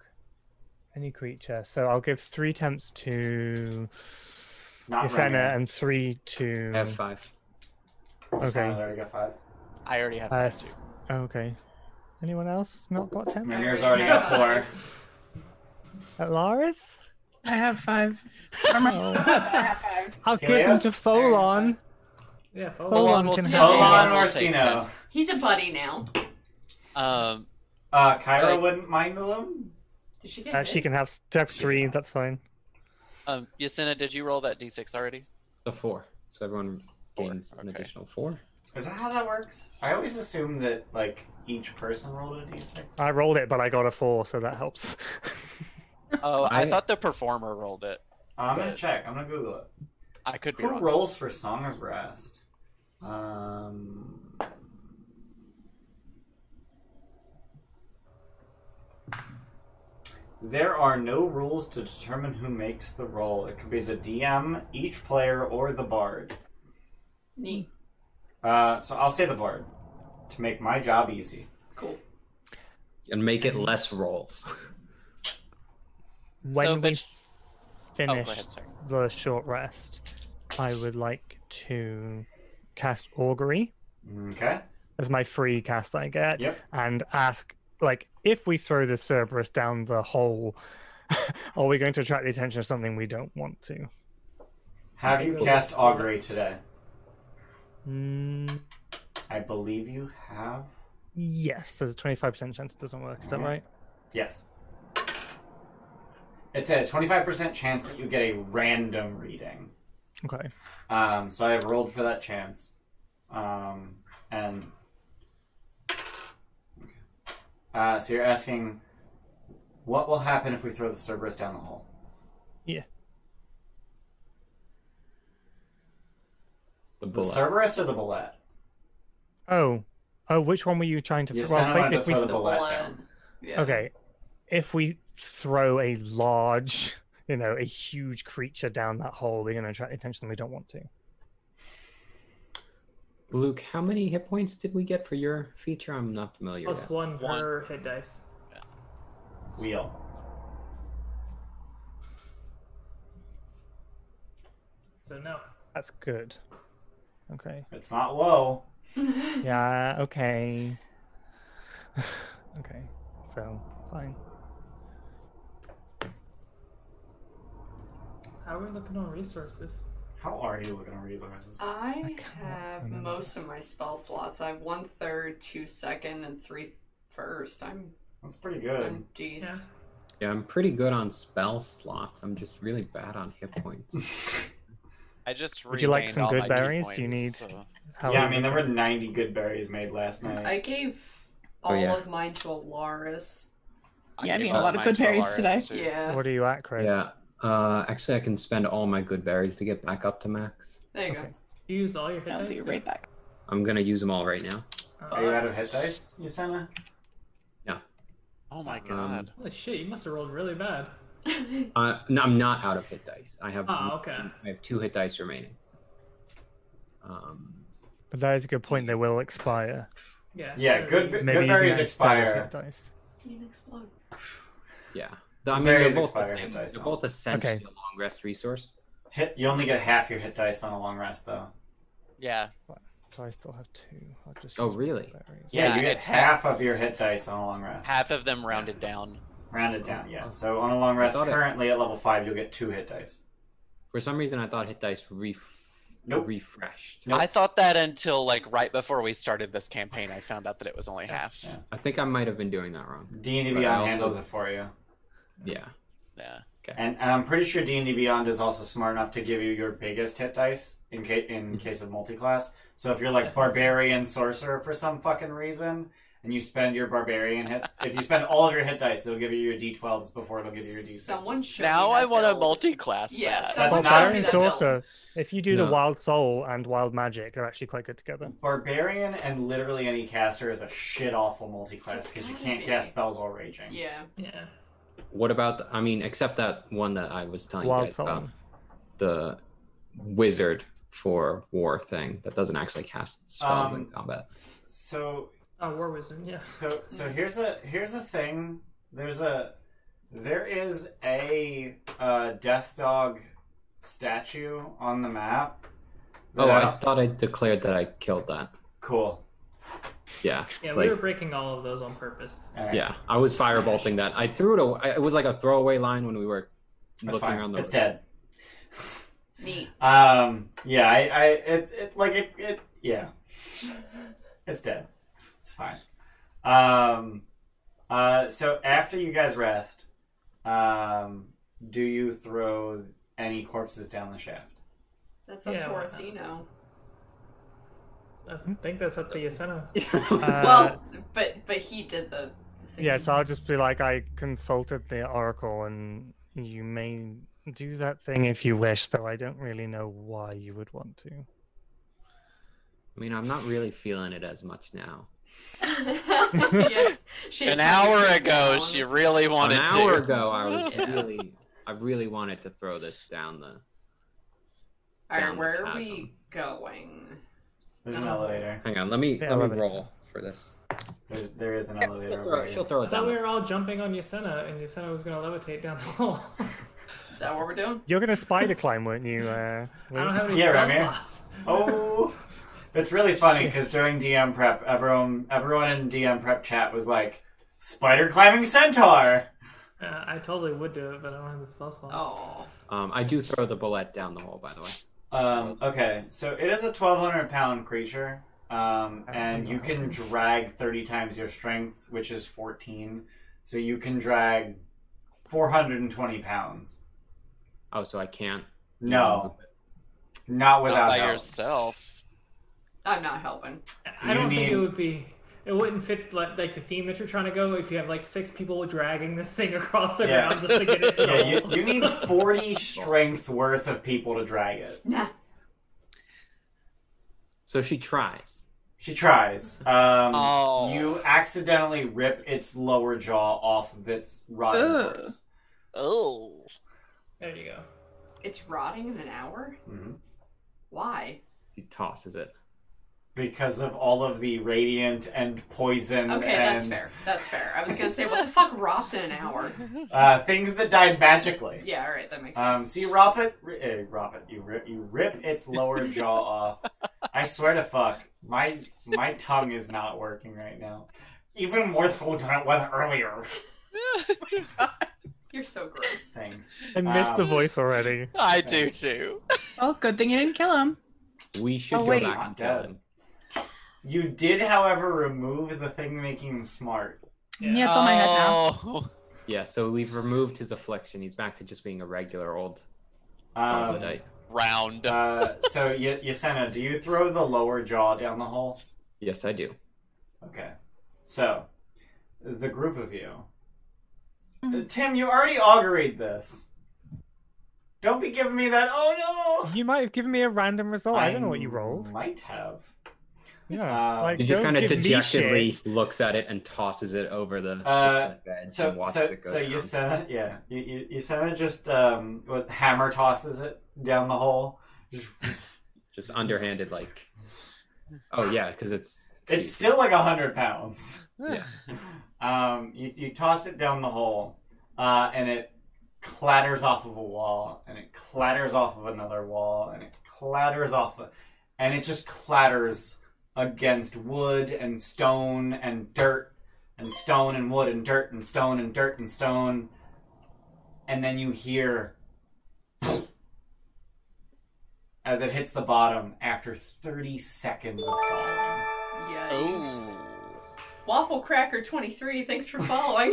D: Any creature. So I'll give three temps to
A: Not
D: Yasena
A: Remy.
D: and three to
C: Have five.
A: Yasana
D: Okay.
A: already got five.
B: I already have
D: Uh,
B: that
D: s- okay. Anyone else not got temp?
G: Yeah.
A: Ramir's already got four.
D: At Laris?
F: I
G: (laughs)
F: have five.
G: Oh.
F: (laughs) I
D: (laughs)
F: have five.
D: I'll
A: Yeah,
D: give them
A: yes.
D: to Folon.
E: Yeah, follow.
B: Folon
D: Folon
B: will
D: can
B: take
D: have
B: it.
D: it.
B: (laughs)
A: Olan
B: I'll take
A: Orsino.
G: He's a buddy now.
B: too. Um,
A: Uh, Kyra
B: Like-
A: wouldn't mind them.
G: Did she get
D: Uh,
G: hit?
D: she can have step three, that's fine.
B: um, Yasena, did you roll that d6 already?
C: The four. So everyone gains an
B: okay.
C: additional four.
A: Is that how that works? I always assume that like each person rolled a d6.
D: I rolled it, but I got a four, so that helps. (laughs)
B: Oh, I,
C: I-
B: thought the performer rolled it.
A: I'm gonna check. I'm gonna Google it.
B: I could be
A: Who
B: wrong.
A: rolls for Song of Rest? Um. There are no rules to determine who makes the roll. It could be the DM, each player, or the bard.
G: Neat.
A: Uh, so I'll say the bard to make my job easy.
G: Cool.
C: And make it less rolls. (laughs)
D: when
B: So,
D: we
B: bitch- Oh, go
D: finish
B: ahead, sorry.
D: the short rest, I would like to cast augury
A: Okay.
D: as my free cast that I get,
A: Yep.
D: and ask like if we throw the Cerberus down the hole, (laughs) are we going to attract the attention of something we don't want to?
A: Have you cast augury today?
D: Mm,
A: I believe you have.
D: yes, there's a twenty-five percent chance it doesn't work. Is that right?
A: Yes. It's a 25% chance that you get a random reading.
D: Okay.
A: Um, so I have rolled for that chance. Um, and. Uh, so you're asking what will happen if we throw the Cerberus down the hole?
D: Yeah.
C: The
A: The
C: bullet.
A: Cerberus or the Bullet?
H: Oh, oh, which one were you trying to?
A: You
H: th- well,
A: sound like
H: basically,
A: the
H: if we
A: photo- bullet
G: one. Yeah.
H: okay, if we throw a
D: (laughs)
H: large, you know, a huge creature down that hole, we're going to attract attention we don't want to.
C: Luke, how many hit points did we get for your feature? I'm not familiar.
E: Plus
C: with.
E: one
B: One.
E: per hit dice.
A: Wheel.
E: So no.
H: That's good. Okay.
A: It's not low.
H: Yeah. Okay. (sighs) okay. So fine.
E: How are we looking on resources?
A: How are you looking at resources?
G: I have
H: remember.
G: most of my spell slots. I have one third, two second, and three first. I'm
A: That's pretty good.
G: I'm geez.
C: Yeah, I'm pretty good on spell slots. I'm just really bad on hit points.
B: I just
H: Would you like
B: regained
H: some
B: all
H: good
B: my key
H: berries? You
B: points,
H: need-
B: so-
H: How
A: yeah,
H: are
A: I
H: we
A: mean there were
H: looking?
A: ninety good berries made last night.
G: I gave
C: Oh,
G: all
C: yeah.
G: of mine to Alaris.
B: I
F: Yeah, I
B: gave
F: mean, a
B: all
F: lot
B: mine
F: of good
B: to
F: berries
B: Alaris,
F: today.
B: too.
G: Yeah.
H: What are you at, Chris?
C: yeah. Uh, actually, I can spend all my good berries to get back up to max.
G: There you
H: Okay.
E: You used all your hit
F: I'll
E: dice.
F: be
E: too?
F: right back.
C: I'm gonna use them all right now.
A: Are you out of hit dice, Yasena?
B: Oh my god.
E: Holy shit, you must have rolled really bad.
G: (laughs) go.
C: Uh, no, I'm not out of hit dice. I have.
E: Oh, okay.
C: I have two hit dice remaining. Um,
H: But that is a good point. They will expire.
E: Yeah.
A: Yeah, good-
E: Maybe-
H: Maybe using
A: berries
H: that instead of
A: expire.
H: hit Dice.
G: You can explode.
C: yeah. I mean, they're
A: Berries
C: both,
A: expire
C: the
A: hit
C: same.
A: dice,
C: they're
A: though.
C: both essentially
H: Okay.
C: a long rest resource.
A: Hit you only get half your hit dice on a long rest though.
B: Yeah.
H: So I still have two. I'll just
C: Oh,
H: use my
C: really?
H: berries.
A: Yeah,
B: Yeah,
A: you get
B: it's
A: half of your hit dice on a long rest.
B: Half of them rounded down.
A: Rounded down, yeah. So on a long rest,
C: Got it.
A: currently at level five, you'll get two hit dice.
C: For some reason, I thought hit dice ref-
A: Nope.
C: refreshed.
A: Nope.
B: I thought that until like right before we started this campaign, I found out that it was only half.
A: Yeah.
C: I think I might have been doing that wrong.
A: D and D
C: But I
A: Beyond
C: also-
A: handles it for you,
C: Yeah.
B: Yeah.
A: and, and I'm pretty sure D and D Beyond is also smart enough to give you your biggest hit dice in case in case of multiclass. So if you're like barbarian sorcerer for some fucking reason, and you spend your barbarian hit, if you spend all of your hit dice, they'll give you your D12s before it'll give you your D.
G: Someone should.
B: Now I want to multi-class.
G: Yeah,
B: that.
G: so-
A: That's
H: Well,
A: not-
H: Fire and
G: That'd be the
H: Sorcerer, if you do the
C: No.
H: Wild Soul and Wild Magic, they're actually quite good together.
A: Barbarian and literally any caster is a shit awful multiclass because you
G: gotta
A: can't
G: be.
A: cast spells while raging.
G: Yeah.
E: Yeah.
C: What about? The, I mean, except that one that I was telling you
H: Wild
C: guys
H: Soul.
C: about the wizard for war thing that doesn't actually cast spells in
A: Um,
C: combat.
A: So
E: Oh, War Wizard, yeah.
A: So so here's a here's a thing. There's a there is a uh, death dog statue on the map.
C: Oh,
A: that-
C: I thought I declared that I killed that.
A: cool.
C: Yeah.
E: Yeah,
C: like-
E: we were breaking all of those on purpose.
A: All right.
C: Yeah, I was
A: Smash.
C: firebolting that. I threw it away. It was like a throwaway line when we were
A: that's
C: looking
A: fine.
C: around the.
A: it's dead.
G: Neat.
A: Um, yeah, I, I it, it like it, it yeah, it's dead. It's fine. Um, uh, so after you guys rest, um, do you throw any corpses down the shaft?
G: That's up
E: Yeah,
G: to
E: why not?
G: Orsino.
E: I think that's up to Yasena.
H: Uh,
G: well, but but he did the. thing.
H: yeah, so I'll just be like, I consulted the Oracle, and you may do that thing if you wish, though I don't really know why you would want to.
C: (laughs) I mean, I'm not really feeling it as much now.
G: (laughs) yes, she
B: An
G: turned
B: hour
G: it
B: ago,
G: down.
B: she really wanted
C: An hour
B: to.
C: ago, I
B: (laughs)
C: was
G: Yeah.
C: really, I really wanted to throw this down the. down
G: All right,
C: the
G: where are
C: chasm.
G: we going?
A: There's an elevator.
C: Hang on, let me
H: Yeah,
C: let me
H: elevator.
C: roll for this.
A: There, there is an elevator.
C: She'll
A: over
C: throw,
A: here.
C: she'll throw
E: I
C: it
E: thought
C: down.
E: we were all jumping on Yasena, and Yasena was going to levitate down the (laughs) hole.
G: Is that what we're doing?
H: You're going to spider climb, weren't you? Uh,
E: I don't have any
A: Yeah,
E: spell
A: Ramir.
E: slots. (laughs)
A: Oh, it's really funny because during DM prep, everyone everyone in DM prep chat was like, "Spider climbing centaur."
E: Uh, I totally would do it, but I don't have the spell slots.
G: Oh,
C: Um, I do throw the bullet down the hole, by the way.
A: Um, okay, so it is a twelve hundred pound creature, um, and you can drag thirty times your strength, which is fourteen. So you can drag four hundred and twenty pounds.
C: Oh, so I can't.
A: No, not
B: Not
A: without
B: by
A: help.
B: yourself.
G: I'm not helping.
E: I don't think
A: need-
E: it would be. It wouldn't fit like, like the theme that you're trying to go if you have like six people dragging this thing (laughs) across the
A: Yeah.
E: ground just to
A: (laughs)
E: get it to the
A: Yeah, you,
E: hole.
A: you need forty strength worth of people to drag it.
G: Nah.
C: So she tries.
A: She tries. Um,
B: Oh.
A: You accidentally rip its lower jaw off of its rotten
F: Ugh.
A: corpse.
B: Oh.
E: There you go.
G: It's rotting in an hour?
A: Mhm.
G: Why?
C: She tosses it.
A: because of all of the radiant and poison
G: Okay,
A: and
G: that's fair. That's fair. I was gonna say, what the fuck rots in an hour?
A: Uh, things that died magically.
G: Yeah, alright, that makes sense.
A: Um, so you rop it, ri- eh, rop it. You rip, you rip its
G: (laughs)
A: lower jaw off. I swear to fuck, my my tongue is not working right now. Even more so than it was earlier.
G: You're so gross.
A: Things.
D: I missed
H: Ah.
D: the
A: Um,
D: voice already.
B: I do too.
F: Well, good thing you didn't kill him.
C: We should
F: Oh,
C: go
F: wait.
C: back and tell
A: Dead.
C: him.
A: You did, however, remove the thing making him smart.
F: Yeah, it's on my head now.
B: Oh.
C: Yeah, so we've removed his affliction. He's back to just being a regular old
A: Um,
C: troglodyte.
B: Round.
A: uh, so, y- Yasena, do you throw the lower jaw down the hole?
C: Yes, I do.
A: Okay. So, the group of you.
F: Mhm.
A: Uh, Tim, you already auguried this. Don't be giving me that. Oh no!
H: You might have given me a random result. Oh, I, don't know what you rolled.
A: Might have.
H: Yeah.
A: Uh,
H: like,
C: He just
H: don't
C: kind of
H: give me
C: dejectedly
H: shit.
C: looks at it and tosses it over the,
A: Uh,
C: the cliff edge and
A: So,
C: watches
A: so,
C: it go
A: so
C: down.
A: Yasena, yeah, you, you, Yasena just um, with hammer tosses it down the hole. Just-
C: just underhanded, like. Oh yeah, because it's
A: It's still like a hundred pounds.
C: yeah.
A: Um, you, you toss it down the hole, uh, and it clatters off of a wall, and it clatters off of another wall, and it clatters off, of, and it just clatters against wood and stone and dirt and stone and wood and dirt and stone and dirt and stone, and then you hear (laughs) as it hits the bottom after thirty seconds of falling.
G: Yikes.
B: Oh.
G: Waffle Cracker 23, thanks for following.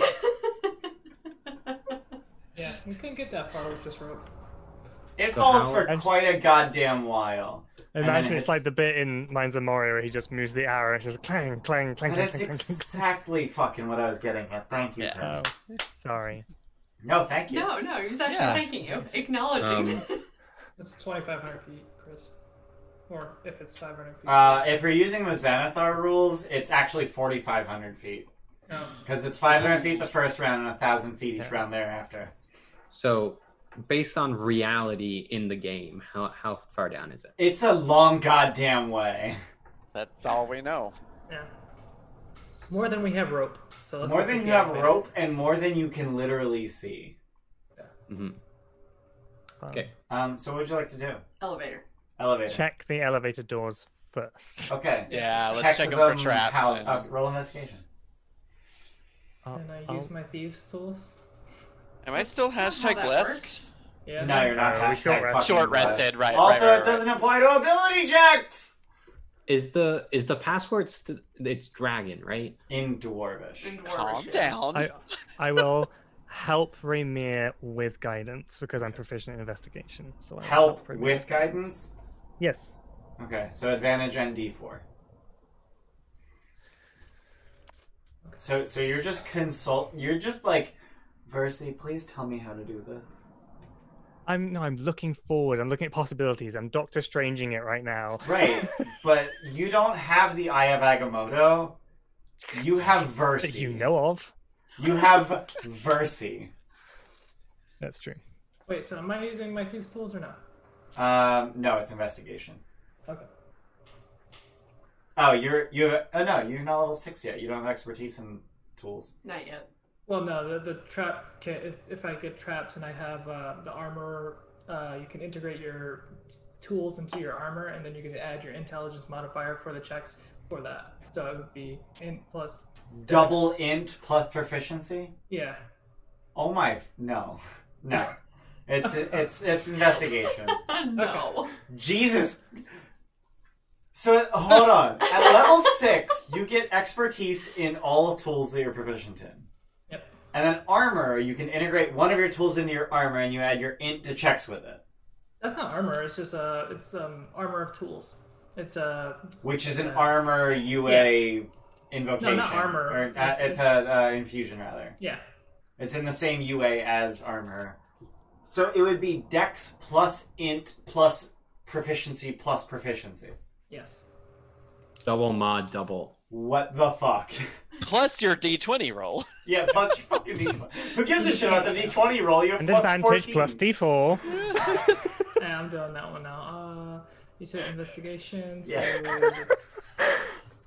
E: Yeah, you couldn't get that far with just rope.
A: It
C: So
A: falls
C: how-
A: for
H: I'm-
A: quite a goddamn while. And
H: Imagine
A: then
H: it's,
A: it's-
H: like the bit in Mines of Moria where he just moves the arrow and it's just clang, clang, clang,
A: That
H: clang,
A: is
H: clang, clang, clang.
A: exactly fucking what I was getting at. Thank you,
B: Yeah. Uh,
A: Tim.
H: Oh, sorry.
A: No, thank you.
G: no, no, he was actually
B: Yeah. Um,
G: thanking you, acknowledging.
E: It's 2,500 feet, Chris. Or if it's 500 feet.
A: Uh, if you're using the Xanathar rules, it's actually 4,500 feet.
E: no.
A: Because it's 500 feet the first round and 1,000 feet each
H: Yeah.
A: round thereafter.
C: So, based on reality in the game, how how far down is it?
A: It's a long goddamn way.
B: That's all we know.
E: Yeah. More than we have rope. So let's
A: More
E: not
A: than
E: take
A: you
E: the
A: have
E: elevator.
A: rope and more than you can literally see.
C: hmm Okay.
A: Um, so what would you like to do?
G: Elevator.
A: Elevator.
H: Check the elevator doors first.
A: Okay.
B: Yeah, let's check 'em for traps
A: How,
B: and-
A: uh, roll investigation.
H: I'll-
E: And I
H: I'll-
A: Oh.
E: use my thieves tools.
B: Am I still
G: That's not
B: hashtag
G: how that
B: blessed?
G: works.
E: Yeah.
A: No, you're not.
H: No, we
A: hashtag
H: short rest.
A: fucking
B: Short
A: blessed.
B: rested, right?
A: Also,
B: right, right,
A: it doesn't apply to ability checks!
C: Is the is the password st- it's dragon, right?
A: In Dwarvish.
G: In
B: Right. Calm
G: Dwarvish.
B: down.
H: I, I will help Raymir with guidance because I'm proficient in investigation. So I will
A: help
H: Raymir
A: with guidance.
H: Yes.
A: Okay, so advantage and D4. So so you're just consult. You're just like, Versi, please tell me how to do this.
H: I'm no, I'm looking forward. I'm looking at possibilities. I'm Doctor Stranging it right now.
A: Right, but you don't have the Eye of Agamotto. You have
H: That
A: Versi.
H: you know of.
A: You have Versi.
H: That's true.
E: Wait, so am I using my thieves tools or not?
A: Um, no, it's investigation.
E: Okay.
A: Oh, you're you. Oh no, you're not level six yet. You don't have expertise in tools.
G: Not yet. (laughs)
E: Well, no, the, the trap kit is if I get traps and I have uh, the armor, uh, you can integrate your tools into your armor, and then you can add your intelligence modifier for the checks for that. So it would be in plus,
A: Double int plus proficiency.
E: yeah.
A: Oh my! f- No, (laughs) no. It's it's it's
E: (laughs)
A: investigation.
G: no.
A: Jesus. So hold on. At level six, you get expertise in all tools that you're proficient in,
E: Yep.
A: and then armor. You can integrate one of your tools into your armor, and you add your int to checks with it,
E: That's not armor. It's just uh, it's um armor of tools. It's uh,
A: which is an
E: Yeah.
A: armor UA invocation.
E: armor.
A: Or, uh, it's a uh, infusion rather.
E: yeah.
A: It's in the same UA as armor. So it would be dex plus int plus proficiency plus proficiency.
E: Yes.
C: Double mod, double.
A: What the fuck?
B: Plus your d20 roll.
A: (laughs)
B: (laughs)
A: Yeah, plus your fucking d20. Who gives a shit about the d20 roll? You have
H: And
A: plus
H: advantage
A: 14.
H: plus d4.
E: Yeah, I'm doing that one now. Uh, you said investigation. So
A: Yeah.
E: it's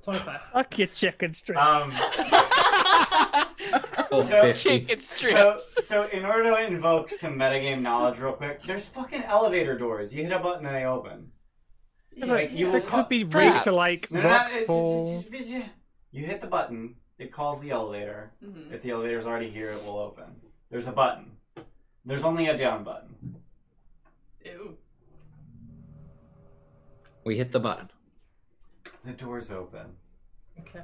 E: Twenty-five.
H: Fuck your chicken strips.
D: (laughs)
A: Um,
C: Full
A: So-
C: 50.
B: Chicken strip.
A: so, so in order to invoke some metagame knowledge real quick, there's fucking elevator doors. You hit a button and they open. (laughs)
G: Yeah,
A: Like, you
G: yeah.
A: will
H: That
A: call-
H: could be rigged
B: Perhaps.
H: to like
A: No, no, no,
H: rocks
A: it's-
H: fall.
A: You hit the button, it calls the elevator.
G: Mhm.
A: If the elevator's already here, it will open. There's a button. There's only a down button.
G: Ew.
C: We hit the button.
A: The door's open.
E: Okay.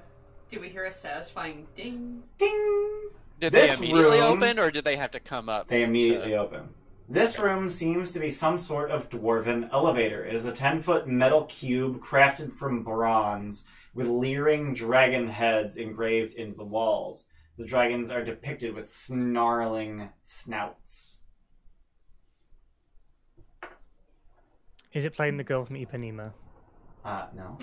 G: Do we hear a satisfying ding?
A: Ding!
B: Did
A: This
B: they immediately
A: room-
B: open, or did they have to come up?
A: They immediately
B: to-
A: open. This room seems to be some sort of dwarven elevator. It is a 10 foot metal cube crafted from bronze with leering dragon heads engraved into the walls. The dragons are depicted with snarling snouts.
H: Is it playing the girl from Ipanema?
A: Uh, no.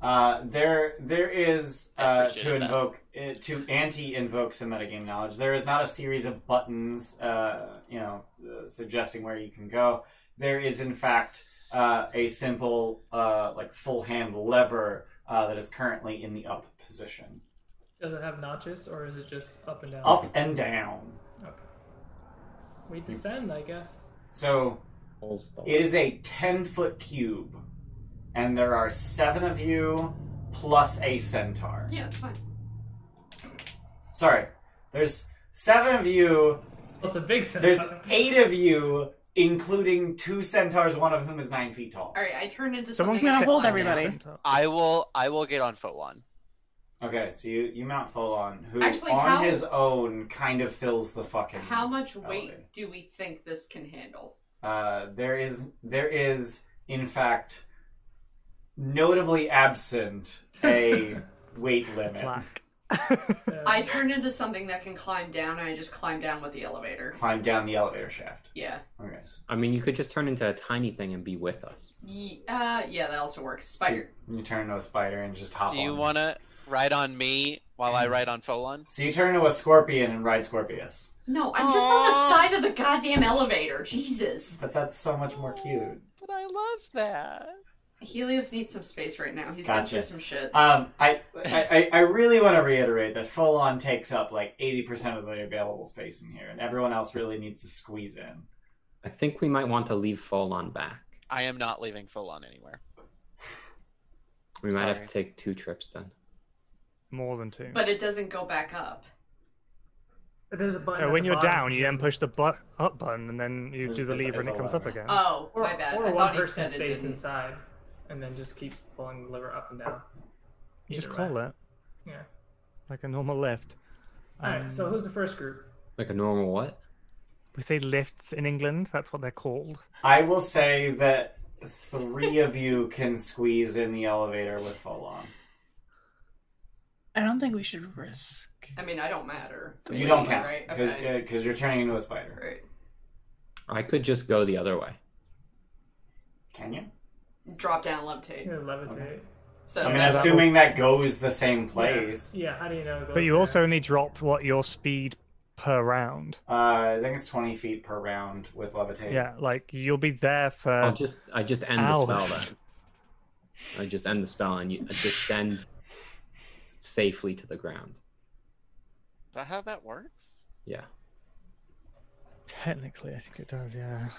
A: Uh, there, there is uh, to
B: appreciate that.
A: invoke uh, to anti-invoke some metagame knowledge. There is not a series of buttons, uh, you know, uh, suggesting where you can go. There is, in fact, uh, a simple uh, like full hand lever uh, that is currently in the up position,
E: Does it have notches or is it just up and down?
A: up and down.
E: Okay. We descend, I guess.
A: So
C: Pulls the-
A: It is a 10 foot cube, and there are seven of you plus a centaur.
G: Yeah, it's fine.
A: Sorry, there's seven of you,
E: Well, it's a big descent.
A: there's eight of you, including two centaurs, one of whom is nine feet tall.
G: All right, I turned into
H: Someone
G: something.
H: can
G: that's
F: hold
G: flying
F: everybody.
G: now.
B: I will. I will get on Footlon.
A: Okay, so you, you mount Folon, who
G: Actually,
A: on
G: how-
A: his own kind of fills the fucking.
G: How much
A: Oh,
G: weight
A: elevator.
G: do we think this can handle?
A: Uh, there is there is in fact notably absent
G: (laughs)
A: a weight limit.
H: Black. (laughs)
E: Uh,
G: I turned into something that can climb down, and I just climb down with the elevator.
A: Climb down the elevator shaft.
G: Yeah.
A: Okay. so
C: I mean, you could just turn into a tiny thing and be with us.
G: Ye- uh, yeah, that also works. Spider.
A: So you turn into a spider and just hop
B: Do
A: on.
B: you want to ride on me while I ride on Footlon?
A: So you turn into a scorpion and ride Scorpius.
G: No, I'm just on the
B: Aw.
G: side of the goddamn elevator. Jesus.
A: But that's so much more cute.
B: But I love that.
G: Helios needs some space right now. He's been
A: Gotcha.
G: through some shit.
A: Um, I I, I- I really want to reiterate that full on takes up like eighty percent of the available space in here, and everyone else really needs to squeeze in.
C: I think we might want to leave Folon back.
B: I am not leaving Footlon anywhere.
C: We might have
B: Sorry.
C: to take two trips then.
H: More than two.
G: but it doesn't go back up.
E: there's a button.
H: No,
E: at
H: Oh, when
E: the
H: you're
E: bottom.
H: down, you then push the bu- up button, and then you
A: There's-
H: do the
A: it's-
H: lever,
A: it's
H: and it
A: a
H: comes up
A: lever.
H: again.
G: Oh,
E: Or,
G: my bad.
E: or
G: I
E: one
G: thought he
E: person
G: said it
E: stays
G: didn't.
E: inside and then just keeps pulling the lever up and down.
H: you just
E: Either
H: call
E: way.
H: it
E: Yeah.
H: like a normal lift.
E: All right.
H: Um,
E: So who's the first group?
C: Like a normal what?
H: we say lifts in England. That's what they're called.
A: I will say that three of you can squeeze in the elevator with full on.
F: I don't think we should risk.
G: I mean, I don't matter.
A: You don't count
G: Right?
A: because
G: Okay.
A: you're turning into a spider.
G: Right.
C: I could just go the other way.
A: Can you?
G: Drop down, levitate.
E: You know, levitate.
G: So
A: I mean,
G: that's-
A: assuming that goes the same place.
E: Yeah. How do you know? It goes
H: But you
E: there?
H: also only drop what your speed per round.
A: Uh, I think it's twenty feet per round with levitate.
H: Yeah, like you'll be there for.
D: Uh,
C: I'll just I just end the
H: Alice.
C: spell then. I just end the spell and you descend safely to the ground.
B: Is that how that works?
C: Yeah.
H: Technically, I think it does. Yeah.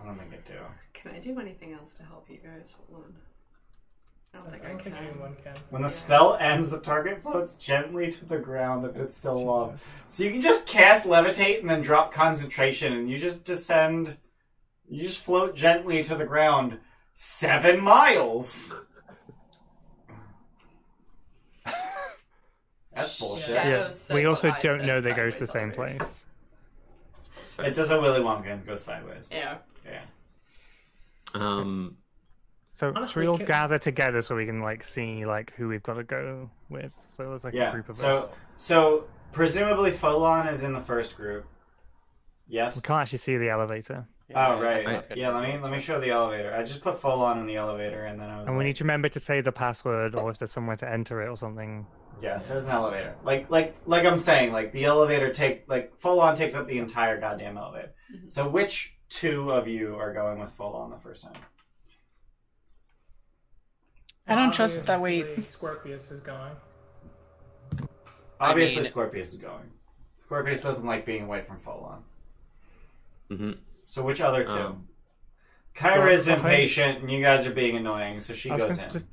A: I don't think it do.
G: Can I do anything else to help you guys? Hold on. I don't
E: I
G: think
E: don't
G: I
E: think
G: can.
E: anyone can.
A: When the spell ends, the target floats gently to the ground if it's still up.
H: Jesus.
A: So you can just cast levitate and then drop concentration, and you just descend. You just float gently to the ground seven
H: (laughs)
A: miles. That's bullshit.
G: Yeah.
H: Yeah.
G: Shadows
H: We
G: said
H: also
G: what I
H: don't
G: said,
H: know they go to the
G: sideways
H: same
G: letters.
H: place.
A: It does a Willy Wonka and goes sideways.
G: Yeah.
A: Yeah.
C: Um
H: So should
E: Honestly,
H: we all
E: ca-
H: gather together so we can like see like who we've got to go with. So there's like a
A: Yeah.
H: group of us.
A: So, so presumably Folon is in the first group. Yes.
H: We can't actually see the elevator.
A: Oh right.
B: that's not good
A: yeah,
B: for
A: let me let me
B: relationships.
A: show the elevator. I just put full on in the elevator, and then I was.
H: And we
A: like,
H: need to remember to say the password or if there's somewhere to enter it or something.
A: Yes, there's an elevator. Like like like I'm saying, like the elevator take like full on takes up the entire goddamn elevator.
G: Mhm.
A: So which two of you are going with full on the first time?
F: I don't trust that we-
E: Obviously, Scorpius is going.
B: I
A: Obviously,
B: mean-
A: Scorpius is going. Scorpius doesn't like being away from full on.
C: Mhm.
A: So which other two?
C: Um,
A: Kyra is
H: well, I-
A: impatient, and you guys are being annoying, so she
H: I was
A: goes
H: gonna
A: in.
H: just-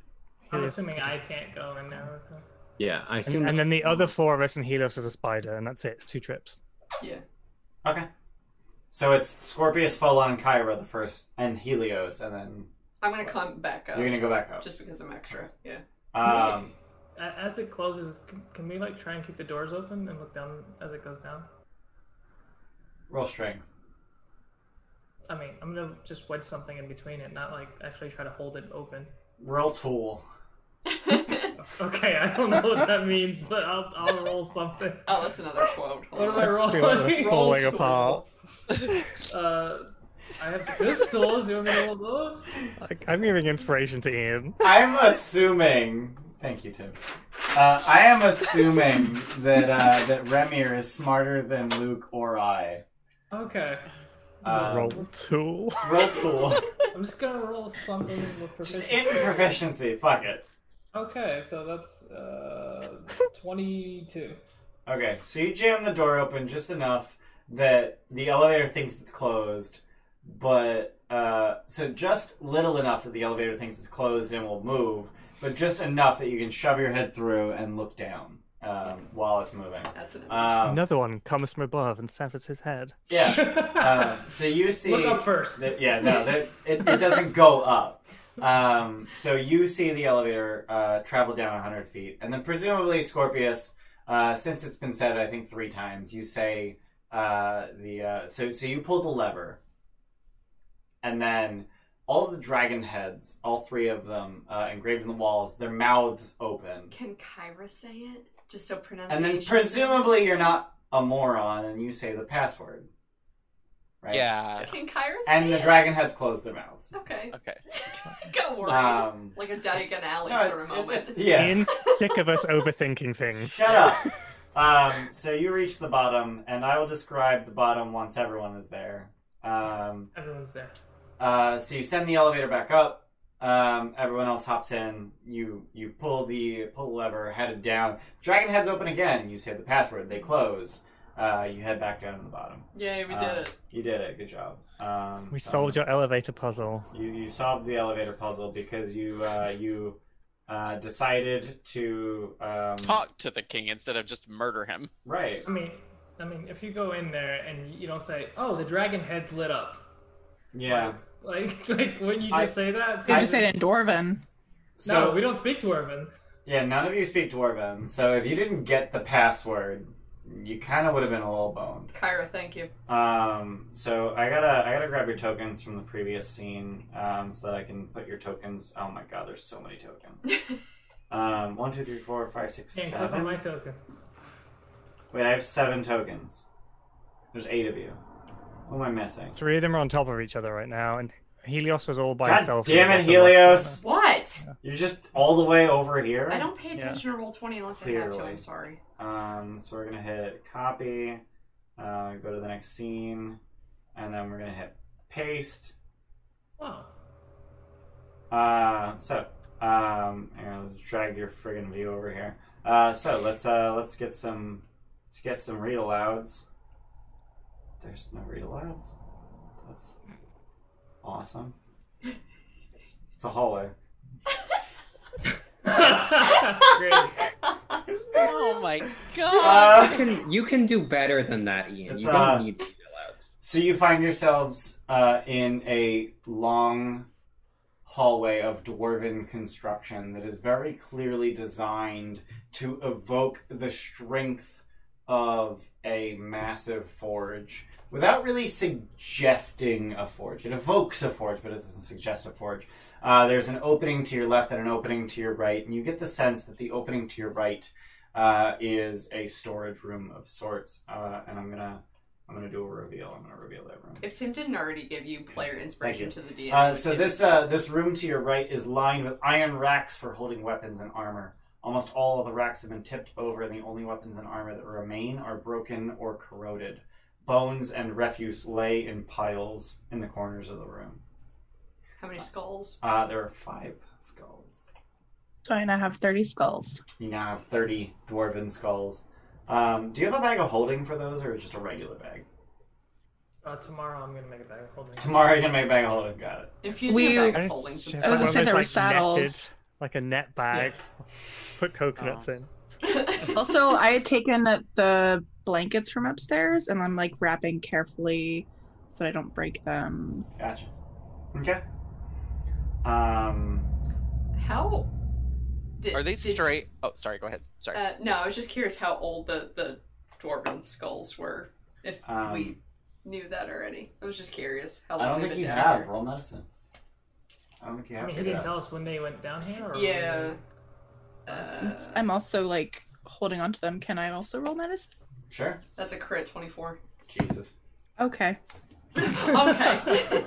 E: I'm
H: Yeah.
E: assuming I can't go in there. with him.
C: Yeah, I
H: And,
C: assume.
H: and then the other four of us and Helios is a spider, and that's it. It's two
G: (laughs)
H: trips.
G: Yeah.
A: Okay. So it's Scorpius, full on, Kyra the first, and Helios, and then
G: I'm gonna climb back up.
A: you're gonna go back up.
G: Just because I'm extra. (laughs) Yeah.
A: Um,
E: A- As it closes, c- can we like try and keep the doors open and look down as it goes down?
A: roll strength.
E: I mean, I'm gonna just wedge something in between it, not like actually try to hold it open.
A: Roll tool.
E: Okay, I don't know what that (laughs) means, but I'll, I'll roll something.
G: Oh, that's another quote. Hold
E: What am
G: on.
E: I rolling?
G: Roll
H: falling
G: tool.
H: apart.
E: (laughs) Uh, I have Smith's tools. You want me to roll those?
H: Like, I'm giving inspiration to Ian.
A: I'm assuming. Thank you, Tim. Uh, I am assuming that uh, that Remir is smarter than Luke or I.
E: Okay,
H: (laughs)
A: Um,
H: Roll tool.
A: roll tool.
E: I'm just gonna roll something
A: Just
E: with proficiency.
A: in proficiency. Fuck it.
E: Okay, so that's
A: (laughs)
E: uh, 22.
A: Okay, so you jam the door open just enough that the elevator thinks it's closed, but uh, so just little enough that the elevator thinks it's closed and will move, but just enough that you can shove your head through and look down um, while it's moving.
G: That's an
A: Um,
H: Another one comes from above and severs his head.
E: (laughs)
A: yeah. Uh, (laughs) so you see.
E: Um, Look up first.
A: That, yeah, no, that, it, it doesn't go up. Um, so you see the elevator uh, travel down 100 feet, and then presumably Scorpius, uh, since it's been said, I think three times, you say uh, the uh, so so you pull the lever, and then all of the dragon heads, all three of them uh, engraved in the walls, their mouths open,
G: Can Kyra say it? Just so pronunciation.
A: and then presumably you're not a moron, and you say the password, right?
B: Yeah.
G: Can Kyra say
A: And the
G: it?
A: dragon heads close their mouths.
G: Okay.
B: Okay.
G: (laughs) Go worry.
A: Um,
G: like a Diagon Alley
A: No,
G: sort of
A: it's-
G: moment. (laughs)
A: it's- yeah.
H: Ian's sick of us overthinking
A: (laughs)
H: things.
A: Shut up. Um, so you reach the bottom, and I will describe the bottom once everyone is there. Um,
E: Everyone's there.
A: uh, so you send the elevator back up. Um, everyone else hops in. You you pull the pull the lever, headed down. Dragon heads open again. You say the password. They close. Uh, you head back down to the bottom.
G: Yay, we did
A: Uh,
G: it.
A: You did it. Good job. Um,
H: We
A: so-
H: solved your elevator puzzle.
A: you, you solved the elevator puzzle because you uh, you uh, decided to um,
B: Talk to the king instead of just murder him.
A: Right.
E: I mean, I mean, if you go in there and you don't say, "Oh, the dragon head's lit up," (laughs)
A: Yeah.
E: like, like, wouldn't you just
A: I-
E: say that?
F: They just say it in Dwarven.
E: No, we don't speak Dwarven.
A: Yeah, none of you speak Dwarven, so if you didn't get the password, you kind of would have been a little boned.
G: Kyra, thank you.
A: Um, so I gotta, I gotta grab your tokens from the previous scene, um, so that I can put your tokens. Oh my god, there's so many tokens.
E: (laughs)
A: um, one, two, three, four, five, six,
E: Can't click on
A: seven.
E: my token.
A: Wait, I have seven tokens. There's eight of you. Who am I missing?
H: Three of them are on top of each other right now, and Helios was all by
A: God
H: himself.
A: damn
H: in
A: it,
H: the bottom left
A: Helios!
G: What?
A: You're just all the way over here.
G: I don't pay attention to roll 20 unless I have to.
A: Clearly.
G: I'm sorry.
A: Um, so we're gonna hit copy, uh, go to the next scene, and then we're gonna hit paste. (laughs)
E: Wow.
A: Uh, so um, here, let's drag your friggin' view over here. Uh, so let's uh, let's get some let's get some read alouds. There's no read alouds. That's awesome. It's a
G: (laughs)
A: hallway.
E: Great.
B: (laughs) Oh my
A: Uh,
B: god.
C: you can you can do better than that, Ian.
A: It's,
C: You don't
A: uh,
C: need to outs.
A: So you find yourselves uh, in a long hallway of dwarven construction that is very clearly designed to evoke the strength of a massive forge without really suggesting a forge. It evokes a forge, but it doesn't suggest a forge. Uh, there's an opening to your left and an opening to your right, and you get the sense that the opening to your right uh, is a storage room of sorts. Uh, and I'm gonna I'm gonna do a reveal. I'm gonna reveal that room.
G: If Tim didn't already give you player inspiration
A: you.
G: to the DM,
A: Uh,
G: which
A: so
G: he
A: this uh, this room to your right is lined with iron racks for holding weapons and armor. Almost all of the racks have been tipped over, and the only weapons and armor that remain are broken or corroded. Bones and refuse lay in piles in the corners of the room.
G: How many skulls?
A: Uh, there are five skulls.
F: So I now have 30 skulls.
A: You now have thirty dwarven skulls. Um, do you have a bag of holding for those, or just a regular bag?
E: Uh, tomorrow I'm gonna make a bag of holding.
A: Tomorrow you're gonna make a bag of holding. Got it.
G: Infusing
F: We-
G: a bag of holding.
H: It's
G: some
H: just
F: I was gonna
H: one of
F: say
H: those,
F: there were
H: like,
F: saddles.
H: (laughs) like a net bag. Put
A: Oh.
H: coconuts in.
G: (laughs)
F: also, I had taken the blankets from upstairs and I'm like wrapping carefully so I don't break them.
A: Gotcha. Okay. Um.
G: How? Did,
B: Are these
G: did-
B: straight? Oh, sorry. Go ahead. Sorry.
G: Uh, no, I was just curious how old the the dwarven skulls were. If
A: Um,
G: we knew that already, I was just curious. How
A: I don't
G: they've
A: think
G: been
A: you
G: down
A: have
G: here.
A: roll medicine. I don't think you
E: I
A: have.
E: mean, he
A: figured
E: didn't
A: out.
E: tell us when they went down here. Or
G: Yeah.
F: Since
G: Uh,
F: I'm also like holding on to them, can I also roll medicine?
A: Sure.
G: that's a crit twenty four.
A: Jesus.
F: Okay.
G: (laughs) okay.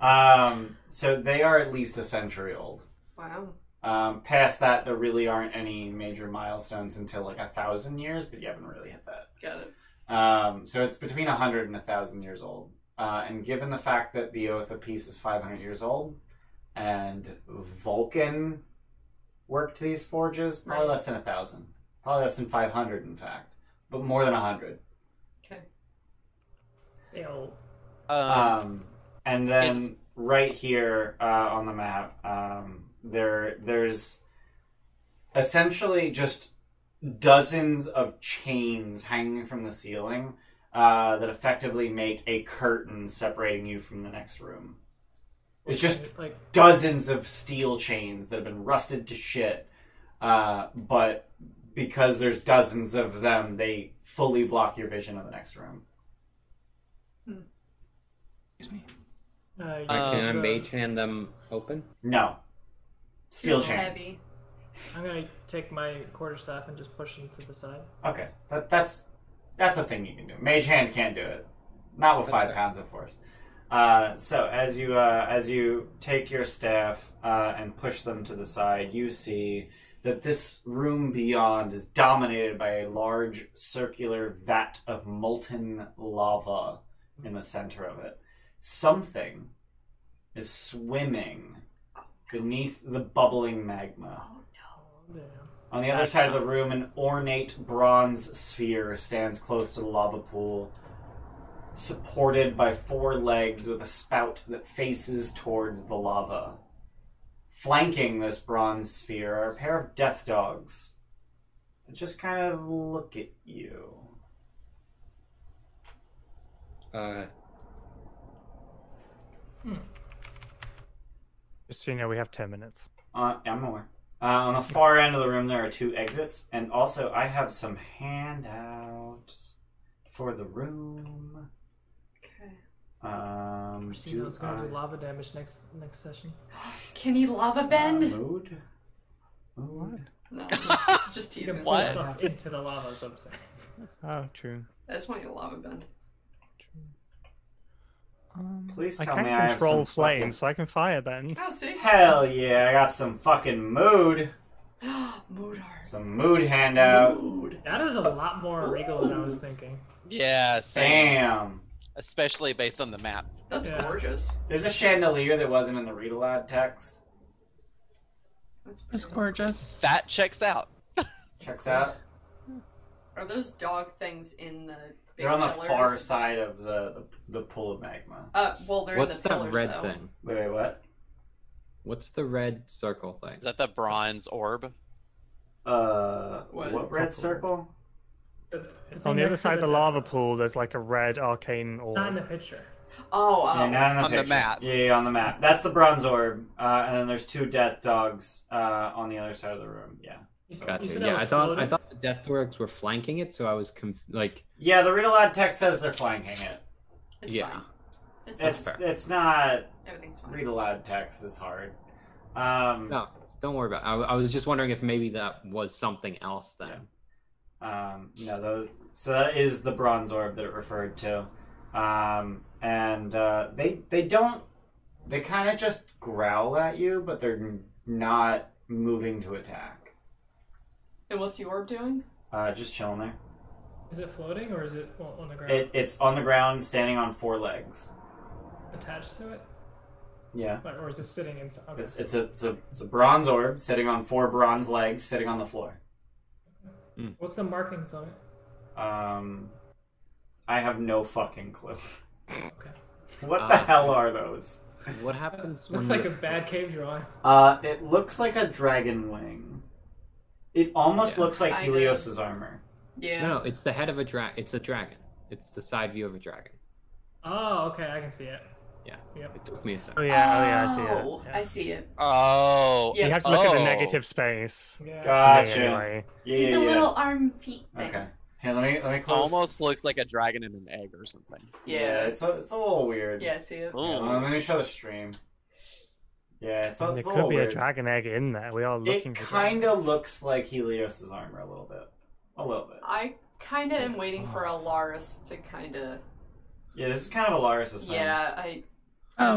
A: Um. So they are at least a century old.
G: (laughs) wow.
A: Um. Past that, there really aren't any major milestones until like a thousand years, but you haven't really hit that.
G: Got it.
A: Um, so it's between 100 and 1,000 years old. Uh, and given the fact that the Oath of Peace is 500 years old, and Vulcan worked these forges, probably
G: Right.
A: less than 1,000. Probably less than 500, in fact. But more than 100.
G: Okay.
E: Yeah, well,
B: Um,
A: Um, and then right here uh, on the map, um, there there's essentially just dozens of chains hanging from the ceiling uh, that effectively make a curtain separating you from the next room. It's just
E: like
A: dozens of steel chains that have been rusted to shit, uh, but because there's dozens of them, they fully block your vision of the next room.
B: Uh,
E: uh, you
C: can
E: use
C: I
E: the-
C: mage hand them open?
A: No, steel
G: Still
A: chains.
G: Heavy.
E: I'm gonna take my quarterstaff and just push him to the side.
A: Okay, that, that's that's a thing you can do. Mage hand can't do it, not with
C: That's
A: five
C: fair.
A: pounds of force. Uh, so as you uh, as you take your staff uh, and push them to the side, you see that this room beyond is dominated by a large circular vat of molten lava in the center of it. Something is swimming beneath the bubbling magma.
G: Oh no.
E: Yeah.
A: On the other side of the room, an ornate bronze sphere stands close to the lava pool, supported by four legs with a spout that faces towards the lava. Flanking this bronze sphere are a pair of death dogs that just kind of look at you.
C: Uh,
H: Just so you know, we have ten minutes.
A: Uh, I'm aware. Uh, on the far end of the room, there are two exits, and also I have some handouts for the room.
G: Okay.
A: Um,
E: Orsino's
A: do
E: gonna
A: I-
E: do lava damage next next session.
G: Can he lava bend?
A: Uh, mode? Mode?
G: no. Just
E: You can pull
G: teasing.
B: (laughs) What?
E: stuff into the lava. Is what I'm saying.
H: Oh, true.
G: I just want you to lava bend.
H: Um,
A: Please
H: I
A: tell
H: can
A: me I have
H: control
A: some
H: flame,
A: fucking-
H: so I can fire bend.
G: Oh, see.
A: Hell yeah, I got some fucking mood.
G: (gasps) Modar.
A: Some mood handout.
G: Mood.
E: That is a lot more regal than I was thinking.
B: yeah. Same.
A: Damn.
B: Especially based on the map.
G: That's
E: Yeah.
G: gorgeous.
A: There's a chandelier that wasn't in the read aloud text.
G: That's pretty
F: It's gorgeous.
B: That checks out.
A: Checks out.
G: Are those dog things in the? Big
A: They're on the
G: pillars?
A: far side of the, the, the pool of magma.
G: Uh, well, they're
C: what's
G: in the
C: that
G: pillars,
C: red
G: though.
C: thing?
A: Wait, wait, what?
C: What's the red circle thing?
B: Is that the bronze orb?
A: Uh, what,
G: What?
A: red circle?
E: The, the
H: On
E: thing
H: the other
E: next to
H: side of the
E: death
H: lava
E: dogs.
H: pool, there's like a red arcane
E: Not in
H: orb.
E: the picture.
G: Oh,
A: Yeah, not in
G: oh.
A: the
B: Uh, On the
A: picture.
B: map.
A: Yeah, yeah, on the map. That's the bronze orb. Uh, and then there's two death dogs uh, on the other side of the room. Yeah.
E: You, s- you
C: Gotcha.
E: said that
C: Yeah,
E: was
C: I thought I
E: floating?
C: thought the death dwarves were flanking it, so I was conf- like,
A: Yeah, the read aloud text says they're flanking it.
G: It's
C: yeah.
G: fine. It's,
A: It's
G: fine.
C: fair.
A: it's not
G: Everything's fine.
A: read aloud text is hard. Um,
C: No, don't worry about. It. I, I was just wondering if maybe that was something else then.
A: Yeah. Um, no, those, so that is the bronze orb that it referred to, um, and uh, they they don't they kind of just growl at you, but they're n- not moving to attack.
G: And what's the orb doing?
A: Uh, just chilling there.
E: Is it floating or is it o- on the ground?
A: It, it's on the ground, standing on four legs.
E: attached to it,
A: Yeah.
E: Like, or is it sitting inside? Okay.
A: It's it's a it's a it's a bronze orb sitting on four bronze legs, sitting on the floor.
E: What's the markings on it?
A: Um, I have no fucking clue.
E: Okay,
A: (laughs) What the
C: Uh,
A: hell are those?
C: What happens when
E: looks like
C: the-
E: a bad cave drawing.
A: Uh, it looks like a dragon wing. It almost looks like
G: Kinda.
A: Helios's armor.
G: Yeah.
C: No, no, it's the head of a dragon. It's a dragon. It's the side view of a dragon.
E: Oh, okay, I can see it.
C: Yeah.
E: Yep.
C: It took me a
H: Oh
C: second.
H: yeah, oh yeah, I see
G: Oh,
H: it. Yeah.
G: I see it.
B: Oh.
G: Yeah.
H: You have to look at
B: Oh.
H: the negative space.
E: Yeah.
A: Gotcha.
H: Anyway.
A: Yeah,
G: He's
A: yeah,
G: a
A: yeah.
G: little arm feet thing.
A: Okay. Here, let me let me close.
B: Almost looks like a dragon and an egg or something.
A: Yeah,
G: Yeah.
A: it's a, it's a little weird.
G: Yeah, I see it.
A: Yeah,
B: Ooh.
A: let me show the stream. Yeah, it's, a-
H: And
A: it's
H: There could
A: a little
H: be
A: weird.
H: a dragon egg in there. We are looking.
A: It
H: for
A: kind of
H: dragons.
A: looks like Helios's armor a little bit. A little bit.
G: I kind of am waiting for Alaris to kind of.
A: Yeah, this is kind of a Laris's thing.
G: Yeah, I.
F: Oh,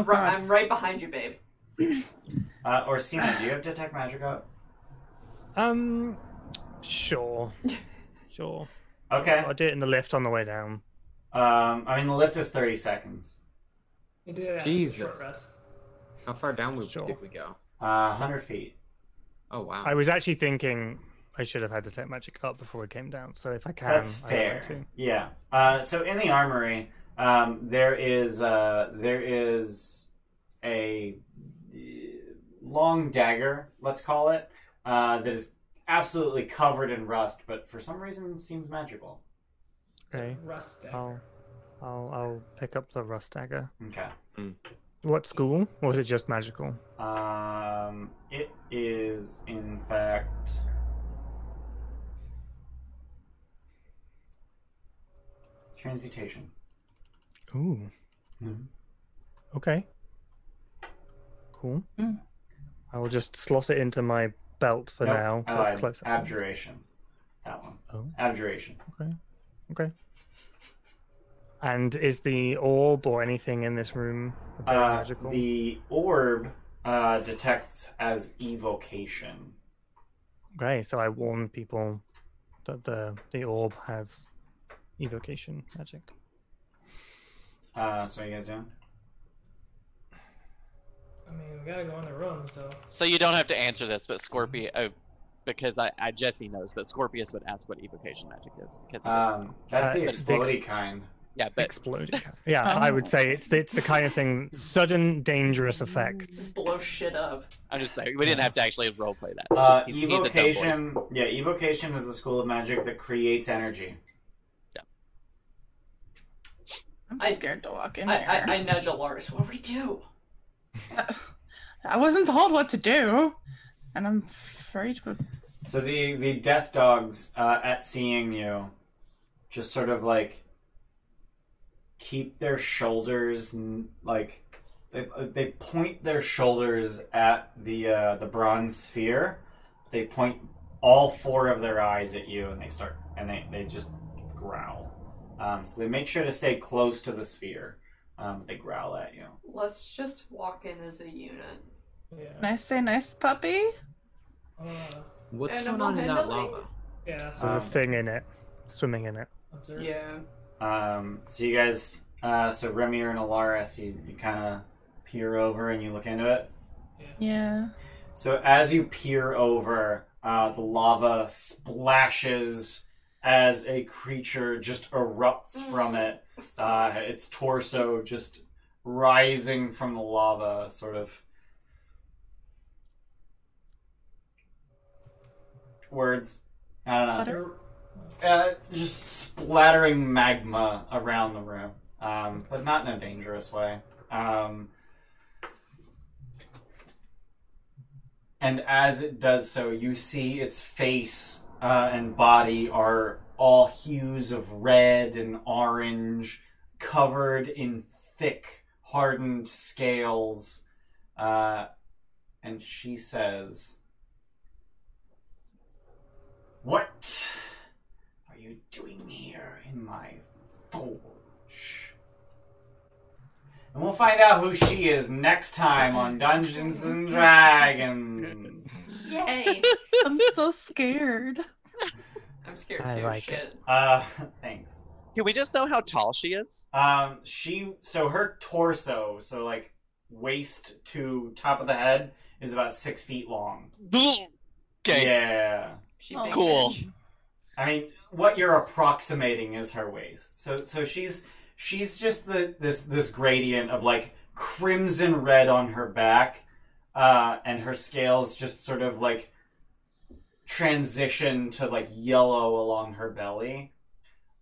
G: I'm, ri-
F: God.
G: I'm right behind you, babe.
A: Uh, Orsina, do you have Detect Magic up?
H: Um,
A: (laughs)
H: sure, sure.
A: Okay.
H: I'll do it in the lift on the way down.
A: Um, I mean, the lift is 30 seconds.
E: It did it after the short
C: Jesus.
E: rest.
C: How far down we,
H: Sure.
C: did we go?
A: Uh, 100 feet.
C: Oh wow.
H: I was actually thinking I should have had to take magic up before we came down. So if I can,
A: That's
H: I would
A: fair.
H: like to.
A: Yeah. Uh, so in the armory, um, there is uh, there is a uh, long dagger, let's call it, uh, that is absolutely covered in rust, but for some reason seems magical.
H: Okay,
E: Rust. dagger.
H: I'll, I'll, I'll pick up the rust dagger.
A: Okay.
H: What school? Or was it just magical?
A: Um, it is in fact. Transmutation.
H: Ooh.
A: Mhm.
H: Okay. Cool.
F: Mm.
H: I will just slot it into my belt for
A: Nope,
H: now.
A: I
H: So it's
A: lied.
H: close.
A: Abjuration. That one.
H: Oh.
A: Abjuration.
H: Okay. And is the orb or anything in this room a bit
A: Uh,
H: magical?
A: the orb uh, detects as evocation.
H: Okay, so I warn people that the the orb has evocation magic.
A: Uh, so you guys doing?
E: I mean, we gotta go in the room, so
B: So you don't have to answer this, but Scorpius, oh, because I, I Jesse knows, but Scorpius would ask what evocation magic is because he doesn't.
A: Um, that's the
H: Uh,
B: it's
A: explodey kind.
B: yeah, but
H: Exploding. yeah, I would say it's the, it's the kind of thing sudden dangerous effects.
G: Blow shit up.
B: I'm just saying we didn't have to actually roleplay that.
A: Uh,
B: He's- he's a dumb boy.
A: evocation. Yeah, evocation is the school of magic that creates energy.
F: I'm
G: I-
F: too scared to walk in
G: I,
F: there.
G: I, I nudge Alaris. What do we do?
F: I wasn't told what to do, and I'm afraid to.
A: So the the death dogs uh, at seeing you, just sort of like keep their shoulders n- like they they point their shoulders at the uh, the bronze sphere. They point all four of their eyes at you, and they start and they they just growl. Um, so they make sure to stay close to the sphere. Um, they growl at you.
G: Let's just walk in as a unit.
E: yeah.
F: Nice day, nice puppy.
E: Uh,
C: What's
G: And
C: going
G: I'm
C: on in that
G: handling.
C: lava?
E: yeah. So
H: There's
A: Um,
H: a thing in it, swimming in it.
E: observe.
G: Yeah.
A: Um, so you guys, uh, so Remir and Alaris, you, you kind of peer over and you look into it.
F: Yeah.
A: So as you peer over, uh, the lava splashes as a creature just erupts from it. Uh, its torso just rising from the lava, sort of. Words. I don't know
E: You're-
A: uh, just splattering magma around the room, um, but not in a dangerous way. Um, and as it does so, you see its face uh, and body are all hues of red and orange, covered in thick, hardened scales. Uh, and she says, What you doing here in my forge? And we'll find out who she is next time on Dungeons and Dragons.
G: Mm. (laughs) Yay!
F: I'm so scared.
G: I'm scared
H: I
G: too.
H: like
G: Shit.
A: Uh, (laughs) thanks.
B: Can we just know how tall she is?
A: Um, she so her torso, so like waist to top of the head, is about six feet long.
B: Okay.
A: Yeah.
G: She
F: Oh.
G: big
B: Cool.
G: bitch.
A: I mean, what you're approximating is her waist. So so she's she's just the this this gradient of like crimson red on her back, uh, and her scales just sort of like transition to like yellow along her belly,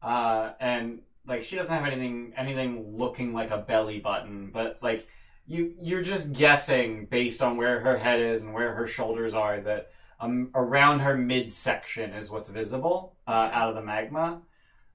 A: uh, and like she doesn't have anything anything looking like a belly button, but like you you're just guessing based on where her head is and where her shoulders are that um, around her midsection is what's visible uh, out of the magma.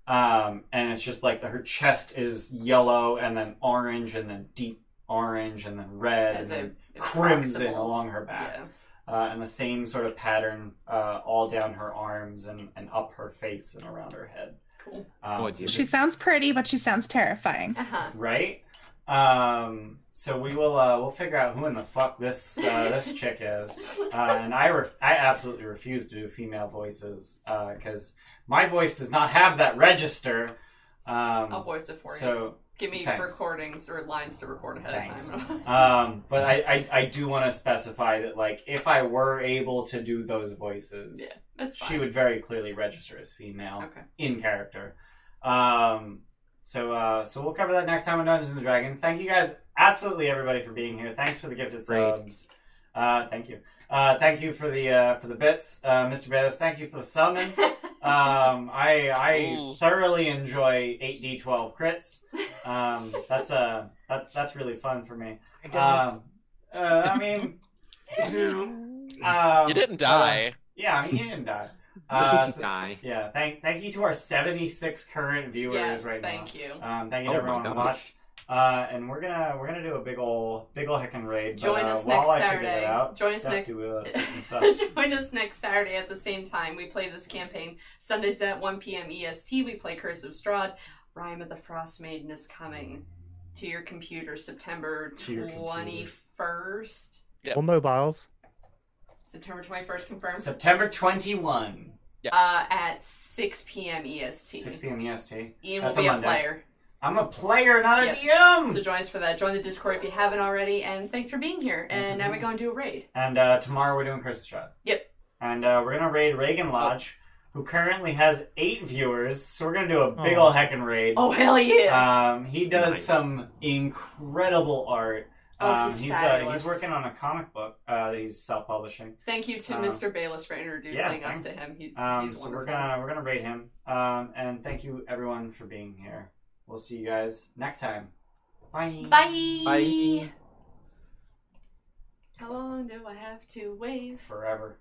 A: Um, and it's just like her chest is yellow and then orange and then deep orange and then red
G: As
A: and
G: a
A: then crimson
G: proximals.
A: along her back.
G: Yeah.
A: Uh, and the same sort of pattern uh, all down her arms and, and up her face and around her head.
G: Cool.
A: Um,
C: Oh, dear.
F: She sounds pretty, but she sounds terrifying.
G: Uh huh.
A: right? Um, so we will uh, we'll figure out who in the fuck this
G: (laughs)
A: uh, this chick is. Uh, and I ref- I absolutely refuse to do female voices because my voice does not have that register.
G: I'll
A: Um,
G: voice it for you.
A: so,
G: Give me
A: thanks.
G: recordings or lines to record ahead
A: Thanks.
G: of time. (laughs)
A: um, but I, I, I do want to specify that like if I were able to do those voices,
G: Yeah, that's fine.
A: she would very clearly register as female
G: (laughs) Okay.
A: in character. Um, so uh, so we'll cover that next time on Dungeons and Dragons. Thank you guys, absolutely everybody for being here. Thanks for the gifted
C: Great.
A: subs. Uh, thank you. Uh, thank you for the uh, for the bits, uh, Mr. Bayless. Thank you for the summon. Um, I I
G: (laughs)
B: Ooh.
A: thoroughly enjoy eight d twelve crits. Um, that's uh, that, that's really fun for me.
I: I
A: Um, uh, I
G: (laughs)
A: mean, um, uh,
B: You didn't die.
A: yeah, I mean, you didn't
B: (laughs)
A: die.
C: Look
A: Uh,
C: at you
A: so-
C: die.
A: yeah, thank thank you to our seventy six current viewers
G: yes,
A: right now.
G: thank you.
A: Um, thank you
C: Oh
A: to
C: my
A: everyone who
C: gosh.
A: watched. Uh, and we're gonna we're gonna do a big ol' big ol' heckin' raid.
G: Join
A: but, uh,
G: us
A: while
G: next
A: I figure
G: Saturday.
A: That out,
G: Join us
A: Steph,
G: next-
A: do,
G: (laughs)
A: uh, some stuff.
G: Join us next Saturday at the same time. We play this campaign Sundays at 1 p.m. EST. E We play Curse of Strahd. Rhyme of the Frost Maiden is coming to your computer September
A: To your computer.
G: 21st.
B: Yep.
H: Or mobiles.
G: September 21st confirmed.
A: September twenty one,
G: uh, at 6 p.m. EST.
A: six p.m. EST.
G: E Ian
A: That's a
G: will be a
A: Monday.
G: player.
A: I'm a player, not a
G: Yeah.
A: DM.
G: So join us for that. Join the Discord if you haven't already. And thanks for being here.
A: Thanks for
G: and now we
A: being
G: go and do a raid.
A: and uh, tomorrow we're doing Curse of Strahd.
G: Yep. Oh.
A: And uh, we're gonna raid Reagan Lodge, who currently has eight viewers. So we're gonna do a big
H: Oh.
A: ol' heckin' raid.
G: Oh, hell yeah.
A: Um, he does
C: Nice.
A: some incredible art.
G: Oh,
A: um,
G: he's
A: uh,
G: fabulous.
A: he's working on a comic book uh, that he's self-publishing.
G: Thank you to
A: uh,
G: Mr. Bayless for introducing us to
A: thanks.
G: him. He's,
A: Um,
G: he's
A: so
G: wonderful.
A: we're gonna we're gonna rate him. Um, and thank you everyone for being here. We'll see you guys next time. Bye.
G: Bye.
C: Bye.
G: How long do I have to wait?
A: Forever.